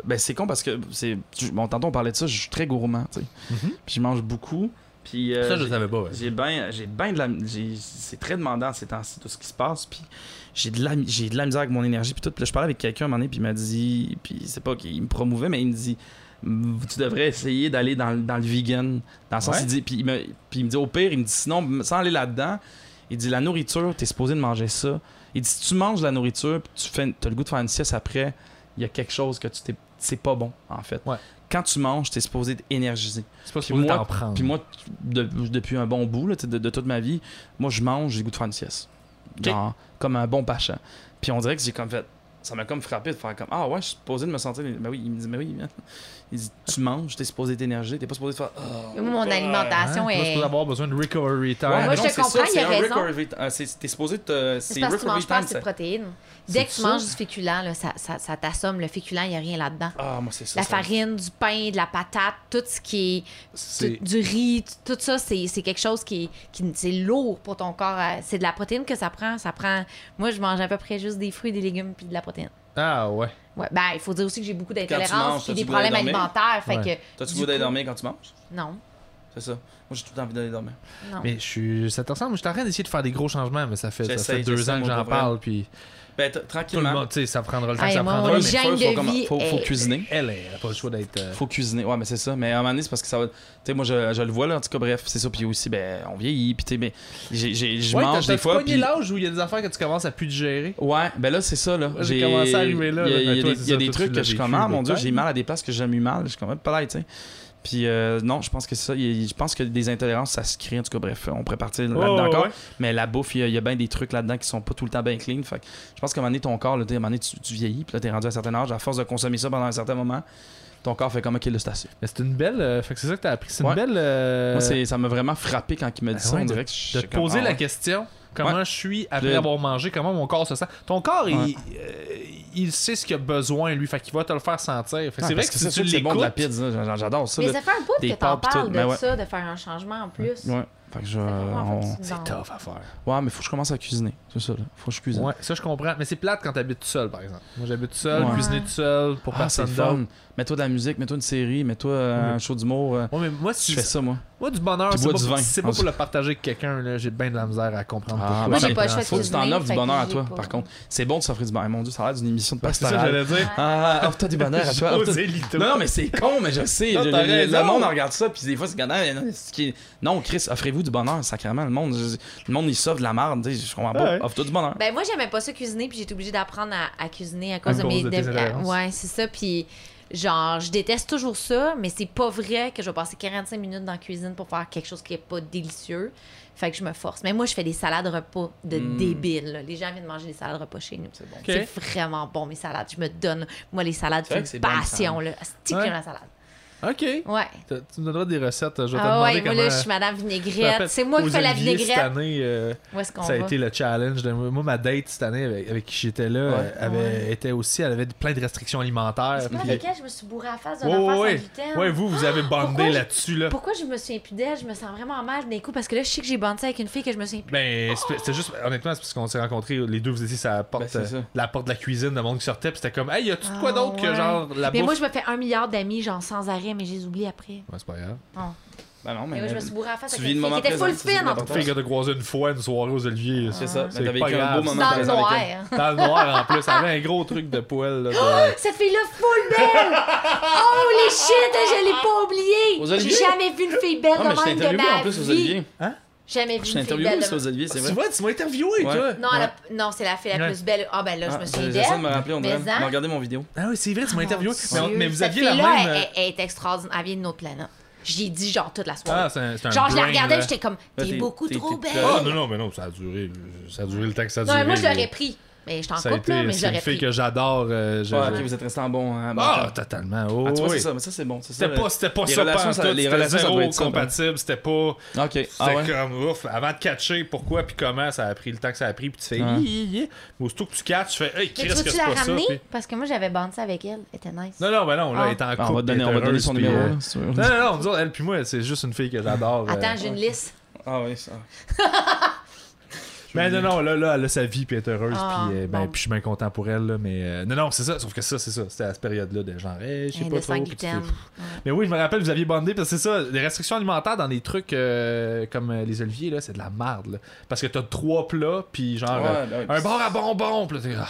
A: Ben, c'est con parce que. c'est tu- Bon, tantôt, on parlait de ça, je suis très gourmand, tu sais.
B: Mhm.
A: Puis je mange beaucoup. Puis, euh,
B: ça, je
A: j'ai-
B: savais pas. ouais.
A: J'ai bien j'ai ben de la j'ai- c'est très demandant ces temps-ci tout ce qui se passe puis j'ai de la mi- j'ai de la misère avec mon énergie puis tout puis là, je parlais avec quelqu'un un moment donné puis il m'a dit puis c'est pas qu'il me promouvait mais il me dit Mm, tu devrais essayer d'aller dans, le- dans le vegan dans le sens
B: Ouais.
A: il dit puis il me puis il me dit au pire il me dit sinon m- sans aller là-dedans il dit la nourriture t'es supposé de manger ça il dit si tu manges de la nourriture puis tu fais t'as le goût de faire une sieste après il y a quelque chose que tu t'es c'est pas bon en fait
B: Ouais.
A: quand tu manges t'es supposé être énergisé
B: C'est pas
A: puis
B: supposé
A: moi-
B: t'en prendre.
A: puis moi, t- de- depuis un bon bout, là, tu sais, de, de toute ma vie, moi, je mange, j'ai le goût de faire une sieste.
B: Ok.
A: Genre, comme un bon pachan. Puis on dirait que j'ai comme fait. Ça m'a comme frappé de faire comme Ah ouais, je suis supposé de me sentir. Ben oui, il me dit, mais oui, man. Il dit,
B: [laughs]
A: tu manges, t'es supposé être énergé, t'es pas supposé de faire. Ah,
C: Moi, mon
A: ouais.
B: Hein?
C: alimentation
B: T'es pas
C: est.
B: supposé avoir besoin de recovery time.
A: Ouais,
C: moi,
A: mais
C: je
A: non,
C: te
A: c'est
C: comprends,
A: ça,
C: il
A: c'est
C: a
A: un
C: raison.
A: recovery t- euh, c'est- T'es supposé te.
C: C'est
A: C'est
C: parce que tu
A: recovery
C: manges pas
A: time.
C: assez
A: ça.
C: de protéines. Dès que
A: C'est
C: tu
A: ça?
C: manges du féculent, là, ça, ça, ça t'assomme. Le féculent, il n'y a rien là-dedans.
A: Ah, moi, c'est ça.
C: La
A: ça.
C: farine, du pain, de la patate, tout ce qui est
B: C'est-
C: du riz, t- tout ça, c'est c'est quelque chose qui, est- qui c'est lourd pour ton corps. euh, C'est de la protéine que ça prend. Ça prend. Moi, je mange à peu près juste des fruits, des légumes puis de la protéine.
B: Ah ouais.
C: Ouais, ben, il faut dire aussi que j'ai beaucoup
A: manges,
C: d'intolérances
A: t'as
C: et des
A: du goût d'aller
C: problèmes
A: dormir?
C: alimentaires. Fait
B: Ouais.
C: que.
A: T'as-tu
C: du
A: goût d'aller
C: coup-
A: dormir quand tu manges
C: Non.
A: C'est ça. Moi, j'ai tout le temps envie d'aller dormir.
C: non.
B: Mais je suis. Ça te ressemble. Je suis en train d'essayer de faire des gros changements, mais ça fait, ça
A: J'essaie,
B: fait deux
A: j'essaie,
B: ans que
A: moi,
B: j'en
A: pour vrai.
B: parle. Puis
A: Ben, t-
B: tout le
A: tranquillement.
B: monde, tu sais, ça prendra le temps
C: Hey,
B: que ça
C: moi,
B: prendra.
A: Ouais,
C: les
A: mais
B: mais
C: gens-
A: faut-
C: Hygiène
A: faut
C: de
A: comment-
C: vie
A: faut- faut
C: est-
A: cuisiner.
B: Elle, elle a pas le choix d'être. euh,
A: faut cuisiner. Ouais, mais c'est ça. Mais à un moment donné, c'est parce que ça va. Tu sais, moi, je, je le vois, là. En tout cas, bref, c'est ça. Puis aussi, ben, on vieillit. Puis, tu sais, ben, j'ai- j'ai- je
B: Ouais,
A: mange
B: t'as-
A: des
B: t'as-tu
A: fois.
B: pogné
A: puis-
B: l'âge où il y a des affaires que tu commences à plus digérer.
A: Ouais, ben là, c'est ça, là.
B: Moi, j'ai commencé à arriver là,
A: Il y a,
B: là. ben,
A: il y a
B: Toi,
A: des,
B: c'est
A: il y a
B: ça,
A: des
B: toi, tu
A: trucs
B: l'as
A: que je
B: vécu,
A: comme, ah, mon
B: l'autre
A: Dieu,
B: time.
A: j'ai mal à des places que j'ai jamais eu mal. Je suis comme, peut-être, tu sais. Puis, euh, non, je pense que ça. il y a- je pense que des intolérances, ça se crée. En tout cas, bref, on pourrait partir là-dedans
B: Ouais, ouais,
A: encore.
B: Oh, ouais.
A: Mais la bouffe, il y a, il y a bien des trucs là-dedans qui sont pas tout le temps bien clean. Fait que je pense qu'à un moment donné, ton corps, là, tu sais, à un moment donné, tu, tu vieillis. Puis là, t'es rendu à un certain âge. À force de consommer ça pendant un certain moment, ton corps fait comme, ok, là, c'est assez.
B: Mais c'est une belle. euh, fait que c'est ça que t'as appris. C'est
A: Ouais.
B: une belle. euh,
A: Moi, c'est- ça m'a vraiment frappé quand il m'a dit
B: Ah
A: ça.
B: ouais,
A: on dirait que je
B: de
A: j'étais
B: te
A: comme,
B: poser
A: ah
B: la
A: ouais.
B: question comment je suis après
A: Je-
B: avoir mangé comment mon corps se sent ton corps
A: Ouais.
B: il, euh, il sait ce qu'il a besoin lui fait qu'il va te le faire sentir Fait que
A: Ouais,
B: c'est vrai
A: parce
B: que,
A: ça,
B: si tu
A: ça, c'est bon de la
B: l'écoutes
A: pizza. J'en- J'adore ça.
C: Mais
A: là.
C: ça fait un bout
A: des
C: que t'en
A: pâtes pis tout,
C: parles de
A: mais ouais.
C: ça, de faire un changement en plus.
A: Ouais. Fait que je.
C: Ça fait vraiment
A: on-
C: un peu
B: c'est
C: bizarre.
B: tough à faire
A: Ouais, mais faut que je commence à cuisiner. C'est ça, là. Faut que je cuisine.
B: ouais ça je comprends mais c'est plate quand t'habites tout seul par exemple moi j'habite tout seul
A: Ouais.
B: cuisiner tout seul pour
A: Ah, c'est
B: personne
A: le
B: d'autre
A: fun. Mets-toi de la musique, mets-toi une série, mets-toi euh,
B: Ouais.
A: un show d'humour. euh,
B: Ouais, mais moi, si
A: Je fais ça, moi.
B: moi du bonheur
A: Puis
B: c'est
A: bois
B: pas,
A: du
B: pour-
A: vin.
B: c'est pas pour le partager avec quelqu'un là, j'ai bien de la misère à comprendre
A: Ah,
B: pourquoi
A: moi,
B: ça
A: j'ai
B: prend
C: pas le choix de
B: ça.
A: Faut que tu t'en
C: cuisiner,
A: offres du
C: fait
A: bonheur
C: que
A: à
C: j'ai
A: toi,
C: pas-
A: par contre. C'est bon de s'offrir du bonheur. Mon Dieu, ça a l'air d'une émission de
B: c'est ça que
A: pastorale.
B: j'allais dire
A: Ah, offre-toi du bonheur à
B: [laughs]
A: toi. offre-toi-
B: Osez Lito.
A: Non, non, mais c'est con, mais je sais.
B: Non,
A: je-
B: t'as
A: je- le,
B: raison.
A: monde en regarde ça, puis des fois, c'est comme, Ah, non, c'est qui- non, Chris, offrez-vous du bonheur, sacrément. Le monde, je- le monde il sauve de la merde. tu sais, Je comprends pas.
B: Ouais.
A: Offre-toi du bonheur.
C: Ben moi j'aimais pas ça cuisiner puis j'ai été obligée d'apprendre à, à cuisiner à cause de
B: cause
C: mes
B: de tes
C: dé-
B: intolérances.
C: ouais, c'est ça puis genre je déteste toujours ça mais c'est pas vrai que je vais passer 45 minutes dans la cuisine pour faire quelque chose qui est pas délicieux. Fait que je me force. Mais moi je fais des salades repas de
A: Mm.
C: débiles. là. Les gens viennent manger des salades repas chez nous.
A: C'est bon.
B: Ok.
C: C'est vraiment bon mes salades. Je me donne moi les salades
A: C'est vrai que
C: c'est
A: c'est
C: une
A: bon, les
C: passion là, Asti,
B: Ouais.
C: j'aime la salade.
B: ok
C: Ouais.
B: T'as- tu me donneras des recettes je vais te
C: Ah
B: demander
C: ouais, moi
B: comment
C: là, je suis madame vinaigrette. C'est moi qui
B: Aux
C: fais la
B: Olivier, Cette
C: vinaigrette.
B: année, euh,
C: Où est-ce qu'on
B: ça a
C: va?
B: été le challenge. de- moi, ma date cette année avec, avec qui j'étais là,
A: Ouais.
B: elle avait, était aussi, elle avait plein de restrictions alimentaires.
C: C'est pas
B: puis-
C: avec elle, je me suis bourrée à la face d'une
B: Ouais,
C: affaire
B: ouais,
C: sans
B: ouais.
C: gluten.
B: Ouais, vous, vous avez
C: pourquoi
B: bandé
C: j'ai-
B: là-dessus. Là.
C: Pourquoi je me souviens plus d'elle? Je me sens vraiment mal d'un coup parce que là, je sais que j'ai bandé avec une fille que je me souviens plus.
B: Ben, c'est- c'était juste, honnêtement, c'est parce qu'on s'est rencontrés, les deux, vous étiez sur la
A: Ben,
B: porte,
A: c'est
B: euh,
A: ça.
B: la porte de la cuisine, le monde qui sortait, puis c'était comme, hey, y a-tu de
C: Ah,
B: quoi d'autre que
C: ouais.
B: genre la
C: Mais
B: bouffe?
C: moi, je me fais un milliard d'amis, genre sans arrêt, mais je les oublie après.
B: Ouais, c'est pas grave.
C: Non.
A: Ben non,
C: Mais
A: mais.
C: moi, je me suis bourrée à la face
A: tu
C: avec
A: vis le
C: une fille
A: moment
C: qui était full
A: présent, c'est
C: fine.
A: ça qui est
C: en tout
A: important.
C: cas.
B: Fille que t'as croisé une fois, une soirée aux Oliviers.
A: C'est ça.
B: C'est
A: Mais t'as
B: pas
A: vécu un
B: grave.
A: beau moment
C: Dans le
A: présent avec
C: noir.
A: elle.
B: Dans le noir en plus, elle avait un gros truc de poêle. Là, de-
C: Cette fille-là, full belle! Oh, les shit, je l'ai pas
A: Aux
C: oubliée!
A: Oliviers?
C: J'ai jamais vu une fille belle
A: Non, Ah, mais je t'ai
C: de même de
A: interviewé
C: ma
A: en plus aux
C: vie.
A: Oliviers.
C: Jamais
A: Je t'ai
C: vu une fille
A: interviewé
C: belle de
A: aussi
C: même.
A: aux Oliviers, c'est
B: tu
A: vrai.
B: vois, tu m'as interviewé,
A: Ouais.
B: toi.
C: Non, elle a- non, c'est la fille la
B: Ouais.
C: plus belle. Ah, ben là, je me
A: Ah,
C: souviens
A: J'essaie de me
C: d'elle.
A: rappeler, on
C: mais
A: dirait.
C: en-
A: Regardez mon vidéo.
B: Ah oui, c'est vrai, tu m'as interviewé.
C: Mon
B: Mais, on-
C: Dieu,
B: mais vous
C: cette
B: aviez la
C: fille-là,
B: même. euh,
C: Elle, elle- elle est extraordinaire. Elle vient de notre planète. J'y ai dit, genre, toute la soirée.
B: Ah, c'est un, c'est un
C: genre, je la
B: brain,
C: regardais,
B: là.
C: j'étais comme,
A: Là,
C: t'es
A: t'es-
C: beaucoup
A: t'es-
C: trop
A: t'es-
C: belle.
B: Ah, non, non, mais non, ça a duré. euh, Ça a duré le temps que ça a
C: Non,
B: duré.
C: mais moi, je
B: là.
C: l'aurais pris. Mais je t'en
B: Ça a
C: couple,
B: été.
C: là, mais je
B: C'est une
C: l'aurais
B: fille
C: pris.
B: que j'adore. euh, je-
A: Ouais, Ah, ok, vous êtes resté en bon. hein, bon
B: Ah,
A: temps.
B: totalement. Oh,
A: Ah, tu vois,
B: oui.
A: c'est ça, mais ça, c'est bon. c'est ça,
B: C'était
A: le-
B: pas, c'était pas
A: les
B: ça,
A: relations,
B: pantoute,
A: ça- les
B: c'était
A: relations, ça
B: zéro
A: doit être ça, ben.
B: compatible, c'était pas,
A: Ok. Ah
B: c'était
A: ouais.
B: comme ouf, avant de catcher pourquoi, puis comment, ça a pris le temps que ça a pris, puis tu fais,
A: Ouais.
B: hi, hi, hi. mais aussitôt que tu catches, tu fais, hey,
C: Mais
B: Chris,
C: tu
B: que
C: veux-tu
B: c'est
C: la
B: pas ça,
C: ramener?
B: puis-
C: Parce que moi, j'avais bandé avec elle. Elle était nice.
B: Non, non, ben non, là,
C: Ah.
B: elle est en
A: Ah,
B: couple.
A: on va te donner, on va te donner son
B: puis,
A: numéro. hein,
B: euh,
A: là, si tu veux.
B: Non, [laughs] non, non, nous autres, elle puis moi, c'est juste une fille que j'adore. euh,
A: [laughs]
C: Attends, j'ai une liste.
A: Ah oui, ça.
B: Mais Ben non, non, là, là, elle a sa vie, puis elle est heureuse,
C: Ah,
B: puis euh, ben,
C: bon.
B: puis je suis bien content pour elle, là, mais... euh, non, non, c'est ça, sauf que ça, c'est ça, c'était à cette période-là de genre, hey, je sais
C: Hein,
B: pas
C: de
B: trop... puis tu
C: sanglitaine.
B: fais- Mais oui, je me rappelle, vous aviez bandé, parce que c'est ça, les restrictions alimentaires dans des trucs euh, comme euh, les oliviers, là, c'est de la merde, là. Parce que t'as trois plats, puis genre... euh,
A: ah, Ouais, ouais,
B: un
A: pis-
B: bar à bonbons, puis là, t'es... ah,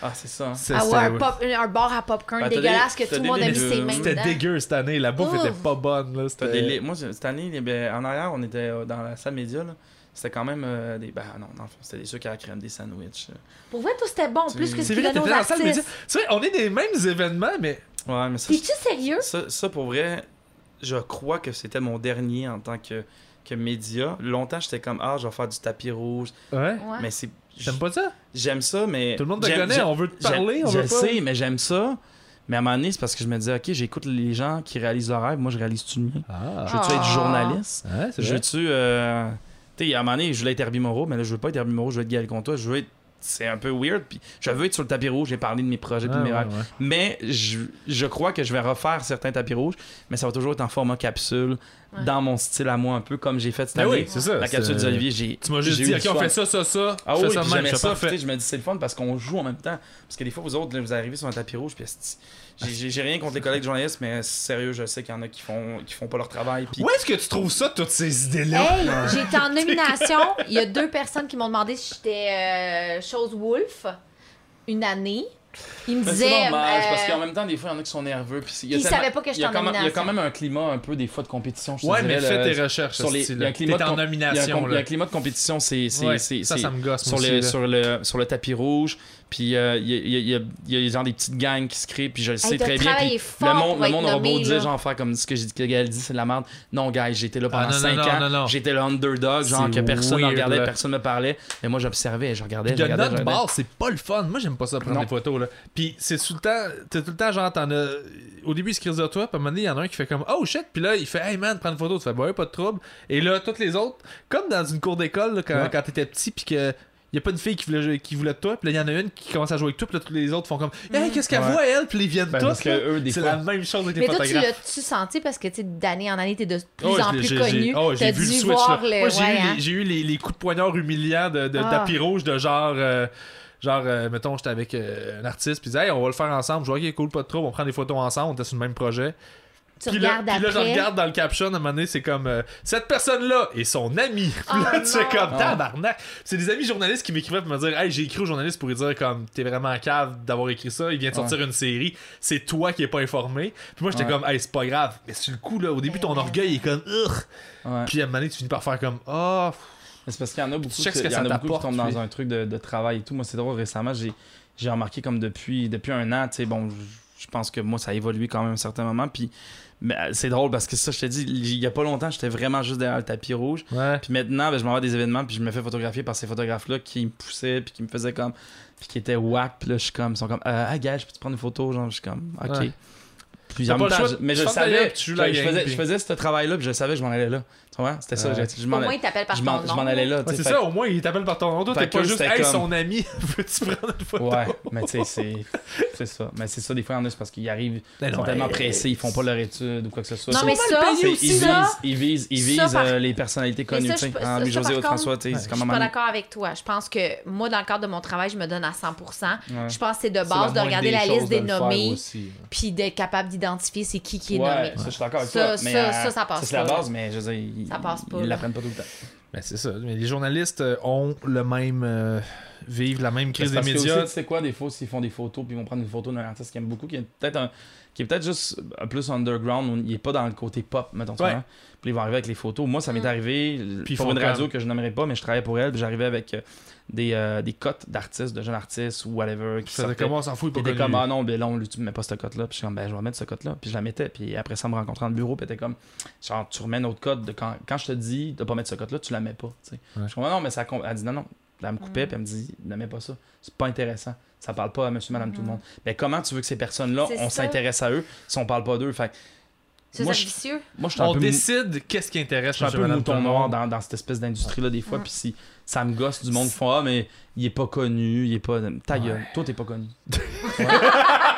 A: Ah, c'est ça.
B: c'est-
C: Ah ouais,
B: c'était-
C: un, pop- un bar à popcorn
A: Ben, t'as des-
C: dégueulasse que
A: t'as
C: tout le
A: des
C: monde a mis
A: légumes.
C: ses mains
B: C'était
C: dedans.
B: dégueu cette année, la bouffe
C: Ouf.
B: était pas bonne, là,
A: T'as
B: c'était...
A: des li- Moi, je- cette année, les- ben, en arrière, on était euh, dans la salle média. là. C'était quand même euh, des. Ben non, dans le fond, c'était des sucres à la crème, des sandwichs. euh.
C: Pour vrai, tout c'était bon,
A: C'est-
C: plus que ce
B: C'est
C: qu'il
B: vrai,
C: donnait
B: t'étais
C: aux
B: dans la salle, mais tu
C: artistes.
B: tu sais, on est des mêmes événements, mais...
A: Ouais, mais ça,
C: T'es-tu sérieux?
A: ça, ça, pour vrai, je crois que c'était mon dernier en tant que, que média. Longtemps, j'étais comme, ah, je vais faire du tapis rouge.
B: Ouais,
C: Ouais.
A: Mais c'est.
B: t'aimes pas ça?
A: J'aime ça, mais.
B: Tout le monde te
A: j'aime-
B: connaît,
A: j'aime-
B: on veut te
A: j'aime-
B: parler, on
A: Je
B: veut
A: le
B: pas-
A: sais, mais j'aime ça. Mais à un moment donné, c'est parce que je me disais, OK, j'écoute les gens qui réalisent leur rêve. Moi, je réalise-tu le mien?
B: Ah,
A: Je veux-tu être
C: Ah.
A: journaliste?
B: ouais, c'est
A: Je
B: vrai.
A: veux-tu. euh, Tu sais, à un moment donné, je voulais être Herbie Moreau, mais là, je veux pas être Herbie Moreau, je veux être Gaël Contois, je veux être. C'est un peu weird. Puis je veux être sur le tapis rouge, j'ai parlé de mes projets, puis de
B: Ah,
A: mes
B: ouais,
A: rêves.
B: ouais.
A: Mais je, je crois que je vais refaire certains tapis rouges, mais ça va toujours être en format capsule,
C: Ouais.
A: dans mon style à moi, un peu comme j'ai fait cette
B: Ben
A: année.
B: oui, c'est ça.
A: La capsule
B: c'est-
A: des Oliviers, j'ai.
B: Tu m'as juste
A: j'ai
B: dit,
A: eu
B: ok,
A: du
B: on
A: fun.
B: fait ça, ça, ça.
A: Ah
B: je
A: oui,
B: fais ça
A: puis
B: de même,
A: j'aimais
B: je fais
A: ça.
B: pas
A: puis, tu
B: fait.
A: sais, je me dis c'est le fun parce qu'on joue en même temps. Parce que des fois, vous autres, là, vous arrivez sur un tapis rouge, puis esti, j'ai- j'ai j'ai rien contre les collègues journalistes, mais sérieux, je sais qu'il y en a qui font qui font pas leur travail. Puis
B: Où est-ce que tu trouves ça, toutes ces idées-là?
C: Hey,
A: [laughs]
C: j'étais en nomination. Il y a deux personnes qui m'ont demandé si j'étais euh, chose Wolf une année. Ils me
A: Mais Ben, c'est
C: disaient.
A: normal, c'est
C: euh,
A: parce qu'en même temps, des fois, il y en a qui sont nerveux. Puis il y a
C: Ils
A: tellement-
C: savaient pas que
A: il y a
C: j'étais en
A: quand même- Il y a quand
C: nomination.
A: même un climat un peu des fois de compétition. Je te
B: Ouais, mais
A: dirais,
B: fais
A: là,
B: tes recherches,
A: sur les- il y a un climat
B: T'es
A: de
B: en
A: comp- Il y a un
B: nomination,
A: com- il y a
B: là.
A: un climat de compétition, c'est. c'est-
B: Ouais,
A: c'est-
B: Ça,
A: c'est-
B: ça me gosse,
A: sur
B: moi
A: le,
B: aussi, là.
A: sur, le, sur le tapis rouge. Puis euh, il y, a- il y a- il y a- il y a genre des petites gangs qui se créent, puis je le sais
C: t'as
A: très bien.
C: travaillé
A: Puis
C: fort
A: le monde,
C: pour
A: le
C: être
A: monde aura beau
C: nommé,
A: dire,
C: là.
A: genre, faire comme ce que j'ai dit que Gaël dit, c'est de la merde. Non, gars, j'étais là pendant
B: Ah, non, non,
A: 5
B: non,
A: ans.
B: non, non.
A: J'étais le underdog, genre,
B: C'est
A: que personne ne
B: weird,
A: regardait,
B: là.
A: personne ne me parlait. Mais moi, j'observais, je regardais, je
B: De
A: regardais. je
B: notre
A: regardais.
B: bord, c'est pas le fun. Moi, j'aime pas ça prendre
A: Non.
B: des photos. Là. Puis c'est tout le temps, t'as tout le temps, genre, t'en as. Au début, ils se crissent de toi. Puis à un moment donné, il y en a un qui fait comme Oh shit. Puis là, il fait Hey man, prends une photo. Tu fais Bah ouais, pas de trouble. Et là, toutes les autres, comme dans une cour d'école, là, quand,
A: Ouais.
B: quand t'étais petit, puis que. Y a pas une fille qui voulait, jouer- qui voulait de toi, puis là, il y en a une qui commence à jouer avec toi, puis là, tous les autres font comme Hey, qu'est-ce qu'elle
A: Ouais.
B: voit, elle Puis là, ils viennent
A: Ben,
B: tous.
A: parce que
B: là.
A: eux, des
B: c'est la
A: fois-
B: même chose avec les
C: Mais toi, tu
B: photographes.
C: l'as-tu senti parce que tu sais, d'année en année, t'es de plus
B: Oh, je
C: en
B: l'ai-
C: plus
B: j'ai-
C: connu.
B: j'ai- oh, j'ai
C: T'as
B: vu
C: dû
B: le switch,
C: voir
B: là.
C: le.
A: Oh,
B: Moi, j'ai
C: ouais,
B: eu,
C: hein.
B: les, j'ai eu les, les coups de poignard humiliants de, de
C: Ah.
B: tapis rouge, de genre. euh, genre, euh, mettons, j'étais avec euh, un artiste, puis il disait, hey, on va le faire ensemble. Je vois qu'il est cool, pas de trouble, on prend des photos ensemble, on était sur le même projet.
C: Tu
B: puis là,
C: regardes
B: puis là, je
C: après.
B: regarde dans le caption, à un moment donné, c'est comme euh, cette personne-là et son ami. [laughs] Puis là,
C: Oh,
B: tu fais
C: non.
B: comme
A: Ah.
B: tabarnak. C'est des amis journalistes qui m'écrivaient pour me dire, hey, j'ai écrit au journaliste pour lui dire, comme, t'es vraiment en cave d'avoir écrit ça, il vient de sortir une série, c'est toi qui es pas informé. Puis moi, j'étais
A: Ouais.
B: comme, hey, c'est pas grave. Mais sur le coup, là, au début, ton
C: Mais-
B: orgueil est comme, Ugh.
A: Ouais.
B: Puis à un moment donné, tu finis par faire comme Ah, oh,
A: Mais C'est parce qu'il y en a beaucoup,
B: Tu checkes ce que
A: que- il y
B: ça
A: en a beaucoup qui
B: t'apporte,
A: tombent dans
B: puis-
A: un truc de, de travail et tout. Moi, c'est drôle, récemment, j'ai, j'ai remarqué comme depuis, depuis un an, tu sais, bon, j- je pense que moi, ça a évolué quand même à un certain moment. Puis, mais, euh, c'est drôle parce que ça, je te dis, il y a pas longtemps, j'étais vraiment juste derrière le tapis rouge.
B: ouais.
A: Puis maintenant, ben, je m'en vais à des événements, puis je me fais photographier par ces photographes-là qui me poussaient, puis qui me faisaient comme. Puis qui étaient whack, puis là, je suis comme. Ils sont comme, euh, ah, gars, je peux te prendre une photo, genre, je suis comme, ok.
B: Ouais.
A: Puis
B: T'as
A: en
B: pas le
A: même temps,
B: choix
A: je-
B: de-
A: mais
B: tu
A: je le
B: fermes ta
A: savais,
B: gueule, puis tu joues la
A: je,
B: game,
A: faisais,
B: puis-
A: je faisais ce travail-là, puis je savais que je m'en allais là. Tu vois, c'était ça,
B: Ouais.
A: je, je
C: Au
A: m'en
C: moins,
A: allais.
C: t'appelles par
A: Je
C: ton
A: m'en,
C: nom.
A: je m'en allais là. tu
B: Ouais,
A: sais,
B: c'est
A: fait
B: ça, au moins il t'appelle par ton nom, toi
A: Fait
B: t'es
A: que
B: pas juste
A: c'était
B: Hey
A: comme-
B: son ami, [laughs] veux-tu prendre une photo?
A: Ouais, mais tu sais, c'est, c'est ça. Mais c'est ça, des fois, il y en a, c'est parce qu'ils arrivent,
B: Ben
A: ils sont
B: non,
A: tellement
B: ben,
A: pressés, ils font pas leur étude ou quoi que ce soit.
C: Non,
A: C'est-
C: mais ça,
A: c'est-
C: aussi,
A: ils,
C: ça.
A: visent, ils visent, ils visent
C: Ça, par-
A: euh, les personnalités connues.
C: ça,
A: tu sais.
C: je peux-
A: Ah,
C: ça,
A: mais
C: ça,
A: José
C: par
A: ou François, tu sais, c'est
C: Je
A: comme
C: suis
A: un
C: pas
A: moment
C: d'accord avec toi. Je pense que moi, dans le cadre de mon travail, je me donne à 100%.
A: donné. Ouais.
C: Je pense que c'est de
A: C'est la
C: base de
A: moindre
C: regarder
A: des
C: la
A: choses
C: liste
A: de
C: des
A: le faire
C: nommés
A: aussi, là.
C: puis d'être capable d'identifier c'est qui qui est
A: Ouais,
C: nommé.
A: ça, je suis d'accord avec
C: Ça,
A: toi.
C: ça,
A: mais,
C: ça,
A: euh,
C: ça passe
A: C'est la
C: pas.
A: base, mais je veux dire, ils-
C: Ça passe pas,
A: Ils
C: là.
A: l'apprennent pas tout le temps.
B: Ben c'est ça, mais les journalistes euh, ont le même euh, vivent la même crise des
A: Ben, Parce que
B: médias.
A: aussi, tu sais quoi, des fois, s'ils font des photos, puis ils vont prendre une photo d'un artiste qu'ils aiment beaucoup, qui est peut-être un- qui est peut-être juste euh, plus underground, où il est pas dans le côté pop, mettons. tu
B: Ouais.
A: comprends? Puis ils vont arriver avec les photos. Moi, ça m'est
C: Mm.
A: arrivé euh,
B: Puis ils
A: pour
B: font
A: une
B: comme-
A: radio que je nommerai pas, mais je travaillais pour elle, puis j'arrivais avec euh, des, euh, des cotes d'artistes, de jeunes artistes ou whatever. Qui
B: Ça faisait
A: sortaient.
B: comment on s'en fout,
A: Puis
B: il
A: t'es
B: pas
A: comme,
B: connu.
A: ah non, ben là, on lui, tu me mets pas cette cote-là. Puis je suis comme, ben, je vais mettre cette cote-là. Puis je la mettais. Puis après ça, me rencontrer dans le bureau. Puis t'es comme, genre, tu remets notre code. De quand, quand je te dis de pas mettre cette cote-là, tu la mets pas. tu sais.
B: Ouais.
A: Je suis comme, ah non, mais ça. compte. Elle dit, non, non. Puis Elle me
C: Mm.
A: coupait. Puis elle me dit, ne mets pas ça. C'est pas intéressant. Ça parle pas à monsieur, madame, tout le monde. Mais comment tu veux que ces personnes-là,
C: Mm. C'est
A: on
C: ça.
A: s'intéresse à eux si on parle pas d'eux? Fait que
C: Ça,
A: Moi,
C: c'est
A: je-
C: vicieux.
A: moi, je suis un
B: On
A: peu. mou-
B: décide qu'est-ce qui intéresse
A: je suis un
B: monsieur,
A: peu
B: madame, tout
A: mouton
B: le
A: noir
B: monde.
A: dans, dans cette espèce d'industrie-là des fois,
C: Ouais.
A: puis si ça me gosse du monde qui font « Ah, mais il est pas connu, il est pas... » Ta gueule, toi t'es pas
B: [laughs]
A: connu. Ouais.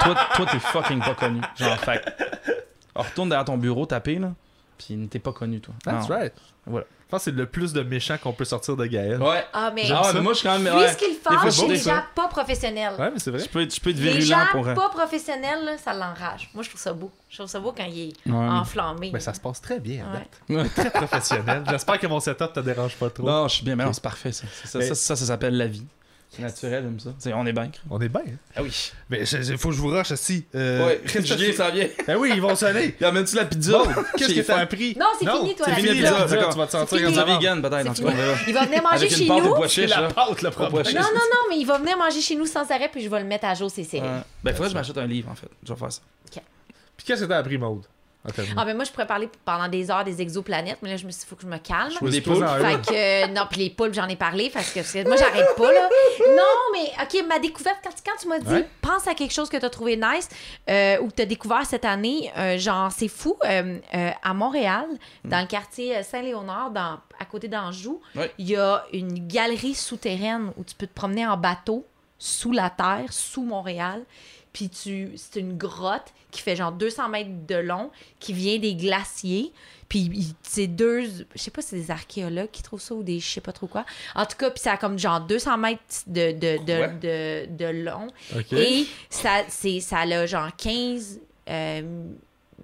A: Toi, toi, t'es fucking pas connu. Genre, fait que- Alors, retourne derrière ton bureau, taper, là, puis t'es pas connu, toi.
B: That's
A: Non.
B: right.
A: Voilà.
B: Je pense que c'est le plus de méchant qu'on peut sortir de Gaël.
A: Ouais.
C: Ah, mais
A: Ah ouais, mais moi je suis quand même.
C: lui,
A: ouais.
C: ce qu'il
A: Des fois,
C: fâche,
A: je
C: c'est
A: trouve
C: les
A: ça.
C: gens pas professionnels.
B: Ouais, mais c'est vrai.
A: Je peux, être- je peux être
C: Les
A: virulent
C: gens
A: pour. euh,
C: pas professionnels, là, ça l'enrage. Moi, je trouve ça beau. Je trouve ça beau quand il est
A: Ouais. ben,
C: enflammé.
B: Mais Ben, ça se passe très bien à
C: Ouais.
B: date. Très professionnel. J'espère que mon setup te dérange pas trop.
A: Non, je suis bien, mais non, c'est parfait ça. Ça, ça,
B: Mais-
A: ça, ça, ça s'appelle la vie. C'est naturel, j'aime ça. C'est- on est bien.
B: On est bien. hein?
A: Ah oui.
B: Mais il faut que je vous rush aussi. Euh,
A: Ouais, Julien, ça vient.
B: Ben oui, ils vont sonner.
A: Il amène-tu la pizza?
B: Bon, qu'est-ce que t'as appris?
C: Non, c'est fini, toi,
B: C'est
C: la
B: fini
C: pizza.
B: l'épisode.
A: D'accord.
B: Tu vas te sentir
C: C'est
B: comme
A: C'est
B: ça.
C: fini.
A: vegan peut-être,
C: C'est
A: en tout
C: fini.
A: cas. on verra.
C: Il va venir manger
A: Avec une
C: chez
A: pâte au
C: nous.
A: pois
B: C'est
A: chiche,
B: la
A: là.
B: pâte, le
A: Au pois
B: problème.
A: chiche.
C: Non, non, non, mais il va venir manger chez nous sans arrêt, puis je vais le mettre à jour, c'est séries.
A: Ouais. Ben, faudrait que je m'achète un livre, en fait. Je vais faire ça.
B: Puis qu'est-ce que t'as appris, Maude? En terminant.
C: Ah, ben moi, je pourrais parler pendant des heures des exoplanètes, mais là, je me suis dit, faut que je me calme.
A: Ou des
B: C'est plus
A: poules.
B: en
C: Fait
B: haut.
C: que, euh, non, puis les poules, j'en ai parlé, parce que c'est- moi, j'arrête pas, là. Non, mais, OK, ma découverte, quand, quand tu m'as dit,
B: Ouais.
C: pense à quelque chose que t'as trouvé nice euh, ou que t'as découvert cette année, euh, genre, c'est fou, euh, euh, à Montréal, dans le quartier euh, Saint-Léonard, dans, à côté d'Anjou, il
A: Ouais.
C: y a une galerie souterraine où tu peux te promener en bateau sous la terre, sous Montréal. Puis tu, c'est une grotte qui fait genre 200 mètres de long, qui vient des glaciers. Puis il- c'est deux, je sais pas si c'est des archéologues qui trouvent ça ou des je sais pas trop quoi. En tout cas, puis ça a comme genre 200 mètres de, de,
A: Quoi?
C: de, de, de long.
B: Ok.
C: Et ça, c'est, ça a genre 15 euh,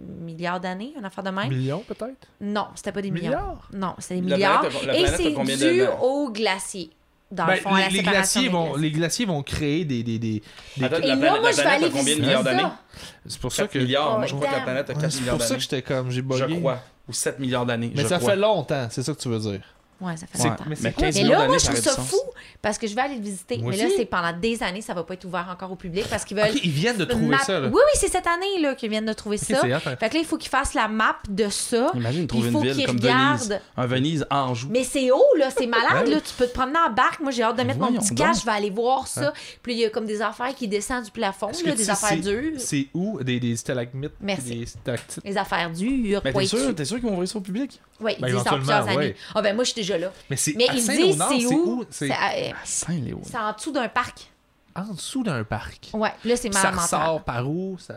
C: milliards d'années, une affaire de même.
B: Millions, peut-être?
C: Non, c'était pas des millions.
B: Milliards?
C: Non, c'était des
A: La
C: milliards.
A: planète a- la
C: Et
A: planète a
C: c'est
A: combien de-
C: dû
A: de-
C: aux glaciers. Dans le
B: Ben,
C: fond, à la
B: les, les
C: séparation
B: glaciers
C: des
B: vont, les glaciers vont créer des. des, des- des-
A: Attends,
C: Et
A: la
C: là,
A: planète,
C: moi,
A: la
C: je vais
A: planète
C: aller
A: a combien de
C: visiter
A: milliards
C: ça.
A: d'années?
B: C'est pour ça
A: 4
B: que.
A: milliards.
C: Oh,
A: Moi, je crois que la
C: damn.
A: planète a
B: Ouais,
A: 4
B: c'est
A: milliards
B: pour ça
A: d'années.
B: que j'étais comme. J'ai bugué.
A: Je crois. Ou 7 milliards d'années.
B: Mais
A: je
B: ça
A: crois.
B: fait longtemps, c'est ça que tu veux dire.
C: Ouais, ça fait
A: Ouais.
C: longtemps.
B: Mais c'est
A: Mais
B: quoi?
A: 15
C: Mais
A: millions
C: là,
A: d'années,
C: moi, je
A: ça
C: trouve
A: aurait
C: ça
A: du
C: fou
A: sens.
C: parce que je vais aller le visiter.
B: Moi
C: mais là,
B: aussi.
C: c'est pendant des années, ça va pas être ouvert encore au public parce qu'ils veulent.
B: Ok, ils viennent de trouver
C: map-
B: ça, là.
C: Oui, oui, c'est cette année là qu'ils viennent de trouver
B: Ok,
C: ça.
B: c'est hot, hein.
C: Fait que là, il faut qu'ils fassent la map de ça.
A: Imagine
C: Puis
A: trouver
C: il faut
A: une ville
C: qu'ils
A: comme Venise.
C: regardent.
A: Un Venise Anjou.
C: Mais c'est haut, là, c'est malade, là. Tu peux te promener en barque. Moi, j'ai hâte de mettre mon
A: Voyons
C: petit
A: donc.
C: cash, je vais aller voir ça. Puis il y a comme des affaires qui descendent du plafond,
B: Est-ce que
C: là,
B: tu
C: des
B: sais
C: affaires
B: c'est-
C: dures.
B: C'est où des, des stalagmites puis
C: Merci.
B: des stalactites?
C: Les affaires dures,
A: Mais t'es
C: pointues.
A: sûr, t'es sûr qu'ils vont ouvrir ça au public?
C: Oui,
B: Ben,
C: ils disent ça en
B: éventuellement,
C: plusieurs années.
B: ouais.
C: Ah, ben moi, je suis déjà là.
B: Mais c'est
C: Mais
B: à
C: ils disent
B: Saint-Léonard,
C: c'est où?
B: C'est
C: C'est à- euh,
A: À Saint-Léo.
C: c'est en dessous d'un parc.
B: en dessous d'un parc.
C: Ouais, là, Oh, c'est
B: Puis ça
C: malade mental.
B: ressort par où? Ça...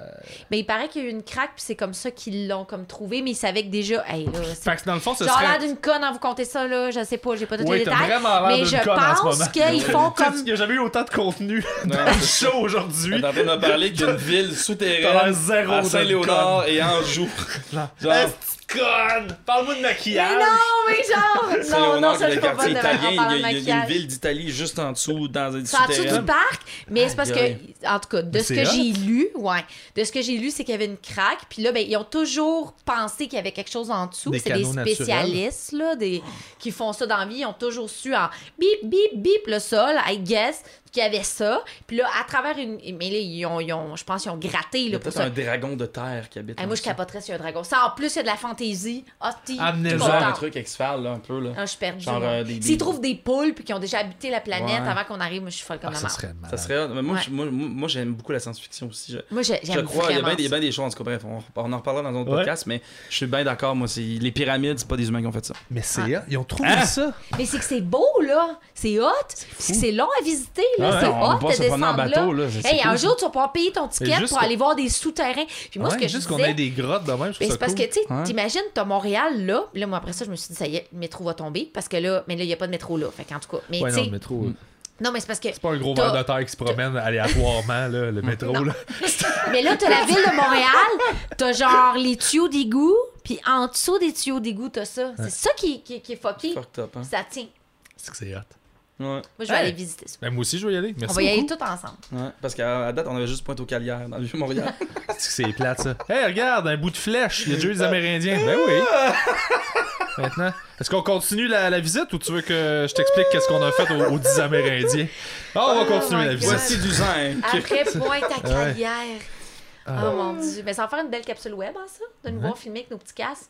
C: Mais il paraît qu'il y a eu une craque, puis c'est comme ça qu'ils l'ont comme trouvé, mais ils savaient que déjà. Hey, là, c'est-
B: Fait que dans le fond, ce
C: J'ai l'air
B: serait...
C: d'une conne en vous compter ça, là. Je sais pas, j'ai pas tous
B: Ouais,
C: les
B: t'as
C: détails.
B: vraiment l'air
C: Mais
B: d'une
C: je
B: conne en ce
C: pense
B: moment.
A: [laughs]
C: qu'ils font
B: Il
C: comme.
B: n'y a jamais eu autant de contenu
A: Non,
B: dans
A: [laughs]
B: le show aujourd'hui.
A: T'es en train de me [laughs] parler d'une
B: T'as
A: ville
B: l'air
A: souterraine
B: zéro
A: à
B: d'une
A: Saint-Léonard et Anjou. Genre,
B: Est-ce que conne! Parle-moi de maquillage!
C: Mais non, mais genre. Non, non,
A: Saint-Léonard, [laughs]
C: ça,
A: c'est
C: je
A: le
C: peux pas
A: quartier
C: de en
A: italien.
C: parler
A: Il
C: de
A: y a- il y a une
C: maquillage.
A: ville d'Italie juste en dessous, dans un
C: C'est en dessous du
A: souterrain.
C: parc, mais c'est parce que,
A: Aïe,
C: en tout cas, de
B: Mais c'est
C: ce que
B: hot.
C: j'ai lu, ouais, de ce que j'ai lu, c'est qu'il y avait une craque, puis là, ben, ils ont toujours pensé qu'il y avait quelque chose en dessous.
B: Des
C: C'est des
B: canaux naturels.
C: spécialistes, là, des, qui font ça dans la vie. Ils ont toujours su en bip, bip, bip le sol, I guess, qu'il y avait ça. Puis là, à travers une. Mais là, ils ont, ils ont- je pense, qu'ils ont gratté,
A: Il y
C: là,
A: a
C: pour
A: peut-être
C: ça.
A: un dragon de terre qui habite.
C: Hey,
A: en
C: moi, je
A: dessous.
C: capoterais sur un dragon. Ça, en plus, il y a de la fantaisie. Hostie.
B: Amenez-en
A: Genre un
C: contente.
A: truc X-Files, là, un peu, là.
C: Ah, je suis perdue.
A: Genre,
C: moi.
A: euh, des-
C: S'ils
A: des-
C: trouvent des poules puis qui ont déjà habité la planète
A: Ouais.
C: avant qu'on arrive, moi, je suis folle comme
B: Ah,
C: la
B: ça
C: mort.
B: serait malade.
A: Ça serait. mais moi,
C: Ouais.
A: je- moi, moi, moi, j'aime beaucoup la science-fiction aussi. Je,
C: Moi, j'ai-
A: je
C: j'aime
A: crois, il y a
C: vraiment
A: bien, des-
C: ça.
A: bien des choses. En tout cas, bref, on, on en reparlera dans un autre
B: Ouais.
A: podcast, mais je suis bien d'accord. Moi, c'est les pyramides, c'est pas des humains qui ont fait ça.
B: Mais
C: Ah.
B: c'est... Ils ont trouvé
A: Hein?
B: ça!
C: Mais c'est que c'est beau, là. C'est hot. Puis que C'est long à visiter, là.
A: Ouais,
C: c'est
A: on va
C: hot
A: pas
C: de
A: se promener en
C: descendre
A: bateau,
C: là.
A: là. C'est
C: Hey, un
A: cool,
C: jour, tu vas pouvoir payer ton ticket
B: juste
C: pour
B: qu'on-
C: aller voir des souterrains. Puis moi, ce que
B: Ouais,
C: je
B: juste
C: disais...
B: qu'on ait des grottes de même, je
C: Ben,
B: trouve
C: c'est
B: ça
C: parce
B: cool.
C: que, tu sais,
A: Ouais.
C: t'imagines, t'as Montréal, là. Puis là, moi, après ça, je me suis dit, ça y est, le métro va tomber. Parce que là, mais là, il n'y a pas de métro, là. Fait qu'en tout cas, mais
B: Ouais,
C: tu
B: non,
C: sais.
B: le métro... euh,
C: Non, mais c'est parce que.
B: C'est pas un gros
C: T'as-
B: verre de terre qui se promène aléatoirement, là,
C: [laughs]
B: le métro, là.
C: Mais là, t'as la ville de Montréal, t'as genre les tuyaux d'égout, puis en dessous des tuyaux d'égout, t'as ça. C'est ça qui, qui, qui est fucké.
A: Fucked up, hein.
C: Ça tient.
B: C'est que c'est hot.
A: Ouais.
C: Moi, je vais
B: Hey.
C: aller visiter ça.
B: Ben, moi aussi, je vais y aller. Merci
C: On va y aller
B: beaucoup.
C: tout ensemble.
A: Ouais, parce qu'à à date, on avait juste pointe au Calière dans le Vieux-Montréal.
B: C'est que c'est plate, ça. Hey, regarde, un bout de flèche. Il y a déjà eu des Amérindiens. Ben
C: [laughs]
B: oui. Maintenant, est-ce qu'on continue la, la visite ou tu veux que je t'explique qu'est-ce qu'on a fait aux, aux 10 Amérindiens? Ah, on va
C: Oh
B: continuer
C: my
B: la
C: God.
B: visite.
A: Voici du zinc.
C: Après, pointe à carrière.
B: Ah.
C: Oh mon dieu. Mais ça va faire une belle capsule web, hein, ça? De nous voir filmer avec nos petits casques.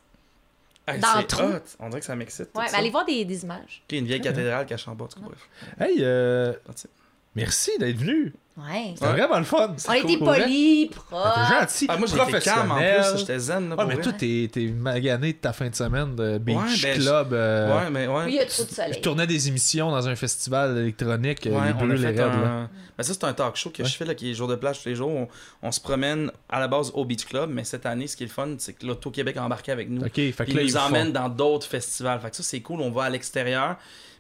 A: Hey,
C: Dans
A: Ah, c'est
C: le trou.
A: hot. On dirait que ça m'excite. tout
C: Ouais, ben, mais
A: ça.
C: allez voir des, des images.
A: Il y a une vieille cathédrale cache en bas, en tout cas, bref.
B: Hey, euh,
A: That's it.
B: Merci d'être venu.
C: Ouais.
B: C'était
A: Ouais. hein?
B: vraiment le fun.
C: On
B: C'est
C: était
B: cool, pour vrai.
C: polis,
B: T'es
C: propres.
B: gentil.
A: Ah, moi, j'étais
B: professionnel.
A: calme en plus, j'étais zen. Là,
B: Ouais,
A: pour
B: mais
A: vrai.
B: toi, t'es t'es magané de ta fin de semaine de Beach
A: ben,
B: Club. euh,
A: Ouais, mais ouais.
C: Oui, il y a trop de soleil.
B: Je tournais des émissions dans un festival électronique, euh,
A: Ouais,
B: les
A: on
B: bleus,
A: a
B: les
A: fait
B: raides. là.
A: un... Mais ça, c'est un talk show que
B: Ouais.
A: je fais, là, qui est jour de plage tous les jours. On, on se promène à la base au Beach Club, mais cette année, ce qui est le fun, c'est que l'Auto-Québec a embarqué avec nous.
B: Ok, fait que
A: Puis
B: là,
A: ils nous
B: vous font-
A: emmènent dans d'autres festivals. Fait que ça, c'est cool. On va à l'extérieur.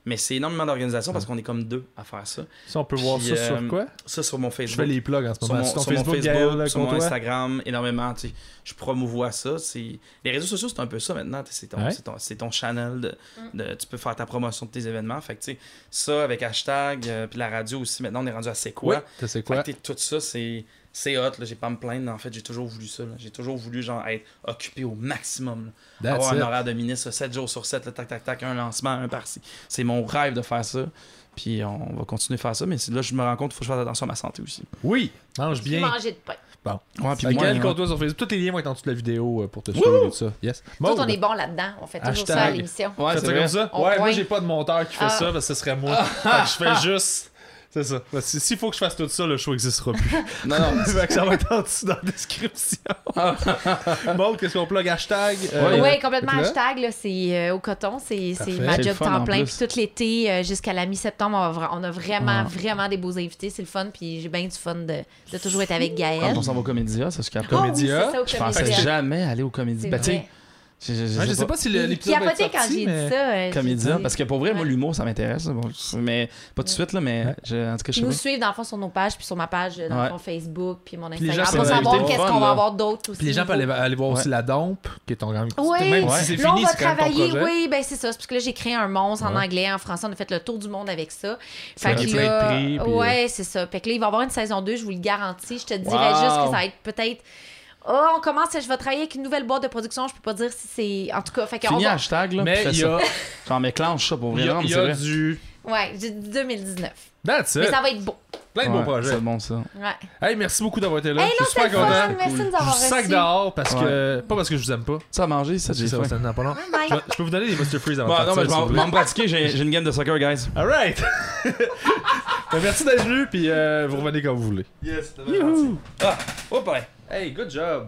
A: Mais c'est énormément d'organisation parce qu'on est comme deux à faire ça.
B: Ça, on peut voir
A: Puis,
B: ça
A: euh,
B: sur quoi
A: Ça, sur mon
B: Je
A: Facebook.
B: fais les plugs en ce
A: sur
B: moment.
A: mon,
B: Sur ton
A: sur mon
B: Facebook,
A: Facebook,
B: Gaël, là,
A: sur mon
B: qu'on doit.
A: Instagram, énormément. tu sais, je promouvois ça. c'est- Les réseaux sociaux, c'est un peu ça maintenant. tu sais, C'est ton,
B: Ouais.
A: c'est ton, c'est ton channel. De, de- tu peux faire ta promotion de tes événements. Fait que, tu sais, ça, avec hashtag, euh, puis la radio aussi. Maintenant, on est rendu à C'est quoi.
B: Ouais, ça, c'est
A: Fait
B: quoi
A: que, tu sais, tout ça, c'est. C'est hot, là, j'ai pas à me plaindre. En fait, j'ai toujours voulu ça. là. J'ai toujours voulu genre être occupé au maximum. là.
B: That's
A: avoir un
B: it.
A: horaire de ministre 7 jours sur 7, le tac tac tac, un lancement, un par-ci. C'est mon rêve de faire ça. Puis on va continuer à faire ça, mais c'est- là je me rends compte qu'il faut que je fasse attention à ma santé aussi.
B: Oui, mange
C: J'ai
B: bien.
C: mangé de pain.
B: Bon.
A: Ouais,
B: Fait que Gaël, compte-toi sur Facebook. Tous les liens vont être en dessous de la vidéo euh, pour te suivre et tout ça. Yes.
C: Tout,
B: Maude,
C: on est bon là-dedans. On fait toujours
B: Hashtag.
C: ça à l'émission.
A: Ouais,
B: fais-tu
A: c'est
B: comme
A: vrai.
B: ça?
C: On
B: ouais, moi
C: pointe.
B: j'ai pas de monteur qui fait
C: Ah.
B: ça parce que ce serait moi. Fait que je fais
C: [laughs]
B: juste. C'est ça. Parce que S'il faut que je fasse tout ça, le show n'existera plus.
A: Non,
C: [laughs]
B: [laughs]
A: non.
B: Fait que ça va être en dessous dans la [laughs] description. bon, qu'est-ce qu'on plug hashtag euh,
A: Ouais,
C: Oui,
A: ouais,
C: complètement.
B: là.
C: Hashtag, là, c'est euh, au coton. C'est c'est
B: Parfait.
A: C'est
C: ma
A: le
C: job
A: fun, en
C: temps plein.
A: plus.
C: Puis tout l'été euh, jusqu'à la mi-septembre, on, va vra- on a vraiment, vraiment des beaux invités. C'est le fun. Puis j'ai bien du fun de, de toujours être avec
A: Quand
C: Gaël.
A: on s'en va au comédia, ça se capte.
C: Ah oui,
B: Comédia,
C: c'est ça, au
A: Je pensais
C: Comédia.
A: jamais aller au comédia.
C: C'est
A: Ben, tu sais,
C: vrai.
A: je, je- je
B: Ouais, je
A: sais pas.
B: si le-
C: Il
B: l'épisode
C: a
B: va être
C: capoté quand
B: sorti,
C: j'ai
B: mais-
C: dit ça. euh,
A: Comédia,
C: j'ai-
A: parce que pour vrai, moi,
C: Ouais.
A: l'humour, ça m'intéresse. Bon, je- mais pas tout de suite, là, mais je- en tout cas, je
C: Puis
A: sais
C: nous
A: pas.
C: suivent dans le fond sur nos pages, puis sur ma page, euh, dans
A: Ouais.
C: le fond Facebook, puis mon
B: les
C: Instagram.
B: gens
C: Pour
B: peuvent
C: savoir
A: inviter le
C: qu'est-ce
A: fun,
C: qu'on
A: là.
C: va avoir d'autre aussi.
B: Puis les gens peuvent aller, aller voir aussi la dompe, qui est ton grand.
C: Oui,
B: Même si c'est
C: là, on
B: fini,
C: va
B: c'est quand même ton
C: travailler.
B: projet.
C: Oui, ben c'est ça. C'est parce que là, j'ai créé un monstre en
B: Ouais.
C: anglais, en français. On a fait le tour du monde avec ça.
B: Ça va
C: Fait que
B: être plein de
C: là,
B: prix, puis- euh.
C: ouais, c'est ça. Fait que là, il va y avoir une saison 2, je vous le garantis. Je te dirais
A: Wow.
C: juste que ça va être peut-être. Ah, on commence, je vais travailler avec une nouvelle boîte de production. Je peux pas dire si c'est. En tout cas, fait qu'on
A: Fini
C: va.
A: hashtag, là.
B: Mais
A: puis fais
B: il y
A: ça.
B: a,
A: J'en m'éclenche ça pour
B: il
A: vrai.
B: y a,
A: non, mais
B: il y
A: c'est
B: a
A: vrai.
B: du.
C: Ouais, j'ai dit 2019.
B: That's
C: Mais
B: it.
C: ça va être beau.
B: Plein de
A: Ouais,
B: beaux projets.
A: C'est bon, ça.
C: Ouais.
B: Hey, merci beaucoup d'avoir été là.
C: Hey,
B: je
C: non,
B: suis
C: c'était
B: super
C: le
B: content.
C: fun. Merci de nous
B: Je vous
C: avoir
B: sac
C: reçus.
B: dehors parce que. Pas parce que je vous aime pas.
A: Ça a mangé, ça, j'ai
B: C'est ça,
A: faim.
B: ça n'a pas long.
C: Bye.
B: Je vais- je peux vous donner des Mr. Freeze avant
A: Bon,
B: de
A: non, mais je
B: partir, si vous
A: m'en-
B: voulez.
A: m'en pratiquer, j'ai j'ai une game de soccer, guys.
B: All right. Ben, merci d'être venu, puis euh, vous revenez quand vous voulez.
A: Yes, Youhou! Ah, hop là.
B: Hey, good job.